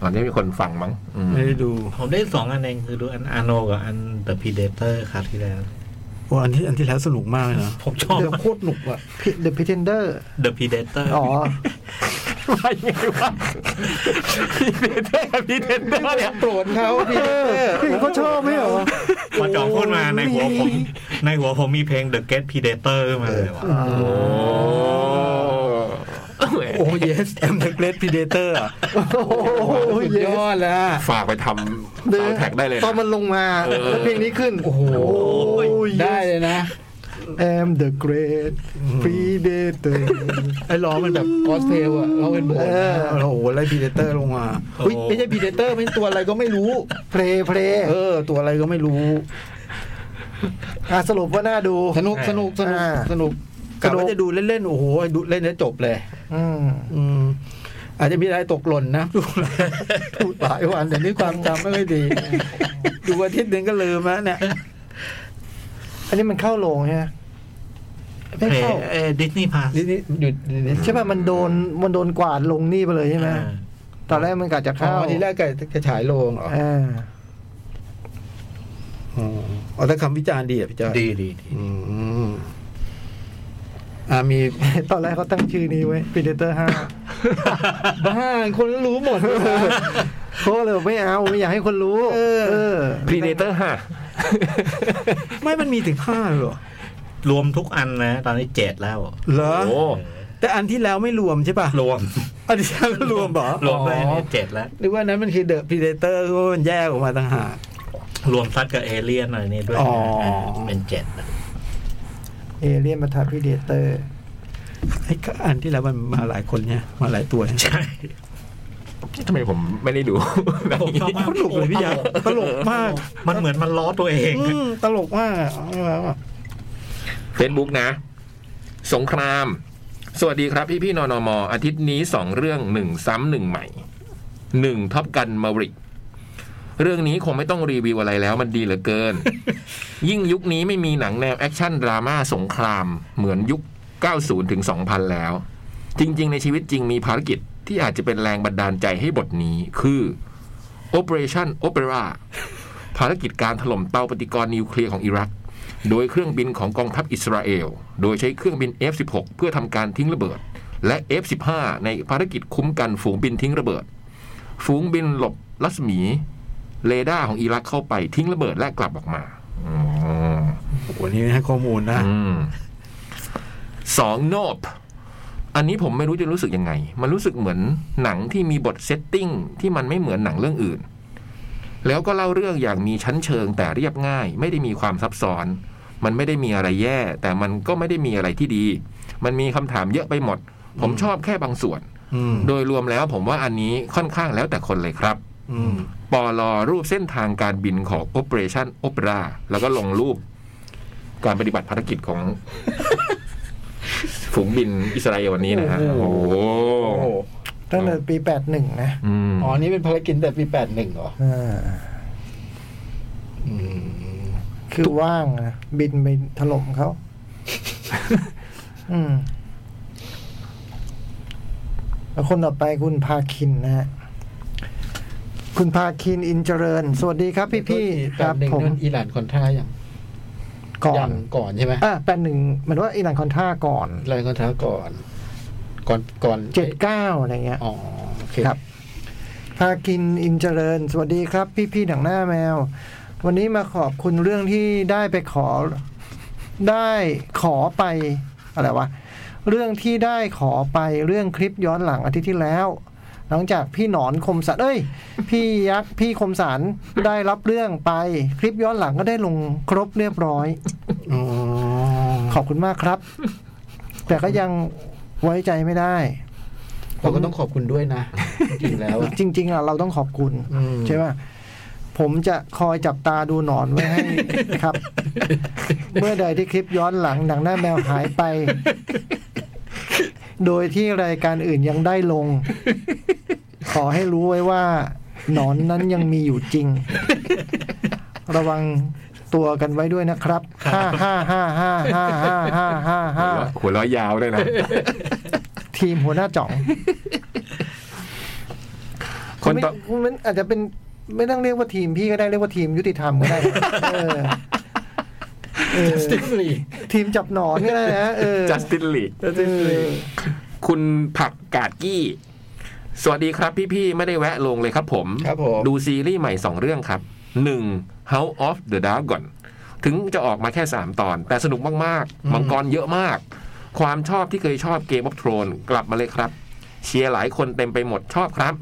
Speaker 3: ตอนนี้มีคนฟังมั้งอืม
Speaker 2: ไม่ได้ดู
Speaker 5: ผมได้สองอันเองคือดูอันอาโนกับอัน The Predator คราวที่แล้ว
Speaker 2: โอ้อันที่อันที่แล้วสนุกมากเลยนะ
Speaker 5: ผมชอบ
Speaker 2: เดี๋ยวโคตรหนุกอ่ะ
Speaker 4: The Pretender
Speaker 5: The Predator
Speaker 4: อ๋อ
Speaker 3: ว่ายังไงวะพี่เดเตอร์กับพี่เดเตอร์เนี่ย
Speaker 2: โกรธเขาพี่
Speaker 4: พี่เขาชอบไหมเหรอ
Speaker 5: พอจอพูดมาในหัวผม ในหัวผมมีเพลง The Get Predator มาเลยว่ะ
Speaker 2: โอ้ yes I'm the great predator อะ
Speaker 4: โอ้โห
Speaker 2: สุดยอดแล้ว
Speaker 3: ฝากไปทำซาวแท็กได้เลย
Speaker 4: ตอนมันลงมาแล้วเพลงนี้ขึ้น โอ้โห
Speaker 2: ได้เลยนะ
Speaker 4: I'm the great predator
Speaker 2: ไอ้ร้องมันแบบคอสเพลอะร้องเป็นโบสถ์นะ
Speaker 4: เออ
Speaker 2: โอ้โหไล่ predator ลงมาอุ๊ยไม่ใช่ predator เป็นตัวอะไรก็ไม่รู้
Speaker 4: play play
Speaker 2: เออ ตัวอะไรก็ไม่รู้
Speaker 4: อ่ะสรุปว่าน่าดู
Speaker 2: สนุกสนุกสนุก
Speaker 4: อ่า
Speaker 2: สนุก
Speaker 4: กระ
Speaker 2: กะ
Speaker 4: โดด
Speaker 2: ว่าจะดูเล่นๆ โอ้โหดูเล่นแล้วจบเลย
Speaker 4: อืม
Speaker 2: อืม อาจจะมีอะไรตกหล่นนะ พูดพูดหลายวันแต่นี่ความจำไม่ค่อย ดี ดูอาทิตย์หนึ่งก็ลืมแล้วเนี่ย
Speaker 4: อันนี้มันเข้าโรงใช่ไหม
Speaker 5: เพ
Speaker 4: ไม่
Speaker 5: ลง
Speaker 4: เข้า
Speaker 5: ดิสนีย์พาส
Speaker 2: นี่นี่หยุดนี่นี่
Speaker 4: ใช่ป่ะมันโดนมันโดนกวาดลงนี่ไปเลยใช่ไหมตอนแรกมันกะจะ
Speaker 2: อ๋
Speaker 4: เข้า
Speaker 2: อทีแรกแกจะฉายโรงเหรอ
Speaker 4: อ่า
Speaker 2: อ๋ออ๋อแต่คำวิจารณ์ดีอ่ะพี่จ้อย
Speaker 5: ดีดีดี
Speaker 2: อืมอ่ามี
Speaker 4: ตอนแรกเขาตั้งชื่อนี้ไว้ predator ห้า
Speaker 2: บ้านคนรู้หมด
Speaker 4: เขาเลยบอกไม่เอาไม่อยากให้คนรู้
Speaker 2: เออ
Speaker 4: เออ
Speaker 3: พรีเดเตอร์ฮะ
Speaker 2: ไม่มันมีถึงห้าเหรอ
Speaker 5: รวมทุกอันนะ ตอนนี้เจ็ดแล้ว
Speaker 2: เหรอ
Speaker 3: โอ้
Speaker 2: แต่อันที่แล้วไม่รวมใช่ป่ะ
Speaker 5: รวม
Speaker 2: อันที่แล้วก็รวมเหรอ
Speaker 5: รวมไป
Speaker 2: อ๋อ
Speaker 5: เจ็ดแล้ว
Speaker 2: หรือว่านั้นมันคือเดอะพรีเดเตอร์ก็มันแยกออกมาต่างหาก
Speaker 5: รวมซัดกับเอเลี่ยนอะไรนี่ด้วย
Speaker 2: อ๋อ
Speaker 5: เป็นเจ็ด
Speaker 4: เอเลียนมาทับพีเดเตอร์
Speaker 2: ไอ้ก็อันที่แล้วมันมาหลายคนเนี่ยมาหลายตัวเนี่ย
Speaker 5: ใช่
Speaker 3: ทำไมผมไม่ได้ดู
Speaker 5: ผมชอบมาก
Speaker 2: ตลกเลยพี่ยักษ์ตลกมาก
Speaker 5: มันเหมือนมันล้อตัวเอง
Speaker 2: อืมตลกมากอะเอาแล้วอะ
Speaker 3: เฟซบุ๊กนะ สงคราม สวัสดีครับพี่พี่ๆนอนมอาทิตย์นี้สองเรื่องหนึ่งซ้ำหนึ่งใหม่หนึ่งท็อปกันมาริก เรื่องนี้คงไม่ต้องรีวิวอะไรแล้วมันดีเหลือเกิน ยิ่งยุคนี้ไม่มีหนังแนวแอคชั่นดราม่าสงคราม เหมือนยุค 90 ถึง 2000 แล้ว จริง ๆ ในชีวิตจริงมีภารกิจที่อาจจะเป็นแรงบันดาลใจให้บทนี้คือ Operation Opera ภารกิจการถล่มเตาปฏิกรณ์นิวเคลียร์ของอิรัก โดยเครื่องบินของกองทัพอิสราเอล โดยใช้เครื่องบิน F16 เพื่อทำการทิ้งระเบิด และ F15 ในภารกิจคุ้มกันฝูงบินทิ้งระเบิด ฝูงบินหลบรัศมีเรดาร์ของอิรักเข้าไปทิ้งระเบิดและกลับออกมาอืม
Speaker 2: วันนี้ให้ข้อมูลนะ
Speaker 3: อืมสองโนบอันนี้ผมไม่รู้จะรู้สึกยังไง มันรู้สึกเหมือนหนังที่มีบทเซตติ้งที่มันไม่เหมือนหนังเรื่องอื่น แล้วก็เล่าเรื่องอย่างมีชั้นเชิงแต่เรียบง่าย ไม่ได้มีความซับซ้อน มันไม่ได้มีอะไรแย่ แต่มันก็ไม่ได้มีอะไรที่ดี มันมีคำถามเยอะไปหมด ผมชอบแค่บางส่วน
Speaker 2: อืม
Speaker 3: โดยรวมแล้วผมว่าอันนี้ค่อนข้างแล้วแต่คนเลยครับ
Speaker 2: อืม
Speaker 3: ปอลอรูปเส้นทางการบินของ Operation Opera แล้วก็ลงรูป การปฏิบัติภารกิจของ ฝูงบินอิสราเอลวันนี้นะฮะ โอ้โห
Speaker 2: โอ้โห
Speaker 4: ตั้งแต่ปีแปดหนึ่งนะ
Speaker 3: อืม
Speaker 7: อ๋อนี่เป็นภารกิจแต่ปีแปดหนึ่งเหรอ
Speaker 4: อ่าคือว่างนะบินไปถล่มเขาอืมแล้วคนต่อไปคุณพาคินนะฮะคุณพาคินอินเจริญ สวัสดีครับพี่พี่
Speaker 7: ค
Speaker 4: ๆค
Speaker 7: รั
Speaker 4: รั
Speaker 7: บบ ผ
Speaker 4: ผม ม
Speaker 7: อิหร่านคอนท่ายัง
Speaker 4: ก่อ
Speaker 7: ยั
Speaker 4: น
Speaker 7: งก่อนใช่ไหม
Speaker 4: อ่ะแปดหนึ่งเหมือนว่าอิหร่านคอนท่าก่อน
Speaker 7: อิหร่านคอนท่าก่อน ก่อนก่อน
Speaker 4: เจ็ดเก้าอะไรเงี้ย
Speaker 7: อ๋อโอเค
Speaker 4: ครับ พากินอินเจริญ สวัสดีครับ พี่พี่ๆหนังหน้าแมว วันนี้มาขอบคุณเรื่องที่ได้ไปขอ ได้ขอไป อะไรวะ เรื่องที่ได้ขอไปเรื่องคลิปย้อนหลังอาทิตย์ที่แล้ว หลังจากพี่หนอนคมสันเอ้ย พี่ยักษ์พี่คมสันได้รับเรื่องไป คลิปย้อนหลังก็ได้ลงครบเรียบร้อย
Speaker 2: อ๋อ
Speaker 4: ขอบคุณมากครับ แต่ก็ยังไว้ใจไม่ได้
Speaker 7: เราก็ต้องขอบคุณด้วยนะจริงๆแล้วอะ
Speaker 4: จริงๆอ่ะเราต้องขอบคุณ
Speaker 7: อืม
Speaker 4: ใช่ไหมผมจะคอยจับตาดูหนอนไว้ให้ ครับ เมื่อใดที่คลิปย้อนหลังหนังหน้าแมวหายไป โดยที่รายการอื่นยังได้ลง ขอให้รู้ไว้ว่า หนอนนั้นยังมีอยู่จริง ระวังตัวกันไว้ด้วยนะครับห้าห้าห้าห้าห้าห้าห้าห้าห้า
Speaker 3: หัวเร้อยยาวด้วยนะ
Speaker 4: ทีมหัวหน้าจ่อง
Speaker 3: คนต่อ
Speaker 4: ณไม่คุณมันอาจจะเป็นไม่ต้องเรียกว่าทีมพี่ก็ได้เรียกว่าทีมยุติธรรมก็ได้เออเออทีมจับหนอนก็ได้นะเออ
Speaker 3: จัสตินลีคุณผักกาดกี้ สวัสดีครับพี่ๆ ไม่ได้แวะลงเลยครับผม
Speaker 7: ครับผม
Speaker 3: ดูซีรีส์ใหม่สองเรื่องครับหนึ่ง House of the Dragon ถึงจะออกมาแค่ 3 ตอน แต่สนุกมากๆ มังกรเยอะมาก ความชอบที่เคยชอบเกม of ฟ r o n e กลับมาเลยครับ เชียร์หลายคนเต็มไปหมดชอบครับ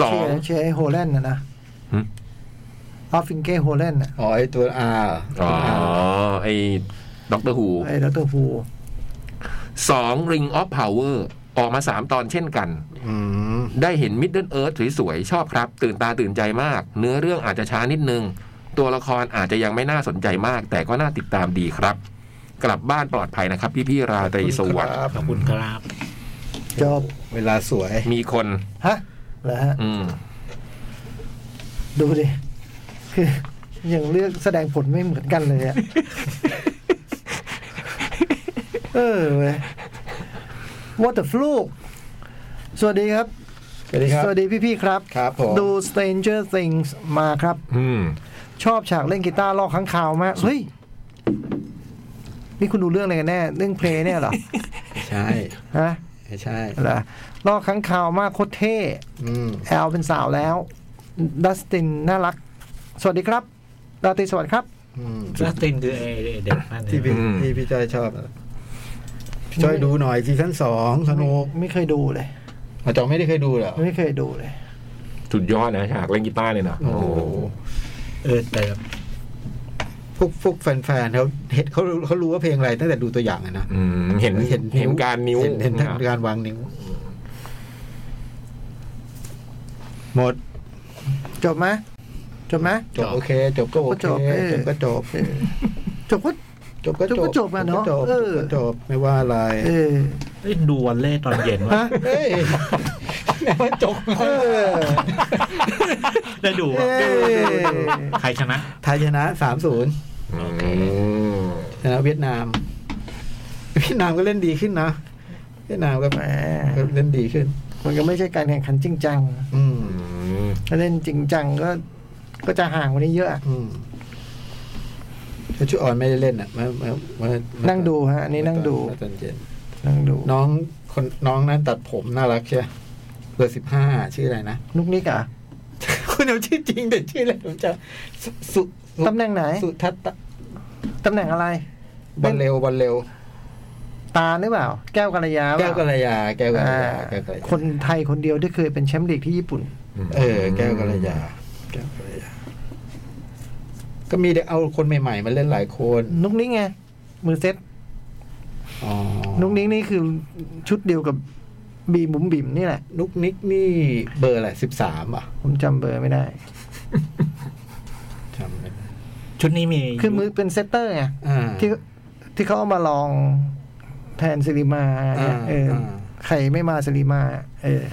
Speaker 3: สอง
Speaker 4: เชียร์เชียร์ไอ้โฮแลนด์นะนะ
Speaker 3: หึ
Speaker 4: ออฟฟิงเก้โฮแลนด์น่ะ
Speaker 7: อ๋อไอตัวอา
Speaker 3: อ๋อ ไอ้ด็อกเตอร์ฮู
Speaker 4: ไอ้ดรฟู
Speaker 3: สอง Ring of Power ออกมา 3 ตอนเช่นกัน
Speaker 2: อืม
Speaker 3: ได้เห็นมิดเดิลเอิร์ธสวยๆ ชอบครับ ตื่นตาตื่นใจมาก เนื้อเรื่องอาจจะช้านิดนึง ตัวละครอาจจะยังไม่น่าสนใจมาก แต่ก็น่าติดตามดีครับ กลับบ้านปลอดภัยนะครับ พี่ๆราตรีสวัสดิ์
Speaker 5: ขอบคุณครับ
Speaker 4: จบ
Speaker 2: เวลาสวย
Speaker 3: มีคน
Speaker 4: ฮะเหรอฮะ
Speaker 3: อืม
Speaker 4: ดูดิ คือยังเลือกแสดงผลไม่เหมือนกันเลยอะเออเว้ย What the fluke สวัสดีครับ
Speaker 2: สวัสดีครับ
Speaker 4: สวัสดีพี่ๆครับ
Speaker 2: ครับผม
Speaker 4: ดู Stranger Things มาครับ
Speaker 3: อืม
Speaker 4: ชอบฉากเล่นกีตาร์ลอกข้างข่าวมาก เฮ้ย นี่คุณดูเรื่องอะไรกันแน่ เรื่องเพลงเนี่ยเหรอ
Speaker 2: ใช่
Speaker 4: ฮะ
Speaker 2: ใช่
Speaker 4: เหรอลอกข้างข่าวมากโคตรเท่
Speaker 2: อืม
Speaker 4: แอลเป็นสาวแล้ว ดัสตินน่ารัก สวัสดีครับราตรีสวัสดีครับ
Speaker 2: อืม
Speaker 5: ลาตินคือไอไอ้เด็กนั่น
Speaker 2: ที่พี่
Speaker 5: เนี่ย
Speaker 3: อืม
Speaker 2: ที่พี่จอยชอบอะพี่จอยดูหน่อยซีซั่นสองสนุก
Speaker 4: ไม่ไม่เคยดูเลย
Speaker 7: อาจองไม่ได้เคยดูเหรอ
Speaker 4: ไม่เคยดูเลย
Speaker 3: สุดยอดนะฉากเล่นกีตาร์เนี่ยนะ
Speaker 2: โอ้โห
Speaker 5: เออแต่
Speaker 2: พวกพวกแฟนๆเขาเห็นเขาเขารู้ว่าเพลงอะไรตั้งแต่ดูตัวอย่างอะนะ
Speaker 3: อืมเห็นเห็นเห็นการนิ้ว
Speaker 2: เห็นเห็น
Speaker 3: นะ
Speaker 2: การวางนิ้ว หมด
Speaker 4: จบไหมจบไหม
Speaker 2: จบโอเค จบก็โอ
Speaker 4: ก็จบ
Speaker 2: เค
Speaker 4: เออ
Speaker 2: จบก็จบ
Speaker 4: จบก็
Speaker 2: จบก็จบ
Speaker 4: จบก็จบอะเนาะ
Speaker 2: จบ
Speaker 4: เอ
Speaker 2: ก็
Speaker 4: อ
Speaker 2: จบจบก็จบไม่ว่าอะไร
Speaker 4: เออ
Speaker 5: เอ้ยดูวอลเล่ตอนเย็นว่า
Speaker 4: ฮะ
Speaker 2: เฮ้ย
Speaker 7: มันจบ
Speaker 4: เออ
Speaker 5: ได้ดู
Speaker 4: เอ
Speaker 5: ว่า
Speaker 4: อ
Speaker 5: ใครชนะ
Speaker 2: ไทยชนะสามศูนย์
Speaker 3: อืม
Speaker 2: ชนะเวียดนาม เวียดนามก็เล่นดีขึ้นนะเวียดนามก็
Speaker 4: แหม
Speaker 2: ก็เล่นดีขึ้น
Speaker 4: มันก็ไม่ใช่การแข่งขันจริงจัง
Speaker 2: อืม
Speaker 3: อืม
Speaker 4: ถ้าเล่นจริงจังก็ ก็จะห่างกวันนี้เยอะ
Speaker 2: อืมแล้วชุออนไม่ได้เล่นอ่ะมามามา
Speaker 4: นั่
Speaker 2: นั่
Speaker 4: งดูฮะอันนี้นั่งดู
Speaker 2: ตอนเย็น
Speaker 4: นั่งดู
Speaker 2: น้องคนน้องนั้นตัดผมน่ารักใช่ไหมเบอร์สิบห้าชื่ออะไรนะ
Speaker 4: นุกนิกอ่ะ
Speaker 2: คุณเอาชื่อจริงแต่ชื่ออะไรผมจำสุสุ
Speaker 4: ตำแหน่งไหน
Speaker 2: สุทัศตะ
Speaker 4: ตำแหน่งอะไร
Speaker 2: บอลเร็วบอลเร็ว
Speaker 4: ตาหรือเปล่า แก้วกัลยาเป
Speaker 2: แก้
Speaker 4: ล่าว
Speaker 2: กัลยา แก้วกัล
Speaker 4: อ่าย
Speaker 2: าแก้วกัลยา
Speaker 4: คนไทยคนเดียวที่เคยเป็นแชมป์ลีกที่ญี่ปุ่น
Speaker 2: เออ แก้วกัลยา แก้วกัลยาก็มีเด็กเอาคนใหม่ๆมาเล่นหลายคน
Speaker 4: นุกนิ้งไง มือเซ็ต
Speaker 2: อ๋อ
Speaker 4: นุกนิ้งนี่คือชุดเดียวกับบีมบุ๋มบิ๋มนี่แหละ
Speaker 2: นุกนิกนี่เบอร์อะไรสิบสามอ่ะ
Speaker 4: ผมจำเบอร์ไม่ได้
Speaker 2: จำไม่ได้
Speaker 5: ชุดนี้มี
Speaker 4: คือมือเป็นเซตเตอร์ไง
Speaker 2: อ่า
Speaker 4: ที่ที่เขาเอามาลองแทนซิริมาเนี่ย
Speaker 2: อ่า
Speaker 4: เอออา ใครไม่มาซิริมา เออ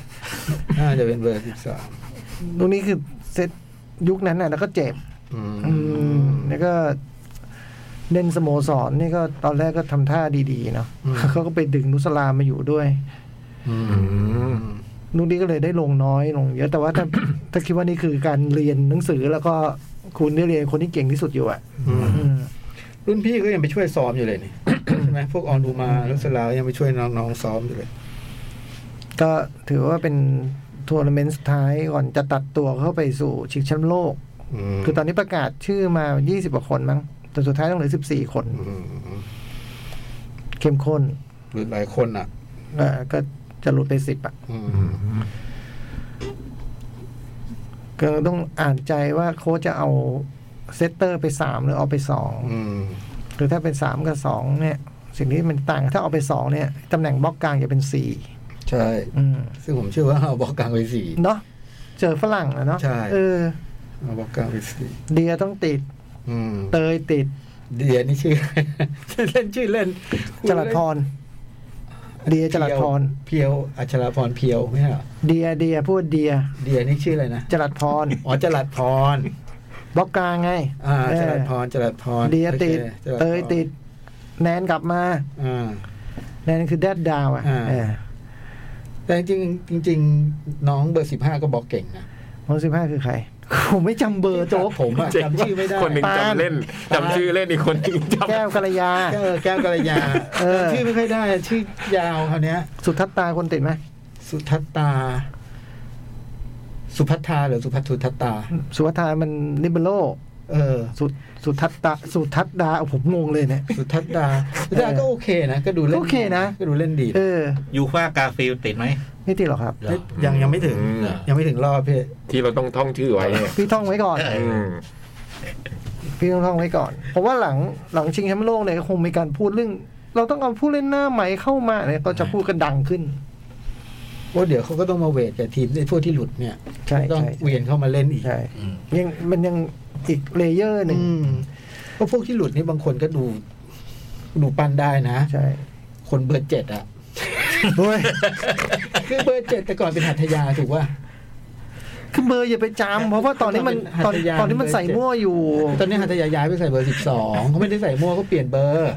Speaker 2: น่าจะเป็นเบอร์สิบสาม
Speaker 4: ตรงนี้คือเซตยุคนั้นน่ะ แล้วก็เจ็บ อืมแล้วก็เล่นสโมสรนี่ก็ตอนแรกก็ทำท่าดีๆเนาะเขาก็ไปดึงนุสลามมาอยู่ด้วย นุกนี้ก็เลยได้ลงน้อยลงเยอะแต่ว่าถ้า ถ้าคิดว่านี่คือการเรียนหนังสือแล้วก็คุณได้เรียนคนที่เก่งที่สุดอยู่อะอืม
Speaker 2: รุ่นพี่ก็ยังไปช่วยซ้อมอยู่เลยนี่ ใช่ไหมพวกออนดูมาลุสลาวยังไปช่วยน้องๆซ้อมอยู่เลย
Speaker 4: ก็ถือว่าเป็นทัวร์นาเมนต์สุดท้ายก่อนจะตัดตัวเข้าไปสู่ชิงแชมป์โลก คือตอนนี้ประกาศชื่อมา 20 กว่าคนมั้ง แต่สุดท้ายต้องเหลือ 14 คน
Speaker 2: อืม
Speaker 4: เข้มข้น
Speaker 2: หรือหลายคนอ่ะ
Speaker 4: เอ่อก็จะหลุดไป 10อ่ะ
Speaker 2: อืม
Speaker 4: ก็ต้องอ่านใจว่าโค้ชจะเอาเซตเตอร์ไปสามหรือเอาไปสอง
Speaker 2: อืม
Speaker 4: หรือถ้าเป็นสามกับสองเนี่ย สิ่งที่มันต่างถ้าเอาไปสองเนี่ยตำแหน่งบล็อกกลางจะเป็นสี่
Speaker 2: ใช่
Speaker 4: อืม
Speaker 2: ซึ่งผมเชื่อว่า เอาบอกกลางไปสี่
Speaker 4: เนาะเจอฝรั่งนะเนาะ
Speaker 2: ใช่
Speaker 4: เออ
Speaker 2: เอาบอกกลางไปสี่
Speaker 4: เดียต้องติด
Speaker 2: อืม
Speaker 4: เตยติด
Speaker 2: เดียนี่ชื่อ เล่นชื่อเล่น
Speaker 4: จรัดพร เดียจรัดพร
Speaker 2: เพียว อัชราพรเพียวไม่ใช่เหรอ
Speaker 4: เดียเดียพูดเดีย
Speaker 2: เดียนี่ชื่ออะไรนะ
Speaker 4: จรัดพร
Speaker 2: อ๋อจรัดพร
Speaker 4: บล็อกกลางไง
Speaker 2: อ่า
Speaker 4: เอ
Speaker 2: จ
Speaker 4: อ
Speaker 2: รัดพรจรัดพร
Speaker 4: เดีย
Speaker 2: โอค
Speaker 4: ติด
Speaker 2: จรัพร
Speaker 4: เตยติด แนนกลับมา
Speaker 2: อ่า
Speaker 4: แนนคือแดดดาวอ่ะ
Speaker 2: อ่า
Speaker 4: เออ
Speaker 2: แต่จริงๆจริง ๆ น้องเบอร์สิบห้าก็บอกเก่งนะ
Speaker 4: คนสิบห้าคือใคร ผมไม่จำเบอร์โจ๊ก
Speaker 2: ผมอะจำชื่อไม่ได้
Speaker 3: คนหนึ่งจำเล่น
Speaker 2: ปาน
Speaker 3: จำชื่อเล่นอีกคนหนึ่งจำ
Speaker 4: แก้วกัลยา
Speaker 2: แก้วแก้วกัลยา
Speaker 4: เออ
Speaker 2: จำชื่อไม่ค่อยได้อะชื่อยาวคราวเนี้ย
Speaker 4: สุทัศตาคนติดไหม
Speaker 2: สุทัตตา สุพัทธาหรือสุพัทธุทัตตา
Speaker 4: สุวัฒามันลิเบโร
Speaker 2: เออ
Speaker 4: สุสุทัศตาสุทัศดาเอาผมงงเลยเนี่ย
Speaker 2: สุทัตตาสุทัตตาก็โอเคนะ ก็ดูเล่น
Speaker 4: โอเคนะ
Speaker 2: ก็ดูเล่นดี
Speaker 4: เออ
Speaker 5: ยูฟ่ากาฟิลติดไหม
Speaker 4: ไม่ติดหรอกครับ
Speaker 5: เหรอ
Speaker 2: ยังยังไม่ถึง
Speaker 3: อืม
Speaker 2: ยังไม่ถึงรอบพี่
Speaker 3: ที่เราต้องท่องชื่อไว้เนี่ย
Speaker 4: พี่ท่องไว้ก่อน
Speaker 5: เอ
Speaker 3: อืม
Speaker 4: พี่ต้องท่องไว้ก่อนผมว่าหลังหลังชิงแชมป์โลกเนี่ยก็คงมีการพูดเรื่อง เราต้องเอาผู้เล่นหน้าใหม่เข้ามาเนี่ยก็จะพูดกันดังขึ้น
Speaker 2: ว่าเดี๋ยวเขาก็ต้องมาเวทกับทีมไอ้พวกที่หลุดเนี่ย
Speaker 4: ใช่ใช่
Speaker 2: ต้องเวียนเข้ามาเล่นอีก
Speaker 4: ใช่ยังมันยังอีกเลเยอร์หนึ่ง
Speaker 2: อืมเพราะพวกที่หลุดนี่บางคนก็ดู ดูปั้นได้นะ
Speaker 4: ใช่
Speaker 2: คนเบอร์เจ็ดอะ
Speaker 4: โอ้ย
Speaker 2: คือเบอร์เจ็ดแต่ก่อนเป็นหัตถยาถูกป่ะ
Speaker 4: คือเบอร์อย่าไปจำเพราะว่าตอนนี้มันตอนตอนนี้มันใส่มั่วอยู่
Speaker 2: ตอนนี้หัตถยาย้ายไปใส่เบอร์สิบสองเขาไม่ได้ใส่มั่วเขาเปลี่ยนเบอร์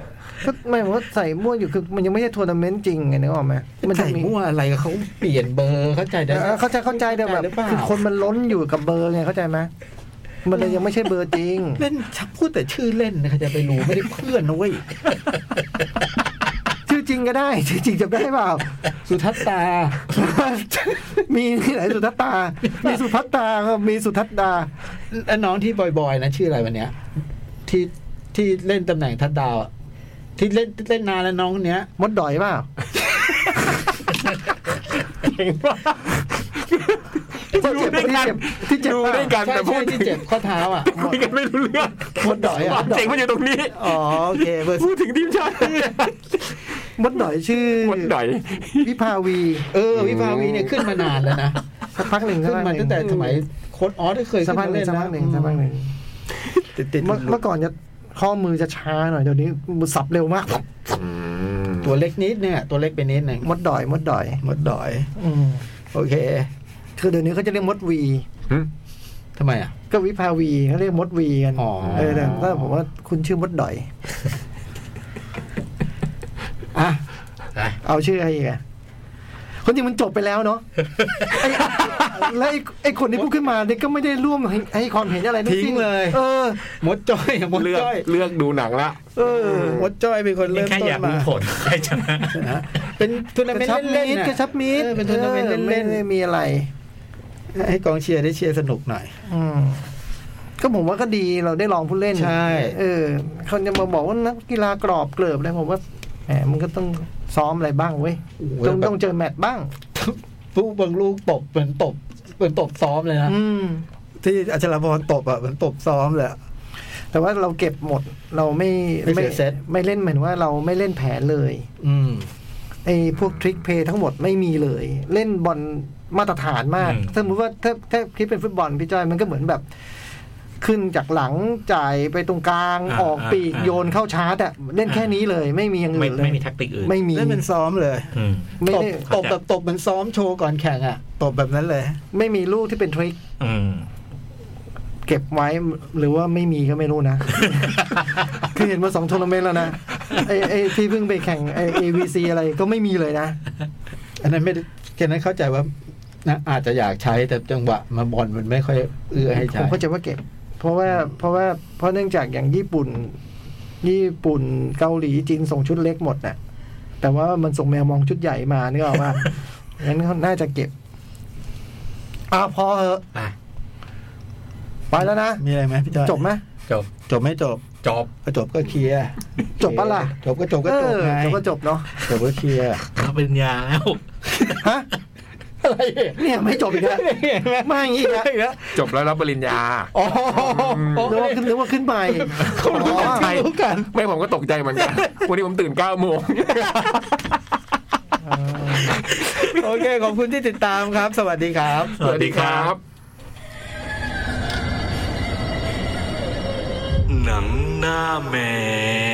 Speaker 4: ก็ไม่ผมว่าใส่มั่วอยู่คือมันยังไม่ใช่ทัวร์นาเมนต์จริงไงนึกออกไหม
Speaker 2: มัน
Speaker 4: จะ
Speaker 2: ใส่มั่วอะไรกับเขาเปลี่ยนเบอร์เข้าใจได้ไหม
Speaker 4: เออเข้าใจเข้าใจแต่แบบ
Speaker 2: เข้าใจหรือเปล่า
Speaker 4: คือคนมันล้นอยู่กับเบอร์ไงเข้าใจไหมมันเลยยังไม่ใช่เบอร์จ ริง
Speaker 2: เล่นชักพูดแต่ชื่อเล่นนะเขาจะไปรู้ไม่ได้เพื่อน นะเว้ย
Speaker 4: ชื่อจริงก็ได้ชื่อจริงจะได้เปล่า
Speaker 2: สุทัศตา
Speaker 4: มีที่ไหนสุทัศตา มีสุพัตตาครับมีสุทัศดา
Speaker 2: แล้วน้องที่บอยๆนะชื่ออะไรวันเนี้ย ที่ที่เล่นตำแหน่งทัดดาวอะที่เล่นเล่นนานแล้วน้องคนเนี้ย
Speaker 4: มดดอยเป ล่าที่เจ็บที่เจ็บที่เจ็บ
Speaker 3: ดู
Speaker 4: เปล่า
Speaker 3: ด้วยกัน
Speaker 2: ใช่
Speaker 3: แต่พู
Speaker 2: ใช่
Speaker 3: ด
Speaker 2: ที่เจ็บข้อเท้า อ่ะ
Speaker 3: คุยกันไม่รู้เรื่อง
Speaker 2: มดดอยอะ
Speaker 3: ความเจ๋งมันอยู่ตรงนี้
Speaker 2: อ๋อโอเคเบอร์
Speaker 3: พูดถึงทีมชาติ
Speaker 4: มดดอยชื่อ
Speaker 3: วันไหน
Speaker 4: วิภาวี
Speaker 2: เออวิภาวีเนี่ยขึ้นมานานแล้วนะ
Speaker 4: สักพักหนึ่ง
Speaker 2: ขึ้นมาตั้งแต่สมัยโค้ดออสก็เคย
Speaker 4: สัก
Speaker 2: ขึ้น
Speaker 4: พัก
Speaker 2: มา
Speaker 4: หนึ่
Speaker 2: เล่
Speaker 4: ง
Speaker 2: น
Speaker 4: สักพั
Speaker 2: นะ
Speaker 4: กหนึ่งสักพักหนึ่ง
Speaker 2: ติดติด
Speaker 4: เมื่อเมื่อก่อนจะข้อมือจะช้าหน่อยเดี๋ยวนี้มือสับเร็วมาก
Speaker 2: ตัวเล็กนิดเนี่ย ตัวเล็กไปนิดหนึ่ง
Speaker 4: มดดอย มดดอย
Speaker 2: มดดอย
Speaker 4: อืม
Speaker 2: โอเค
Speaker 4: คือเดี๋ยวนี้เขาจะเรียกมดวี
Speaker 2: ทำไมอ่ะ
Speaker 4: ก็วิภาวีเขาเรียกมดวีกัน
Speaker 2: อ๋อ
Speaker 4: เออแต่ถ้าผมว่าคุณชื่อมดดอย
Speaker 2: อ่ะ
Speaker 4: เอาชื่ออะไรอีกอะคนจริงมันจบไปแล้วเนาะ ไอ้และไอ้ไอ้คนที่พูดขึ้นมาเนี่ยก็ไม่ได้ร่วมให้ให้ความเห็นอะไรทั้ง
Speaker 2: ทิ้ง
Speaker 4: สิ้น
Speaker 2: เลย
Speaker 4: เออ
Speaker 2: มดจ้อยอะมด
Speaker 3: เลือก
Speaker 2: จ้อย
Speaker 3: เลือกดูหนังละ
Speaker 4: เออ
Speaker 2: มดจ้อยเป็นคน
Speaker 5: นี่
Speaker 2: เริ่ม
Speaker 5: แค่
Speaker 2: ต้
Speaker 5: อน ยาก
Speaker 2: มา
Speaker 5: รู้ผลใครชนะ
Speaker 2: นะเป็นทัวร์นาก เมน
Speaker 4: ระ
Speaker 2: ต์
Speaker 4: ชับ
Speaker 2: เล่
Speaker 4: มิ
Speaker 2: นๆ
Speaker 4: ตร
Speaker 2: น่
Speaker 4: กระชับมิตร
Speaker 2: เออเป็นทัวร์นาเมนต์
Speaker 4: ออ
Speaker 2: เล่น
Speaker 4: ไม่ได้มีอะไร
Speaker 2: ๆให้กองเชียร์ได้เชียร์สนุกหน่อย
Speaker 4: อืมก็ผมว่าก็ดีเราได้ลองผู้เล่น
Speaker 2: ใช่
Speaker 4: เออคนจะมาบอกว่านักกีฬากรอบเกลิบอะไรผมว่าแหมมันก็ต้องซ้อมอะไรบ้างเว้ยต้องต้องเจอแมตช์บ้าง
Speaker 2: ลูกบางลูกตบเหมือนตบเหมือนตบซ้อมเลยนะ
Speaker 4: อืม
Speaker 2: ที่อัชรพรตบอ่ะมันตบซ้อมเลยอะ
Speaker 4: แต่ว่าเราเก็บหมดเราไม่
Speaker 2: ไม่เสียเซต
Speaker 4: ไม่เล่นเหมือนว่าเราไม่เล่นแผนเลย
Speaker 2: อืม
Speaker 4: ไอ้พวกทริกเพย์ทั้งหมดไม่มีเลย เล่นบอลมาตรฐานมาก
Speaker 5: อืม
Speaker 4: สมมติว่าถ้าถ้าคิดเป็นฟุตบอลพี่จ้อยมันก็เหมือนแบบ ขึ้นจากหลังจ่ายไปตรงกลาง
Speaker 5: อ่า
Speaker 4: ออกปีก
Speaker 5: อ่าอ่า
Speaker 4: โยนเข้าชาร์จอะเล่นแค่นี้เลย ไม่มีอย่าง
Speaker 5: ไม่
Speaker 4: อื่นเลย
Speaker 5: ไม่มีแท็กติกอื่น
Speaker 4: ไม่มี
Speaker 2: นั่นเป็นซ้อมเลย
Speaker 5: อืม
Speaker 4: ไม่
Speaker 2: ตบ
Speaker 4: ได้
Speaker 2: ตบแบบตบเหมือนซ้อมโชว์ก่อนแข่งอ่ะ ตบแบบนั้นเลย
Speaker 4: ไม่มีลูกที่เป็นทริก
Speaker 5: อืม
Speaker 4: เก็บไว้หรือว่าไม่มีก็ไม่รู้นะ คือเห็นมาสองทัวร์นาเมนต์แล้วนะไอ้ไอ้ที่เพิ่งไปแข่งไอ้ AVC อะไรก็ไม่มีเลยนะ
Speaker 2: อันนั้นไม่ได้แค่นั้นเข้าใจว่านะอาจจะอยากใช้แต่จังหวะมาบอลมันไม่ค่อยเอื้อให้
Speaker 4: ผ
Speaker 2: ใช้
Speaker 4: มเข้าใจว่าเก็บ เพราะว่าเพราะว่าเพราะเนื่องจากอย่างญี่ปุ่น ญี่ปุ่นเกาหลีจีนส่งชุดเล็กหมดน่ะ แต่ว่ามันส่งแมวมองชุดใหญ่มานึกอ อกว่า งั้นเขาน่าจะเก็บอ่ะพอเหอะ
Speaker 5: ไป
Speaker 4: ไปแล้วนะ
Speaker 2: มีอะไรไหมพี่จอย
Speaker 4: จบไหม
Speaker 5: จบ
Speaker 2: จบไม่จบ
Speaker 5: จบ
Speaker 2: ก็จบก็เคลียร์
Speaker 4: จบปะล่ะ
Speaker 2: จบก็จบก็จบไง
Speaker 4: เออจบก็จบเนาะ
Speaker 2: จบก็เคลียร์
Speaker 5: รับปริญญาแล้ว
Speaker 4: ฮะ
Speaker 2: อะไร
Speaker 4: เนี่ยไม่จบอีกแล้วไม่อย่างนี้อีกแล้ว
Speaker 2: เนี่ย
Speaker 3: จบแล้วรับปริญญา
Speaker 2: โอ้โห
Speaker 4: หรือว่าขึ้นหรือว่าขึ้นใหม่อ๋อ
Speaker 3: ใช่
Speaker 2: รู้กัน
Speaker 3: ไม่ผมก็ตกใจเหมือน กัน วันนี้ผมตื่นเก้าโมง
Speaker 2: โอเค ขอบคุณที่ติดตามครับ สวัสดีครับ
Speaker 3: สวัสดีครับ
Speaker 1: หนังหน้าแมว